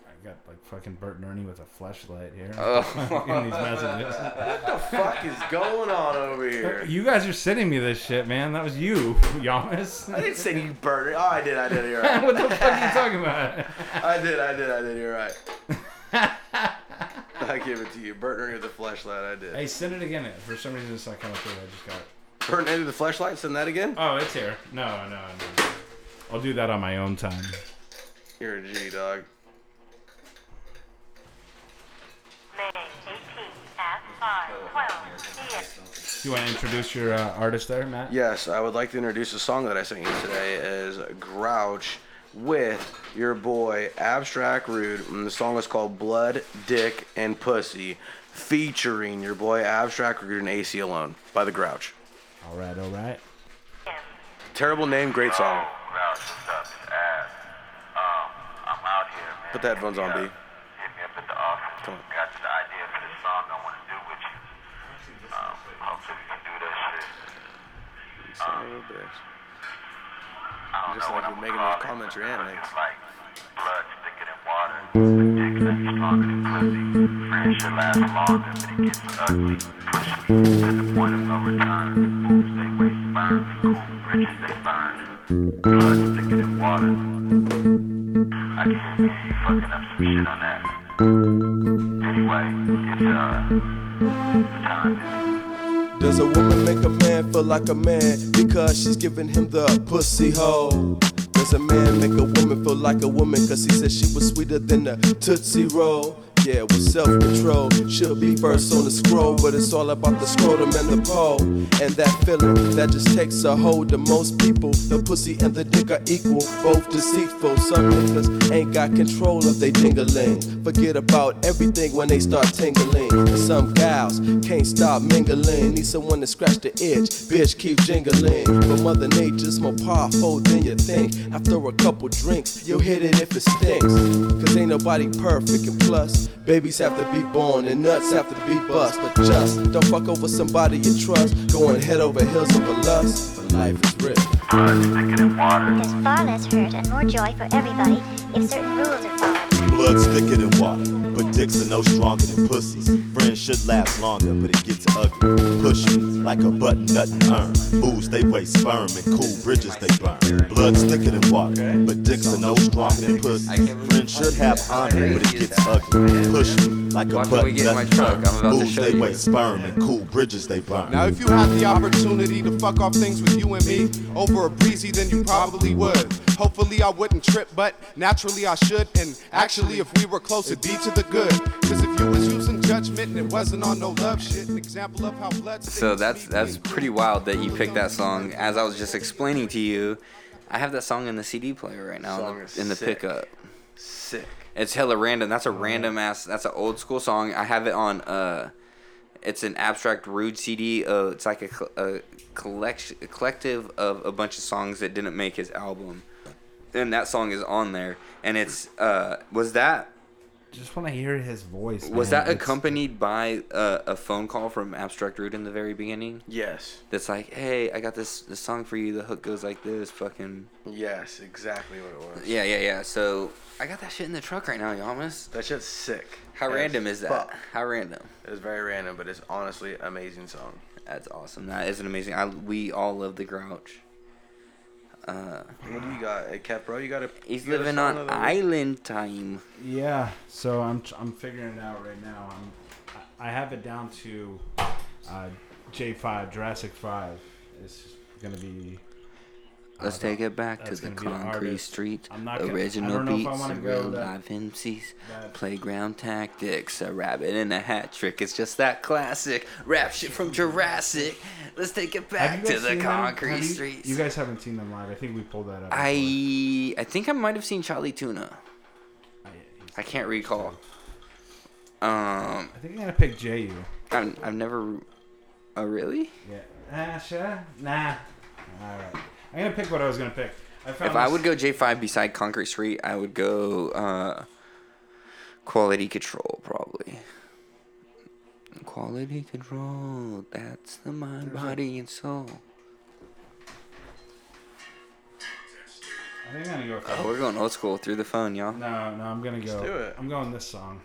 Speaker 14: I got like fucking Bert and Ernie with a flashlight here.
Speaker 13: Oh.
Speaker 14: *laughs* in these
Speaker 3: *laughs*
Speaker 14: messages.
Speaker 13: What the fuck is going on *laughs* over here?
Speaker 14: You guys are sending me this shit, man. That was you, *laughs* Yamas.
Speaker 13: I didn't say you burned it. Oh, I did. I did. *laughs* You're right.
Speaker 14: What the fuck are you talking *laughs* about?
Speaker 13: I did. I did. I did. You're *laughs* right. I give it to you. Bert Ernie with the flashlight. I did.
Speaker 14: Hey, send it again. For some reason, it's not coming through. I just got it.
Speaker 13: Bert Ernie with the flashlight. Send that again.
Speaker 14: Oh, it's here. No, no, no. I'll do that on my own time.
Speaker 13: You're a G dog.
Speaker 14: You want to introduce your uh, artist there, Matt?
Speaker 13: Yes, I would like to introduce a song that I sent you today is Grouch with your boy Abstract Rude. And the song is called Blood, Dick, and Pussy, featuring your boy Abstract Rude and AC Alone by the Grouch.
Speaker 14: All right, all right.
Speaker 13: Terrible name, great
Speaker 21: Oh,
Speaker 13: song.
Speaker 21: Grouch, what's up? It's Ab. Um, I'm out here, man.
Speaker 13: Put the headphones on, B.
Speaker 21: Hit me up at the office.
Speaker 13: Come on.
Speaker 21: Got the idea for the song I want to do with you. Um, hopefully we can do that shit.
Speaker 13: Son of a bitch. Just like you're making those commentary antics.
Speaker 21: Blood thicker than water. Dick that's stronger than pussy. Friendship lasts longer, but it gets ugly. Push me to the point of no return. Moves they waste, burn me. Cool bridges they burn. Blood thicker than water. I can hear you fucking up some shit on that. Anyway, it's uh, time.
Speaker 22: Does a woman make a man feel like a man because she's giving him the pussy hole? Does a man make a woman feel like a woman because he said she was sweeter than a Tootsie Roll? Yeah, with self control, she'll be first on the scroll, but it's all about the scrotum and the pole. And that feeling that just takes a hold of most people. The pussy and the dick are equal, both deceitful. Some niggas ain't got control of they dingling. Forget about everything when they start tingling. And some gals can't stop mingling. Need someone to scratch the itch, bitch, keep jingling. But Mother Nature's more powerful than you think. After a couple drinks, you'll hit it if it stinks. Cause ain't nobody perfect, and plus, babies have to be born and nuts have to be bust. But just don't fuck over somebody you trust. Going head over heels over lust. But life is rich.
Speaker 18: There's far less hurt and more joy for everybody if certain rules are followed.
Speaker 23: Blood's thicker than water, but dicks are no stronger than pussies. Friends should last longer, but it gets ugly. Push me like a button nut and urn. Fools they waste sperm and cool bridges they burn. Blood's thicker than water, but dicks are no stronger than pussies. Friends should have honor, but it gets ugly. Push me like a button nut and urn. Fools they waste sperm and cool bridges they burn.
Speaker 24: Now, if you had the opportunity to fuck off things with you and me over a breezy, then you probably would. Hopefully, I wouldn't trip, but naturally, I should. And actually, if we were close, it'd be to the good. Cause if you was using judgment and it wasn't on no love shit, an example of how blood.
Speaker 3: So that's that's pretty wild that you picked that song. As I was just explaining to you, I have that song in the CD player right now in
Speaker 13: Song is
Speaker 3: the, in the
Speaker 13: sick.
Speaker 3: pickup.
Speaker 13: Sick.
Speaker 3: It's hella random. That's a random ass. That's an old school song. I have it on. Uh, it's an abstract rude CD. Uh, it's like a, cl- a collection, a collective of a bunch of songs that didn't make his album, and that song is on there. And it's uh, was that
Speaker 14: Just want to hear his voice.
Speaker 3: was
Speaker 14: man.
Speaker 3: that accompanied by uh, a phone call from Abstract Rude in the very beginning?
Speaker 13: Yes.
Speaker 3: That's like, hey, I got this this song for you. The hook goes like this, fucking.
Speaker 13: Yes, exactly what it was.
Speaker 3: Yeah, yeah, yeah. So I got that shit in the truck right now, Yamas.
Speaker 13: That shit's sick.
Speaker 3: How
Speaker 13: As
Speaker 3: random is that?
Speaker 13: fuck.
Speaker 3: How random.
Speaker 13: It was very random, but it's honestly amazing song.
Speaker 3: That's awesome. That is an amazing. I we all love the Grouch. Uh,
Speaker 13: What do you got, Hey, Kev, bro? You got a.
Speaker 3: he's
Speaker 13: you got a
Speaker 3: living
Speaker 13: song
Speaker 3: on
Speaker 13: of the week?
Speaker 3: island time.
Speaker 14: Yeah, so I'm tr- I'm figuring it out right now. I'm, I I have it down to uh, J5 Jurassic 5 is gonna be. uh,
Speaker 3: Let's
Speaker 14: the-
Speaker 3: take it back to
Speaker 14: that's
Speaker 3: the
Speaker 14: gonna be
Speaker 3: concrete
Speaker 14: artist.
Speaker 3: street.
Speaker 14: I'm not gonna- I
Speaker 3: Original
Speaker 14: don't know if I
Speaker 3: beats,
Speaker 14: wanna go
Speaker 3: real
Speaker 14: that-
Speaker 3: live MCs,
Speaker 14: that-
Speaker 3: playground tactics, a rabbit and a hat trick. It's just that classic rap shit from Jurassic. Let's take it
Speaker 14: Have
Speaker 3: back
Speaker 14: you
Speaker 3: to
Speaker 14: guys
Speaker 3: the
Speaker 14: seen them?
Speaker 3: concrete
Speaker 14: Have you-
Speaker 3: streets.
Speaker 14: You guys haven't seen them live. I think we pulled that up.
Speaker 3: I I think I might have seen Charlie Tuna. I can't recall. Um,
Speaker 14: I think I'm gonna pick Ju.
Speaker 3: I've, I've never. Oh really?
Speaker 14: Yeah. Ah, sure. Nah. All right. I'm gonna pick what I was gonna pick. I found
Speaker 3: If I
Speaker 14: this-
Speaker 3: would go J5 beside Concrete Street, I would go uh, Quality Control probably. Quality control. That's the mind, body, and soul.
Speaker 14: I think I'm gonna go.
Speaker 3: Oh, we're going old school through the phone, y'all.
Speaker 14: No, no, I'm gonna go.
Speaker 3: do
Speaker 14: I'm going this song.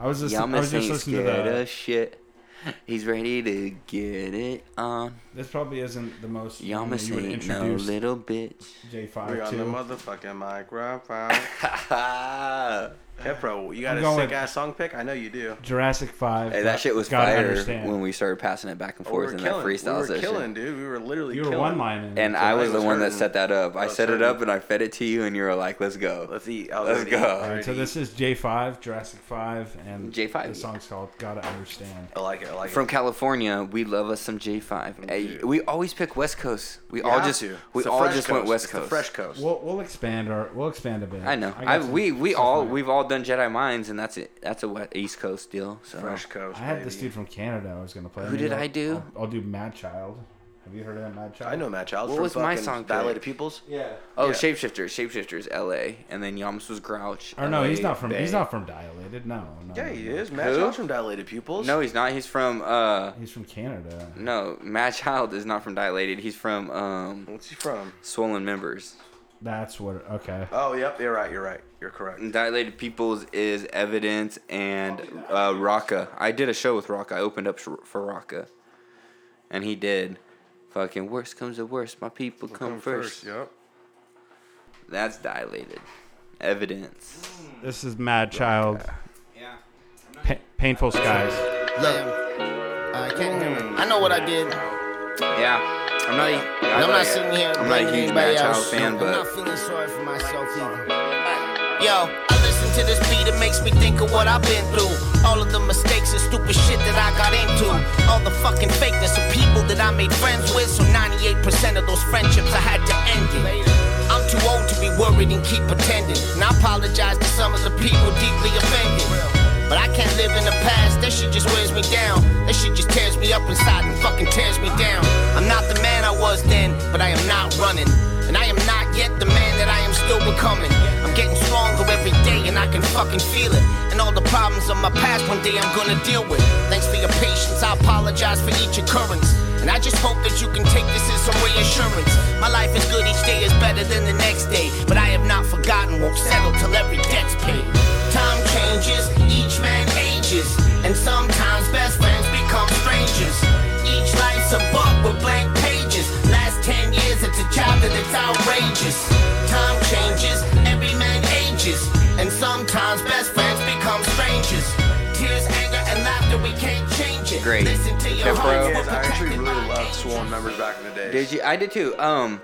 Speaker 14: I was just, I
Speaker 3: y'all
Speaker 14: was
Speaker 3: must
Speaker 14: just
Speaker 3: ain't
Speaker 14: listening to
Speaker 3: scared
Speaker 14: the.
Speaker 3: of shit. He's ready to get it on.
Speaker 14: This probably isn't the most.
Speaker 3: Y'all
Speaker 14: one that
Speaker 3: must
Speaker 14: Mm, you would
Speaker 3: ain't no
Speaker 14: introduce
Speaker 13: *laughs*
Speaker 3: little bitch.
Speaker 14: J5
Speaker 13: We're
Speaker 14: to.
Speaker 13: on the
Speaker 14: *laughs*
Speaker 13: motherfucking microphone. Hepro, you got
Speaker 14: I'm
Speaker 13: a
Speaker 14: going
Speaker 13: sick
Speaker 14: with-
Speaker 13: ass song pick? I know you do.
Speaker 14: Jurassic Five.
Speaker 3: Hey, that shit was
Speaker 14: Gotta
Speaker 3: fire
Speaker 14: understand.
Speaker 3: when we started passing it back and
Speaker 13: Oh, we were
Speaker 3: forth in that
Speaker 13: killing-
Speaker 3: freestyle
Speaker 13: we were
Speaker 3: session.
Speaker 13: killing, dude. We were literally
Speaker 14: You were
Speaker 13: killing.
Speaker 14: one-lining.
Speaker 3: And I was the one that
Speaker 13: hurting.
Speaker 3: set that up. I,
Speaker 13: was
Speaker 3: set it
Speaker 13: hurting.
Speaker 3: up and I fed it to you, and you were like, "Let's go,
Speaker 13: let's eat, I was
Speaker 3: let's
Speaker 13: already
Speaker 3: go."
Speaker 14: All right, so this is J5, Jurassic 5, and
Speaker 3: J5,
Speaker 14: the song's called Gotta Understand.
Speaker 13: I like it. I like
Speaker 3: From California, we love us some J five. Hey, we always pick West Coast. We
Speaker 14: You
Speaker 3: all
Speaker 14: have
Speaker 3: just
Speaker 14: to.
Speaker 3: we
Speaker 14: It's the
Speaker 3: all
Speaker 14: fresh
Speaker 3: just went
Speaker 14: coast.
Speaker 3: West
Speaker 14: It's the
Speaker 3: Coast.
Speaker 13: fresh coast.
Speaker 14: We'll, we'll expand our we'll expand a bit.
Speaker 3: I know.
Speaker 14: got
Speaker 3: I,
Speaker 14: some-
Speaker 3: we we all we've all done Jedi Minds, and that's it. That's a West, East Coast deal. So.
Speaker 13: Fresh Coast.
Speaker 14: I had this dude from Canada. I was gonna play.
Speaker 3: Who
Speaker 14: Maybe
Speaker 3: did
Speaker 14: I'll-
Speaker 3: I do?
Speaker 14: I'll, I'll do Mad Child. Have you heard of that Mad Child?
Speaker 13: I know Matt Child.
Speaker 3: What
Speaker 13: from
Speaker 3: was my
Speaker 13: fucking
Speaker 3: song pick?
Speaker 13: Dilated Peoples?
Speaker 14: Yeah.
Speaker 3: Oh,
Speaker 13: Yeah.
Speaker 3: Shapeshifters, Shapeshifters, L.A. And then Yams was Grouch.
Speaker 14: Or no, he's
Speaker 3: LA,
Speaker 14: not from. He's
Speaker 3: Bay.
Speaker 14: not from Dilated. No. no
Speaker 13: Yeah, he is. Matt
Speaker 3: Who?
Speaker 13: Child's from Dilated Pupils.
Speaker 3: No, he's not. He's from. uh
Speaker 14: He's from Canada.
Speaker 3: No, Matt Child is not from Dilated. He's from. um
Speaker 13: What's he from?
Speaker 3: Swollen Members.
Speaker 14: That's what. Okay.
Speaker 13: Oh, yep. You're right. You're right. You're correct.
Speaker 3: Dilated Peoples is Evidence and uh, Rocka. I did a show with Rocka. I opened up sh- for Rocka, and he did. Fucking worst comes to worst. My people come, first.
Speaker 13: Yep.
Speaker 3: That's dilated. Evidence.
Speaker 14: This is Mad Child. Yeah. Pa- Painful skies.
Speaker 1: Look, I can't hear me. I know what I did.
Speaker 3: Yeah, I'm not. e,
Speaker 1: I'm, not sitting here.
Speaker 3: I'm not a huge
Speaker 1: blaming
Speaker 3: Mad
Speaker 1: anybody
Speaker 3: Child
Speaker 1: else.
Speaker 3: fan,
Speaker 1: I'm
Speaker 3: but
Speaker 1: not feeling sorry for myself either. Yo, I listen to this beat. It makes me think of what I've been through. All of the mistakes and stupid shit that I got into. All the fucking fakeness of people that I made friends with. So 98% of those friendships I had to end it. I'm too old to be worried and keep pretending. And I apologize to some of the people deeply offended. But I can't live in the past, that shit just wears me down. That shit just tears me up inside and fucking tears me down. I'm not the man I was then, but I am not running. And I am not yet the man that I am still becoming. I'm getting stronger every day and I can fucking feel it. And all the problems of my past one day I'm gonna deal with. Thanks for your patience, I apologize for each occurrence. And I just hope that you can take this as some reassurance. My life is good, each day is better than the next day. But I have not forgotten, won't settle till every debt's paid. Time changes, each man ages, and sometimes best friends become strangers. Each life's a book with blank pages. Last ten years, it's a chapter that's outrageous. Time changes, every man ages, and sometimes best friends become strangers. Tears, anger, and laughter, we can't change it.
Speaker 3: Great.
Speaker 1: Listen to your
Speaker 3: Good, bro.
Speaker 1: heart.
Speaker 13: I actually really loved Swollen Members back in the day.
Speaker 3: Did you? I did too. Um,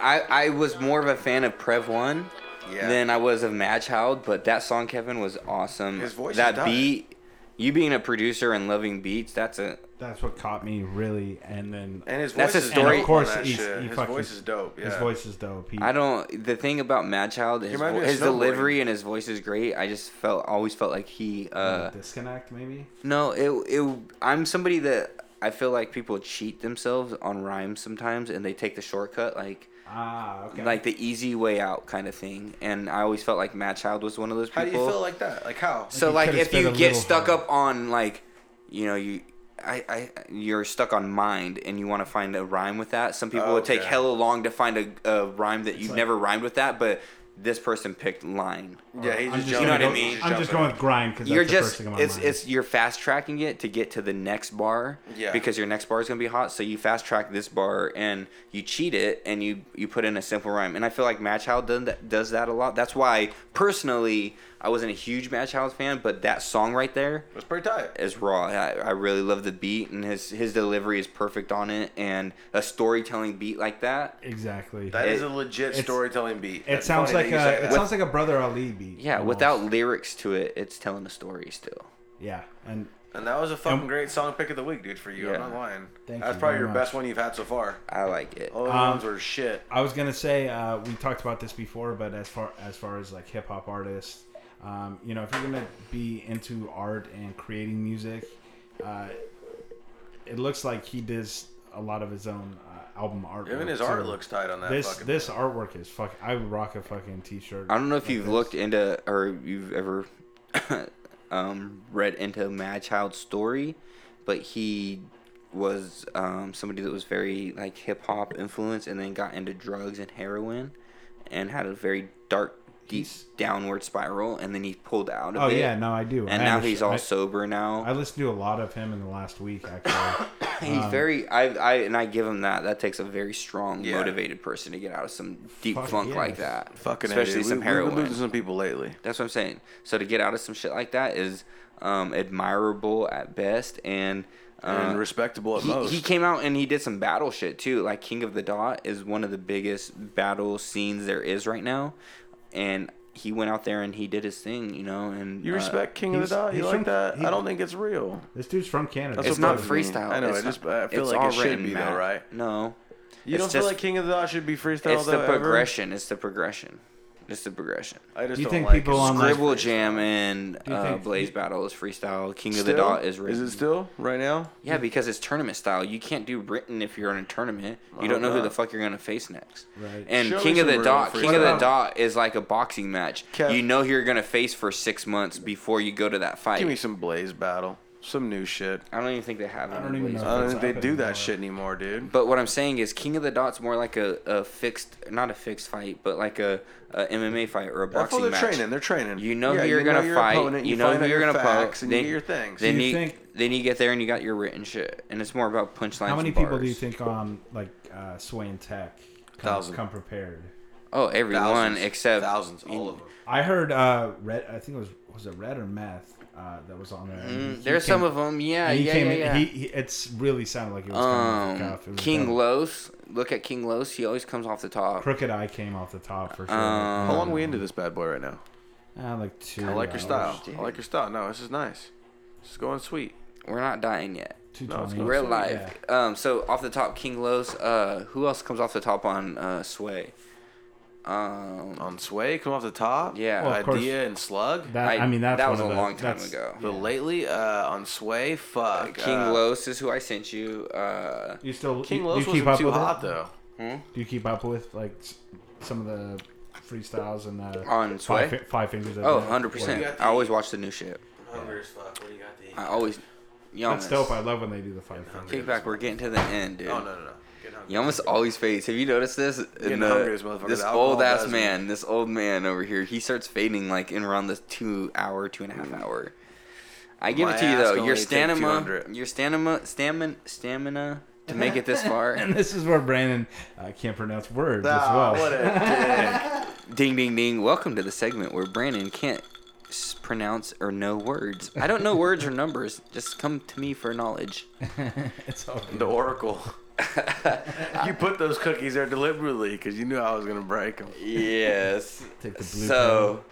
Speaker 3: I I was more of a fan of Prev One
Speaker 13: Yeah.
Speaker 3: than I was of Mad Child, but that song Kevin was awesome.
Speaker 13: His voice
Speaker 3: that
Speaker 13: is tight.
Speaker 3: beat. You being a producer and loving beats, that's a
Speaker 14: That's what caught me really, and then
Speaker 13: And his
Speaker 3: That's
Speaker 13: voice
Speaker 3: a
Speaker 13: is
Speaker 3: story-
Speaker 13: dope
Speaker 14: Of course,
Speaker 13: on that
Speaker 14: he,
Speaker 13: shit.
Speaker 14: he
Speaker 13: His
Speaker 14: fucking-
Speaker 13: voice is dope. Yeah.
Speaker 14: His voice is dope. He,
Speaker 3: I don't. The thing about Mad Child, his,
Speaker 13: reminds
Speaker 3: vo-
Speaker 13: me of
Speaker 3: his
Speaker 13: snowboarding.
Speaker 3: delivery and his voice is great. I just felt always felt like he. Uh,
Speaker 14: disconnect maybe.
Speaker 13: Mm-hmm.
Speaker 3: no, it it. I'm somebody that I feel like people cheat themselves on rhymes sometimes, and they take the shortcut, like
Speaker 14: Ah, okay.
Speaker 3: like the easy way out kind of thing. And I always felt like Mad Child was one of those people.
Speaker 13: How do you feel like that? Like how?
Speaker 3: So like if you get stuck up on like you know you I, I you're stuck on mind and you want to find a rhyme with that. Some people
Speaker 13: Oh,
Speaker 3: would take
Speaker 13: okay.
Speaker 3: hella long to find a, a rhyme that you've
Speaker 14: like-
Speaker 3: never rhymed with that, but this person picked line.
Speaker 13: Yeah, he
Speaker 14: I'm just
Speaker 13: just
Speaker 14: gonna
Speaker 3: you know
Speaker 14: go-
Speaker 3: what I mean.
Speaker 14: I'm just going with grind because
Speaker 3: you're
Speaker 14: that's the first
Speaker 3: just
Speaker 14: thing on my
Speaker 3: it's
Speaker 14: mind.
Speaker 3: it's you're fast tracking it to get to the next bar
Speaker 13: Yeah.
Speaker 3: because your next bar is gonna be hot. So you fast track this bar and you cheat it and you you put in a simple rhyme. And I feel like Match House does that, does that a lot. That's why personally I wasn't a huge Match House fan, but that song right there
Speaker 13: It's pretty tight.
Speaker 3: is raw. I, I really love the beat and his his delivery is perfect on it and a storytelling beat like that.
Speaker 14: exactly.
Speaker 13: That is
Speaker 3: It-
Speaker 13: a legit
Speaker 3: it's-
Speaker 13: storytelling beat.
Speaker 14: It sounds like a it sounds like a brother Ali beat.
Speaker 3: Yeah,
Speaker 14: almost.
Speaker 3: without lyrics to it, it's telling a story still.
Speaker 14: yeah, and
Speaker 13: And that was a fucking great song pick of the week, dude. For you,
Speaker 3: Yeah.
Speaker 13: I'm not lying.
Speaker 14: Thank
Speaker 13: That's
Speaker 14: you very
Speaker 13: probably your
Speaker 14: much.
Speaker 13: best one you've had so far.
Speaker 3: I like it.
Speaker 13: All the
Speaker 14: Um,
Speaker 13: ones were shit.
Speaker 14: I was gonna say uh, we talked about this before, but as far as far as like hip hop artists, um, you know, if you're gonna be into art and creating music, uh, it looks like he does a lot of his own uh, album artwork.
Speaker 13: Even his
Speaker 14: too.
Speaker 13: art looks tight on that
Speaker 14: This
Speaker 13: fucking
Speaker 14: this artwork is fuck. I would rock a fucking t-shirt.
Speaker 3: I don't know if
Speaker 14: like
Speaker 3: you've
Speaker 14: this.
Speaker 3: looked into or you've ever *coughs* um, read into Mad Child's story, but he was um, somebody that was very like hip hop influence, and then got into drugs and heroin, and had a very dark, deep downward spiral, and then he pulled out of
Speaker 14: Oh,
Speaker 3: it.
Speaker 14: yeah, no, I do.
Speaker 3: And
Speaker 14: I
Speaker 3: now
Speaker 14: understand.
Speaker 3: he's all
Speaker 14: I-
Speaker 3: sober now.
Speaker 14: I listened to a lot of him in the last week,
Speaker 3: *coughs*
Speaker 14: actually.
Speaker 3: He's
Speaker 14: Um,
Speaker 3: very I, I and I give him that. That takes a very strong,
Speaker 13: Yeah.
Speaker 3: motivated person to get out of some deep
Speaker 13: Fuck
Speaker 3: funk
Speaker 13: yes.
Speaker 3: like that.
Speaker 13: Fucking A,
Speaker 3: especially
Speaker 13: dude. We-
Speaker 3: some
Speaker 13: we've been
Speaker 3: heroin.
Speaker 13: losing some people lately.
Speaker 3: That's what I'm saying. So to get out of some shit like that is um, admirable at best and uh,
Speaker 13: And respectable at
Speaker 3: he,
Speaker 13: most.
Speaker 3: He came out and he did some battle shit too. Like King of the Dot is one of the biggest battle scenes there is right now, and he went out there and he did his thing, you know. And
Speaker 13: You
Speaker 3: uh,
Speaker 13: respect King of the Dot? You like that? I don't think it's real.
Speaker 14: This dude's from Canada.
Speaker 13: That's
Speaker 3: it's
Speaker 13: what
Speaker 3: not
Speaker 13: bugs me.
Speaker 3: freestyle.
Speaker 13: I know,
Speaker 3: It's
Speaker 13: I just-
Speaker 3: not-
Speaker 13: I feel
Speaker 3: it's
Speaker 13: like
Speaker 3: all
Speaker 13: it should
Speaker 3: written,
Speaker 13: be though,
Speaker 3: Matt.
Speaker 13: right?
Speaker 3: No.
Speaker 13: You
Speaker 3: It's
Speaker 13: don't feel
Speaker 3: just-
Speaker 13: like King of the Dot should be freestyle
Speaker 3: It's the
Speaker 13: though, ever?
Speaker 3: progression. It's the progression. It's the progression.
Speaker 13: I just
Speaker 14: Do you don't think like people it. online-
Speaker 3: Scribble Jam and
Speaker 13: Do you
Speaker 3: uh,
Speaker 13: think-
Speaker 3: Blaze Battle is freestyle. King of the
Speaker 13: Still?
Speaker 3: Dot is
Speaker 13: Is
Speaker 3: written.
Speaker 13: it still right now?
Speaker 3: Yeah, because it's tournament style. You can't do written if you're in a tournament. You
Speaker 13: Oh,
Speaker 3: don't know who
Speaker 13: God.
Speaker 3: the fuck you're gonna face next.
Speaker 13: Right.
Speaker 3: And
Speaker 13: Show me
Speaker 3: King of the
Speaker 13: some real
Speaker 3: Dot, King of the
Speaker 13: freestyle.
Speaker 3: Dot is like a boxing match.
Speaker 13: Kev-
Speaker 3: You know who you're gonna face for six months before you go to that fight.
Speaker 13: Give me some Blaze Battle, some new shit.
Speaker 3: I don't even think they have. I
Speaker 13: don't even know. I don't think they do that shit anymore, dude.
Speaker 3: But what I'm saying is, King of the Dot's more like a, a fixed, not a fixed fight, but like a, a MMA fight or a
Speaker 13: That's what
Speaker 3: boxing
Speaker 13: they're
Speaker 3: match.
Speaker 13: training. They're training.
Speaker 3: You know
Speaker 13: Yeah,
Speaker 3: who you're
Speaker 13: you know
Speaker 3: gonna
Speaker 13: your
Speaker 3: fight.
Speaker 13: opponent,
Speaker 3: you,
Speaker 13: you
Speaker 3: know
Speaker 13: find
Speaker 3: who
Speaker 13: out
Speaker 3: you're
Speaker 13: your
Speaker 3: gonna
Speaker 13: facts,
Speaker 3: poke.
Speaker 13: and you get your things.
Speaker 3: Then
Speaker 13: Do
Speaker 3: you,
Speaker 13: you
Speaker 3: then you get there and you got your written shit, and it's more about punchlines.
Speaker 14: How many
Speaker 3: and
Speaker 14: people do
Speaker 3: bars.
Speaker 14: you think on like uh, Sway and Tech come,
Speaker 3: Thousand.
Speaker 14: come prepared?
Speaker 3: Oh, everyone
Speaker 13: Thousands.
Speaker 3: except
Speaker 13: Thousands, all of them.
Speaker 14: I heard uh, Red. I think it was was it Red or Meth uh, that was on there. and
Speaker 3: Mm,
Speaker 14: he
Speaker 3: there's
Speaker 14: came-
Speaker 3: some of 'em, yeah,
Speaker 14: and he
Speaker 3: yeah,
Speaker 14: came
Speaker 3: yeah,
Speaker 14: in-
Speaker 3: yeah.
Speaker 14: He, he, it's really sounded like it was coming off the cuff. It
Speaker 3: Um,
Speaker 14: was
Speaker 3: King
Speaker 14: dope.
Speaker 3: Los. Look at King Los. He always comes off the top.
Speaker 14: Crooked Eye came off the top for sure.
Speaker 3: Um,
Speaker 13: How long we into this bad boy right now?
Speaker 14: Uh, like two.
Speaker 13: I like your
Speaker 14: hours.
Speaker 13: style. I like your style. No, this is nice. This is going sweet.
Speaker 3: We're not dying yet.
Speaker 13: No, it's
Speaker 14: 220.
Speaker 13: going
Speaker 3: Real
Speaker 13: sweet.
Speaker 3: life. Um, so off the top, King Los. Uh, who else comes off the top on uh, Sway? Um,
Speaker 13: On Sway, come off the top.
Speaker 3: Yeah.
Speaker 14: Well, of course.
Speaker 13: Idea and Slug.
Speaker 14: That I, mean that's
Speaker 3: that
Speaker 14: one
Speaker 3: was a
Speaker 14: of the-
Speaker 3: long time
Speaker 14: that's-
Speaker 3: ago.
Speaker 13: But lately, uh, on Sway, fuck.
Speaker 3: King
Speaker 13: uh,
Speaker 3: Los is who I sent you. Uh,
Speaker 14: You still
Speaker 13: King
Speaker 14: you,
Speaker 13: Los
Speaker 14: you keep
Speaker 13: wasn't
Speaker 14: up
Speaker 13: too
Speaker 14: with it?
Speaker 13: hot though.
Speaker 14: Do you keep up with like s- some of the freestyles and the
Speaker 3: on Sway.
Speaker 14: five, Fi- five fingers? of
Speaker 3: Oh,
Speaker 14: Death?
Speaker 3: 100
Speaker 14: Yeah.
Speaker 3: percent. I always watch the new shit.
Speaker 13: Hungry as fuck. What do you got to eat?
Speaker 3: I always.
Speaker 14: That's
Speaker 3: Giannis.
Speaker 14: dope. I love when they do the five fingers.
Speaker 3: Kickback, we're getting to the end, dude.
Speaker 13: Oh no no no. Get hungry.
Speaker 3: Yamas always fades. Have you noticed this?
Speaker 13: Getting
Speaker 3: the-
Speaker 13: hungry as motherfucker.
Speaker 3: this
Speaker 13: The alcohol
Speaker 3: old ass
Speaker 13: does
Speaker 3: man,
Speaker 13: me.
Speaker 3: this old man over here, he starts fading like in around the two hour, two and a half hour. I give
Speaker 13: My
Speaker 3: it to you
Speaker 13: ass
Speaker 3: though.
Speaker 13: can
Speaker 3: Your
Speaker 13: only take
Speaker 3: stamina,
Speaker 13: 200.
Speaker 3: your stamina, stamina, stamina to make it this
Speaker 14: *laughs*
Speaker 3: far. *laughs*
Speaker 14: And this is where Brandon uh, can't pronounce words as
Speaker 13: Ah,
Speaker 14: well.
Speaker 13: what a
Speaker 3: ding, ding, ding. Welcome to the segment where Brandon can't s- pronounce or know words. I don't know words or numbers. Just come to me for knowledge.
Speaker 14: *laughs* it's all
Speaker 13: dick. The Oracle. *laughs* you put those cookies there deliberately because you knew I was gonna break them.
Speaker 3: Yes.
Speaker 14: Take the blue
Speaker 3: so,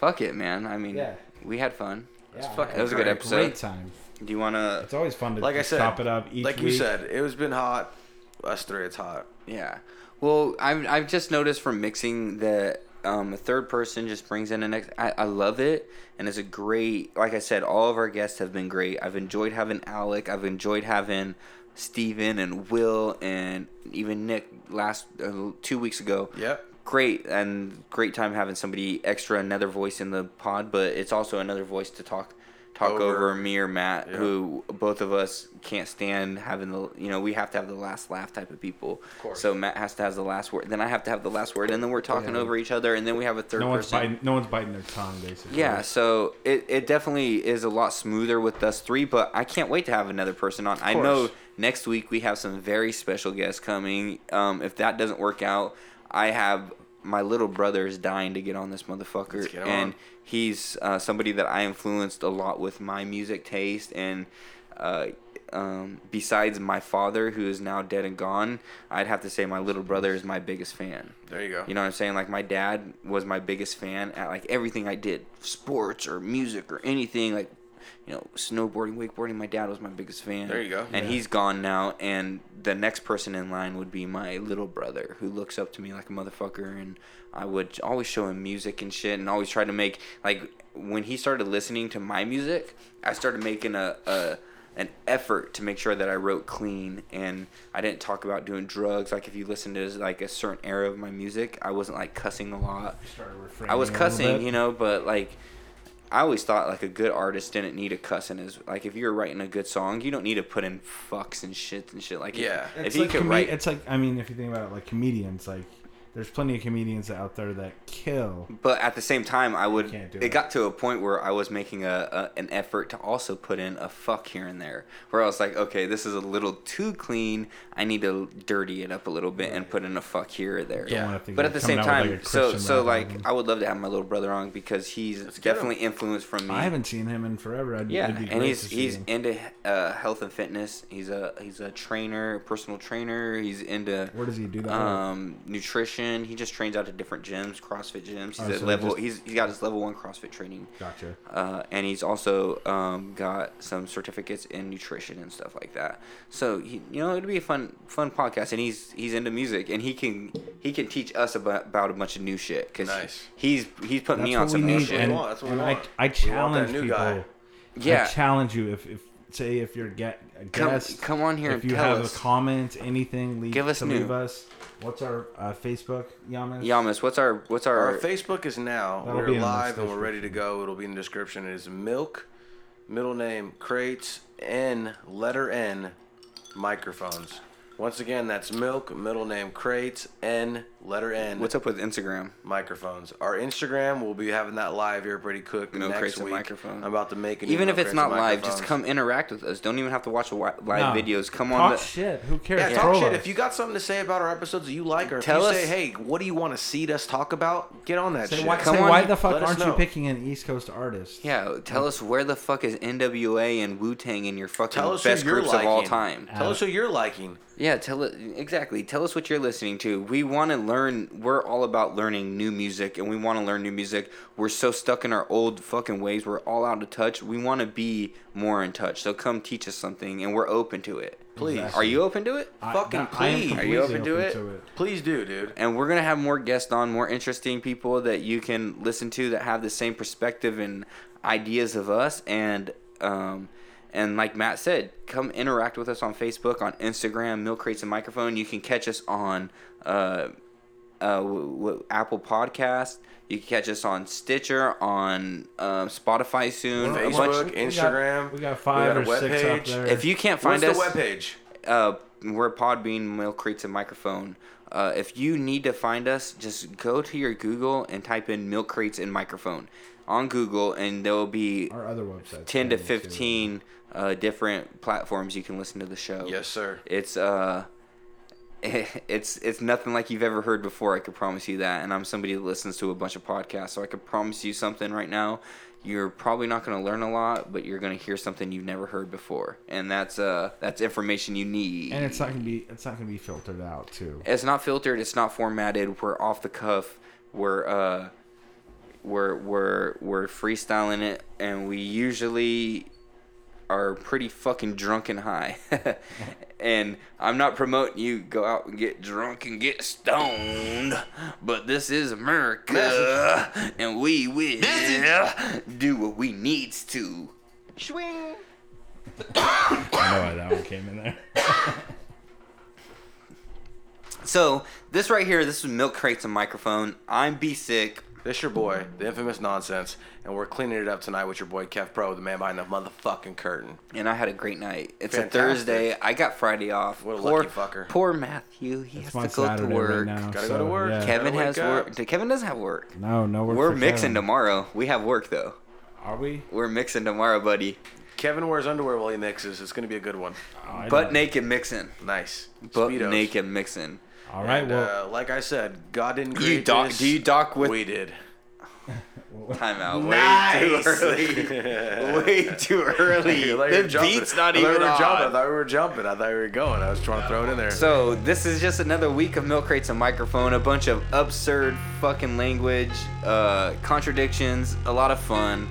Speaker 3: fuck it, man. I mean,
Speaker 14: Yeah.
Speaker 3: we had fun.
Speaker 14: Yeah, I
Speaker 3: Fuck,
Speaker 14: had
Speaker 3: that was a
Speaker 14: a
Speaker 3: good
Speaker 14: great-
Speaker 3: episode.
Speaker 14: great time.
Speaker 3: Do you wanna?
Speaker 14: It's always fun to
Speaker 13: Like I
Speaker 14: just
Speaker 13: said,
Speaker 14: chop it up each
Speaker 13: like you
Speaker 14: week.
Speaker 13: said, it was been hot. Us three, it's hot.
Speaker 3: Yeah. Well, I've I've just noticed from mixing that um, a third person just brings in an ex. I, I love it, and it's a great. Like I said, all of our guests have been great. I've enjoyed having Alec. I've enjoyed having Steven and Will and even Nick last uh, two weeks ago.
Speaker 13: Yep.
Speaker 3: Great and great time having somebody extra, another voice in the pod, but it's also another voice to talk talk over,
Speaker 13: Over.
Speaker 3: me or Matt,
Speaker 13: Yeah.
Speaker 3: who both of us can't stand having the you know we have to have the last laugh type of people.
Speaker 13: course.
Speaker 3: So Matt has to have the last word, then I have to have the last word, and then we're talking
Speaker 14: Yeah.
Speaker 3: over each other, and then we have a third
Speaker 14: no one's
Speaker 3: person.
Speaker 14: biting. No one's biting their tongue, basically.
Speaker 3: Yeah, so it, it definitely is a lot smoother with us three, but I can't wait to have another person on. I
Speaker 13: course.
Speaker 3: know next week we have some very special guests coming. Um, if that doesn't work out, I have my little brother is dying to get on this motherfucker,
Speaker 13: Let's get on.
Speaker 3: and he's uh, somebody that I influenced a lot with my music taste and. Uh, um, besides my father, who is now dead and gone, I'd have to say my little brother is my biggest fan.
Speaker 13: There you go.
Speaker 3: You know what I'm saying? Like my dad was my biggest fan at like everything I did, sports or music or anything like you know, snowboarding, wakeboarding, my dad was my biggest fan.
Speaker 13: There you go.
Speaker 3: And
Speaker 13: Yeah.
Speaker 3: he's gone now and the next person in line would be my little brother who looks up to me like a motherfucker and I would always show him music and shit and always try to make like when he started listening to my music, I started making a, a an effort to make sure that I wrote clean and I didn't talk about doing drugs. Like if you listen to like a certain era of my music, I wasn't like cussing a lot.
Speaker 14: Started refraining
Speaker 3: I was
Speaker 14: a little
Speaker 3: cussing,
Speaker 14: bit.
Speaker 3: you know, but like I always thought like a good artist didn't need to cuss in his like if you're writing a good song, you don't need to put in fucks and shit and shit like if- If,
Speaker 14: It's
Speaker 3: you
Speaker 14: like
Speaker 3: could
Speaker 14: comed-
Speaker 3: write
Speaker 14: it's like I mean, if you think about it, like comedians, like there's plenty of comedians out there that kill.
Speaker 3: But at the same time, I would.
Speaker 14: can't
Speaker 3: It
Speaker 14: do
Speaker 3: got to a point where I was making a, a an effort to also put in a fuck here and there, where I was like, okay, this is a little too clean. I need to dirty it up a little bit and put in a fuck here or there.
Speaker 13: Don't wanna think
Speaker 3: But
Speaker 13: of
Speaker 3: at the
Speaker 13: coming
Speaker 3: same
Speaker 13: out with,
Speaker 3: time,
Speaker 13: like, a
Speaker 3: so
Speaker 13: Christian
Speaker 3: so
Speaker 13: rap
Speaker 3: like
Speaker 13: album.
Speaker 3: I would love to have my little brother on because he's
Speaker 13: get him.
Speaker 3: definitely influenced from me.
Speaker 14: I haven't seen him in forever. I'd,
Speaker 3: Yeah,
Speaker 14: it'd be
Speaker 3: and
Speaker 14: great
Speaker 3: he's
Speaker 14: to see
Speaker 3: he's
Speaker 14: him.
Speaker 3: into uh, health and fitness. He's a he's a trainer, personal trainer. He's into
Speaker 14: Where does he do that at?
Speaker 3: Um, nutrition. He just trains out at different gyms, CrossFit gyms. He's
Speaker 14: Oh,
Speaker 3: at
Speaker 14: so
Speaker 3: level.
Speaker 14: just-
Speaker 3: He's he's got his level one CrossFit training.
Speaker 14: Gotcha.
Speaker 3: Uh, and he's also um, got some certificates in nutrition and stuff like that. So he, you know, it'd be a fun fun podcast. And he's he's into music, and he can he can teach us about, about a bunch of new shit because he's he's putting me on some new shit.
Speaker 14: and, and I, I challenge
Speaker 3: new
Speaker 14: people.
Speaker 3: guy.
Speaker 14: Yeah,
Speaker 3: Yeah.
Speaker 14: I challenge you if, if say if you're get a
Speaker 3: Come-
Speaker 14: guest,
Speaker 3: come on here
Speaker 14: If
Speaker 3: and
Speaker 14: you
Speaker 3: tell
Speaker 14: have
Speaker 3: us.
Speaker 14: a comment, anything, leave,
Speaker 3: Give us
Speaker 14: to
Speaker 3: new.
Speaker 14: leave us. What's our uh, Facebook, Yamas?
Speaker 3: Yamas, what's our what's our,
Speaker 13: Our Facebook is now.
Speaker 14: That'll be in
Speaker 13: we're
Speaker 14: the
Speaker 13: live and
Speaker 14: description.
Speaker 13: we're ready to go. It'll be in the description. It is Milk, middle name Crates N, letter N, microphones. Once again, that's Milk, middle name Crates N, letter N.
Speaker 3: What's up with Instagram?
Speaker 13: Microphones. Our Instagram, we'll be having that live here pretty quick
Speaker 3: No
Speaker 13: next
Speaker 3: Crates and
Speaker 13: week.
Speaker 3: microphone.
Speaker 13: I'm about to make it.
Speaker 3: even if it's not live, just come interact with us. Don't even have to watch the wi- live
Speaker 13: No.
Speaker 3: videos. Come on,
Speaker 13: Talk
Speaker 3: the-
Speaker 13: shit.
Speaker 14: Who cares?
Speaker 13: Yeah,
Speaker 3: Yeah.
Speaker 13: talk
Speaker 3: Troll
Speaker 13: shit.
Speaker 3: us.
Speaker 13: If you got something to say about our episodes that you like, or if
Speaker 3: Tell
Speaker 13: you
Speaker 3: us-
Speaker 13: say, "Hey, what do you want to see us talk about?" Get on that
Speaker 14: Say
Speaker 13: shit.
Speaker 14: why, say why the fuck aren't you picking an East Coast artist?
Speaker 3: Yeah, tell us where the fuck is NWA and Wu Tang in your fucking
Speaker 13: Tell us who
Speaker 3: best
Speaker 13: you're
Speaker 3: groups
Speaker 13: liking.
Speaker 3: of all time.
Speaker 13: Tell us who you're liking.
Speaker 3: Yeah, tell it exactly. Tell us what you're listening to. We want to learn. We're all about learning new music, and we want to learn new music. We're so stuck in our old fucking ways. We're all out of touch. We want to be more in touch. So come teach us something, and we're open to it.
Speaker 13: Please.
Speaker 3: are you open to it?
Speaker 13: I- Fucking that- I am please.
Speaker 3: Are you open,
Speaker 13: completely
Speaker 3: to,
Speaker 13: open
Speaker 3: it?
Speaker 13: to it. Please do, dude.
Speaker 3: And we're gonna have more guests on, more interesting people that you can listen to that have the same perspective and ideas of us. And um, and like Matt said, come interact with us on Facebook, on Instagram, Milk Crates and Microphone. You can catch us on uh, uh, w- w- Apple Podcast. You can catch us on Stitcher, on um, Spotify soon. a bunch-
Speaker 13: Facebook, Instagram.
Speaker 14: we got five
Speaker 13: we got a
Speaker 14: or six
Speaker 13: webpage.
Speaker 14: up there.
Speaker 3: if you can't find
Speaker 13: What's the
Speaker 3: us,
Speaker 13: webpage?
Speaker 3: Uh, we're Podbean, Mail Creates a Microphone. Uh, if you need to find us, just go to your Google and type in milk crates and microphone on Google, and there will be
Speaker 14: Our other websites.
Speaker 3: 10 to 15 uh, different platforms you can listen to the show.
Speaker 13: Yes, sir.
Speaker 3: It's uh, *laughs* it's it's nothing like you've ever heard before. I could promise you that. And I'm somebody that listens to a bunch of podcasts, so I could promise you something right now. You're probably not going to learn a lot, but you're going to hear something you've never heard before, and that's uh that's information you need.
Speaker 14: and it's not gonna be it's not gonna be filtered out too.
Speaker 3: It's not filtered. It's not formatted. We're off the cuff. We're uh, we're we're we're freestyling it, and we usually are pretty fucking drunk and high. *laughs* and I'm not promoting you go out and get drunk and get stoned, but this is America, and we will do what we needs to.
Speaker 10: Swing.
Speaker 14: I know why that one came in
Speaker 3: *laughs*
Speaker 14: there.
Speaker 3: So this right here, this is milk crates and microphone. I'm B sick.
Speaker 13: This your boy, the infamous nonsense, and we're cleaning it up tonight with your boy Kev Pro, the man behind the motherfucking curtain.
Speaker 3: And I had a great night. It's
Speaker 13: Fantastic.
Speaker 3: a Thursday. I got Friday off.
Speaker 13: What a
Speaker 3: poor,
Speaker 13: lucky fucker.
Speaker 3: Poor Matthew. He
Speaker 14: It's my
Speaker 3: has to go
Speaker 14: Saturday
Speaker 3: to
Speaker 14: right
Speaker 3: work.
Speaker 14: now, Gotta go so, to work. yeah.
Speaker 3: Kevin
Speaker 13: Oh
Speaker 14: Gotta
Speaker 3: has
Speaker 14: wake
Speaker 3: work. Kevin doesn't have work.
Speaker 14: No, no, work
Speaker 3: We're
Speaker 14: for
Speaker 3: mixing
Speaker 14: Kevin.
Speaker 3: tomorrow. We have work though.
Speaker 14: Are we?
Speaker 3: We're mixing tomorrow, buddy.
Speaker 13: Kevin wears underwear while he mixes. It's gonna be a good one.
Speaker 3: Butt naked mixing.
Speaker 13: Nice.
Speaker 3: Butt
Speaker 13: Speedos.
Speaker 3: naked mixing.
Speaker 14: All right,
Speaker 13: And,
Speaker 14: well-
Speaker 13: uh, like I said, God didn't
Speaker 3: You
Speaker 13: create
Speaker 3: doc-
Speaker 13: this.
Speaker 3: do you doc with-
Speaker 13: We
Speaker 3: *laughs*
Speaker 13: did.
Speaker 3: Time out.
Speaker 13: Nice.
Speaker 3: Way too
Speaker 13: *laughs*
Speaker 3: early. Way too early.
Speaker 13: I thought you were
Speaker 3: the
Speaker 13: jumping.
Speaker 3: beat's not
Speaker 13: I thought
Speaker 3: even
Speaker 13: we were
Speaker 3: on.
Speaker 13: jumping. I thought we were jumping. I thought we were going. I was trying to throw it in there.
Speaker 3: So this is just another week of milk crates and microphone. A bunch of absurd fucking language, uh, contradictions. A lot of fun.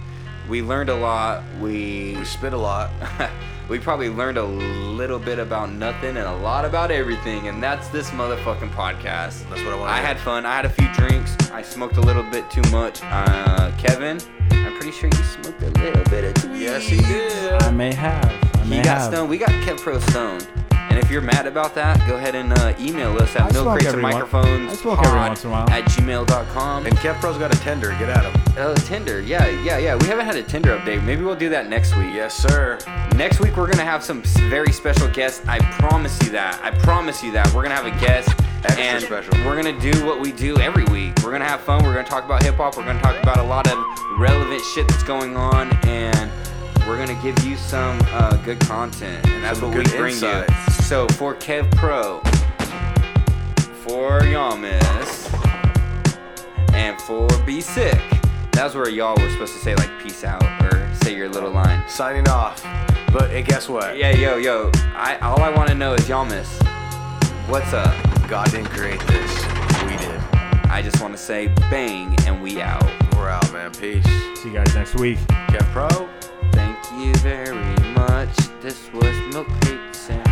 Speaker 3: We learned a lot. We *laughs* we
Speaker 13: spit a lot.
Speaker 3: we probably learned a little bit about nothing and a lot about everything. And that's this motherfucking podcast.
Speaker 13: That's what I wanted.
Speaker 3: I had fun. I had a few drinks. I smoked a little bit too much. Uh, Kevin, I'm pretty sure you smoked a little bit of. Tweed.
Speaker 13: Yes, he did.
Speaker 14: I uh, may have. I may
Speaker 3: He got
Speaker 14: have.
Speaker 3: stoned. We got Kev Pro stoned. And And if you're mad about that, go ahead and uh, email us
Speaker 14: I
Speaker 3: at
Speaker 14: smoke
Speaker 3: milkcrates and
Speaker 14: every once-
Speaker 3: microphones
Speaker 14: I smoke every once in a while.
Speaker 3: at gmail.com. And Kefro's got a tender. Get at him. Oh, Tinder. Yeah, yeah, yeah. We haven't had a Tinder update. Maybe we'll do that next week. Yes, sir. Next week, we're going to have some s- very special guests. I promise you that. I promise you that. We're going to have a guest. Extra and special. We're going to do what we do every week. We're going to have fun. We're going to talk about hip hop. We're going to talk about a lot of relevant shit that's going on. And we're going to give you some uh, good content. And that's
Speaker 13: Some
Speaker 3: what we
Speaker 13: good
Speaker 3: bring
Speaker 13: insight.
Speaker 3: you. So for Kev Pro, for Yamas, and for Be Sick. That's where y'all were supposed to say like peace out or say your little line. Signing off. But hey, guess what? Yeah, yo, yo. I all I want to know is Yamas. What's up? God didn't create this. We did. I just want to say bang and we out. We're out, man. Peace.
Speaker 14: See you guys next week.
Speaker 3: Jeff Pro. Thank you very much. This was Milk Crate Sound.